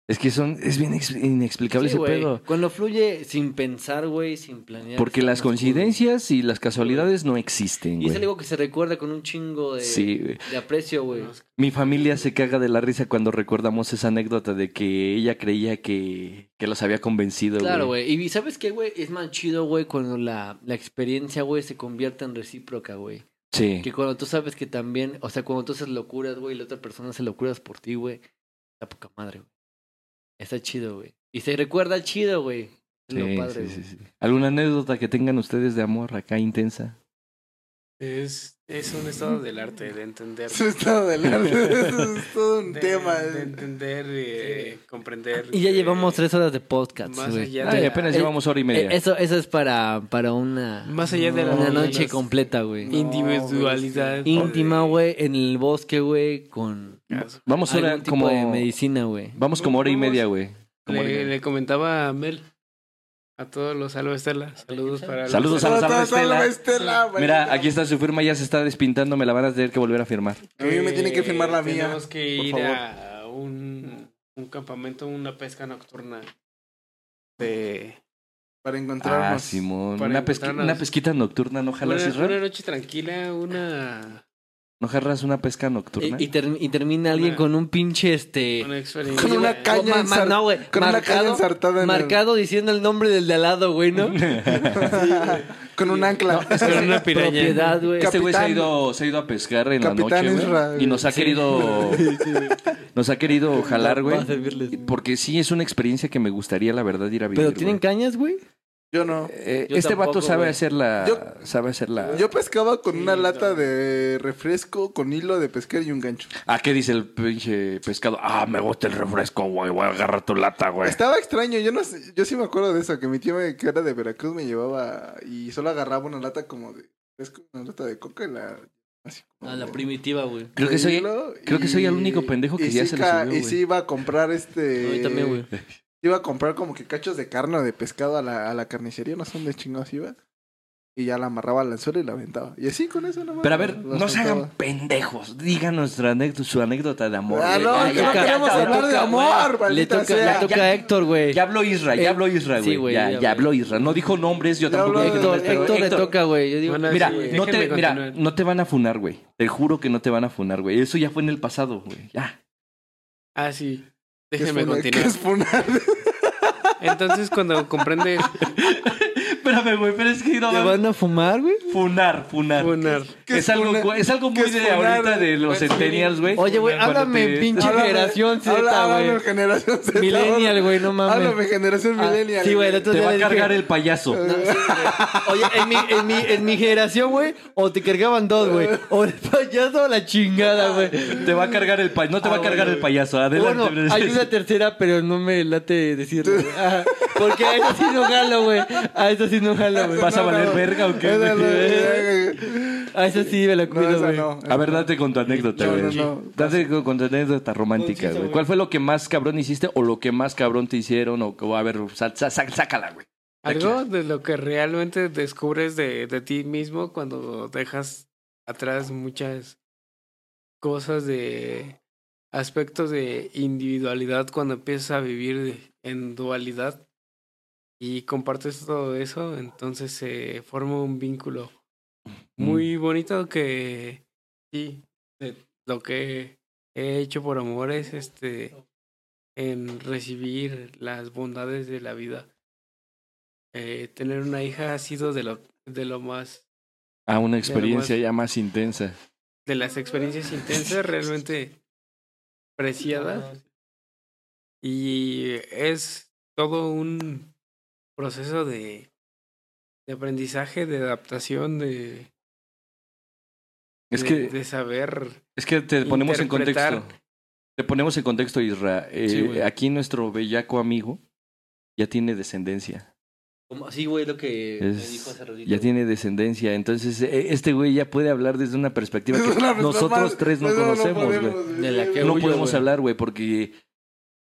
Speaker 1: Es que son, es bien ex- inexplicable ese pedo.
Speaker 4: Cuando fluye sin pensar, güey, sin planear.
Speaker 1: Porque
Speaker 4: sin
Speaker 1: las
Speaker 4: más, güey.
Speaker 1: coincidencias y las casualidades no existen,
Speaker 4: Y es
Speaker 1: güey.
Speaker 4: algo que se recuerda con un chingo de,
Speaker 1: Sí, güey.
Speaker 4: de aprecio, güey.
Speaker 1: Mi familia se caga de la risa cuando recordamos esa anécdota de que ella creía que, que los había convencido.
Speaker 4: Claro, güey. Y ¿sabes qué, güey? Es más chido, güey, cuando la, la experiencia, güey, se convierte en recíproca, güey.
Speaker 1: Sí.
Speaker 4: Que cuando tú sabes que también, o sea, cuando tú haces locuras, güey, y la otra persona hace locuras por ti, güey, está poca madre, güey. Está chido, güey. Y se recuerda chido, güey. Es
Speaker 1: Sí,
Speaker 4: lo padre,
Speaker 1: sí, sí,
Speaker 4: güey.
Speaker 1: sí. ¿Alguna anécdota que tengan ustedes de amor acá intensa?
Speaker 5: Es, es un estado del arte, de entender.
Speaker 2: [laughs] Es un estado del arte. es todo un
Speaker 5: de-
Speaker 2: tema.
Speaker 5: De entender, eh, comprender.
Speaker 4: Y ya
Speaker 5: eh,
Speaker 4: llevamos tres horas de podcast,
Speaker 5: Más
Speaker 4: güey.
Speaker 5: allá
Speaker 1: Ay,
Speaker 5: de-
Speaker 1: Ah, apenas
Speaker 4: eh,
Speaker 1: llevamos hora y media.
Speaker 4: Eh, Eso, eso es para, para una,
Speaker 5: Más allá de la
Speaker 4: una
Speaker 5: no,
Speaker 4: noche
Speaker 5: las-
Speaker 4: completa, güey.
Speaker 5: No, Individualidad.
Speaker 4: Ín- Íntima, güey, en el bosque, güey, con
Speaker 1: vamos
Speaker 4: algún
Speaker 1: hora
Speaker 4: tipo
Speaker 1: como
Speaker 4: de medicina, güey.
Speaker 1: vamos como hora y media, güey. Como hora y
Speaker 5: Le,
Speaker 1: media.
Speaker 5: le comentaba a Mel. A todos los Salva Estela. Saludos para
Speaker 1: Saludos a los
Speaker 2: Salva
Speaker 1: Salva
Speaker 2: Estela.
Speaker 1: Estela. Mira, aquí está su firma, ya se está despintando, me la van a tener que volver a firmar.
Speaker 2: A mí me tienen que firmar la mía,
Speaker 5: Tenemos que
Speaker 2: por
Speaker 5: ir
Speaker 2: favor.
Speaker 5: a un, un campamento, una pesca nocturna. De,
Speaker 2: Para encontrarnos.
Speaker 1: Ah, Simón.
Speaker 5: Para
Speaker 1: Una, pesqui-
Speaker 5: encontrarnos.
Speaker 1: una pesquita nocturna, ¿no jalas,
Speaker 5: una,
Speaker 1: Israel?
Speaker 5: una noche tranquila, una,
Speaker 1: ¿No jarras una pesca nocturna?
Speaker 4: Y, y ter- y termina alguien
Speaker 5: Una-
Speaker 4: con un pinche, este...
Speaker 5: una experiencia.
Speaker 2: Con una
Speaker 5: de-
Speaker 2: caña
Speaker 4: ma- ma-
Speaker 2: ensar-
Speaker 4: no, güey,
Speaker 2: con una caña
Speaker 4: marcado-
Speaker 2: ensartada en el- [laughs]
Speaker 4: Marcado diciendo el nombre del de al lado,
Speaker 1: [laughs]
Speaker 4: güey, ¿no?
Speaker 2: Con un ancla.
Speaker 5: con una piraña.
Speaker 4: Propiedad, güey.
Speaker 1: Este güey se ha,
Speaker 2: Capitán-
Speaker 1: ido, se ha ido a pescar en
Speaker 2: Capitán
Speaker 1: la noche,
Speaker 2: Israel.
Speaker 1: güey. Y nos ha
Speaker 2: [laughs]
Speaker 1: querido... nos ha querido jalar, güey.
Speaker 4: Para servirles.
Speaker 1: Porque sí es una experiencia que me gustaría, la verdad, ir a vivir,
Speaker 4: Pero tienen
Speaker 1: Este, güey.
Speaker 4: cañas, güey.
Speaker 2: Yo no.
Speaker 1: Eh,
Speaker 4: Yo
Speaker 1: este
Speaker 4: tampoco,
Speaker 1: vato sabe
Speaker 4: güey.
Speaker 1: hacer la...
Speaker 2: Yo-
Speaker 1: Sabe hacer la...
Speaker 2: Yo pescaba con
Speaker 5: Sí,
Speaker 2: una lata
Speaker 5: no.
Speaker 2: de refresco, con hilo de pescar y un gancho.
Speaker 1: Ah, ¿qué dice el pinche pescado? Ah, me gusta el refresco, güey. Voy a agarrar tu lata, güey.
Speaker 2: Estaba extraño, yo no sé- yo sí me acuerdo de eso, que mi tío me- que era de Veracruz me llevaba y solo agarraba una lata como de refresco, una lata de coca y la así como
Speaker 4: A Ah, la
Speaker 2: de-
Speaker 4: primitiva, güey.
Speaker 1: Creo que
Speaker 2: de
Speaker 1: soy...
Speaker 2: hilo,
Speaker 1: creo que soy el único pendejo que
Speaker 2: y
Speaker 1: ya
Speaker 2: sí
Speaker 1: se le
Speaker 2: ca-
Speaker 1: subió,
Speaker 2: Y
Speaker 1: güey.
Speaker 2: sí iba a comprar este
Speaker 4: A mí también, güey.
Speaker 2: iba a comprar como que cachos de carne o de pescado a la, a la carnicería, no son de chingados iba. Y ya la amarraba al anzuelo y la aventaba. Y así con eso nomás.
Speaker 1: Pero a ver,
Speaker 2: la
Speaker 1: no se hagan
Speaker 2: soltaba.
Speaker 1: pendejos. Digan nuestra anécdota, su anécdota de amor.
Speaker 2: Ah,
Speaker 1: güey.
Speaker 2: no,
Speaker 1: Ay,
Speaker 2: que no
Speaker 1: ya,
Speaker 2: queremos
Speaker 1: ya,
Speaker 2: hablar de
Speaker 1: toca,
Speaker 2: amor,
Speaker 4: Le
Speaker 2: maldita
Speaker 4: toca,
Speaker 2: sea.
Speaker 4: le toca a Héctor,
Speaker 1: güey.
Speaker 4: güey.
Speaker 1: Ya habló Isra,
Speaker 4: Eh,
Speaker 1: ya habló Isra,
Speaker 4: sí,
Speaker 1: güey.
Speaker 4: güey,
Speaker 1: ya,
Speaker 4: ya,
Speaker 1: ya
Speaker 4: güey.
Speaker 1: habló Isra. No dijo nombres, yo
Speaker 2: Ya
Speaker 1: tampoco.
Speaker 2: habló
Speaker 1: dije
Speaker 2: de-
Speaker 4: Héctor,
Speaker 1: nombres, pero
Speaker 4: Héctor le toca, güey. Yo digo,
Speaker 5: Bueno,
Speaker 1: Mira,
Speaker 5: sí,
Speaker 1: no,
Speaker 5: déjenme
Speaker 1: te, mira
Speaker 5: continuar.
Speaker 1: no te van a funar, güey. Te juro que no te van a funar, güey. Eso ya fue en el pasado, güey. Ya. [laughs]
Speaker 5: Ah, sí.
Speaker 2: ¿Qué es
Speaker 5: Déjenme
Speaker 2: funar? ¿Qué
Speaker 5: continuar.
Speaker 2: es funar?
Speaker 5: Entonces, cuando comprende
Speaker 1: Espérame, güey, pero es que no.
Speaker 4: ¿te van a fumar, güey?
Speaker 1: Funar, funar.
Speaker 5: funar,
Speaker 2: ¿Qué
Speaker 1: es, algo,
Speaker 2: funar?
Speaker 1: güey, es algo
Speaker 2: ¿Qué
Speaker 1: muy
Speaker 2: es
Speaker 1: de
Speaker 2: funar?
Speaker 1: ahorita de los
Speaker 5: Pues sí.
Speaker 1: centennials, Este güey.
Speaker 4: Oye, güey,
Speaker 1: Cuando
Speaker 4: háblame
Speaker 1: te-
Speaker 4: en pinche
Speaker 2: Háblame-
Speaker 4: generación
Speaker 2: habla-
Speaker 4: Z,
Speaker 2: háblame
Speaker 4: güey.
Speaker 2: generación Z.
Speaker 4: Millennial, güey, no mames.
Speaker 2: Háblame generación
Speaker 4: Ah,
Speaker 2: millennial.
Speaker 4: Sí, güey, el otro
Speaker 1: Te
Speaker 4: día
Speaker 1: va a
Speaker 4: le dije,
Speaker 1: cargar el payaso.
Speaker 4: Oye, en mi, en, mi, en mi generación, güey, o te cargaban dos, güey. O el payaso o la chingada, güey.
Speaker 1: Te va a cargar el payaso. No te va a cargar el payaso. Adelante.
Speaker 4: Ah, Bueno, hay una tercera, pero no me late decirlo. güey. Ajá, Porque a esa sí no jalo, güey. A esa sí no jalo, güey.
Speaker 1: ¿Vas a valer verga o qué?
Speaker 2: Esa no,
Speaker 1: güey?
Speaker 4: A esa sí me la
Speaker 2: No,
Speaker 4: cuido,
Speaker 2: esa
Speaker 4: güey.
Speaker 2: no.
Speaker 1: A ver, date con tu anécdota,
Speaker 2: No,
Speaker 1: güey.
Speaker 2: no, no.
Speaker 1: Date con, con tu anécdota romántica, güey. ¿Cuál fue lo que más cabrón hiciste o lo que más cabrón te hicieron? O, o a ver, sa- sa- sa- sácala, güey.
Speaker 5: algo de lo que realmente descubres de, de ti mismo cuando dejas atrás muchas cosas de aspectos de individualidad cuando empiezas a vivir en dualidad y compartes todo eso, entonces se forma un vínculo
Speaker 1: Mm.
Speaker 5: muy bonito que sí, de lo que he hecho por amor es este en recibir las bondades de la vida. Eh, tener una hija ha sido de lo de lo más
Speaker 1: A una experiencia ya más intensa.
Speaker 5: de las experiencias intensas realmente preciadas y es todo un proceso de de aprendizaje, de adaptación, de
Speaker 1: Mm. Es
Speaker 5: de-
Speaker 1: que,
Speaker 5: de saber
Speaker 1: es que te ponemos en
Speaker 5: interpretar.
Speaker 1: contexto. Te ponemos en contexto, Isra. Eh,
Speaker 4: Sí, güey.
Speaker 1: aquí nuestro bellaco amigo ya tiene descendencia.
Speaker 4: Como- Sí, güey, lo que me
Speaker 1: Es-
Speaker 4: dijo hace ratito.
Speaker 1: ya tiene descendencia. Entonces, eh, este güey ya puede hablar desde una perspectiva que
Speaker 2: [laughs] No, no,
Speaker 1: nosotros
Speaker 2: no,
Speaker 1: tres no conocemos, güey.
Speaker 2: podemos,
Speaker 4: De la que-
Speaker 1: no
Speaker 4: huyo,
Speaker 1: podemos
Speaker 4: güey.
Speaker 1: hablar, güey, porque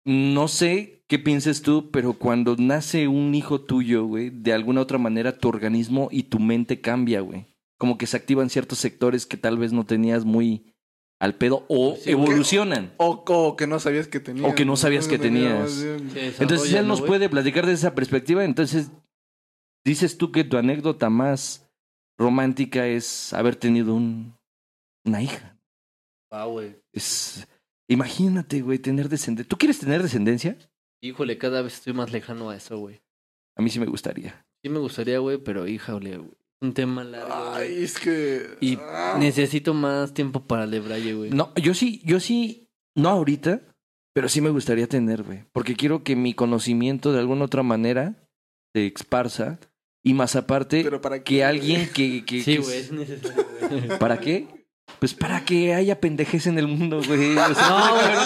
Speaker 1: no sé qué pienses tú, pero cuando nace un hijo tuyo, güey, de alguna otra manera tu organismo y tu mente cambia, güey. Como que se activan ciertos sectores que tal vez no tenías muy al pedo o
Speaker 4: Pues Sí, güey.
Speaker 1: evolucionan.
Speaker 2: O, o que no sabías que tenías.
Speaker 1: O que no sabías que tenías.
Speaker 4: Se
Speaker 1: Entonces
Speaker 4: desarrolla,
Speaker 1: él
Speaker 4: ¿no,
Speaker 1: nos
Speaker 4: güey?
Speaker 1: puede platicar desde esa perspectiva. Entonces, dices tú que tu anécdota más romántica es haber tenido un, una hija.
Speaker 4: Ah, güey.
Speaker 1: Es, imagínate, güey, tener descendencia. ¿Tú quieres tener descendencia?
Speaker 4: Híjole, cada vez estoy más lejano a eso, güey.
Speaker 1: A mí sí me gustaría.
Speaker 4: Sí me gustaría, güey, pero híjole, güey. Un tema largo, güey.
Speaker 2: Ay, es que.
Speaker 4: Y
Speaker 2: Ah.
Speaker 4: necesito más tiempo para el de Braille, güey.
Speaker 1: No, yo sí, yo sí, no ahorita, pero sí me gustaría tener, güey. Porque quiero que mi conocimiento de alguna otra manera se esparza Y más aparte,
Speaker 2: Pero para
Speaker 1: que alguien que... que-
Speaker 4: Sí,
Speaker 1: que-
Speaker 4: güey, es necesario, güey.
Speaker 1: ¿Para qué? Pues para que haya pendejes en el mundo, güey. O sea,
Speaker 4: [laughs]
Speaker 1: [laughs]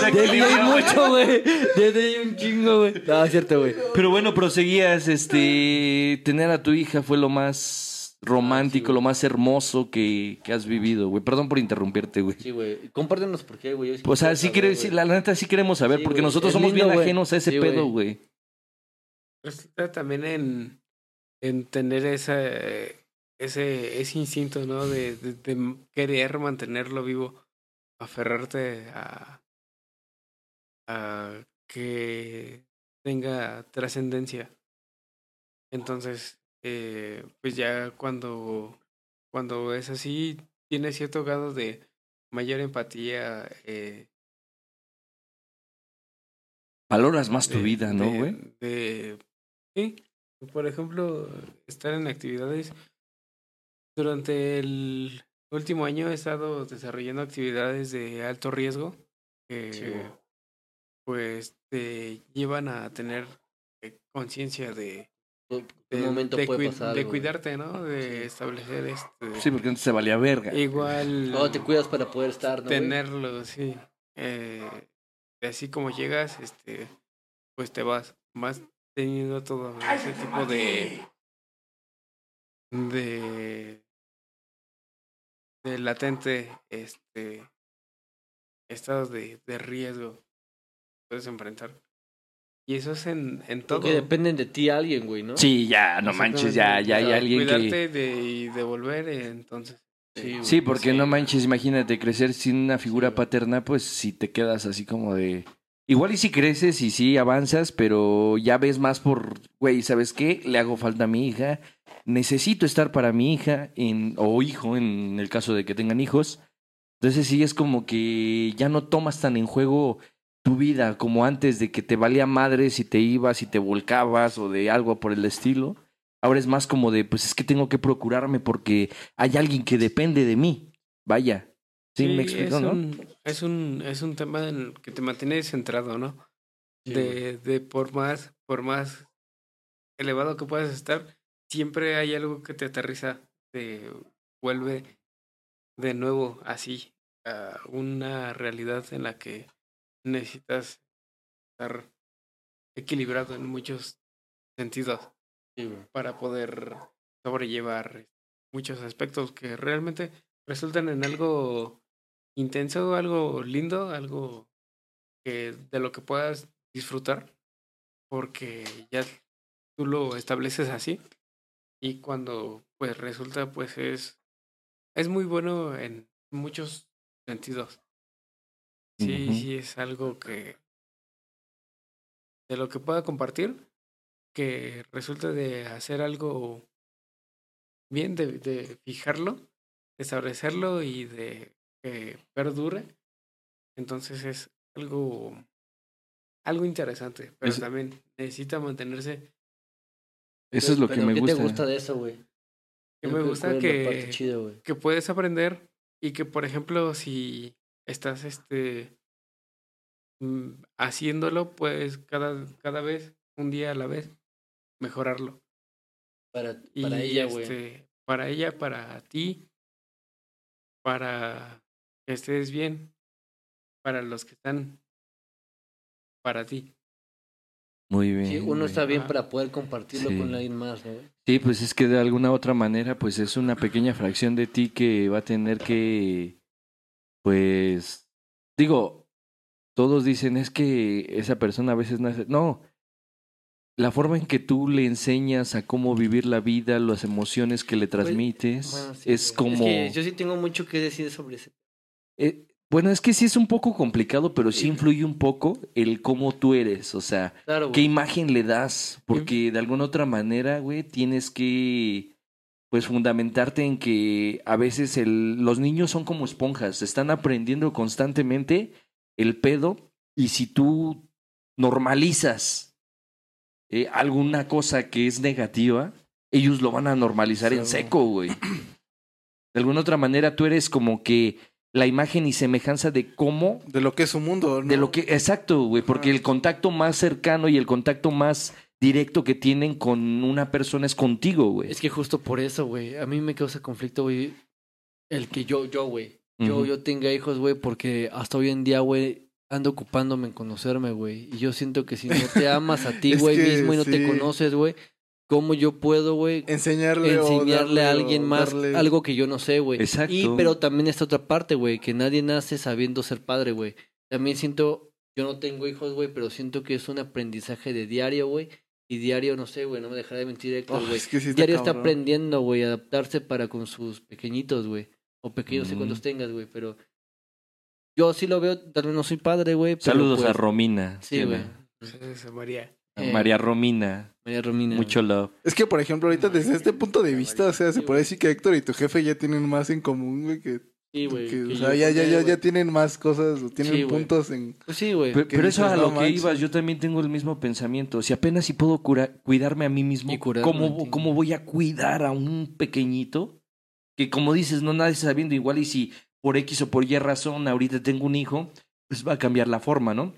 Speaker 4: No, güey, desde ahí mucho, güey. Desde ahí un chingo, güey. No, es cierto, güey.
Speaker 1: Pero bueno, proseguías, este, tener a tu hija fue lo más romántico, lo más hermoso que, que has vivido, güey. Perdón por interrumpirte, güey.
Speaker 4: Sí, güey. Compártenos por qué, güey. Yo
Speaker 1: O sea,
Speaker 4: quiero
Speaker 1: sí,
Speaker 4: saber,
Speaker 1: quiere,
Speaker 4: güey.
Speaker 1: Pues, sí, la neta sí queremos saber,
Speaker 4: Sí,
Speaker 1: porque
Speaker 4: güey.
Speaker 1: nosotros
Speaker 4: Es
Speaker 1: somos
Speaker 4: lindo,
Speaker 1: bien
Speaker 4: güey.
Speaker 1: ajenos a ese
Speaker 4: Sí,
Speaker 1: pedo,
Speaker 4: güey.
Speaker 1: güey.
Speaker 5: Resulta eh, también en, en tener esa, ese, ese instinto, ¿no? De, de- de querer mantenerlo vivo, aferrarte a, a que tenga trascendencia. Entonces, eh, pues ya cuando, cuando es así, tiene cierto grado de mayor empatía. Eh,
Speaker 1: Valoras más tu
Speaker 5: de-
Speaker 1: vida, ¿no,
Speaker 5: de-
Speaker 1: güey?
Speaker 5: de- sí. Por ejemplo, estar en actividades. Durante el último año he estado desarrollando actividades de alto riesgo que pues te llevan a tener eh, conciencia de,
Speaker 4: En
Speaker 5: de-
Speaker 4: un momento
Speaker 5: de
Speaker 4: puede
Speaker 5: cuid-
Speaker 4: pasar
Speaker 5: de
Speaker 4: algo, güey.
Speaker 5: cuidarte, ¿no? De establecer este
Speaker 1: Sí, porque antes se valía verga.
Speaker 5: Eh, igual
Speaker 4: No, Oh, te cuidas para poder estar, ¿no, güey?
Speaker 5: tenerlo, sí. Eh, así como llegas, este, pues te vas, vas teniendo todo ese tipo de, de, de latente, este, estados de, de riesgo que puedes enfrentar. Y eso es en, en todo.
Speaker 4: Porque dependen de ti alguien, güey, ¿no?
Speaker 1: Sí, ya, no manches, ya, ya hay
Speaker 5: Exactamente.
Speaker 1: alguien que...
Speaker 5: Cuidarte de, y devolver, eh, entonces.
Speaker 4: Sí, güey.
Speaker 1: Sí, porque no manches, imagínate, crecer sin una figura paterna, pues si te quedas así como de... Igual y si creces y sí avanzas, pero ya ves más por, güey, ¿sabes qué? Le hago falta a mi hija, necesito estar para mi hija en, o hijo en el caso de que tengan hijos. Entonces sí es como que ya no tomas tan en juego tu vida como antes de que te valía madre si te ibas, si te volcabas o de algo por el estilo. Ahora es más como de, pues es que tengo que procurarme porque hay alguien que depende de mí. Vaya. Sí, me explico,
Speaker 5: es
Speaker 1: ¿no?
Speaker 5: Un, es, un, es un tema en el que te mantiene centrado, ¿no?
Speaker 4: Sí, güey.
Speaker 5: de, de por más, por más elevado que puedas estar, siempre hay algo que te aterriza, te vuelve de nuevo así a una realidad en la que necesitas estar equilibrado en muchos sentidos
Speaker 4: Sí, güey.
Speaker 5: eh, para poder sobrellevar muchos aspectos que realmente resultan en algo intenso, algo lindo, algo que de lo que puedas disfrutar, porque ya tú lo estableces así y cuando pues resulta pues es es muy bueno en muchos sentidos. Sí,
Speaker 1: Ujú.
Speaker 5: sí es algo que de lo que pueda compartir que resulta de hacer algo bien, de, de fijarlo, de establecerlo y de que perdure. Entonces es algo, algo interesante, pero
Speaker 1: Es-
Speaker 5: también necesita mantenerse.
Speaker 1: Eso es lo que
Speaker 4: Pues, Pero,
Speaker 1: me
Speaker 4: ¿qué
Speaker 1: gusta.
Speaker 4: te gusta de eso, güey?
Speaker 5: Que
Speaker 4: Yo
Speaker 5: me
Speaker 4: creo
Speaker 5: gusta
Speaker 4: cuál es la parte
Speaker 5: que-
Speaker 4: chida, güey.
Speaker 5: que puedes aprender y que, por ejemplo, si estás este mm, haciéndolo, pues cada, cada vez, un día a la vez, mejorarlo.
Speaker 4: Para,
Speaker 5: Y,
Speaker 4: para ella, güey.
Speaker 5: este, para ella, para ti, para que estés bien, para los que están, para ti.
Speaker 1: Muy bien.
Speaker 4: Sí, uno
Speaker 1: güey.
Speaker 4: está bien
Speaker 5: Ajá.
Speaker 4: para poder compartirlo
Speaker 1: Sí.
Speaker 4: con alguien más, ¿no? güey?
Speaker 1: Sí, pues es que de alguna otra manera, pues es una pequeña fracción de ti que va a tener que, pues, digo, todos dicen es que esa persona a veces nace, no, la forma en que tú le enseñas a cómo vivir la vida, las emociones que le transmites,
Speaker 4: Pues, Bueno, sí,
Speaker 1: es
Speaker 4: güey.
Speaker 1: como,
Speaker 4: que yo sí tengo mucho que decir sobre ese.
Speaker 1: eh, bueno, es que sí es un poco complicado, pero sí influye un poco el cómo tú eres, o sea,
Speaker 4: Claro,
Speaker 1: ¿Qué
Speaker 4: güey.
Speaker 1: imagen le das? Porque de alguna otra manera, güey, tienes que pues fundamentarte en que a veces el- los niños son como esponjas, están aprendiendo constantemente el pedo y si tú normalizas eh, alguna cosa que es negativa, ellos lo van a normalizar en seco,
Speaker 4: [clears throat]
Speaker 1: güey. De alguna otra manera tú eres como que la imagen y semejanza de cómo
Speaker 2: De lo que es su mundo, ¿no?
Speaker 1: de lo que, exacto, güey, porque el contacto más cercano y el contacto más directo que tienen con una persona es contigo, güey.
Speaker 4: Es que justo por eso, güey. A mí me causa conflicto, güey. El que yo, yo, güey. Yo,
Speaker 1: Ujú.
Speaker 4: yo tenga hijos, güey, porque hasta hoy en día, güey, ando ocupándome en conocerme, güey. Y yo siento que si no te amas
Speaker 2: [laughs]
Speaker 4: a ti,
Speaker 2: Es
Speaker 4: güey,
Speaker 2: que
Speaker 4: mismo y no te
Speaker 2: sí.
Speaker 4: conoces, güey, ¿cómo yo puedo, güey,
Speaker 2: Enseñarle, o
Speaker 4: enseñarle
Speaker 2: darle
Speaker 4: a
Speaker 2: o
Speaker 4: alguien más
Speaker 2: darle-
Speaker 4: algo que yo no sé, güey.
Speaker 1: Exacto.
Speaker 4: Y pero también esta otra parte, güey, que nadie nace sabiendo ser padre, güey. También siento, yo no tengo hijos, güey, pero siento que es un aprendizaje de diario, güey. Y diario, no sé, güey, no me dejaré de mentir, Héctor,
Speaker 2: Oh,
Speaker 4: güey.
Speaker 2: es que sí
Speaker 4: diario está
Speaker 2: cabrón.
Speaker 4: aprendiendo, güey, a adaptarse para con sus pequeñitos, güey. O pequeños, no sé
Speaker 1: Mm.
Speaker 4: cuántos tengas, güey, pero... Yo sí lo veo, tal vez no soy padre, güey, pero
Speaker 1: Saludos
Speaker 4: pues-
Speaker 1: a Romina.
Speaker 4: Sí, güey.
Speaker 5: Entonces, María.
Speaker 1: A
Speaker 4: Eh,
Speaker 1: María Romina.
Speaker 4: María Romina.
Speaker 1: Mucho love.
Speaker 2: Es que, por ejemplo, ahorita desde este punto de vista, o sea, se puede decir que Héctor y tu jefe ya tienen más en común, güey, que,
Speaker 4: Sí, güey.
Speaker 2: que,
Speaker 4: que
Speaker 2: o
Speaker 4: yo
Speaker 2: sea, ya,
Speaker 4: con
Speaker 2: ya,
Speaker 4: él,
Speaker 2: ya,
Speaker 4: güey.
Speaker 2: ya tienen más cosas, o tienen
Speaker 4: Sí, güey.
Speaker 2: puntos en...
Speaker 4: Pues sí, güey.
Speaker 1: Pe- Pero,
Speaker 2: que
Speaker 1: eso
Speaker 2: dices,
Speaker 1: a
Speaker 2: "No
Speaker 1: lo que
Speaker 2: manches".
Speaker 1: ibas, yo también tengo el mismo pensamiento. Si apenas si puedo cura- cuidarme a mí mismo,
Speaker 4: Y curarme a
Speaker 1: ¿cómo,
Speaker 4: ti.
Speaker 1: ¿cómo voy a cuidar a un pequeñito? Que como dices, no nadie está sabiendo igual y si por X o por Y razón ahorita tengo un hijo, pues va a cambiar la forma, ¿no?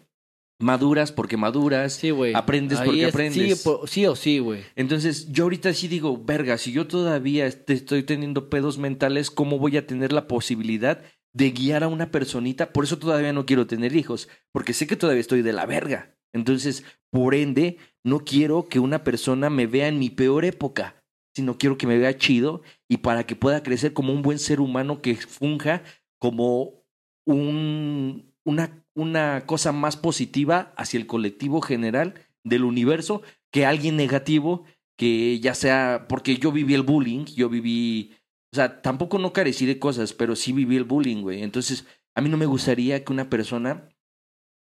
Speaker 1: Maduras porque maduras.
Speaker 4: Sí, güey.
Speaker 1: Aprendes
Speaker 4: Ahí
Speaker 1: porque
Speaker 4: es-
Speaker 1: aprendes.
Speaker 4: Sí, po- sí o sí, güey.
Speaker 1: Entonces, yo ahorita sí digo, verga, si yo todavía te estoy teniendo pedos mentales, ¿cómo voy a tener la posibilidad de guiar a una personita? Por eso todavía no quiero tener hijos, porque sé que todavía estoy de la verga. Entonces, por ende, no quiero que una persona me vea en mi peor época, sino quiero que me vea chido y para que pueda crecer como un buen ser humano que funja como un, una, una cosa más positiva hacia el colectivo general del universo que alguien negativo que ya sea porque yo viví el bullying, yo viví, o sea, tampoco no carecí de cosas, pero sí viví el bullying, güey. Entonces, a mí no me gustaría que una persona,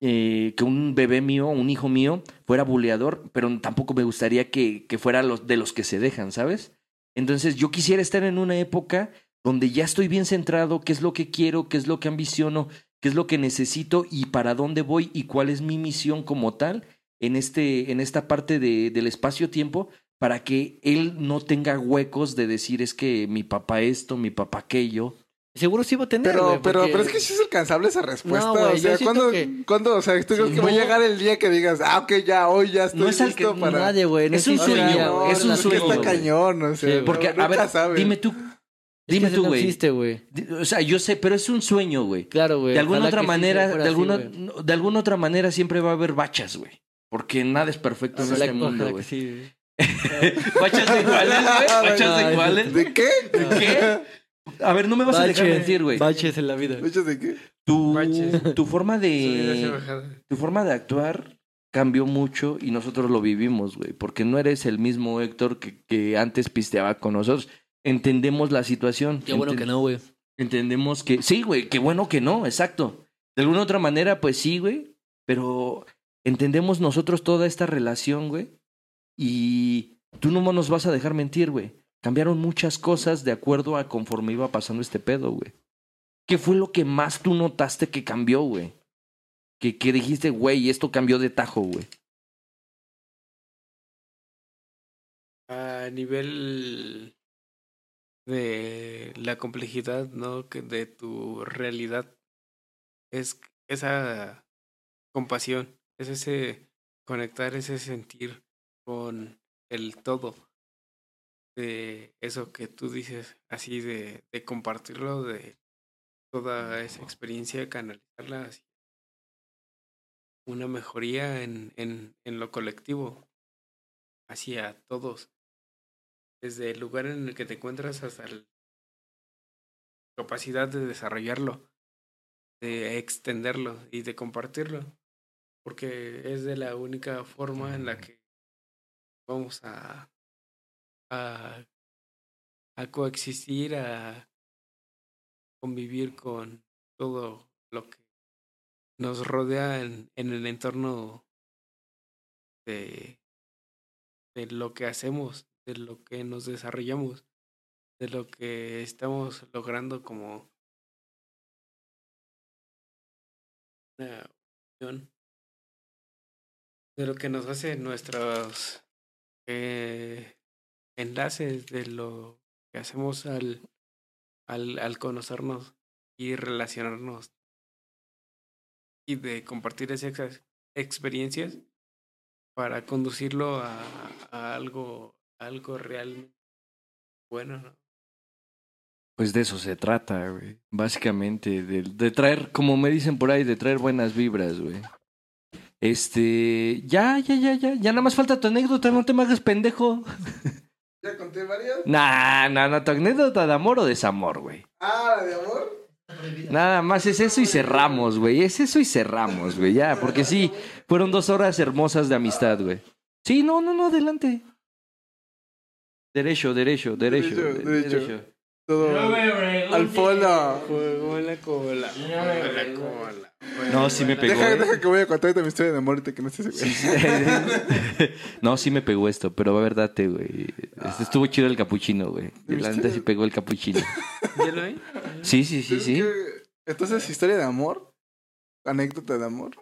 Speaker 1: eh, que un bebé mío, un hijo mío, fuera buleador, pero tampoco me gustaría que, que fuera los, de los que se dejan, ¿sabes? Entonces, yo quisiera estar en una época donde ya estoy bien centrado, qué es lo que quiero, qué es lo que ambiciono, qué es lo que necesito y para dónde voy y cuál es mi misión como tal en, este, en esta parte de- del espacio-tiempo para que él no tenga huecos de decir es que mi papá esto, mi papá aquello.
Speaker 4: Seguro sí va a tener,
Speaker 2: Pero,
Speaker 4: güey,
Speaker 2: pero,
Speaker 4: porque-
Speaker 2: pero es que sí es alcanzable esa respuesta.
Speaker 4: No, güey,
Speaker 2: o
Speaker 4: yo
Speaker 2: sea,
Speaker 4: siento
Speaker 2: ¿cuándo,
Speaker 4: que-
Speaker 2: ¿cuándo? O sea, tú crees que va a
Speaker 4: No.
Speaker 2: llegar el día que digas, ah, ok, ya, hoy ya estoy
Speaker 1: No es al
Speaker 2: listo
Speaker 1: que
Speaker 2: para...
Speaker 4: Nadie, güey. no
Speaker 1: Es un
Speaker 4: existe,
Speaker 1: sueño,
Speaker 4: ya,
Speaker 2: No,
Speaker 4: güey,
Speaker 1: es un
Speaker 4: la
Speaker 2: que
Speaker 1: sueño,
Speaker 4: neta,
Speaker 2: Está
Speaker 4: güey.
Speaker 1: güey.
Speaker 2: cañón, o
Speaker 4: Sí,
Speaker 2: sea,
Speaker 4: güey.
Speaker 1: Porque,
Speaker 2: nunca
Speaker 1: a ver,
Speaker 2: sabes.
Speaker 1: dime tú,
Speaker 4: Es que
Speaker 1: dime
Speaker 4: ese
Speaker 1: tú,
Speaker 4: no
Speaker 1: güey.
Speaker 4: existe, güey.
Speaker 1: Di- O sea, yo sé, pero es un sueño, güey.
Speaker 4: Claro, güey.
Speaker 1: De alguna
Speaker 4: ojalá
Speaker 1: otra
Speaker 4: que sí
Speaker 1: manera, de,
Speaker 4: fuera así,
Speaker 1: alguna,
Speaker 4: güey.
Speaker 1: no, de alguna otra manera siempre va a haber bachas, güey. Porque nada es perfecto en
Speaker 4: Ojalá
Speaker 1: este
Speaker 4: que- ojalá
Speaker 1: mundo,
Speaker 4: que
Speaker 1: güey.
Speaker 4: sí, güey.
Speaker 1: ¿Bachas de
Speaker 4: ¿eh,
Speaker 1: iguales, güey? ¿Bachas
Speaker 4: No,
Speaker 1: de iguales?
Speaker 2: ¿De qué? [laughs]
Speaker 1: ¿Qué? A ver, no me vas a dejar
Speaker 4: ¿eh? Baches,
Speaker 1: mentir, güey.
Speaker 4: Baches en la vida.
Speaker 2: ¿Muchas de qué?
Speaker 1: Tu,
Speaker 5: Baches.
Speaker 1: tu forma
Speaker 5: Subidas y
Speaker 1: de...
Speaker 5: bajadas.
Speaker 1: Tu forma de actuar cambió mucho y nosotros lo vivimos, güey, porque no eres el mismo Héctor que, que antes pisteaba con nosotros. Entendemos la situación.
Speaker 4: Qué bueno
Speaker 1: enten-
Speaker 4: que no, güey.
Speaker 1: Entendemos que... Sí, güey, qué bueno que no, exacto. De alguna otra manera, pues sí, güey, pero entendemos nosotros toda esta relación, güey, y tú no nos vas a dejar mentir, güey. Cambiaron muchas cosas de acuerdo a conforme iba pasando este pedo, güey. ¿Qué fue lo que más tú notaste que cambió, güey? Que, que dijiste, güey, esto cambió de tajo, güey.
Speaker 5: A nivel de la complejidad, ¿no? Que de tu realidad. Es esa compasión, es ese conectar, ese sentir con el todo. De eso que tú dices, así de, de compartirlo, de toda esa experiencia, canalizarla hacia una mejoría en, en, en lo colectivo, hacia todos. Desde el lugar en el que te encuentras hasta la capacidad de desarrollarlo, de extenderlo y de compartirlo. Porque es de la única forma en la que vamos a, a, a coexistir, a convivir con todo lo que nos rodea en, en el entorno de de lo que hacemos, de lo que nos desarrollamos, de lo que estamos logrando como una unión, de lo que nos hace nuestros eh, enlaces, de lo que hacemos al, al, al conocernos y relacionarnos y de compartir esas experiencias para conducirlo a, a algo, a algo realmente bueno, ¿no?
Speaker 1: Pues de eso se trata, güey. Básicamente, de, de traer, como me dicen por ahí, de traer buenas vibras, güey. Este, ya, ya, ya, ya, ya nada más falta tu anécdota, no te me hagas pendejo.
Speaker 2: ¿Ya conté varias?
Speaker 1: Nah, nah, nah, tu anécdota de amor o desamor, güey.
Speaker 2: Ah, ¿la de amor.
Speaker 1: Nada más es eso y cerramos, güey. Es eso y cerramos, güey. Ya, porque sí, fueron dos horas hermosas de amistad, güey. Sí, no, no, no, adelante. Derecho, derecho, derecho.
Speaker 2: Derecho,
Speaker 1: de-
Speaker 2: derecho.
Speaker 1: derecho.
Speaker 2: Todo al fondo.
Speaker 5: Juego en la cola, juego en la cola. juego
Speaker 1: No, sí
Speaker 5: en
Speaker 1: me
Speaker 5: la-
Speaker 1: pegó,
Speaker 2: Deja,
Speaker 1: ¿eh?
Speaker 2: deja que voy a contarte mi historia de amor ahorita que no estés [laughs] güey.
Speaker 1: [laughs] no, sí me pegó esto, pero va a ver, date, güey. Este, Estuvo chido el capuchino, güey. La neta sí pegó el capuchino.
Speaker 5: [laughs] ¿Ya lo vi?
Speaker 1: Sí, sí, sí,
Speaker 2: Es
Speaker 1: sí.
Speaker 2: que- Entonces, historia de amor. Anécdota de amor.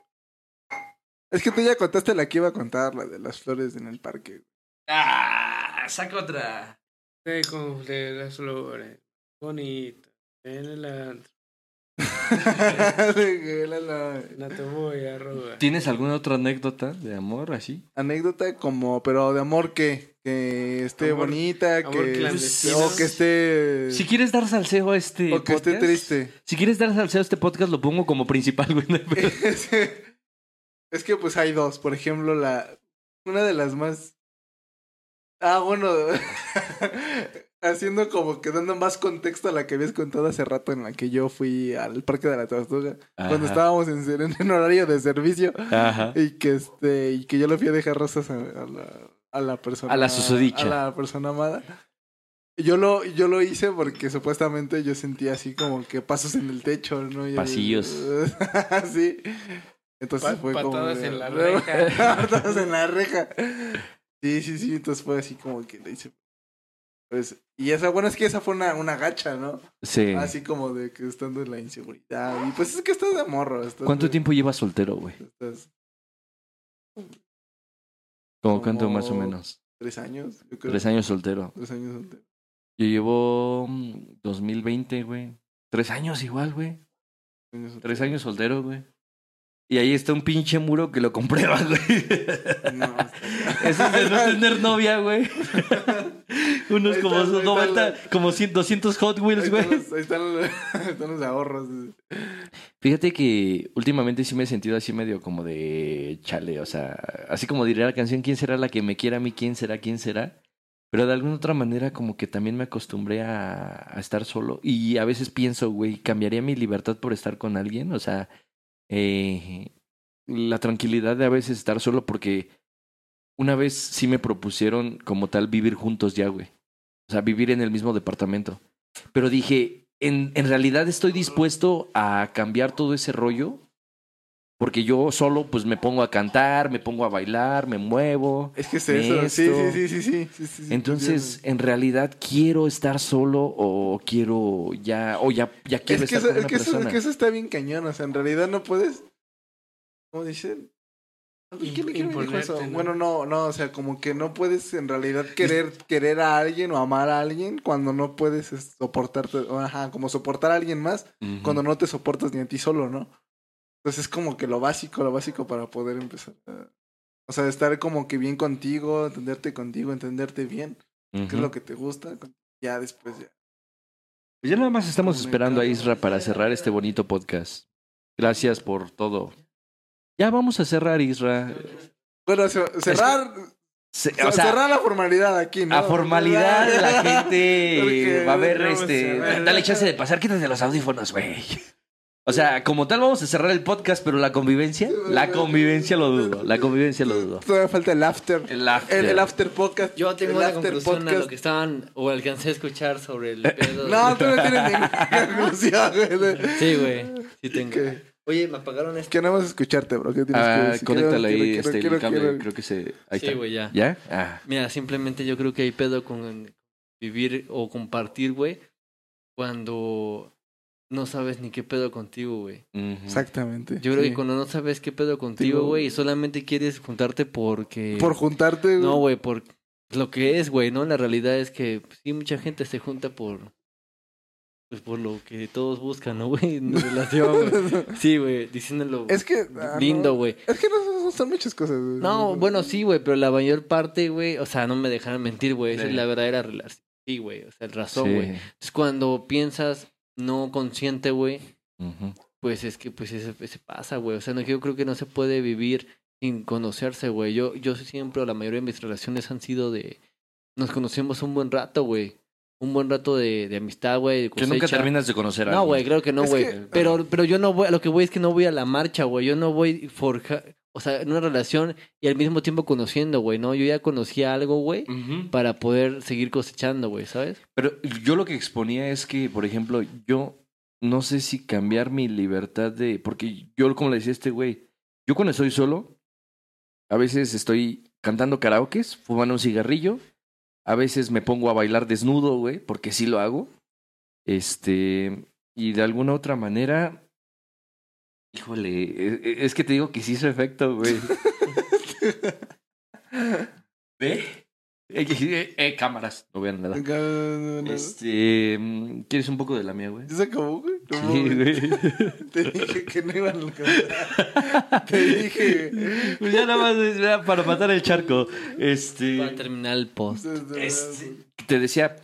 Speaker 2: Es que tú ya contaste la que iba a contar, la de las flores en el parque. [laughs]
Speaker 11: Ah, saca otra.
Speaker 5: Te compré las flores bonitas en el antro.
Speaker 2: Sí, güey, la- la-
Speaker 5: No te voy a robar.
Speaker 1: ¿Tienes alguna otra anécdota de amor así?
Speaker 2: Anécdota como, pero de amor que, que esté
Speaker 5: Amor-
Speaker 2: bonita,
Speaker 5: amor
Speaker 2: que,
Speaker 5: clandestino.
Speaker 2: o que esté,
Speaker 1: Si quieres dar salseo a este
Speaker 2: o que
Speaker 1: podcast,
Speaker 2: esté
Speaker 1: [laughs]
Speaker 2: triste. [laughs]
Speaker 1: si quieres dar salseo a este podcast, lo pongo como principal, güey. no hay pedo.
Speaker 2: es que pues hay dos, por ejemplo, la una de las más Ah, bueno, [laughs] haciendo como que dando más contexto a la que habías contado hace rato en la que yo fui al Parque de la Tortuga cuando
Speaker 1: Ajá,
Speaker 2: estábamos en, ser- en horario de servicio
Speaker 1: Ajá.
Speaker 2: y que este y que yo le fui a dejar rosas a, a la a la persona
Speaker 1: A la susodicha.
Speaker 2: a la persona amada. Yo lo yo lo hice porque supuestamente yo sentía así como que pasos en el techo, ¿no? Yo-
Speaker 1: Pasillos.
Speaker 2: [laughs] sí. Entonces
Speaker 5: Pa-
Speaker 2: fue
Speaker 5: patadas
Speaker 2: como de- [laughs]
Speaker 5: en la reja.
Speaker 2: patadas en la reja. Sí, sí, sí, entonces fue así como que le hice pues y esa bueno es que esa fue una una gacha, ¿no?
Speaker 1: Sí.
Speaker 2: Así como de que estando en la inseguridad y pues es que estás de morro, estás
Speaker 1: ¿Cuánto
Speaker 2: de-
Speaker 1: tiempo llevas soltero, güey?
Speaker 2: estás
Speaker 1: ¿Como cuánto
Speaker 2: Como-
Speaker 1: más o menos?
Speaker 2: tres años, yo creo.
Speaker 1: Tres años soltero.
Speaker 2: Tres años antes.
Speaker 1: Yo llevo mm, 2020, güey. Tres años igual, güey.
Speaker 2: años antes.
Speaker 1: Tres años soltero, güey. Y ahí está un pinche muro que lo comprueba,
Speaker 2: [laughs]
Speaker 1: güey.
Speaker 2: No, hasta
Speaker 1: [laughs]
Speaker 2: acá.
Speaker 1: Eso es de no tener novia,
Speaker 2: [laughs]
Speaker 1: güey. Unos
Speaker 2: Ahí
Speaker 1: como
Speaker 2: está, ahí está
Speaker 1: 90,
Speaker 2: la-
Speaker 1: como 100, 200 Hot
Speaker 2: Ahí
Speaker 1: Wheels, güey.
Speaker 2: están, los, ahí están los- [laughs] ahí están los ahorros.
Speaker 1: Fíjate que últimamente sí me he sentido así medio como de chale, o sea, así como diría la canción, ¿quién será la que me quiera a mí? ¿Quién será? ¿Quién será? Pero de alguna otra manera como que también me acostumbré a, a estar solo y a veces pienso, güey, ¿cambiaría mi libertad por estar con alguien? O sea, eh, la tranquilidad de a veces estar solo porque una vez sí me propusieron como tal vivir juntos ya, güey. O sea, vivir en el mismo departamento. Pero dije, en, en realidad estoy dispuesto a cambiar todo ese rollo. Porque yo solo pues me pongo a cantar, me pongo a bailar, me muevo.
Speaker 2: Es que es eso. Sí,
Speaker 1: Esto.
Speaker 2: sí, sí, sí, sí, sí, sí, sí,
Speaker 1: Entonces,
Speaker 2: entiendo.
Speaker 1: en realidad quiero estar solo o quiero ya, o ya, ya quiero
Speaker 2: Es que,
Speaker 1: estar con
Speaker 2: eso, es,
Speaker 1: una
Speaker 2: que eso, es
Speaker 1: persona.
Speaker 2: que eso está bien cañón. O sea, en realidad no puedes. ¿Cómo dicen? ¿Quién, quién me dijo eso?
Speaker 5: Imponerte, ¿no?
Speaker 2: Bueno, no, no, o sea, como que no puedes en realidad querer querer a alguien o amar a alguien cuando no puedes es, soportarte, o, ajá, como soportar a alguien más
Speaker 1: Ujú.
Speaker 2: cuando no te soportas ni a ti solo, ¿no? Entonces es como que lo básico, lo básico para poder empezar. a- O sea, estar como que bien contigo, entenderte contigo, entenderte bien,
Speaker 1: Ujú.
Speaker 2: qué es lo que te gusta, con- ya después ya.
Speaker 1: Pues ya nada más estamos
Speaker 2: Como
Speaker 1: esperando a
Speaker 2: cada-
Speaker 1: Isra para cerrar este bonito podcast. Gracias por todo. Ya vamos a cerrar, Isra.
Speaker 2: Bueno, ce- cerrar,
Speaker 1: Se-
Speaker 2: cer-
Speaker 1: o sea,
Speaker 2: cerrar la formalidad aquí, ¿no?
Speaker 1: a formalidad la gente
Speaker 2: Porque
Speaker 1: va a ver
Speaker 2: vamos a
Speaker 1: este.
Speaker 2: ver.
Speaker 1: Dale chance de pasar, quítate los audífonos, güey. O sea, como tal vamos a cerrar el podcast, pero la convivencia, la convivencia lo dudo, la convivencia lo dudo.
Speaker 2: [laughs] Todavía falta el after.
Speaker 1: El after.
Speaker 2: El, el after podcast.
Speaker 4: Yo tengo
Speaker 2: el
Speaker 4: una
Speaker 2: after Eh,
Speaker 4: conclusión a lo que estaban o alcancé a escuchar sobre el pedo.
Speaker 2: No,
Speaker 4: [laughs] de-
Speaker 2: tú no tienes ninguna conclusión,
Speaker 1: [laughs]
Speaker 2: güey.
Speaker 4: Sí, güey. Sí tengo.
Speaker 2: Que,
Speaker 4: Oye, me apagaron este.
Speaker 2: que nada más escucharte, bro. ¿Qué tienes que
Speaker 1: Ah,
Speaker 2: decir?
Speaker 1: conéctale
Speaker 2: Quiero-
Speaker 1: ahí
Speaker 2: quiero-
Speaker 1: este el
Speaker 2: quiero-
Speaker 1: cable,
Speaker 2: quiero-
Speaker 1: creo que se. Ahí
Speaker 4: Sí,
Speaker 1: está.
Speaker 4: güey, ya.
Speaker 1: ¿Ya? Ah.
Speaker 4: Mira, simplemente yo creo que hay pedo con vivir o compartir, güey, cuando no sabes ni qué pedo contigo, güey.
Speaker 1: Ujú.
Speaker 2: Exactamente.
Speaker 4: Yo creo
Speaker 2: sí.
Speaker 4: que cuando no sabes qué pedo
Speaker 2: Digo-
Speaker 4: contigo, güey, y solamente quieres juntarte porque...
Speaker 2: Por juntarte,
Speaker 4: No, güey, por lo que es, güey, ¿no? La realidad es que pues, sí, mucha gente se junta por... Pues por lo que todos buscan, ¿no, güey? [laughs] En relación, güey. Sí, güey, diciéndolo
Speaker 2: Es que. ah,
Speaker 4: lindo,
Speaker 2: no.
Speaker 4: güey.
Speaker 2: Es que no no son muchas cosas, güey.
Speaker 4: No, bueno, sí, güey, pero la mayor parte, güey, o sea, no me dejarán mentir, güey, esa
Speaker 1: Sí.
Speaker 4: es la verdadera relación. Sí, güey, o sea, el razón, güey.
Speaker 1: Sí.
Speaker 4: Entonces, cuando piensas no consciente, güey,
Speaker 1: Ujú.
Speaker 4: pues es que pues ese, ese pasa, güey. O sea, no, yo creo que no se puede vivir sin conocerse, güey. Yo, yo siempre, la mayoría de mis relaciones han sido de... Nos conocemos un buen rato, güey. Un buen rato de, de amistad, güey. de
Speaker 1: Que nunca
Speaker 4: cosecha.
Speaker 1: terminas de conocer a
Speaker 4: No,
Speaker 1: alguien.
Speaker 4: güey, claro que no,
Speaker 2: Es
Speaker 4: güey.
Speaker 2: que-
Speaker 4: Pero, pero yo no voy, a lo que voy es que no voy a la marcha, güey. Yo no voy forja, o sea, en una relación y al mismo tiempo conociendo, güey, ¿no? Yo ya conocía algo, güey,
Speaker 1: Ujú.
Speaker 4: para poder seguir cosechando, güey, ¿sabes?
Speaker 1: Pero yo lo que exponía es que, por ejemplo, yo no sé si cambiar mi libertad de. Porque yo, como le decía a este güey, yo cuando estoy solo, a veces estoy cantando karaokes, fumando un cigarrillo, a veces me pongo a bailar desnudo, güey, porque sí lo hago. Este. Y de alguna otra manera. Híjole, e- e- es que te digo que sí hizo efecto, güey. ¿Ve? Eh, eh, eh, cámaras, no vean nada.
Speaker 2: No, no, no, no.
Speaker 1: Este, mm, ¿quieres un poco de la mía, güey?
Speaker 2: Ya se acabó, güey. No,
Speaker 1: Sí, güey.
Speaker 2: [laughs] Te dije que no iban a alcanzar. Te dije.
Speaker 1: [laughs] Pues ya nada más es, era para matar el charco.
Speaker 4: Para
Speaker 1: Este,
Speaker 4: terminar el post.
Speaker 1: este, te decía,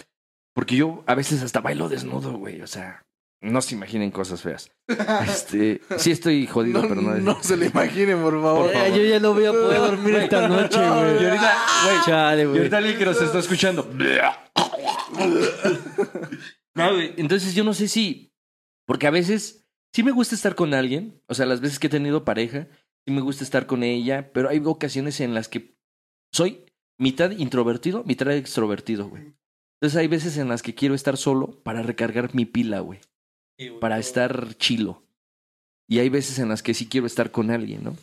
Speaker 1: porque yo a veces hasta bailo desnudo, güey, o sea, no se imaginen cosas feas. Este, sí estoy jodido,
Speaker 2: No,
Speaker 1: pero no,
Speaker 2: no se lo imaginen, por favor.
Speaker 1: Por favor.
Speaker 4: yo ya no voy a poder dormir esta noche, güey.
Speaker 1: Y ahorita, güey,
Speaker 4: Chale,
Speaker 1: Y
Speaker 4: güey.
Speaker 1: ahorita alguien que nos está escuchando. No, güey, Entonces yo no sé si. Porque a veces sí me gusta estar con alguien. O sea, las veces que he tenido pareja, sí me gusta estar con ella. Pero hay ocasiones en las que soy mitad introvertido, mitad extrovertido, güey. Entonces hay veces en las que quiero estar solo para recargar mi pila, güey. Para estar chilo. Y hay veces en las que sí quiero estar con alguien, ¿no?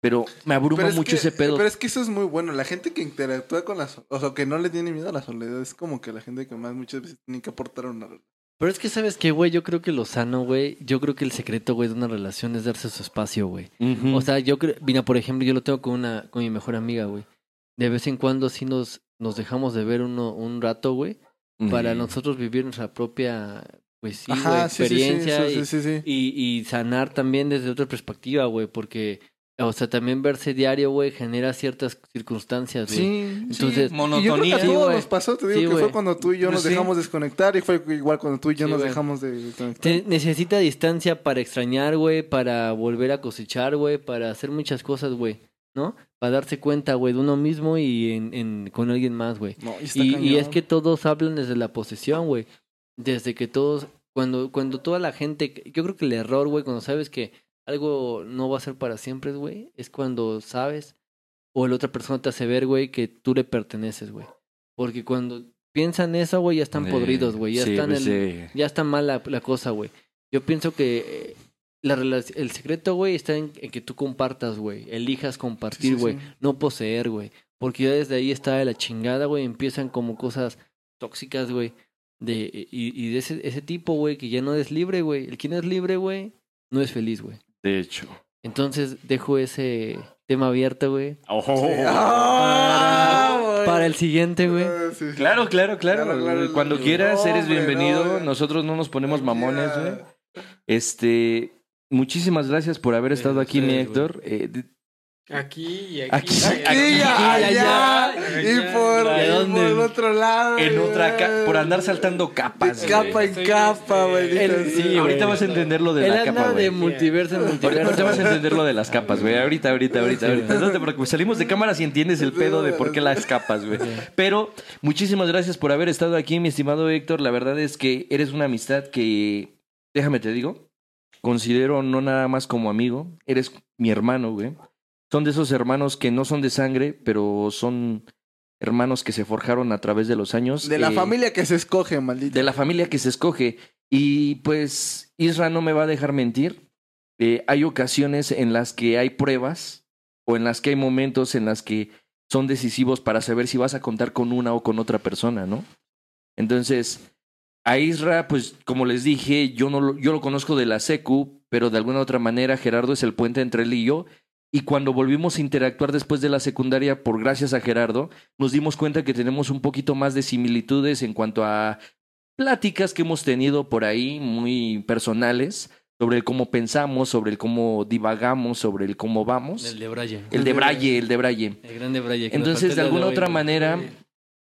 Speaker 1: Pero me abruma
Speaker 2: Pero es
Speaker 1: mucho
Speaker 2: que-
Speaker 1: ese pedo.
Speaker 2: Pero es que eso es muy bueno. La gente que interactúa con la so- O sea, que no le tiene miedo a la soledad. Es como que la gente que más muchas veces tiene que aportar a una relación.
Speaker 4: Pero es que, ¿sabes qué, güey? Yo creo que lo sano, güey. Yo creo que el secreto, güey, de una relación es darse su espacio, güey.
Speaker 1: Ujú.
Speaker 4: O sea, yo creo, mira, por ejemplo, yo lo tengo con una, con mi mejor amiga, güey. De vez en cuando sí nos, nos dejamos de ver uno, un rato, güey, para
Speaker 1: Sí.
Speaker 4: nosotros vivir nuestra propia, pues sí, güey,
Speaker 2: sí, sí, sí,
Speaker 4: experiencia
Speaker 2: Sí,
Speaker 4: y-
Speaker 2: sí, sí, sí.
Speaker 4: Y, y sanar también desde otra perspectiva, güey, porque, o sea, también verse diario, güey, genera ciertas circunstancias, güey.
Speaker 2: Sí, sí. Y yo creo
Speaker 4: Entonces,
Speaker 2: que a
Speaker 4: monotonía.
Speaker 2: todos
Speaker 4: Sí, güey.
Speaker 2: nos pasó, te digo
Speaker 4: Sí,
Speaker 2: que
Speaker 4: güey.
Speaker 2: fue cuando tú y yo nos
Speaker 1: Sí.
Speaker 2: dejamos desconectar y fue igual cuando tú y yo
Speaker 4: Sí,
Speaker 2: nos
Speaker 4: güey.
Speaker 2: dejamos de conectar.
Speaker 4: Te- necesita distancia para extrañar, güey, para volver a cosechar, güey, para hacer muchas cosas, güey, ¿no? Para darse cuenta, güey, de uno mismo y en, en, con alguien más, güey.
Speaker 2: No, y está
Speaker 4: Y, y
Speaker 2: cañón.
Speaker 4: es que todos hablan desde la posesión, güey. Desde que todos, cuando, cuando toda la gente, yo creo que el error, güey, cuando sabes que algo no va a ser para siempre, güey, es cuando sabes o la otra persona te hace ver, güey, que tú le perteneces, güey. Porque cuando piensan eso, güey, ya están
Speaker 1: Eh,
Speaker 4: podridos, güey. Ya
Speaker 1: sí,
Speaker 4: están
Speaker 1: pues,
Speaker 4: en-
Speaker 1: sí.
Speaker 4: ya está mal la, la cosa, güey. Yo pienso que eh, la relac- el secreto, güey, está en, en que tú compartas, güey. Elijas
Speaker 2: Sí, sí,
Speaker 4: compartir,
Speaker 2: sí.
Speaker 4: güey. No poseer, güey. Porque ya desde ahí está de la chingada, güey. Empiezan como cosas tóxicas, güey. De, y, y de ese, ese tipo, güey, que ya no es libre, güey. El que no es libre, güey, no es feliz, güey.
Speaker 1: De hecho.
Speaker 4: Entonces dejo ese tema abierto, güey.
Speaker 2: Oh.
Speaker 1: Ojo.
Speaker 2: [laughs] Ah, güey.
Speaker 4: Para el siguiente, güey.
Speaker 2: Ah, sí.
Speaker 1: Claro, claro, claro.
Speaker 2: Claro, claro,
Speaker 1: Cuando
Speaker 2: claro.
Speaker 1: quieras,
Speaker 2: No,
Speaker 1: eres
Speaker 2: hombre,
Speaker 1: bienvenido.
Speaker 2: no, güey.
Speaker 1: Nosotros no nos ponemos mamones,
Speaker 2: Ya.
Speaker 1: güey. Este, muchísimas gracias por haber estado aquí, mi Héctor. Eh, de-
Speaker 5: Aquí y aquí.
Speaker 1: Aquí,
Speaker 5: y
Speaker 1: aquí,
Speaker 2: Aquí,
Speaker 1: Aquí,
Speaker 2: allá,
Speaker 5: allá,
Speaker 2: y por,
Speaker 1: ¿de
Speaker 2: y
Speaker 1: dónde?
Speaker 2: por el otro lado.
Speaker 1: en otra ca-
Speaker 2: güey.
Speaker 1: por andar saltando
Speaker 2: De
Speaker 1: capas. güey.
Speaker 2: capa en
Speaker 5: Estoy,
Speaker 2: capa,
Speaker 5: este,
Speaker 2: güey.
Speaker 4: el- sí, güey.
Speaker 1: Ahorita vas a entender lo de
Speaker 4: Él
Speaker 1: la capa,
Speaker 4: anda de
Speaker 1: güey.
Speaker 4: multiverso en
Speaker 1: Ahorita ahorita
Speaker 4: multiverso.
Speaker 1: vas a entender lo de las capas, güey. Ahorita, ahorita, ahorita, ahorita. No te preocupes. Salimos de cámara si entiendes el pedo de por qué las capas, güey. Pero muchísimas gracias por haber estado aquí, mi estimado Héctor. La verdad es que eres una amistad que, déjame te digo, considero no nada más como amigo. Eres mi hermano, güey. Son de esos hermanos que no son de sangre, pero son hermanos que se forjaron a través de los años.
Speaker 2: De la
Speaker 1: Eh,
Speaker 2: familia que se escoge, maldito. [laughs]
Speaker 1: de la familia que se escoge. Y pues Isra no me va a dejar mentir. Eh, hay ocasiones en las que hay pruebas o en las que hay momentos en las que son decisivos para saber si vas a contar con una o con otra persona, ¿no? Entonces, a Isra, pues como les dije, yo, no lo, yo lo conozco de la SECU, pero de alguna otra manera Gerardo es el puente entre él y yo. Y cuando volvimos a interactuar después de la secundaria, por gracias a Gerardo, nos dimos cuenta que tenemos un poquito más de similitudes en cuanto a pláticas que hemos tenido por ahí muy personales sobre el cómo pensamos, sobre el cómo divagamos, sobre el cómo vamos.
Speaker 4: El de Brian.
Speaker 1: El de Braille, el de Braille.
Speaker 4: El grande Brian. que nos
Speaker 1: Entonces,
Speaker 4: faltó
Speaker 1: de
Speaker 4: el día
Speaker 1: alguna
Speaker 4: hoy,
Speaker 1: otra
Speaker 4: güey.
Speaker 1: manera,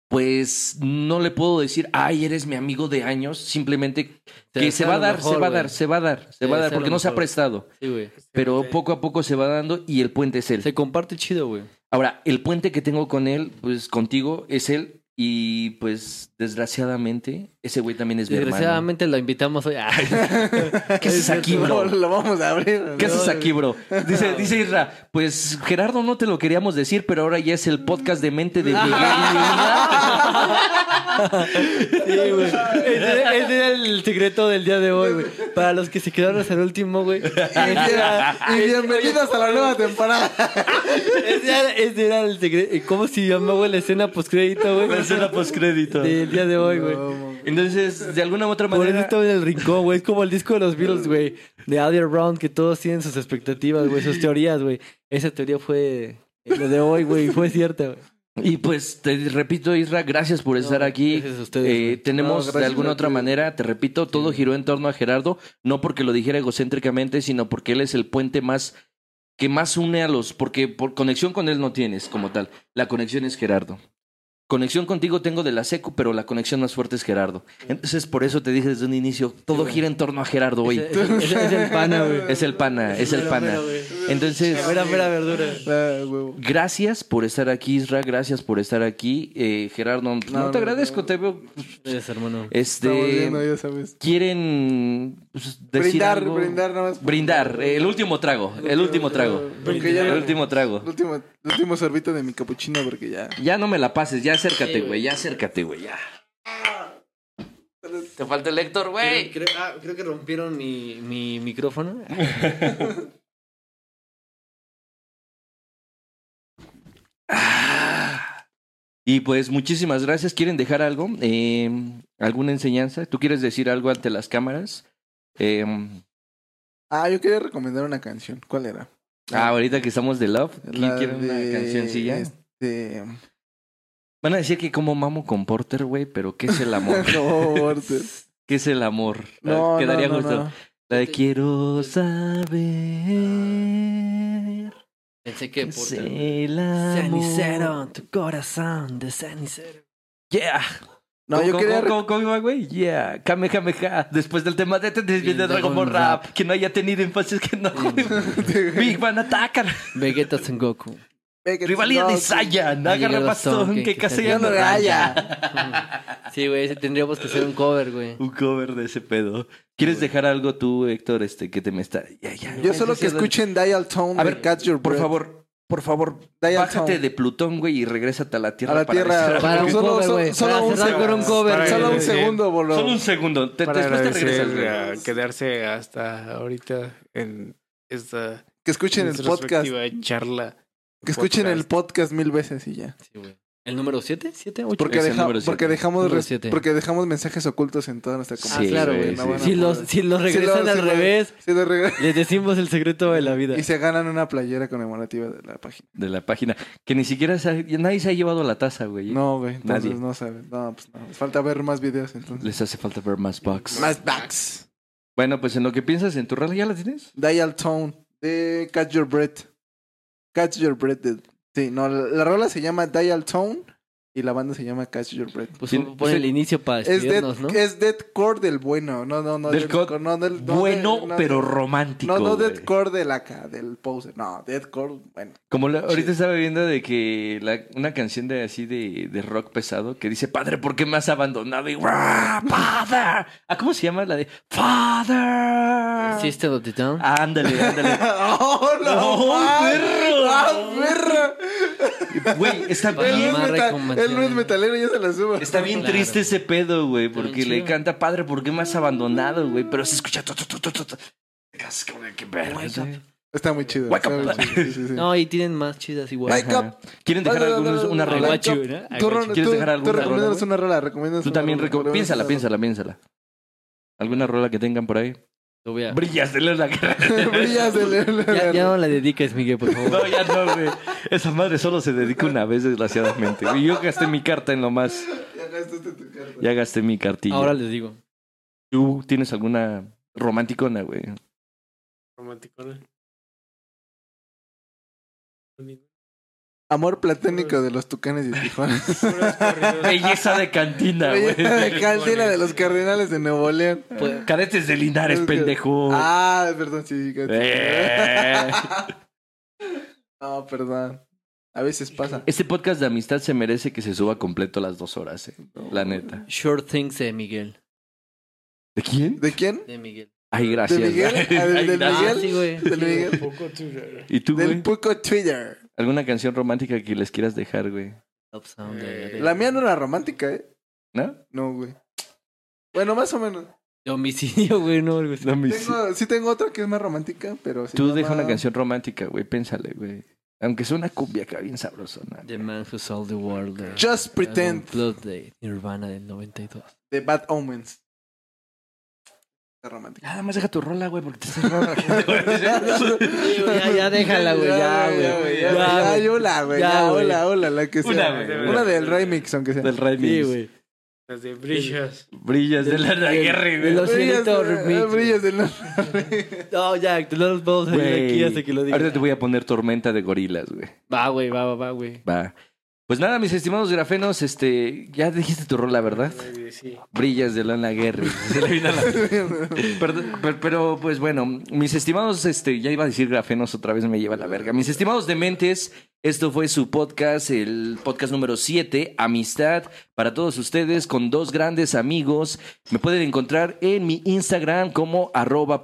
Speaker 1: pues no le puedo decir, ay, eres mi amigo de años, simplemente
Speaker 4: Te
Speaker 1: que se
Speaker 4: desea
Speaker 1: va a
Speaker 4: lo
Speaker 1: dar,
Speaker 4: mejor,
Speaker 1: se va a
Speaker 4: güey.
Speaker 1: dar, se va a dar, se
Speaker 4: Te
Speaker 1: va a dar,
Speaker 4: desea lo
Speaker 1: porque no se ha
Speaker 4: mejor.
Speaker 1: prestado.
Speaker 4: Sí, güey.
Speaker 1: Pero poco a poco se va dando y el puente es él.
Speaker 4: Se comparte chido, güey.
Speaker 1: Ahora, el puente que tengo con él, pues contigo, es él. Y pues, desgraciadamente, ese güey también es mi hermano.
Speaker 4: Desgraciadamente la invitamos hoy. [laughs] Ay,
Speaker 1: [laughs] ¿Qué haces aquí,
Speaker 2: No,
Speaker 1: bro?
Speaker 2: lo vamos a abrir.
Speaker 1: ¿Qué haces aquí,
Speaker 4: [laughs]
Speaker 1: bro? Dice, dice Isra, pues Gerardo no te lo queríamos decir, pero ahora ya es el podcast de mente
Speaker 4: [laughs]
Speaker 1: de [laughs] Miguel.
Speaker 4: Sí, güey. Ese, ese era el secreto del día de hoy, güey. Para los que se quedaron hasta el último,
Speaker 1: [laughs]
Speaker 4: güey. Ese era,
Speaker 2: Y bienvenidos a la nueva temporada.
Speaker 4: ese era- ese era el secreto. eh, ¿Cómo se llama, güey, la escena postcrédito, güey?
Speaker 1: La escena postcrédito.
Speaker 4: Del día de hoy, güey.
Speaker 1: Entonces, de alguna u otra
Speaker 4: Por eso
Speaker 1: manera,
Speaker 4: estaba en el rincón, güey. Es como el disco de los Beatles, güey. De Other Round, que todos tienen sus expectativas, güey. Sus teorías, güey. Esa teoría fue eh, lo de hoy, güey. Fue cierta, güey.
Speaker 1: y pues te repito, Isra, gracias por estar aquí.
Speaker 4: gracias a ustedes,
Speaker 1: Eh,
Speaker 4: güey.
Speaker 2: No,
Speaker 1: tenemos
Speaker 2: gracias
Speaker 1: de
Speaker 2: a
Speaker 1: alguna otra
Speaker 2: ustedes.
Speaker 1: manera, te repito, todo giró en torno a Gerardo, no porque lo dijera egocéntricamente, sino porque él es el puente más que más une a los, porque por conexión con él no tienes como tal. La conexión es Gerardo. Conexión contigo tengo de la secu, pero la conexión más fuerte es Gerardo. Entonces, por eso te dije desde un inicio, todo gira en torno a Gerardo hoy.
Speaker 4: Ese- ese- ese Es, el pana, güey.
Speaker 1: Es el pana, es el pana. Entonces,
Speaker 4: Mira, mira, verdura.
Speaker 2: Ah, huevo.
Speaker 1: gracias por estar aquí, Isra, gracias por estar aquí. Eh, Gerardo, no,
Speaker 2: no,
Speaker 1: te
Speaker 2: no.
Speaker 1: agradezco, te veo.
Speaker 4: Gracias, hermano.
Speaker 2: Estamos
Speaker 1: Este,
Speaker 2: viendo, ya sabes.
Speaker 1: quieren pues, decir
Speaker 2: Brindar,
Speaker 1: algo?
Speaker 2: brindar nada más.
Speaker 1: Brindar, eh, el último trago, el último trago.
Speaker 2: Porque ya
Speaker 1: El
Speaker 2: no-
Speaker 1: último trago.
Speaker 2: El último, el último sorbito de mi capuchino porque ya.
Speaker 1: Ya no me la pases, ya acércate, güey, ya acércate, güey, ya. Te falta el Héctor, güey.
Speaker 4: Creo, ah, creo que rompieron mi, mi micrófono.
Speaker 1: Y pues muchísimas gracias. ¿Quieren dejar algo? Eh, ¿Alguna enseñanza? ¿Tú quieres decir algo ante las cámaras? Eh,
Speaker 2: Ah, yo quería recomendar una canción. ¿Cuál era?
Speaker 1: ah, ahorita que estamos de Love, ¿quién
Speaker 2: La
Speaker 1: quiere una
Speaker 2: de,
Speaker 1: cancioncilla?
Speaker 2: Este. [laughs]
Speaker 1: Van a decir que como mamo con Porter, güey, pero ¿qué es el
Speaker 2: [laughs]
Speaker 1: amor?
Speaker 2: No,
Speaker 1: [laughs]
Speaker 2: Walter.
Speaker 1: ¿Qué es el amor?
Speaker 2: no,
Speaker 1: Quedaría
Speaker 2: no, no,
Speaker 1: justo.
Speaker 2: no.
Speaker 1: La de quiero saber.
Speaker 4: Pensé que por.
Speaker 1: es el amor.
Speaker 4: Cenicero, tu corazón de cenicero.
Speaker 1: Yeah.
Speaker 2: No,
Speaker 1: ¿Cómo,
Speaker 2: yo
Speaker 1: cómo,
Speaker 2: quería
Speaker 1: cómo, cómo, cómo iba, güey? Yeah. Kamehameha. Después del tema de te desvíes de Dragon Ball Rap. Que no haya tenido infancias que no.
Speaker 2: [laughs]
Speaker 1: Big Van Attacker.
Speaker 4: Vegeta Sengoku.
Speaker 1: Rivalidad de Saiyan. Agarra
Speaker 4: llegado
Speaker 1: bastón.
Speaker 4: Son,
Speaker 1: Que
Speaker 4: que-
Speaker 1: casi
Speaker 4: que
Speaker 1: ya no
Speaker 2: no le haya.
Speaker 4: [laughs] Sí, güey, ese tendríamos que hacer un cover, güey.
Speaker 1: Un cover de ese pedo. ¿Quieres dejar algo tú, Héctor? Este que te me está. Ya, ya.
Speaker 2: Yo solo que escuchen Dial Tone
Speaker 1: A
Speaker 2: de
Speaker 1: ver,
Speaker 2: Catch Your
Speaker 1: Por
Speaker 2: Breath.
Speaker 1: favor, por favor,
Speaker 2: Dial
Speaker 1: bájate
Speaker 2: Tone.
Speaker 1: de Plutón, güey, y regrésate a la Tierra.
Speaker 2: A la
Speaker 1: para
Speaker 2: tierra.
Speaker 1: decir-
Speaker 4: Para un
Speaker 2: solo,
Speaker 4: cover,
Speaker 2: solo-
Speaker 4: güey.
Speaker 2: solo
Speaker 4: Para
Speaker 2: un
Speaker 4: cerrar
Speaker 2: segundo.
Speaker 4: con un cover.
Speaker 5: Para
Speaker 2: Solo un
Speaker 5: agradecer.
Speaker 2: segundo, boludo.
Speaker 1: Solo un segundo. Te,
Speaker 5: Para
Speaker 1: después te regresas,
Speaker 5: agradecer
Speaker 1: güey.
Speaker 5: a quedarse hasta ahorita en esta
Speaker 2: Que escuchen el podcast.
Speaker 5: introspectiva charla.
Speaker 2: Que escuchen el podcast mil veces y ya.
Speaker 4: Sí, güey. ¿El número 7? ¿7? ¿8?
Speaker 2: Porque,
Speaker 1: Es el
Speaker 2: deja-
Speaker 1: número siete.
Speaker 2: porque, dejamos,
Speaker 4: Número
Speaker 2: res-
Speaker 4: siete.
Speaker 2: porque dejamos mensajes ocultos en toda nuestra
Speaker 4: Ah,
Speaker 1: Sí,
Speaker 2: conversación.
Speaker 4: claro,
Speaker 1: güey, sí.
Speaker 4: güey.
Speaker 2: Una buena
Speaker 4: Si, los,
Speaker 2: moda.
Speaker 4: si los
Speaker 2: Si
Speaker 4: regresan
Speaker 2: lo-
Speaker 4: al
Speaker 2: si lo-
Speaker 4: revés,
Speaker 2: si lo reg-
Speaker 4: les decimos el secreto de la vida.
Speaker 2: y se ganan una playera conmemorativa de la página.
Speaker 1: De la página. Que ni siquiera se ha- nadie se ha llevado la taza, güey.
Speaker 2: No, güey. Entonces
Speaker 1: Nadie.
Speaker 2: no saben. No, pues no. Falta ver más videos entonces.
Speaker 1: Les hace falta ver más box.
Speaker 2: Más backs.
Speaker 1: Bueno, pues en lo que piensas en tu radio, ¿ya la tienes?
Speaker 2: Dial Tone de Catch Your Breath. Catch Your Breath. de- Sí, no, la, la rola se llama Dial Tone y la banda se llama Catch Your Breath.
Speaker 4: Pues
Speaker 1: Sí,
Speaker 4: pon el
Speaker 1: sí.
Speaker 4: inicio para
Speaker 2: Es
Speaker 4: despedirnos,
Speaker 2: dead,
Speaker 4: ¿no?
Speaker 2: es deathcore del bueno, no, no, no.
Speaker 1: Del
Speaker 2: deathcore,
Speaker 1: co-
Speaker 2: no, del- no,
Speaker 1: bueno,
Speaker 2: del- no,
Speaker 1: pero
Speaker 2: del-
Speaker 1: romántico.
Speaker 2: No, no
Speaker 1: güey.
Speaker 2: deathcore del acá, del poser. No, deathcore,
Speaker 1: [laughs]
Speaker 2: bueno. [laughs]
Speaker 1: Como la- ahorita estaba viendo de que la- una canción de así de, de rock pesado que dice, padre, ¿por qué me has abandonado? Y, "Wah, father. ¿Ah, ¿Cómo se llama la de Father?
Speaker 4: ¿Hiciste lo de Town?
Speaker 1: Ándale, ándale.
Speaker 4: [laughs]
Speaker 2: ¡Oh, no!
Speaker 1: ¡Oh,
Speaker 2: ¡Ah,
Speaker 1: perro!
Speaker 2: ¡Ah, perro!
Speaker 1: Güey, está
Speaker 4: Para
Speaker 2: El
Speaker 1: bien
Speaker 2: Luis,
Speaker 4: más
Speaker 2: metal-
Speaker 4: recomendación.
Speaker 2: el Luis Metalero ya se la subo.
Speaker 1: Está bien
Speaker 4: Claro.
Speaker 1: triste ese pedo, güey,
Speaker 4: Está bien
Speaker 1: porque le
Speaker 4: chido.
Speaker 1: canta, padre, ¿por qué me has abandonado, güey? Pero se escucha... tu, tu, tu, tu, tu, tu. Casi como de que
Speaker 4: Oh
Speaker 1: verga, güey.
Speaker 2: Está muy chido.
Speaker 1: Wake
Speaker 2: está
Speaker 1: up.
Speaker 2: muy chido, sí, sí, sí.
Speaker 4: No, y tienen más chidas igual.
Speaker 2: Wake
Speaker 1: Ajá.
Speaker 2: up.
Speaker 1: ¿Quieren dejar
Speaker 2: Dale,
Speaker 1: algunos-
Speaker 2: dale,
Speaker 1: una
Speaker 2: dale,
Speaker 4: I
Speaker 1: rola?
Speaker 4: got you, ¿no? I
Speaker 2: Tú,
Speaker 4: got
Speaker 2: Ron,
Speaker 4: you.
Speaker 1: ¿Quieres
Speaker 2: tú-
Speaker 1: dejar alguna
Speaker 2: tú
Speaker 1: rola,
Speaker 2: recomiéndanos
Speaker 1: güey?
Speaker 2: una rola, recomiéndanos
Speaker 1: Tú
Speaker 2: una
Speaker 1: también,
Speaker 2: rola,
Speaker 1: reco-
Speaker 2: recomiéndanos
Speaker 1: piénsala,
Speaker 2: una
Speaker 1: piénsala, piénsala. ¿Alguna rola que tengan por ahí?
Speaker 4: Lo voy a-
Speaker 1: Brillas de la cara.
Speaker 2: rola. [laughs] Brillas de leer.
Speaker 4: Ya, ya no la dediques, Miguel, por
Speaker 1: No,
Speaker 4: favor.
Speaker 1: ya no, güey. Esa madre solo se dedica una vez, desgraciadamente. Y yo gasté mi carta en lo más
Speaker 2: Ya gastaste tu carta.
Speaker 1: Ya gasté mi cartilla.
Speaker 4: Ahora les digo.
Speaker 1: ¿Tú tienes alguna romanticona, güey?
Speaker 5: Romanticona.
Speaker 2: Amor platónico de los tucanes de
Speaker 1: [laughs]
Speaker 2: Tijuana.
Speaker 1: Belleza de [laughs] cantina, güey.
Speaker 2: [laughs] La cantina de los cardenales de Nuevo León.
Speaker 4: Pues,
Speaker 1: Caretes de Linares, pendejo.
Speaker 2: Ah, perdón, sí.
Speaker 1: Eh.
Speaker 2: [laughs] No, perdón. A veces pasa.
Speaker 1: Este podcast de amistad se merece que se suba completo las dos horas, eh. La neta.
Speaker 4: Short Things de Miguel.
Speaker 1: ¿De quién?
Speaker 2: ¿De quién?
Speaker 4: De Miguel.
Speaker 1: Ay,
Speaker 2: ¿De
Speaker 1: gracias. [laughs]
Speaker 2: Miguel?
Speaker 1: Ay,
Speaker 2: Ah, ¿Del del
Speaker 1: gracias.
Speaker 4: Ah,
Speaker 2: Miguel?
Speaker 4: sí, güey.
Speaker 2: ¿Del Miguel?
Speaker 1: ¿Y tú, güey?
Speaker 2: Del Puco Twitter.
Speaker 1: ¿Alguna canción romántica que les quieras dejar, güey?
Speaker 4: Love Sound de-
Speaker 1: Eh.
Speaker 4: de-
Speaker 2: Eh, La mía no era romántica, ¿eh?
Speaker 1: ¿No?
Speaker 2: No, güey. Bueno, más o menos.
Speaker 4: de homicidio, güey, no, algo así.
Speaker 1: No, mi-
Speaker 2: Tengo, sí tengo otra que es más romántica, pero... se
Speaker 1: Tú
Speaker 2: llama-
Speaker 1: deja una canción romántica, güey. Pénsale, güey. Aunque sea una cumbia que bien sabrosona.
Speaker 4: The Man Who Sold the World. de-
Speaker 2: Just Pretend
Speaker 4: Blood de Nirvana del 92.
Speaker 2: de Bad Omens. Está romántica.
Speaker 1: Nada más deja tu rola, güey, porque te estás rola. [laughs]
Speaker 4: ya, ya déjala, güey, ya, güey.
Speaker 2: Ya, ya,
Speaker 4: Ya, güey.
Speaker 2: ya, hola, güey.
Speaker 4: Ya,
Speaker 2: Ya,
Speaker 4: güey.
Speaker 2: hola, hola, la que sea.
Speaker 1: Una,
Speaker 2: Una,
Speaker 5: güey.
Speaker 2: del remix, aunque sea.
Speaker 1: Del
Speaker 4: Sí,
Speaker 1: remix.
Speaker 4: güey.
Speaker 5: Las de brillas.
Speaker 1: Brillas de la guerra,
Speaker 4: De los
Speaker 2: Brillas
Speaker 4: cielitos
Speaker 2: de-
Speaker 4: remix.
Speaker 2: Brillas del
Speaker 4: No, ya, no nos vamos a ir de aquí hasta que lo diga.
Speaker 1: Ahorita te voy a poner tormenta de gorilas, güey.
Speaker 4: Va, güey, va, va, va, güey.
Speaker 1: Va. Pues nada, mis estimados grafenos, este, ya dijiste tu rola, ¿verdad?
Speaker 5: Sí.
Speaker 1: Brillas de Lana Guerra. Perdón, per- pero pues bueno, mis estimados, este, ya iba a decir grafenos otra vez me lleva la verga. Mis estimados dementes, esto fue su podcast, el podcast número 7, Amistad para todos ustedes con dos grandes amigos. Me pueden encontrar en mi Instagram como arroba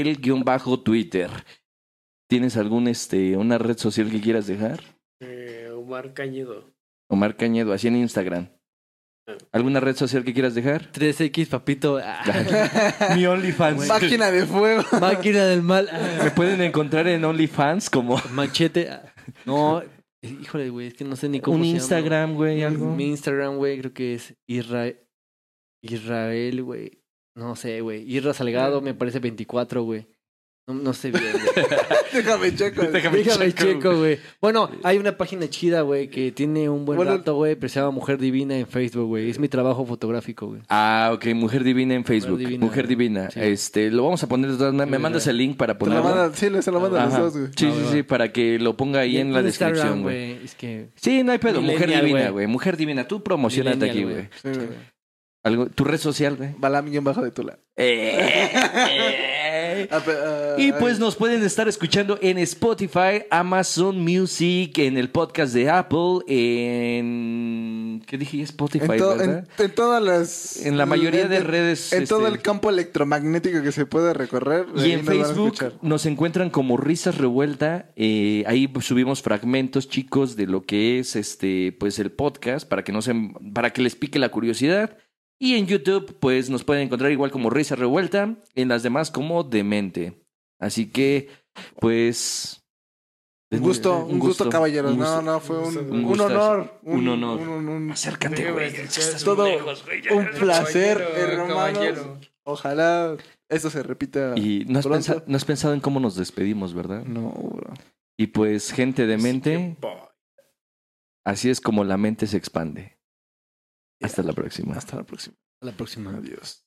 Speaker 1: puco-el-twitter. ¿Tienes algún este una red social que quieras dejar?
Speaker 5: Eh, Omar Cañedo.
Speaker 1: Omar Cañedo, así en Instagram. ¿Alguna red social que quieras dejar?
Speaker 4: 3X, papito. Ah,
Speaker 1: Mi OnlyFans.
Speaker 2: Máquina de fuego. [laughs]
Speaker 4: máquina del mal.
Speaker 1: Me
Speaker 4: Ah,
Speaker 1: pueden encontrar en OnlyFans como
Speaker 4: machete. Ah, No, híjole, güey, es que no sé ni cómo
Speaker 1: un
Speaker 4: se llama.
Speaker 1: Instagram, güey, algo.
Speaker 4: Mi Instagram, güey, creo que es Isra- Israel, güey. No sé, güey. Irra Salgado, me parece 24, güey. No, no sé bien, güey.
Speaker 1: [laughs]
Speaker 2: Déjame checo.
Speaker 4: Déjame checo, güey. Bueno, hay una página chida, güey, que tiene un buen
Speaker 2: Bueno,
Speaker 4: rato, güey, pero se llama Mujer Divina en Facebook, güey. Es mi trabajo fotográfico, güey.
Speaker 1: Ah, ok, Mujer Divina en Facebook. Mujer Divina.
Speaker 4: Divina.
Speaker 1: Sí. Este, lo vamos a poner. de todas maneras. Me
Speaker 4: Sí,
Speaker 1: mandas
Speaker 4: ya.
Speaker 1: el link para
Speaker 2: Te la
Speaker 1: ponerlo.
Speaker 2: manda, sí, se la manda a los
Speaker 1: Ajá.
Speaker 2: dos, güey. Ah,
Speaker 1: Sí,
Speaker 4: Va,
Speaker 1: sí,
Speaker 4: va,
Speaker 1: sí,
Speaker 4: va.
Speaker 1: para que lo ponga ahí en la descripción,
Speaker 4: Instagram,
Speaker 1: güey.
Speaker 4: Es que.
Speaker 1: Sí, no hay pedo. Mujer
Speaker 4: Millennial,
Speaker 1: Divina,
Speaker 4: güey.
Speaker 1: güey. Mujer Divina, tú promocionate
Speaker 4: Millennial,
Speaker 1: aquí,
Speaker 4: güey.
Speaker 1: güey.
Speaker 2: Sí, güey.
Speaker 1: Algo, tu red social, güey.
Speaker 2: Balam guión bajo de Tula.
Speaker 1: Eh.
Speaker 2: Ah, pe- ah,
Speaker 1: [laughs] Y
Speaker 2: ah,
Speaker 1: pues nos pueden estar escuchando en Spotify, Amazon Music, en el podcast de Apple, en... ¿Qué dije? Spotify,
Speaker 2: en, to-
Speaker 1: ¿verdad?
Speaker 2: en, en todas las.
Speaker 1: En, la mayoría de
Speaker 2: en-
Speaker 1: redes...
Speaker 2: En todo
Speaker 1: este,
Speaker 2: el campo electromagnético que se pueda recorrer.
Speaker 1: Y
Speaker 2: ahí
Speaker 1: en
Speaker 2: nos van a
Speaker 1: Facebook
Speaker 2: escuchar.
Speaker 1: nos encuentran como Risas Revuelta. eh, ahí subimos fragmentos, chicos, de lo que es este, pues el podcast para que no se, para que les pique la curiosidad. Y en YouTube, pues nos pueden encontrar igual como Risas Revuelta, en las demás como Demente. Así que, pues.
Speaker 2: Un gusto, un gusto, caballeros.
Speaker 1: un gusto.
Speaker 2: No, no, fue un,
Speaker 5: Un
Speaker 2: un
Speaker 1: gustazo.
Speaker 2: honor.
Speaker 1: Un honor.
Speaker 2: un- un- un-
Speaker 1: Acércate, güey. es que estás
Speaker 2: Todo
Speaker 1: muy lejos, güey, ya.
Speaker 2: un placer,
Speaker 5: Caballero,
Speaker 2: hermano.
Speaker 5: caballero.
Speaker 2: Ojalá esto se repita.
Speaker 1: Y no has,
Speaker 2: Pronto.
Speaker 1: pensado, no has pensado en cómo nos despedimos, ¿verdad?
Speaker 2: No, bro.
Speaker 1: Y pues, gente demente,
Speaker 5: Boy.
Speaker 1: así es como la mente se expande. Hasta la próxima.
Speaker 2: Hasta la próxima.
Speaker 4: A la próxima.
Speaker 2: Adiós.